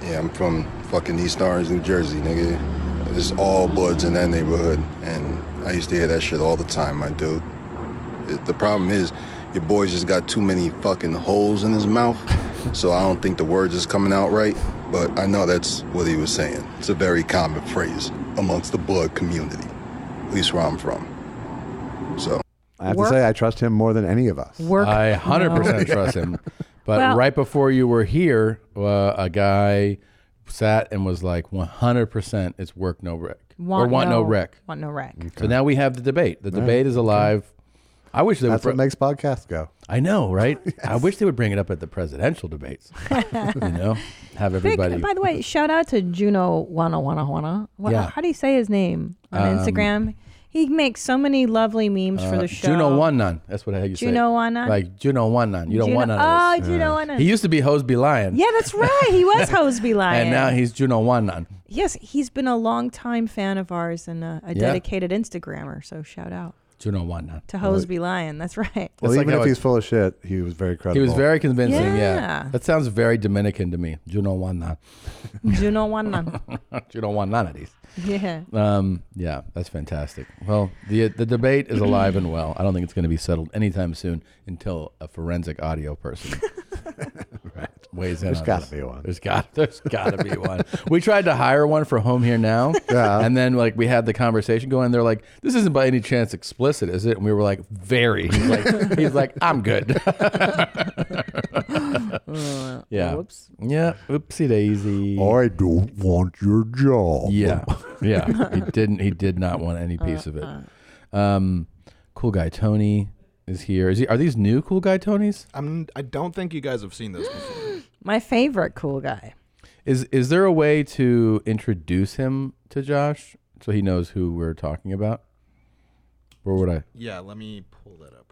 Yeah, I'm from fucking East Orange, New Jersey, nigga. It's all bloods in that neighborhood, and I used to hear that shit all the time, my dude. It- The problem is, your boy's just got too many fucking holes in his mouth, so I don't think the words is coming out right. But I know that's what he was saying. It's a very common phrase amongst the blood community, at least where I'm from. So.
I have to say, I trust him more than any of us.
Work.
I 100% trust him. But
Well-
right before you were here, uh, a guy sat and was like, 100% it's work, no wreck. or
Want
want no,
no-
wreck.
want no wreck.
So now we have the debate. The
Right.
debate is alive. I wish they
That's
would.
what makes podcasts go.
I know, right? I wish they would bring it up at the presidential debates. you know, have
Big,
everybody.
by the way, shout out to Juno Wana Wana Wana. Wha-
Yeah.
How do you say his name on
Um,
Instagram? He makes so many lovely memes for
Uh,
the show.
Juno Wanan. That's what how you say. it.
Juno Wanan?
Like Juno Wanan. You don't
Juno-
want none of
Oh,
this.
Juno Wanan.
He used to be Hosby Lion.
Yeah, that's right. He was Hosby Lion.
And now he's Juno Wanan.
Yes, he's been a longtime fan of ours and a, a
Yeah.
dedicated Instagrammer. So shout out
Juno Wanan.
to Hosby Lion. That's right.
Well,
That's like
even
how
if
it-
he's full of shit, he was very credible.
He was very convincing. Yeah.
Yeah.
That sounds very Dominican to me. Juno Wanan.
Juno Wana.
Juno Wanan it is.
Yeah.
Um, yeah, that's fantastic. Well, the the debate is alive and well. I don't think it's going to be settled anytime soon until a forensic audio person weighs in.
There's
on
gotta
this.
be one.
There's got there's got to be one. We tried to hire one for Home Here Now, and then like we had the conversation going. They're like, "This isn't by any chance explicit, is it?" And we were like, "Very." He's like, he's like "I'm good." yeah.
whoops.
Yeah. Oopsie daisy.
I don't want your job.
Yeah, yeah. he didn't. He did not want any piece of it. Um, cool guy Tony is here. Is he? Are these new cool guy Tonys?
I'm. I don't think you guys have seen this before.
My favorite cool guy.
Is is there a way to introduce him to Josh so he knows who we're talking about? Where would I?
yeah, let me pull that up.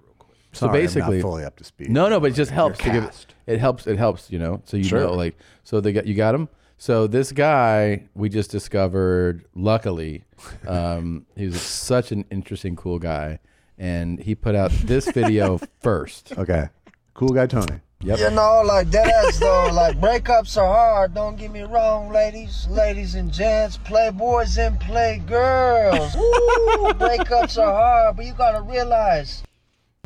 So
Sorry, I'm not
basically,
fully up to speed.
No, no, but it just
Your
helps to give it. It helps. It helps. You know, so you
Sure.
know, like, so they got you got him. So this guy we just discovered, luckily, um, he was such an interesting, cool guy, and he put out this video first.
Okay, cool guy Tony.
Yep.
You know, like dead ass though. Like breakups are hard. Don't get me wrong, ladies, ladies and gents, playboys and playgirls. Ooh, breakups are hard, but you gotta realize.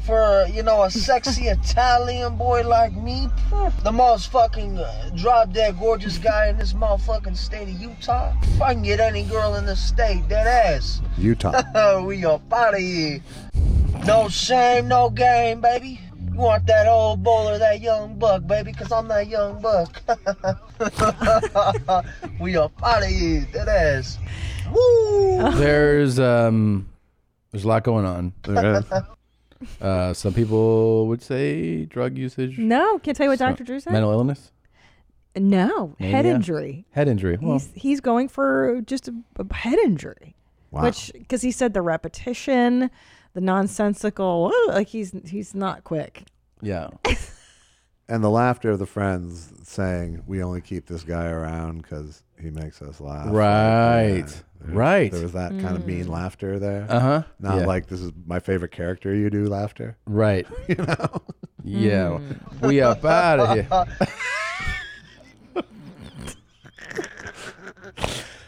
For you know a sexy Italian boy like me, the most fucking uh, drop dead gorgeous guy in this motherfucking state of Utah, if I can get any girl in the state, dead ass.
Utah.
we up out of here. No shame, no game, baby. You want that old bowler, that young buck, baby, because I'm that young buck. we up out of here, that ass. Woo!
There's um, there's a lot going on.
There
Uh, some people would say drug usage.
No, can I tell you what
some-
Dr. Drew said?
Mental illness.
No, head
Mania?
injury.
Head injury. Well,
he's he's going for just a, a head injury,
Wow.
which because he said the repetition, the nonsensical, "Ooh," like he's he's not quick.
Yeah.
and the laughter of the friends saying, "We only keep this guy around because he makes us laugh." Like,
Right.
There-
Right.
There was that kind of mean
Mm.
laughter there.
Uh-huh.
Not
Yeah.
like this is my favorite character. You do laughter.
Right.
you know.
Yeah.
Hmm.
We up out of here.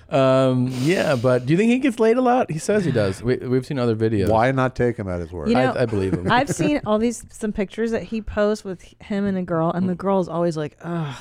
Um. Yeah, but do you think he gets laid a lot? He says he does. We, we've seen other videos.
Why not take him at his word?
You know,
I, I believe him.
I've seen all these some pictures that he posts with him and a girl, and the
Mm.
girl is always like, ugh,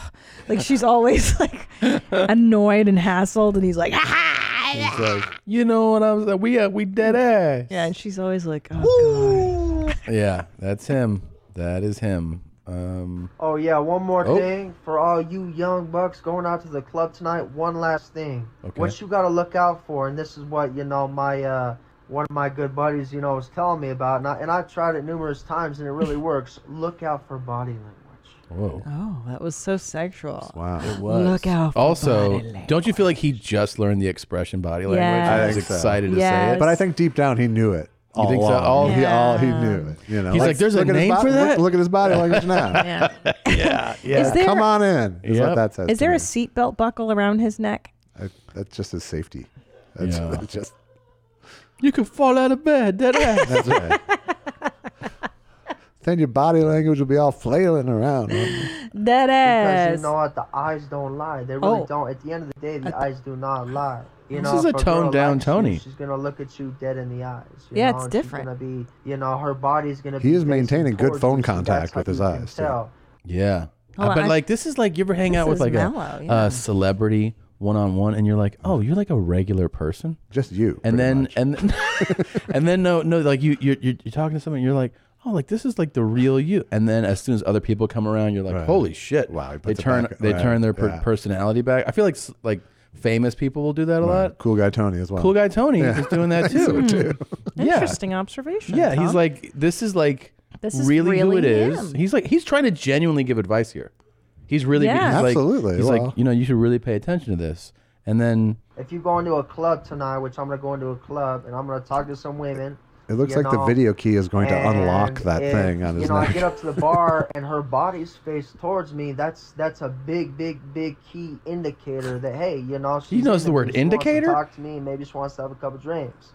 like she's always like annoyed and hassled, and he's like, "Ha ha
He's like, you know what I was like? We uh, we dead ass.
Mm. Yeah, and she's always like, oh,
Yeah, that's him. That is him. Um.
Oh yeah, one more
Oh.
thing for all you young bucks going out to the club tonight. One last thing,
Okay.
what you gotta look out for, and this is what you know my uh, one of my good buddies, you know, was telling me about, and I, and I tried it numerous times, and it really works. Look out for body language.
Whoa.
Oh, that was so sexual.
Wow.
It was.
Look out. for
Also,
body language.
don't you feel like he just learned the expression body language?
Yes.
I
He's
think so.
excited to say it.
But I think deep down he knew it.
You think so?
along.
All-
he all he
Yeah.
knew it. You know,
He's like, "There's a
look at his
name
bo-
for
look-
that?"
Look, at his body language now.
Yeah.
yeah,
yeah. Is there-
Come on in. Is
Yep.
what that says.
Is
to
there
me.
a seatbelt buckle around his neck?
I- that's just his safety. That's
Yeah.
that's just
You could fall out of bed. Dead ass.
That's right. then your body language will be all flailing around. won't it?
That
Because
ass.
you know what, the eyes don't lie. They really
Oh.
don't. At the end of the day, the eyes do not lie. You
This
know,
is a
if girl
toned-down
likes you,
Tony.
she's gonna look at you dead in the eyes. you
Yeah,
know,
it's
and she's
different.
gonna be, you know, her body's gonna.
He
be
is maintaining
facing
good
towards
phone
you, so that's
contact
how
with his
you can
eyes. too.
tell.
Yeah.
Well,
Uh, but
Oh, I-
like this is like you ever hang
This
out with
is
like
mellow,
a,
yeah.
a celebrity one on one and you're like, "Oh, you're like a regular person."
Just you.
And then and then, and then no no like you you you're, you're talking to someone and you're like, "Oh, like this is like the real you." And then as soon as other people come around, you're like, "Holy shit." Wow. They
puts it
turn
back-
they
right,
turn their per-
yeah.
personality back. I feel like s- like famous people will do that a lot.
Cool guy Tony as well.
Cool guy Tony
Yeah.
is doing that
He's
too.
doing it too.
Yeah.
Interesting observation.
Yeah,
Tom.
he's like, this is like
This is
really, who
really
it is.
him.
He's like, he's trying to genuinely give advice here. He's really,
Yeah.
he's like-
Absolutely,
He's
well.
like, you know, you should really pay attention to this. And then,
If you go into a club tonight, which I'm gonna go into a club and I'm gonna talk to some women.
It looks
you
like the
know,
video key is going to unlock
and
that
if,
thing on
You
his
know, I
neck.
get up to the bar and her body's faced towards me. That's that's a big, big, big key indicator that hey, you know, she's
knows the
into me.
word
She wants to
indicator?
talk to me. and Maybe she wants to have a couple drinks.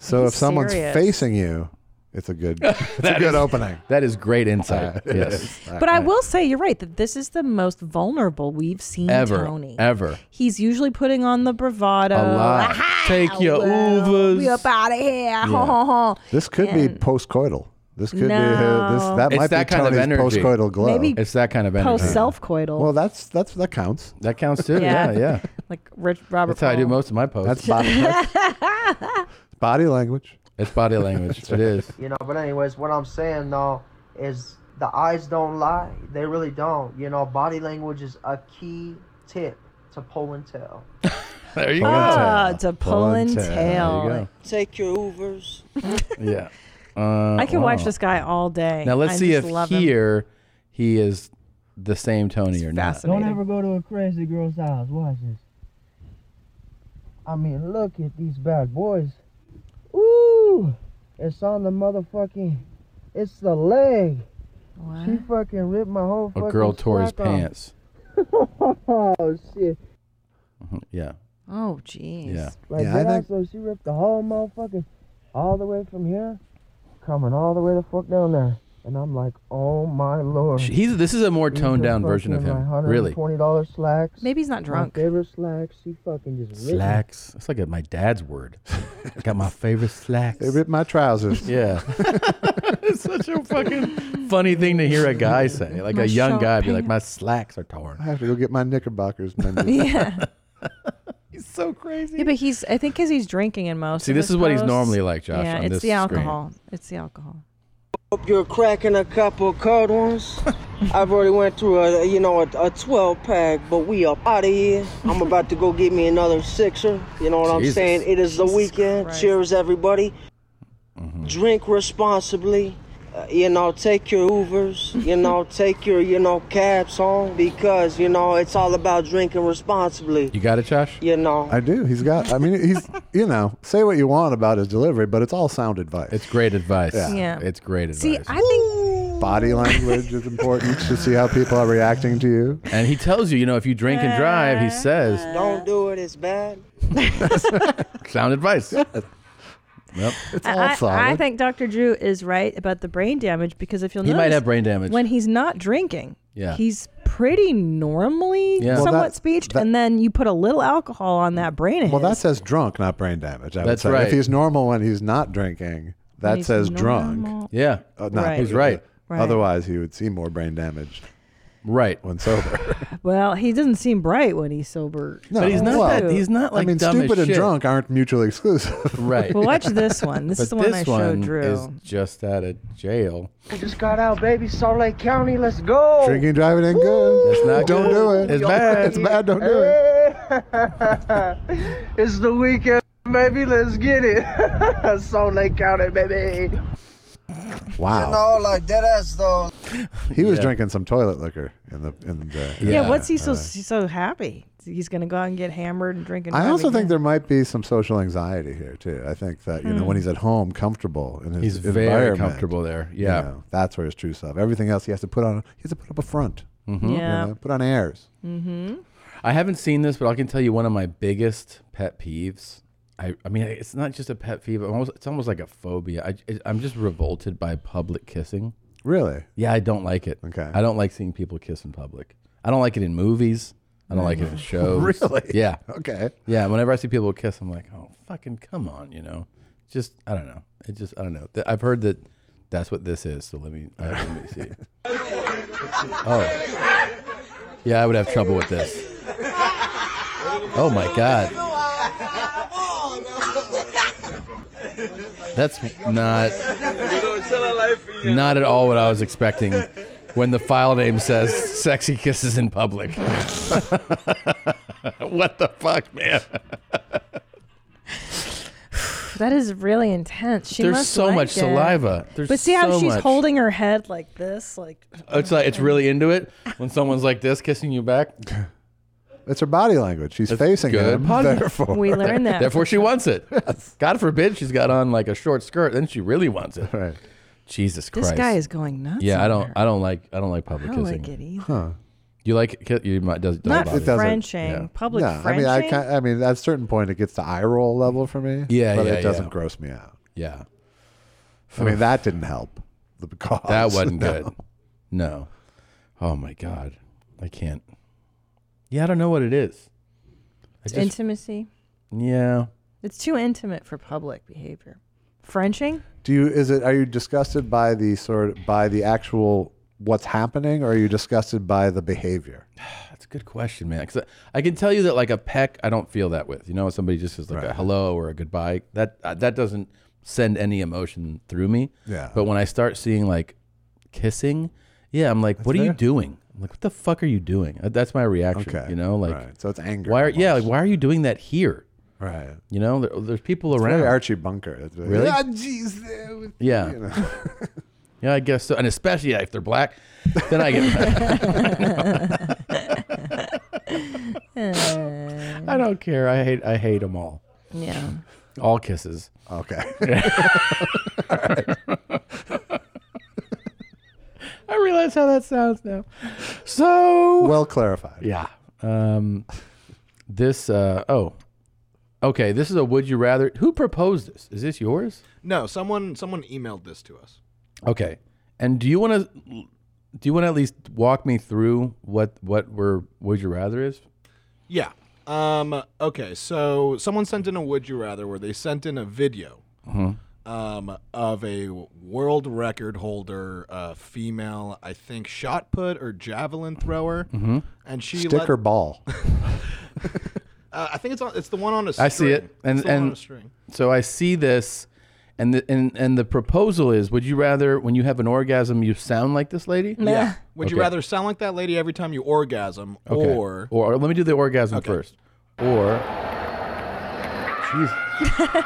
So
He's
if someone's
serious.
facing you, it's a good, it's a
That
good
is-
opening.
That is great insight. yes.
But I will say you're right that this is the most vulnerable we've seen
Ever.
Tony.
Ever.
He's usually putting on the bravado.
A lot. Take your
well, We
uvas.
up out of here.
This could be
And-
postcoital. This could be
Oh, No.
uh, this. That
It's
might
that
be
kind of
Tony's
energy.
postcoital glow.
Maybe
It's that kind of energy.
Post self-coital.
Well, that's that's that counts.
That counts too. yeah, yeah.
like Rich Robert.
That's how I do
Paul.
most of my posts.
That's body, that's- body language.
It's body language. it is.
You know, but anyways, what I'm saying though is the eyes don't lie. They really don't. You know, body language is a key tip to pull and tell.
There you
Pull and
go.
tail.
Ah, it's a pull and tail.
There you
Take your Ubers.
go. Yeah. Uh,
I could watch
wow.
this guy all day.
Now let's
I
see
just
if
love him.
here he is the same Tony or not.
Don't ever go to a crazy girl's house. Watch this. I mean, look at these bad boys. Ooh, it's on the motherfucking. It's the leg. She fucking ripped my whole.
A
fucking
girl tore his
slack off.
pants.
oh shit.
Yeah.
Oh, jeez.
Yeah.
Like
Yeah, I
that also, she ripped the whole motherfucking all the way from here, coming all the way the fuck down there. And I'm like, oh my lord.
Sh- he's- this is a more
These
toned
are
down version of
fucking
him,
my
really.
$120 slacks.
Maybe he's not drunk.
My favorite slacks. She fucking just ripped
Slacks. That's like a, my dad's word. I got my favorite slacks. They
ripped my trousers.
Yeah. it's such a fucking funny thing to hear a guy say. Like
My
a young
short
guy be like,
pants.
my slacks are torn.
I have to go get my knickerbockers mended.
yeah.
he's so crazy.
Yeah, but he's. I think because he's drinking in most.
See,
of
this
his
is what he's
posts.
normally like, Josh,
Yeah,
on
it's
this
the
screen.
alcohol. It's the alcohope
you're cracking a couple cold ones. I've already went through a you know a, a 12 pack, but we up out of here. I'm about to go get me another sixer. You know what
Jesus.
I'm saying? It is the weekend. Cheers, everybody.
Mm-hmm.
Drink responsibly. Uh, you know, take your Ubers. You know, take your you know cabs home because you know it's all about drinking responsibly.
You got it, Josh?
You know.
I do. He's got. I mean, he's. You know, say what you want about his delivery, but it's all sound advice. It's
great advice.
Yeah.
Yeah.
It's great advice.
See, I think.
Body language is important to see how people are reacting to you.
And he tells you, you know, if you drink and drive, he says,
Uh-huh.
Don't do it. It's bad.
sound advice. Yep.
I, I, I think Dr. Drew is right about the brain damage because if you'll
He
notice,
might have brain damage.
when he's not drinking.
Yeah.
he's pretty normally
Yeah. Well,
somewhat
that-
speeched,
that-
and then you put a little alcohol on that brain. Of
Well, that
his.
says drunk, not brain damage. I would
That's
say.
right.
If he's normal when he's not drinking, that
he's
says
normal.
drunk.
Yeah.
Uh, not-
Right. He's right. Right.
Otherwise, he would see more brain damage.
Right.
When sober.
Well, he doesn't seem bright when he's sober.
well,
Too.
I mean, stupid and drunk aren't mutually exclusive.
Right.
Well, watch this one. This
but
is the one I
this
showed
one
Drew.
Is just out of jail.
I just got out, baby. Salt Lake County. Let's go.
Oh.
Drinking, driving, and good.
It's not
Don't
good.
do it.
It's bad.
It's bad. Don't do it.
it. it's the weekend, baby. Let's get it. Salt Lake County, baby.
Wow.
No, like dead ass though.
He was
Yeah.
drinking some toilet liquor in the in the.
yeah. what's he so
Uh,
so happy? He's gonna go out and get hammered and drink. And
I
drive
also
again.
think there might be some social anxiety here too. I think that you know
Hmm.
when he's at home, comfortable in his
He's very
environment,
comfortable there.
you
Yeah.
know, that's where his true self. Everything else he has to put on. He has to put up a front.
Mhm.
Mm-hmm. you
Yeah.
know, put on airs.
Mm-hmm.
I haven't seen this, but I can tell you one of my biggest pet peeves. I, I mean, it's not just a pet peeve. I'm almost- it's almost like a phobia. I, it- I'm just revolted by public kissing.
Really?
Yeah, I don't like it. Okay. I don't like seeing people kiss in public. I don't like it in movies. I don't like it in shows.
Really?
Yeah.
Okay.
Yeah. Whenever I see people kiss, I'm like, oh, fucking come on, you know? Just, I don't know. It just, I don't know. Th- I've heard that that's what this is. So let me, uh, let me see. Oh. Yeah, I would have trouble with this. Oh my God. That's not not at all what I was expecting when the file name says sexy kisses in public. what the fuck, man?
that is really intense. She
There's
must
so
like
much
it.
saliva. There's
but see how
so
she's
much.
holding her head like this, like
It's like it's really into it when someone's like this kissing you back.
It's her body language. She's facing
Good.
him.
pun.
Therefore,
Therefore, she wants it. God forbid she's got on like a short skirt, then she really wants it.
Right.
Jesus
This
Christ.
guy is going nuts
Yeah, I don't.
over
I don't like. I don't like public
I don't
kissing.
like it either.
Huh.
You like ki- you might does doesn't
Not
bother you.
Frenching. Public
no, I mean, I,
Frenching?
ki- I mean, at a certain point, it gets to eye roll level for me.
Yeah,
but
yeah,
it doesn't
yeah.
gross me out.
Yeah,
I mean, that didn't help the cause.
That wasn't
No.
good. No. Oh my god, I can't. Yeah, I don't know what it is. I
it's
just-
intimacy.
yeah.
It's too intimate for public behavior. Frenching?
Do you? Is it? Are you disgusted by the sort? By the actual what's happening, or are you disgusted by the behavior?
That's a good question, man. Because I, I can tell you that like a peck, I don't feel that with. You know, somebody just is like a hello or a goodbye. That uh, that doesn't send any emotion through me.
Yeah.
But when I start seeing like kissing, yeah, I'm like, what are you
fair.
doing? I'm like, what the fuck are you doing? Uh, That's my reaction.
Okay.
You know, like
so it's anger
Why? Are, yeah, like why are you doing that here?
Right.
You know, there, there's people
It's
around.
very Archie Bunker. It's very-
Really?
Ah, jeez. eh, with-
Yeah.
you know.
yeah, I guess so. And especially if they're black, then I get. I don't care. I hate. I hate them all.
Yeah.
All kisses.
Okay.
I realize how that sounds now. So
well clarified.
Yeah. Um, this. Uh, oh. Okay. This is a would you rather. Who proposed this? Is this yours?
No, someone someone emailed this to us.
Okay. And do you want to? Do you want to at least walk me through what what we're would you rather is?
Yeah. Um, okay, so someone sent in a would you rather where they sent in a video
Mhm.
um, of a world record holder uh, female, I think shot put or javelin thrower,
Mm-hmm.
Mhm.
and she
Stick
let-
or ball?
Uh, I think it's on, it's the one on a string.
I see it, and
It's the one on a
and
string.
so I see this, and the and and the proposal is: Would you rather, when you have an orgasm, you sound like this lady?
Yeah. Would you
Okay.
rather sound like that lady every time you orgasm,
Okay.
or
or let me do the orgasm first, or Jeez.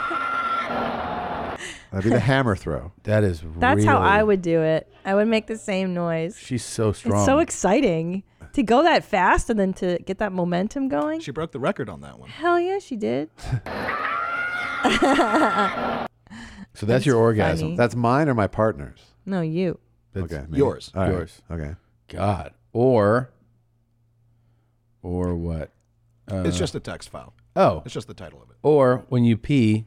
That'd be the hammer throw.
That is
That's how
really-
I would do it. I would make the same noise.
She's so strong.
It's so exciting to go that fast and then to get that momentum going.
She broke the record on that one.
Hell yeah, she did.
So that's your orgasm. funny.
That's mine or my partner's.
no, you.
okay, me.
yours.
All right.
Yours.
Okay.
God. Or. Or what?
it's
Uh,
just a text file?
Oh,
it's just the title of it.
Or when you pee,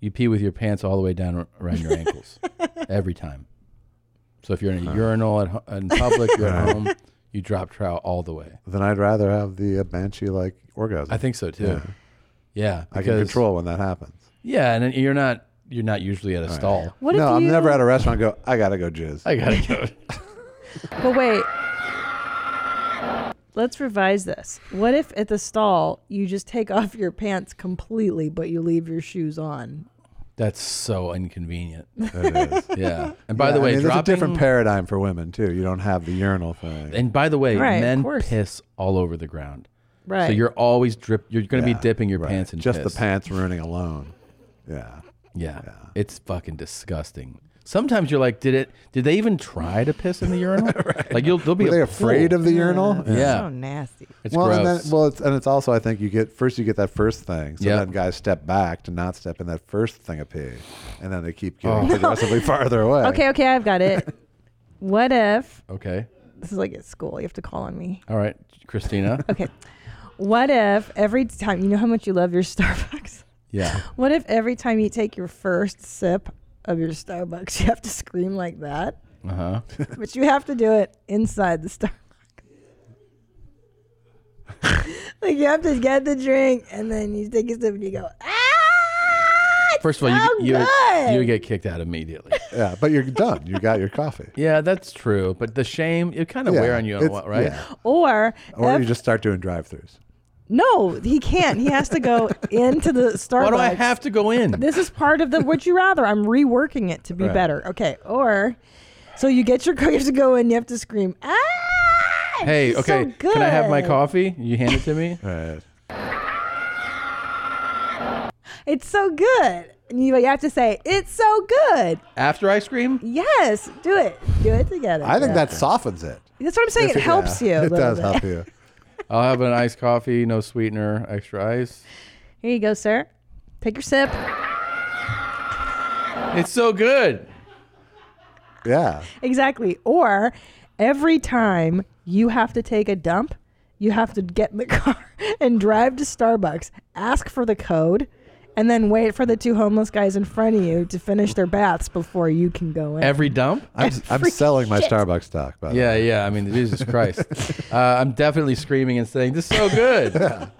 you pee with your pants all the way down ar- around your ankles every time. So if you're in a
Huh.
urinal at, hu- in public, you're at
Right.
home, you drop trout all the way.
Then I'd rather have the uh, banshee like orgasm.
I think so too.
Yeah.
Yeah,
I can
because-
control when that happens.
Yeah, and then you're not you're not usually at a stall.
What
no,
if
I'm
you-
never at a restaurant. and Go. I gotta go jizz.
I gotta go.
But wait. Let's revise this. What if at the stall you just take off your pants completely, but you leave your shoes on?
That's so inconvenient.
It is.
Yeah. And by
Yeah,
the way,
I mean, there's a different
dropping-
paradigm for women too. You don't have the urinal thing.
And by the way,
Right, of
men
course.
piss all over the ground. So
Right.
you're always drip. You're going to
Yeah,
be dipping your
right.
pants in
Just the
piss.
pants ruining alone. Yeah.
yeah. It's fucking disgusting. Sometimes you're like, did it? Did they even try to piss in the urinal? Like you'll they'll be
Were
a
they
pool.
afraid of the urinal?
Yeah.
nasty.
It's
well, And
gross.
then, well, it's, and it's also I think you get first you get that first thing, so
Yep.
then guys step back to not step in that first thing of pee, and then they keep getting
Oh. No.
progressively farther away.
Okay, okay, I've got it. what if
Okay.
this is like at school? You have to call on me.
All right, Christina.
Okay. What if every time you know how much you love your Starbucks?
Yeah.
What if every time you take your first sip of your Starbucks, you have to scream like that?
Uh huh.
But you have to do it inside the Starbucks. like you have to get the drink and then you take a sip and you go, ah!
First of all, you you,
good.
you would get kicked out immediately.
yeah, but you're done. You got your coffee.
Yeah, that's true. But the shame, it kind of
Yeah,
wear on you, a
it's-
lot, right?
yeah.
Or,
Or
if-
you just start doing drive-throughs.
no, he can't. He has to go into the Starbucks.
Why do I have to go in?
This is part of the would you rather. I'm reworking it to be
Right.
better. Okay. Or so you get your you have to go in, you have to scream, ah!
Hey,
It's so
okay, can I have my
good.
coffee? You hand it to me.
right.
It's so good. And you, you have to say, it's so good.
After ice cream?
Yes, do it. Do it together.
I think
Yeah.
that softens it.
That's what I'm saying.
If
It helps you. a
It
little
does
bit.
help you.
I'll have an iced coffee, no sweetener, extra ice.
Here you go, sir. Take your sip.
It's so good.
Yeah.
Exactly. Or every time you have to take a dump, you have to get in the car and drive to Starbucks, ask for the code, and then wait for the two homeless guys in front of you to finish their baths before you can go in.
Every dump?
I'm, I'm
Every
selling my
shit.
Starbucks stock, by the
Yeah,
way.
yeah. I mean, Jesus Christ. uh, I'm definitely screaming and saying, "This is so good,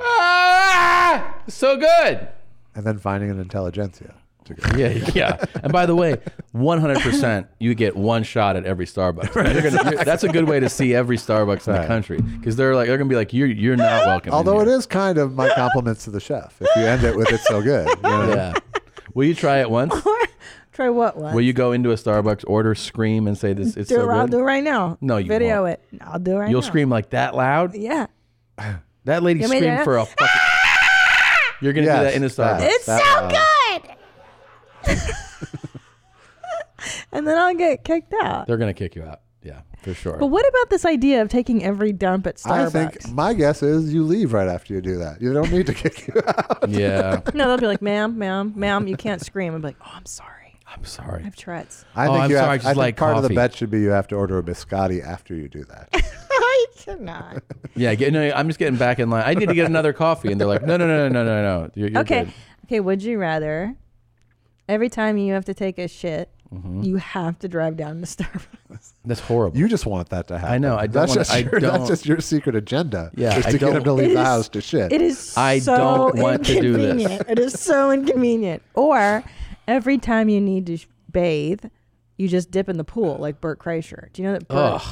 ah, so good."
And then finding an intelligentsia. To go.
Yeah, yeah. And by the way, 100%, you get one shot at every Starbucks. You're gonna- you're- that's a good way to see every Starbucks in the
Right.
country because they're like they're gonna be like, "You're you're not welcome." in
Although
here."
it is kind of my compliments to the chef if you end it with it's so good. you know?
yeah. Will you try it once?
Try what one?
Will you go into a Starbucks, order, scream, and say this? It's
do
so
it, I'll
good?
do it right now.
No, you
Video
won't.
it. I'll do it right
You'll
now.
scream like that loud.
Yeah.
That lady
You want me to
screamed
do that?
for a fucking. You're gonna do that
Yes,
in a
that- uh,
Starbucks.
It's so good. and then I'll get kicked out.
They're gonna kick you out. Yeah, for sure.
But what about this idea of taking every dump at
I
Starbucks?
think my guess is you leave right after you do that. You don't need to kick you out.
Yeah.
no, they'll be like, ma'am, ma'am, ma'am, you can't scream. I'm like, oh, I'm sorry.
I'm sorry.
I have Tourette's.
I think
Oh, I'm
you
sorry, I
Have,
just
I think
like
part of
coffee.
the bet should be you have to order a biscotti after you do that.
I cannot.
Yeah, get, no, I'm just getting back in line. I need to get another coffee, and they're like, no, no, no, no, no, no, no. You're, you're
okay.
good.
Okay. Would you rather? Every time you have to take a shit,
Mhm.
you have to drive down to Starbucks.
That's horrible.
You just want that to happen.
I know. I don't.
That's
wanna-
just
I
your- that's
don't-
just your secret agenda,
Yeah,
is
I
to get
don't-
him to leave
It
the
is-
house to shit.
It is.
I
so
don't want to do this.
inconvenient. it is so inconvenient. Or every time you need to sh- bathe, you just dip in the pool like Bert Kreischer. Do you know that Bert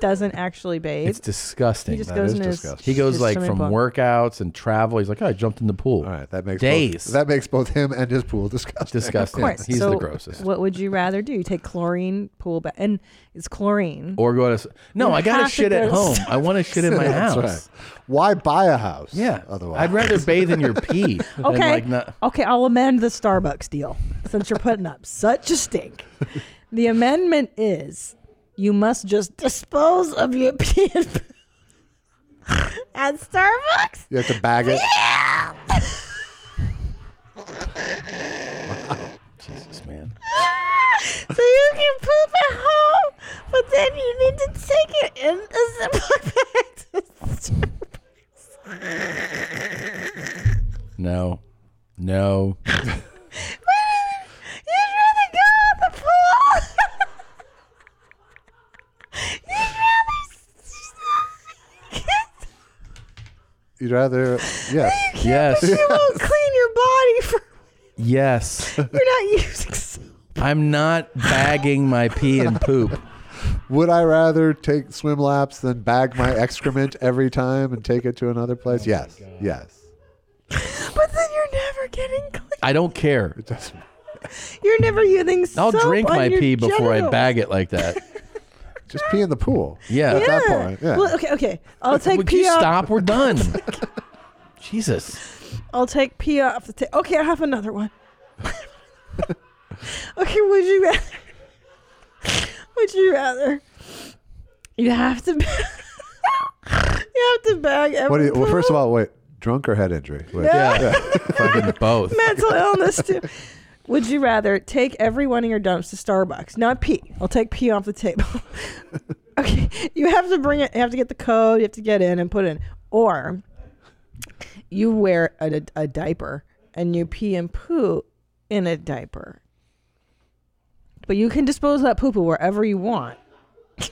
doesn't actually bathe?
It's disgusting.
He just goes in his.
He goes
his
like
swimming
from
pool.
workouts and travel. He's like, oh, I jumped in the pool. All
right, that makes
days.
Both, that makes both him and his pool disgusting.
Of
Disgusting.
course.
He's
so
the grossest.
What would you rather do? You take chlorine pool bath, and it's chlorine.
Or go to s- no.
You
I
have
gotta
to
shit
go
at
to
home.
Starbucks.
I want to shit at my
That's
house.
right. Why buy a house?
Yeah.
Otherwise,
I'd rather bathe in your pee. than,
Okay.
like, not-
Okay, I'll amend the Starbucks deal since you're putting up such a stink. The amendment is you must just dispose of your pee and- at Starbucks.
You have to bag it.
Jesus, man.
so you can poop at home, but then you need to take it in a Ziploc bag to Starbucks.
No, no.
You'd rather go out the pool. You'd rather.
You'd rather yes,
yes,
You won't clean your body for.
yes.
You're not using soap.
I'm not bagging my pee and poop.
Would I rather take swim laps than bag my excrement every time and take it to another
Oh
place? yes, yes.
But then you're never getting clean.
I don't care.
You're never using
I'll
soap.
drink
on
my
your
pee before I
genitals.
bag it like that.
Just pee in the pool.
Yeah.
At that point, yeah.
Well, okay, okay. I'll
Would-
take
Would
pee
you
off.
stop? We're done. Jesus.
I'll take pee off the table. Okay, I have another one. okay, would you rather? Would you rather? You have to. you have to bag every
What do you, well,
poop.
first of all, wait. Drunk or head injury? Wait.
Yeah.
Fucking both.
mental illness too. Would you rather take every one of your dumps to Starbucks? Not pee. I'll take pee off the table. okay, you have to bring it. You have to get the code. You have to get in and put in, or you wear a, a diaper and you pee and poo in a diaper. But you can dispose of that poo poo wherever you want.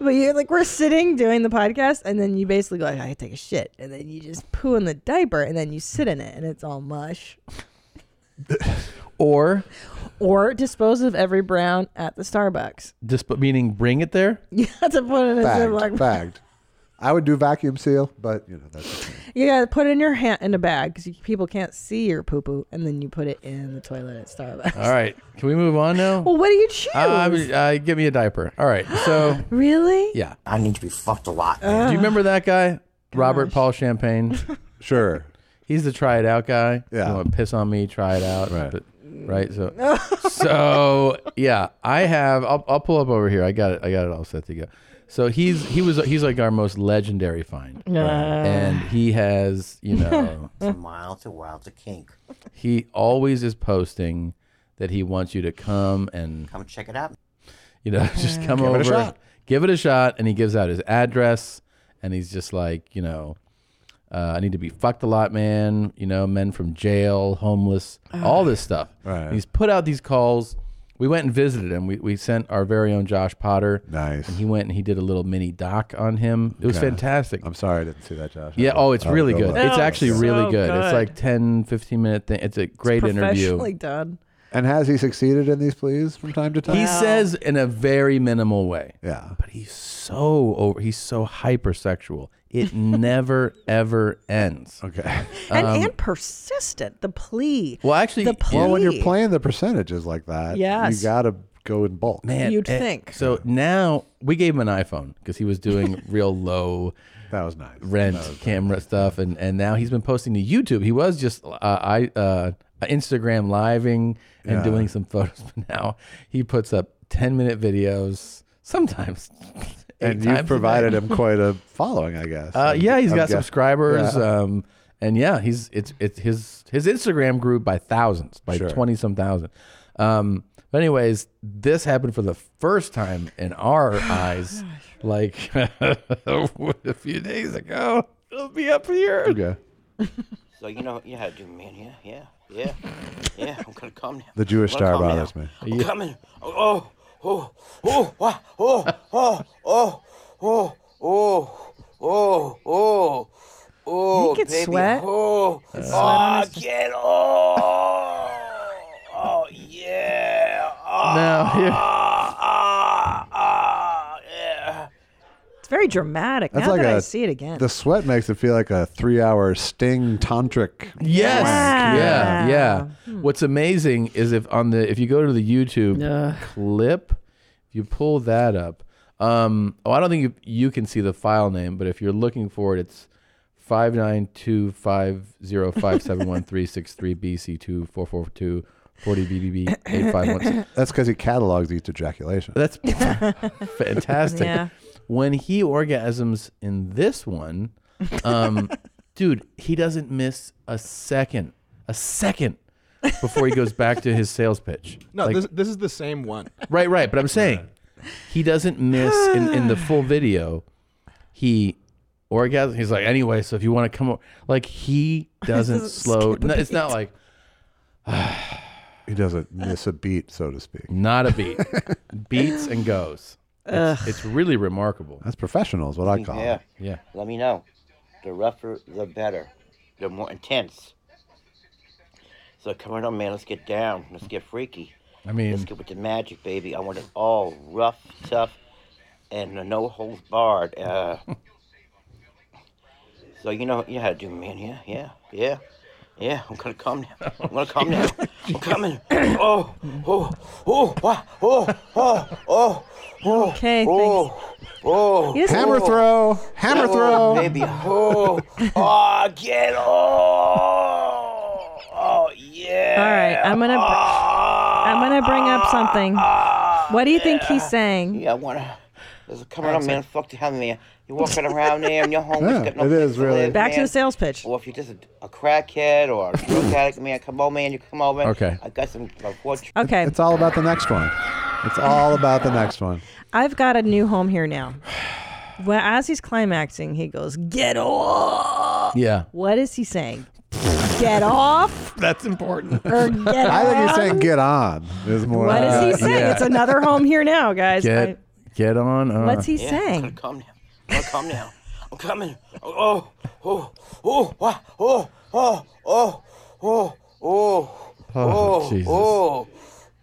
But you're like we're sitting doing the podcast, and then you basically go, "I gotta take a shit," and then you just poo in the diaper, and then you sit in it, and it's all mush.
Or
Or dispose of every brown at the Starbucks.
disp- meaning bring it there.
You have to put it in a Ziploc
Bagged,
bag.
bagged. I would do vacuum seal, but you know that's
You gotta put it in your hand in a bag because people can't see your poo poo, and then you put it in the toilet at Starbucks.
All right. Can we move on now?
Well, what do you choose?
Uh, I was- uh, give me a diaper. All right. So
really?
yeah, I need to be fucked a lot.
man.
Do you remember that guy, Robert Paul Champagne?
sure.
He's the try it out guy.
Yeah.
You want to piss on me? Try it out. Right. right. So.
So.
so yeah, I have. I'll, I'll pull up over here. I got it. I got it all set to go. So he's he was he's like our most legendary find,
Nah.
and he has you know
From wild to wild to kink.
he always is posting that he wants you to come and
Come check it out.
you know, just
Yeah.
come
Give it
over,
a shot.
give it a shot, and he gives out his address, and he's just like, you know, uh, I need to be fucked a lot, man. You know, men from jail, homeless, all this stuff. Right. he's put out these calls. We went and visited him. We, we sent our very own Josh Potter. Nice. And he went and he did a little mini doc on him. It was
Okay.
fantastic.
I'm sorry I didn't see that, Josh.
Yeah. Oh, it's
I'll
really
go
good.
look.
It's
Oh,
actually
so
really good. It's
good.
like 10, 15 minute thing. It's a great interview.
Professionally done.
And has he succeeded in these pleas from time to time?
He says in a very minimal way.
Yeah.
But he's so over he's so hypersexual. It never ever ends. Um,
Okay.
and and persistent. The plea.
Well, actually,
the plea.
Um, well, when you're playing the percentages like that,
Yes.
you gotta go in bulk.
man,
You'd
and-
think.
So now we gave him an iPhone because he was doing real low
that was nice.
rent camera stuff and and now he's been posting to YouTube. He was just uh, I uh Instagram living and
Yeah.
doing some photos, but now he puts up 10 minute videos sometimes. eight
and you've
times a
provided
day.
him quite a following, I guess.
Uh, yeah, he's
I'm
got
guess-
subscribers,
Yeah.
um, and yeah, he's it's it's his his Instagram grew by thousands, by
Sure.
twenty some thousand. Um, but anyways, this happened for the first time in our eyes, like a few days ago. It'll be up here. Okay.
So you know, you know how to do, man. Yeah, yeah, yeah, yeah. I'm gonna come now.
The Jewish
I'm gonna
star
come now.
bothers me.
I'm coming. Oh, oh, oh, oh, oh, oh, oh, oh, oh, oh, oh, oh.
You could
baby.
sweat.
Oh,
You could sweat on
oh,
this-
get oh, oh, yeah. Oh,
No, here-
ah, ah, yeah.
It's very dramatic. now that I see it again.
The sweat makes it feel like a three-hour sting tantric.
Yes.
wank.
Yeah. Yeah.
Hmm.
What's amazing is if on the if you go to the YouTube clip, if you pull that up. Um, oh, I don't think you, you can see the file name, but if you're looking for it, it's five nine two five zero five seven one three six three BC two four four two forty BBB eight five one.
That's because he catalogs each ejaculation.
That's fantastic.
Yeah.
When he orgasms in this one, um, dude, he doesn't miss a second, a second before he goes back to his sales pitch.
No,
Like-
this, this is the same one.
right, right. But I'm saying he doesn't miss in, in the full video. He orgasm. He's like, anyway. So if you want to come, o-" like he doesn't,
Doesn't
slow.
skip a
No, it's not
beat.
like
He doesn't miss a beat, so to speak.
Not a beat. beats and goes. It's,
Ugh.
it's really remarkable.
That's professional, is what I call
Yeah.
it.
Yeah.
Let me know. The rougher, the better. The more intense. So come on, man. Let's get down. Let's get freaky.
I mean-
let's get with the magic, baby. I want it all rough, tough, and no holds barred. Uh, so you know, you know how to do, man. Yeah, yeah, yeah, yeah. I'm gonna come now.
Oh,
I'm gonna come now. I'm coming. Oh, oh, oh, wah, oh, oh, oh, oh.
Okay.
Oh, oh,
Yes. Hammer
oh.
throw, hammer
Oh,
throw.
baby. Oh, oh, get oh, oh, yeah.
All right, I'm gonna br- I'm gonna bring up something. What do you think he's saying?
Yeah, I wanna. There's a coming
Alright,
on,
so-
man. Fuck the hell, man. You're walking around there and you're
Yeah,
homeless. got no
it
place
is
to
really.
live,
Back to
man.
the sales pitch.
Or if you're just a, a crackhead or a drug addict, man, come on, man. You come over.
Okay.
I got some. Like, what you-
Okay.
It's all about the next one. It's all about the next one.
I've got a new home here now. Well, as he's climaxing, he goes, "Get off."
Yeah.
What is he saying? Get off.
That's important.
Or get
I think he's
on?
saying get on is more.
What is he saying?
Uh, yeah.
It's another home here now, guys.
get
I-
get on. Uh,
what's he
Yeah,
saying?
Come now. Oh, come now. I'm coming. Oh, oh, oh, oh, oh, oh, oh, oh, oh,
Oh, Jesus.
oh,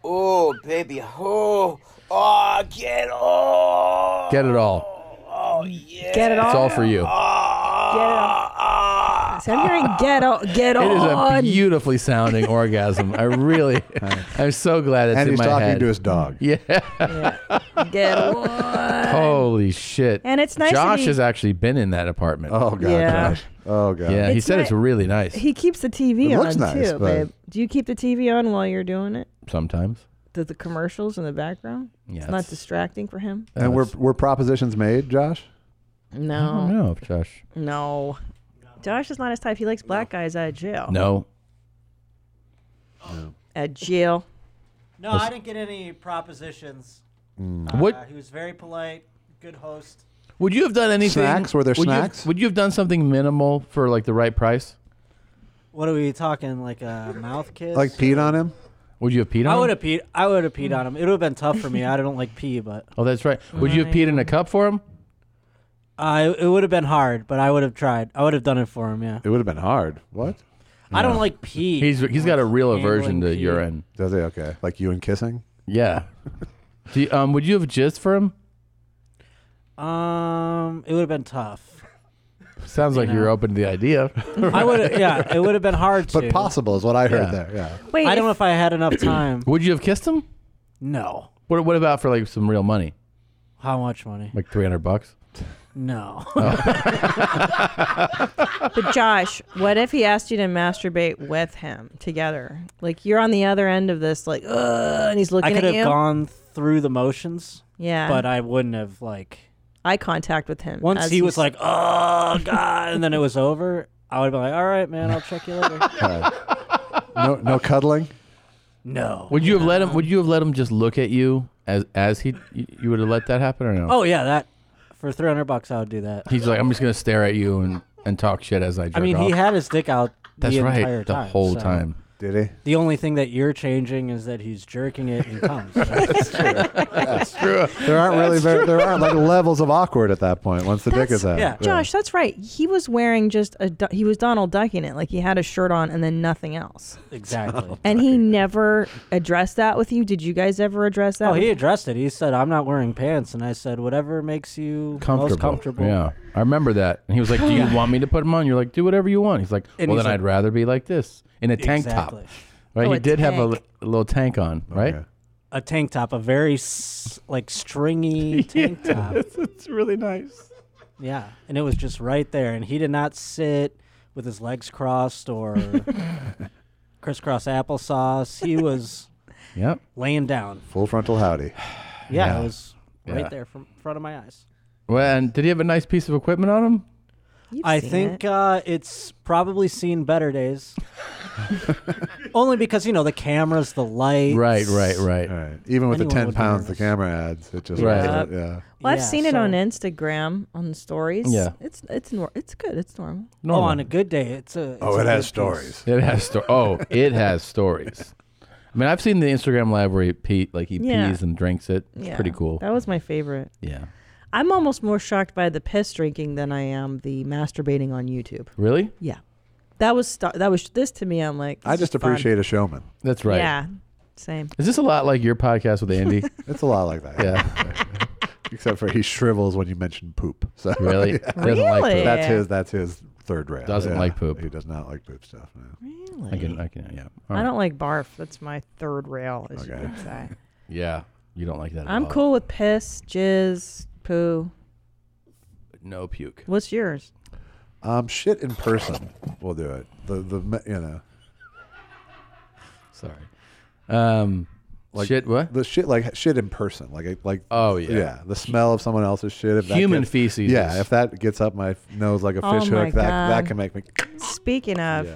oh, baby. Oh, oh, get off.
Get it all.
Oh, yeah.
Get it
It's
on.
all for you.
Get on. So I'm hearing get on. Get
It is a
on.
beautifully sounding orgasm. I really, I'm so glad it's
And
in
he's
my
talking
head.
to his dog.
Yeah.
get on.
Holy shit.
Uh, And it's nice that
Josh
he-
has actually been in that apartment.
Oh
God, Yeah. Josh.
Oh god.
Yeah. he
It's
said
ni-
it's really nice
He keeps the TV
It
on
looks nice,
too,
but-
babe. Do you keep the TV on while you're doing it?
sometimes.
The, the commercials in the background.
Yeah,
it's not
it's- Uh,
distracting for him.
And were were propositions made, Josh?
No.
I don't know if Josh.
No. Josh is not his type. He likes black guys out of jail.
No.
At jail.
No, I didn't get any propositions.
Mm.
Uh,
What-
He was very polite, good host.
Would you have done anything?
Snacks? Were there
would you have-
snacks?
would you have done something minimal for like the right price?
What are we talking? Like a mouth kiss?
Like peed on him?
Would you have peed on
I would
him?
have peed. I would have peed on him. It would have been tough for me. I don't like pee, but
Oh, that's right. Would you have peed in a cup for him?
uh, it would have been hard. But I would have tried. I would have done it for him. Yeah.
It would have been hard. What?
I don't like pee.
He's he's got a real aversion to
Handling pee.
urine.
Does he? Okay. Like you and kissing?
Yeah. Do you, um, would you have jizzed for him?
Um, it would have been tough.
Sounds like you're open to the idea.
I would. Yeah, it would have been hard.
But
to.
possible is what I heard
Yeah.
there. Yeah.
Wait, I don't know if I had enough time.
Would you have kissed him?
No.
What What about for like some real money?
How much money?
Like three hundred bucks.
No.
Oh.
But Josh, what if he asked you to masturbate with him together? Like you're on the other end of this, like, Ugh, Uh, and he's looking
I could
at
have
you.
gone through the motions.
Yeah.
But I wouldn't have like
Eye contact with him.
once
as
he was
he's-
like, "Oh God," and then it was over. I would have been like, all right, man, I'll check you later.
No, no cuddling.
No.
Would you have let him? Would you have let him just look at you as as he? You, you would have let that happen or no?
Oh yeah, that for three hundred bucks, I would do that.
He's like, I'm just gonna stare at you and and talk shit as I. Jerk
I mean,
off."
he had his dick out
That's
the
right,
entire
the
time,
whole
so-
time.
Did he?
The only thing that you're changing is that he's jerking it and comes.
That's true. That's true. There aren't really very, there aren't like levels of awkward at that point once the dick is out.
Josh, that's right. He was wearing just a du- he was Donald ducking it, like he had a shirt on and then nothing else.
Exactly.
And he never addressed that with you. Did you guys ever address that?
Oh,
with-
he addressed it. He said, "I'm not wearing pants," and I said, "Whatever makes you most comfortable."
Yeah, I remember that. And he was like, "Do you
Yeah.
want me to put him on?" You're like, "Do whatever you want." He's like,
And
"Well,
he's
then
like-
I'd rather be like this in a tank
Exactly.
top." Right?
Oh,
he
a
did have a,
tank.
li- a little tank on, right?
A tank top, a very s- like stringy tank top.
it's really nice.
Yeah, and it was just right there, and he did not sit with his legs crossed or crisscross applesauce. He was
Yep.
laying down.
Full frontal howdy.
Yeah,
Yeah.
it was right
Yeah.
there from front of my eyes.
Well, and did he have a nice piece of equipment on him?
I
seen
think Uh, it's probably seen better days. Only because you know the cameras, the lights.
Right, right, right.
Even with the
Anyone
ten
would
pounds the camera adds, it just
Right.
yeah.
Well, I've
Yeah,
seen it
so-
on Instagram on the stories.
Yeah.
it's it's nor- it's good. It's normal.
Oh, on a good day, it's a. It's
Oh,
a
it has
good piece.
stories.
It has sto- Oh, it has stories. I mean, I've seen the Instagram live where he pee, like he
Yeah.
pees E and drinks it. It's
Yeah.
pretty cool.
That was my favorite.
Yeah.
I'm almost more shocked by the piss drinking than I am the masturbating on YouTube.
Really?
Yeah. That was st- that was this to me. I'm like,
I
this
just
is fun.
appreciate a showman.
That's right.
Yeah, same.
Is this a lot like your podcast with Andy?
it's a lot like that.
Yeah.
Except for he shrivels when you mention poop. So
Really?
yeah.
Doesn't like poop. Really?
That's his. That's his third rail.
Doesn't
Yeah.
like poop.
He does not like poop stuff. Man.
I can, I can, yeah. All
I
right.
don't like barf. That's my third rail, as you could say.
Yeah. You don't like that. at
I'm
all.
cool with piss, jizz, poo.
No puke.
What's yours?
Um, shit in person. We'll do it. The the me- you know.
Sorry. Um, shit. What
the shit like shit in person? Like it- like
oh yeah
yeah. The smell of someone else's shit. If that
Human
gets-
feces is-
Yeah, if that gets up my f- nose like a
Oh
fish
my
hook, that that
God.
can make me.
Speaking of,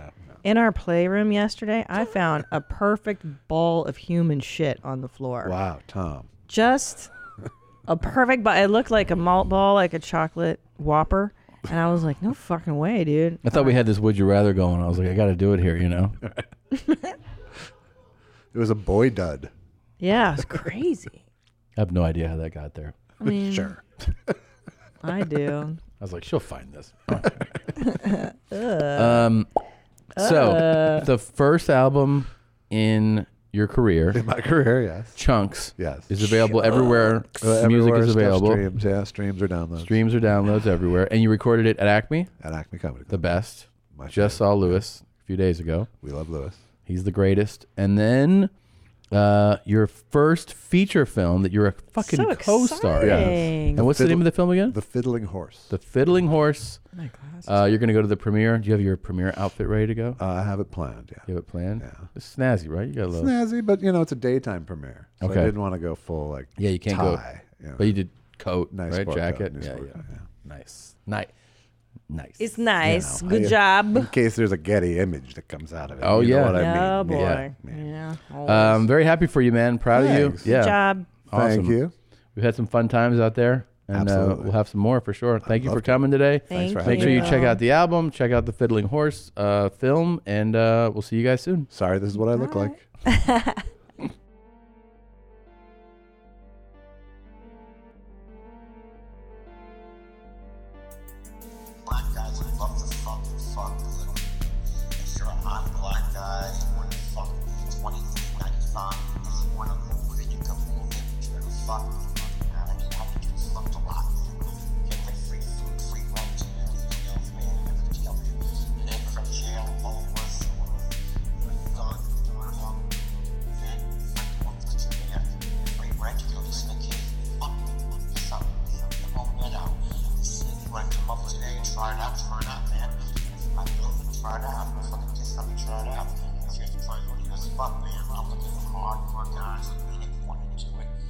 in our playroom yesterday, I found a perfect ball of human shit on the floor.
Wow, Tom.
Just a perfect ball. It looked like a malt ball, like a chocolate whopper. And I was like, no fucking way, dude.
I thought we had this would you rather going. I was like, I got to do it here, you know?
it was a boy dud.
Yeah, it's crazy.
I have no idea how that got there.
I mean,
Sure.
I do.
I was like, she'll find this.
Ugh.
um, so
Uh.
the first album in your career,
In my career, yes,
Chunks,
Yes.
is available everywhere.
Uh, everywhere
Music is
stuff
available.
Streams, yeah, streams are downloads.
Streams or downloads everywhere. And you recorded it at Acme?
At Acme Comedy
The best. Just saw Lewis a few days ago.
We love Lewis.
He's the greatest. And then uh, your first feature film that you're a fucking
So
co star
exciting.
in. And what's the name of the film again?
The Fiddling Horse.
The Fiddling Horse. Uh, you're going to go to the premiere. Do you have your premiere outfit ready to go?
Uh, I have it planned, yeah.
You have it planned? Yeah. It's snazzy, right? You got a little.
Snazzy, but you know it's a daytime premiere, so
Okay.
I didn't want to go full like
Yeah, you can't
tie,
go.
you know.
But you did coat,
Nice
right?
sport coat,
Jacket.
nice
yeah,
sport
yeah. Nice. Nice. Nice.
It's nice.
You know,
Good
I-
job.
In case there's a Getty image that comes out of it.
Oh,
you know
yeah.
what I
Oh,
mean.
boy.
Yeah.
Yeah.
Um, very happy for you, man. Proud
Thanks.
of you. Yeah.
Good job.
Awesome.
Thank you.
We've had some fun times out there, and uh,
Absolutely.
we'll have some more for sure. Thank you
love
for
to.
coming today.
Thanks for
Make
Thank
sure
having
you
me.
check out the album, check out the Fiddling Horse uh, film, and uh, we'll see you guys soon.
Sorry, this is what I look like.
Black guys love to fucking fuck little. If you're a hot black guy, you want to fuck me 2395. If you want to move it, you can move it. If you're gonna fuck me, you know what I mean? I think it's fucked a lot. Get like free food, free rent, you know, you know, you know, you know, you know, you know, from jail, uh, homeless, or gone, or wrong. Then, fuck, what put you there? Free rent, you know, listen to kids. Fuck, fuck yourself. You know, you won't get out. See if you want to come up with today and try it out, try it out, man. If I do it, try it out. If I fucking kiss something, try it out. If you have to try it, you know, fuck, man. I'm looking for hardcore guys who really want to do it.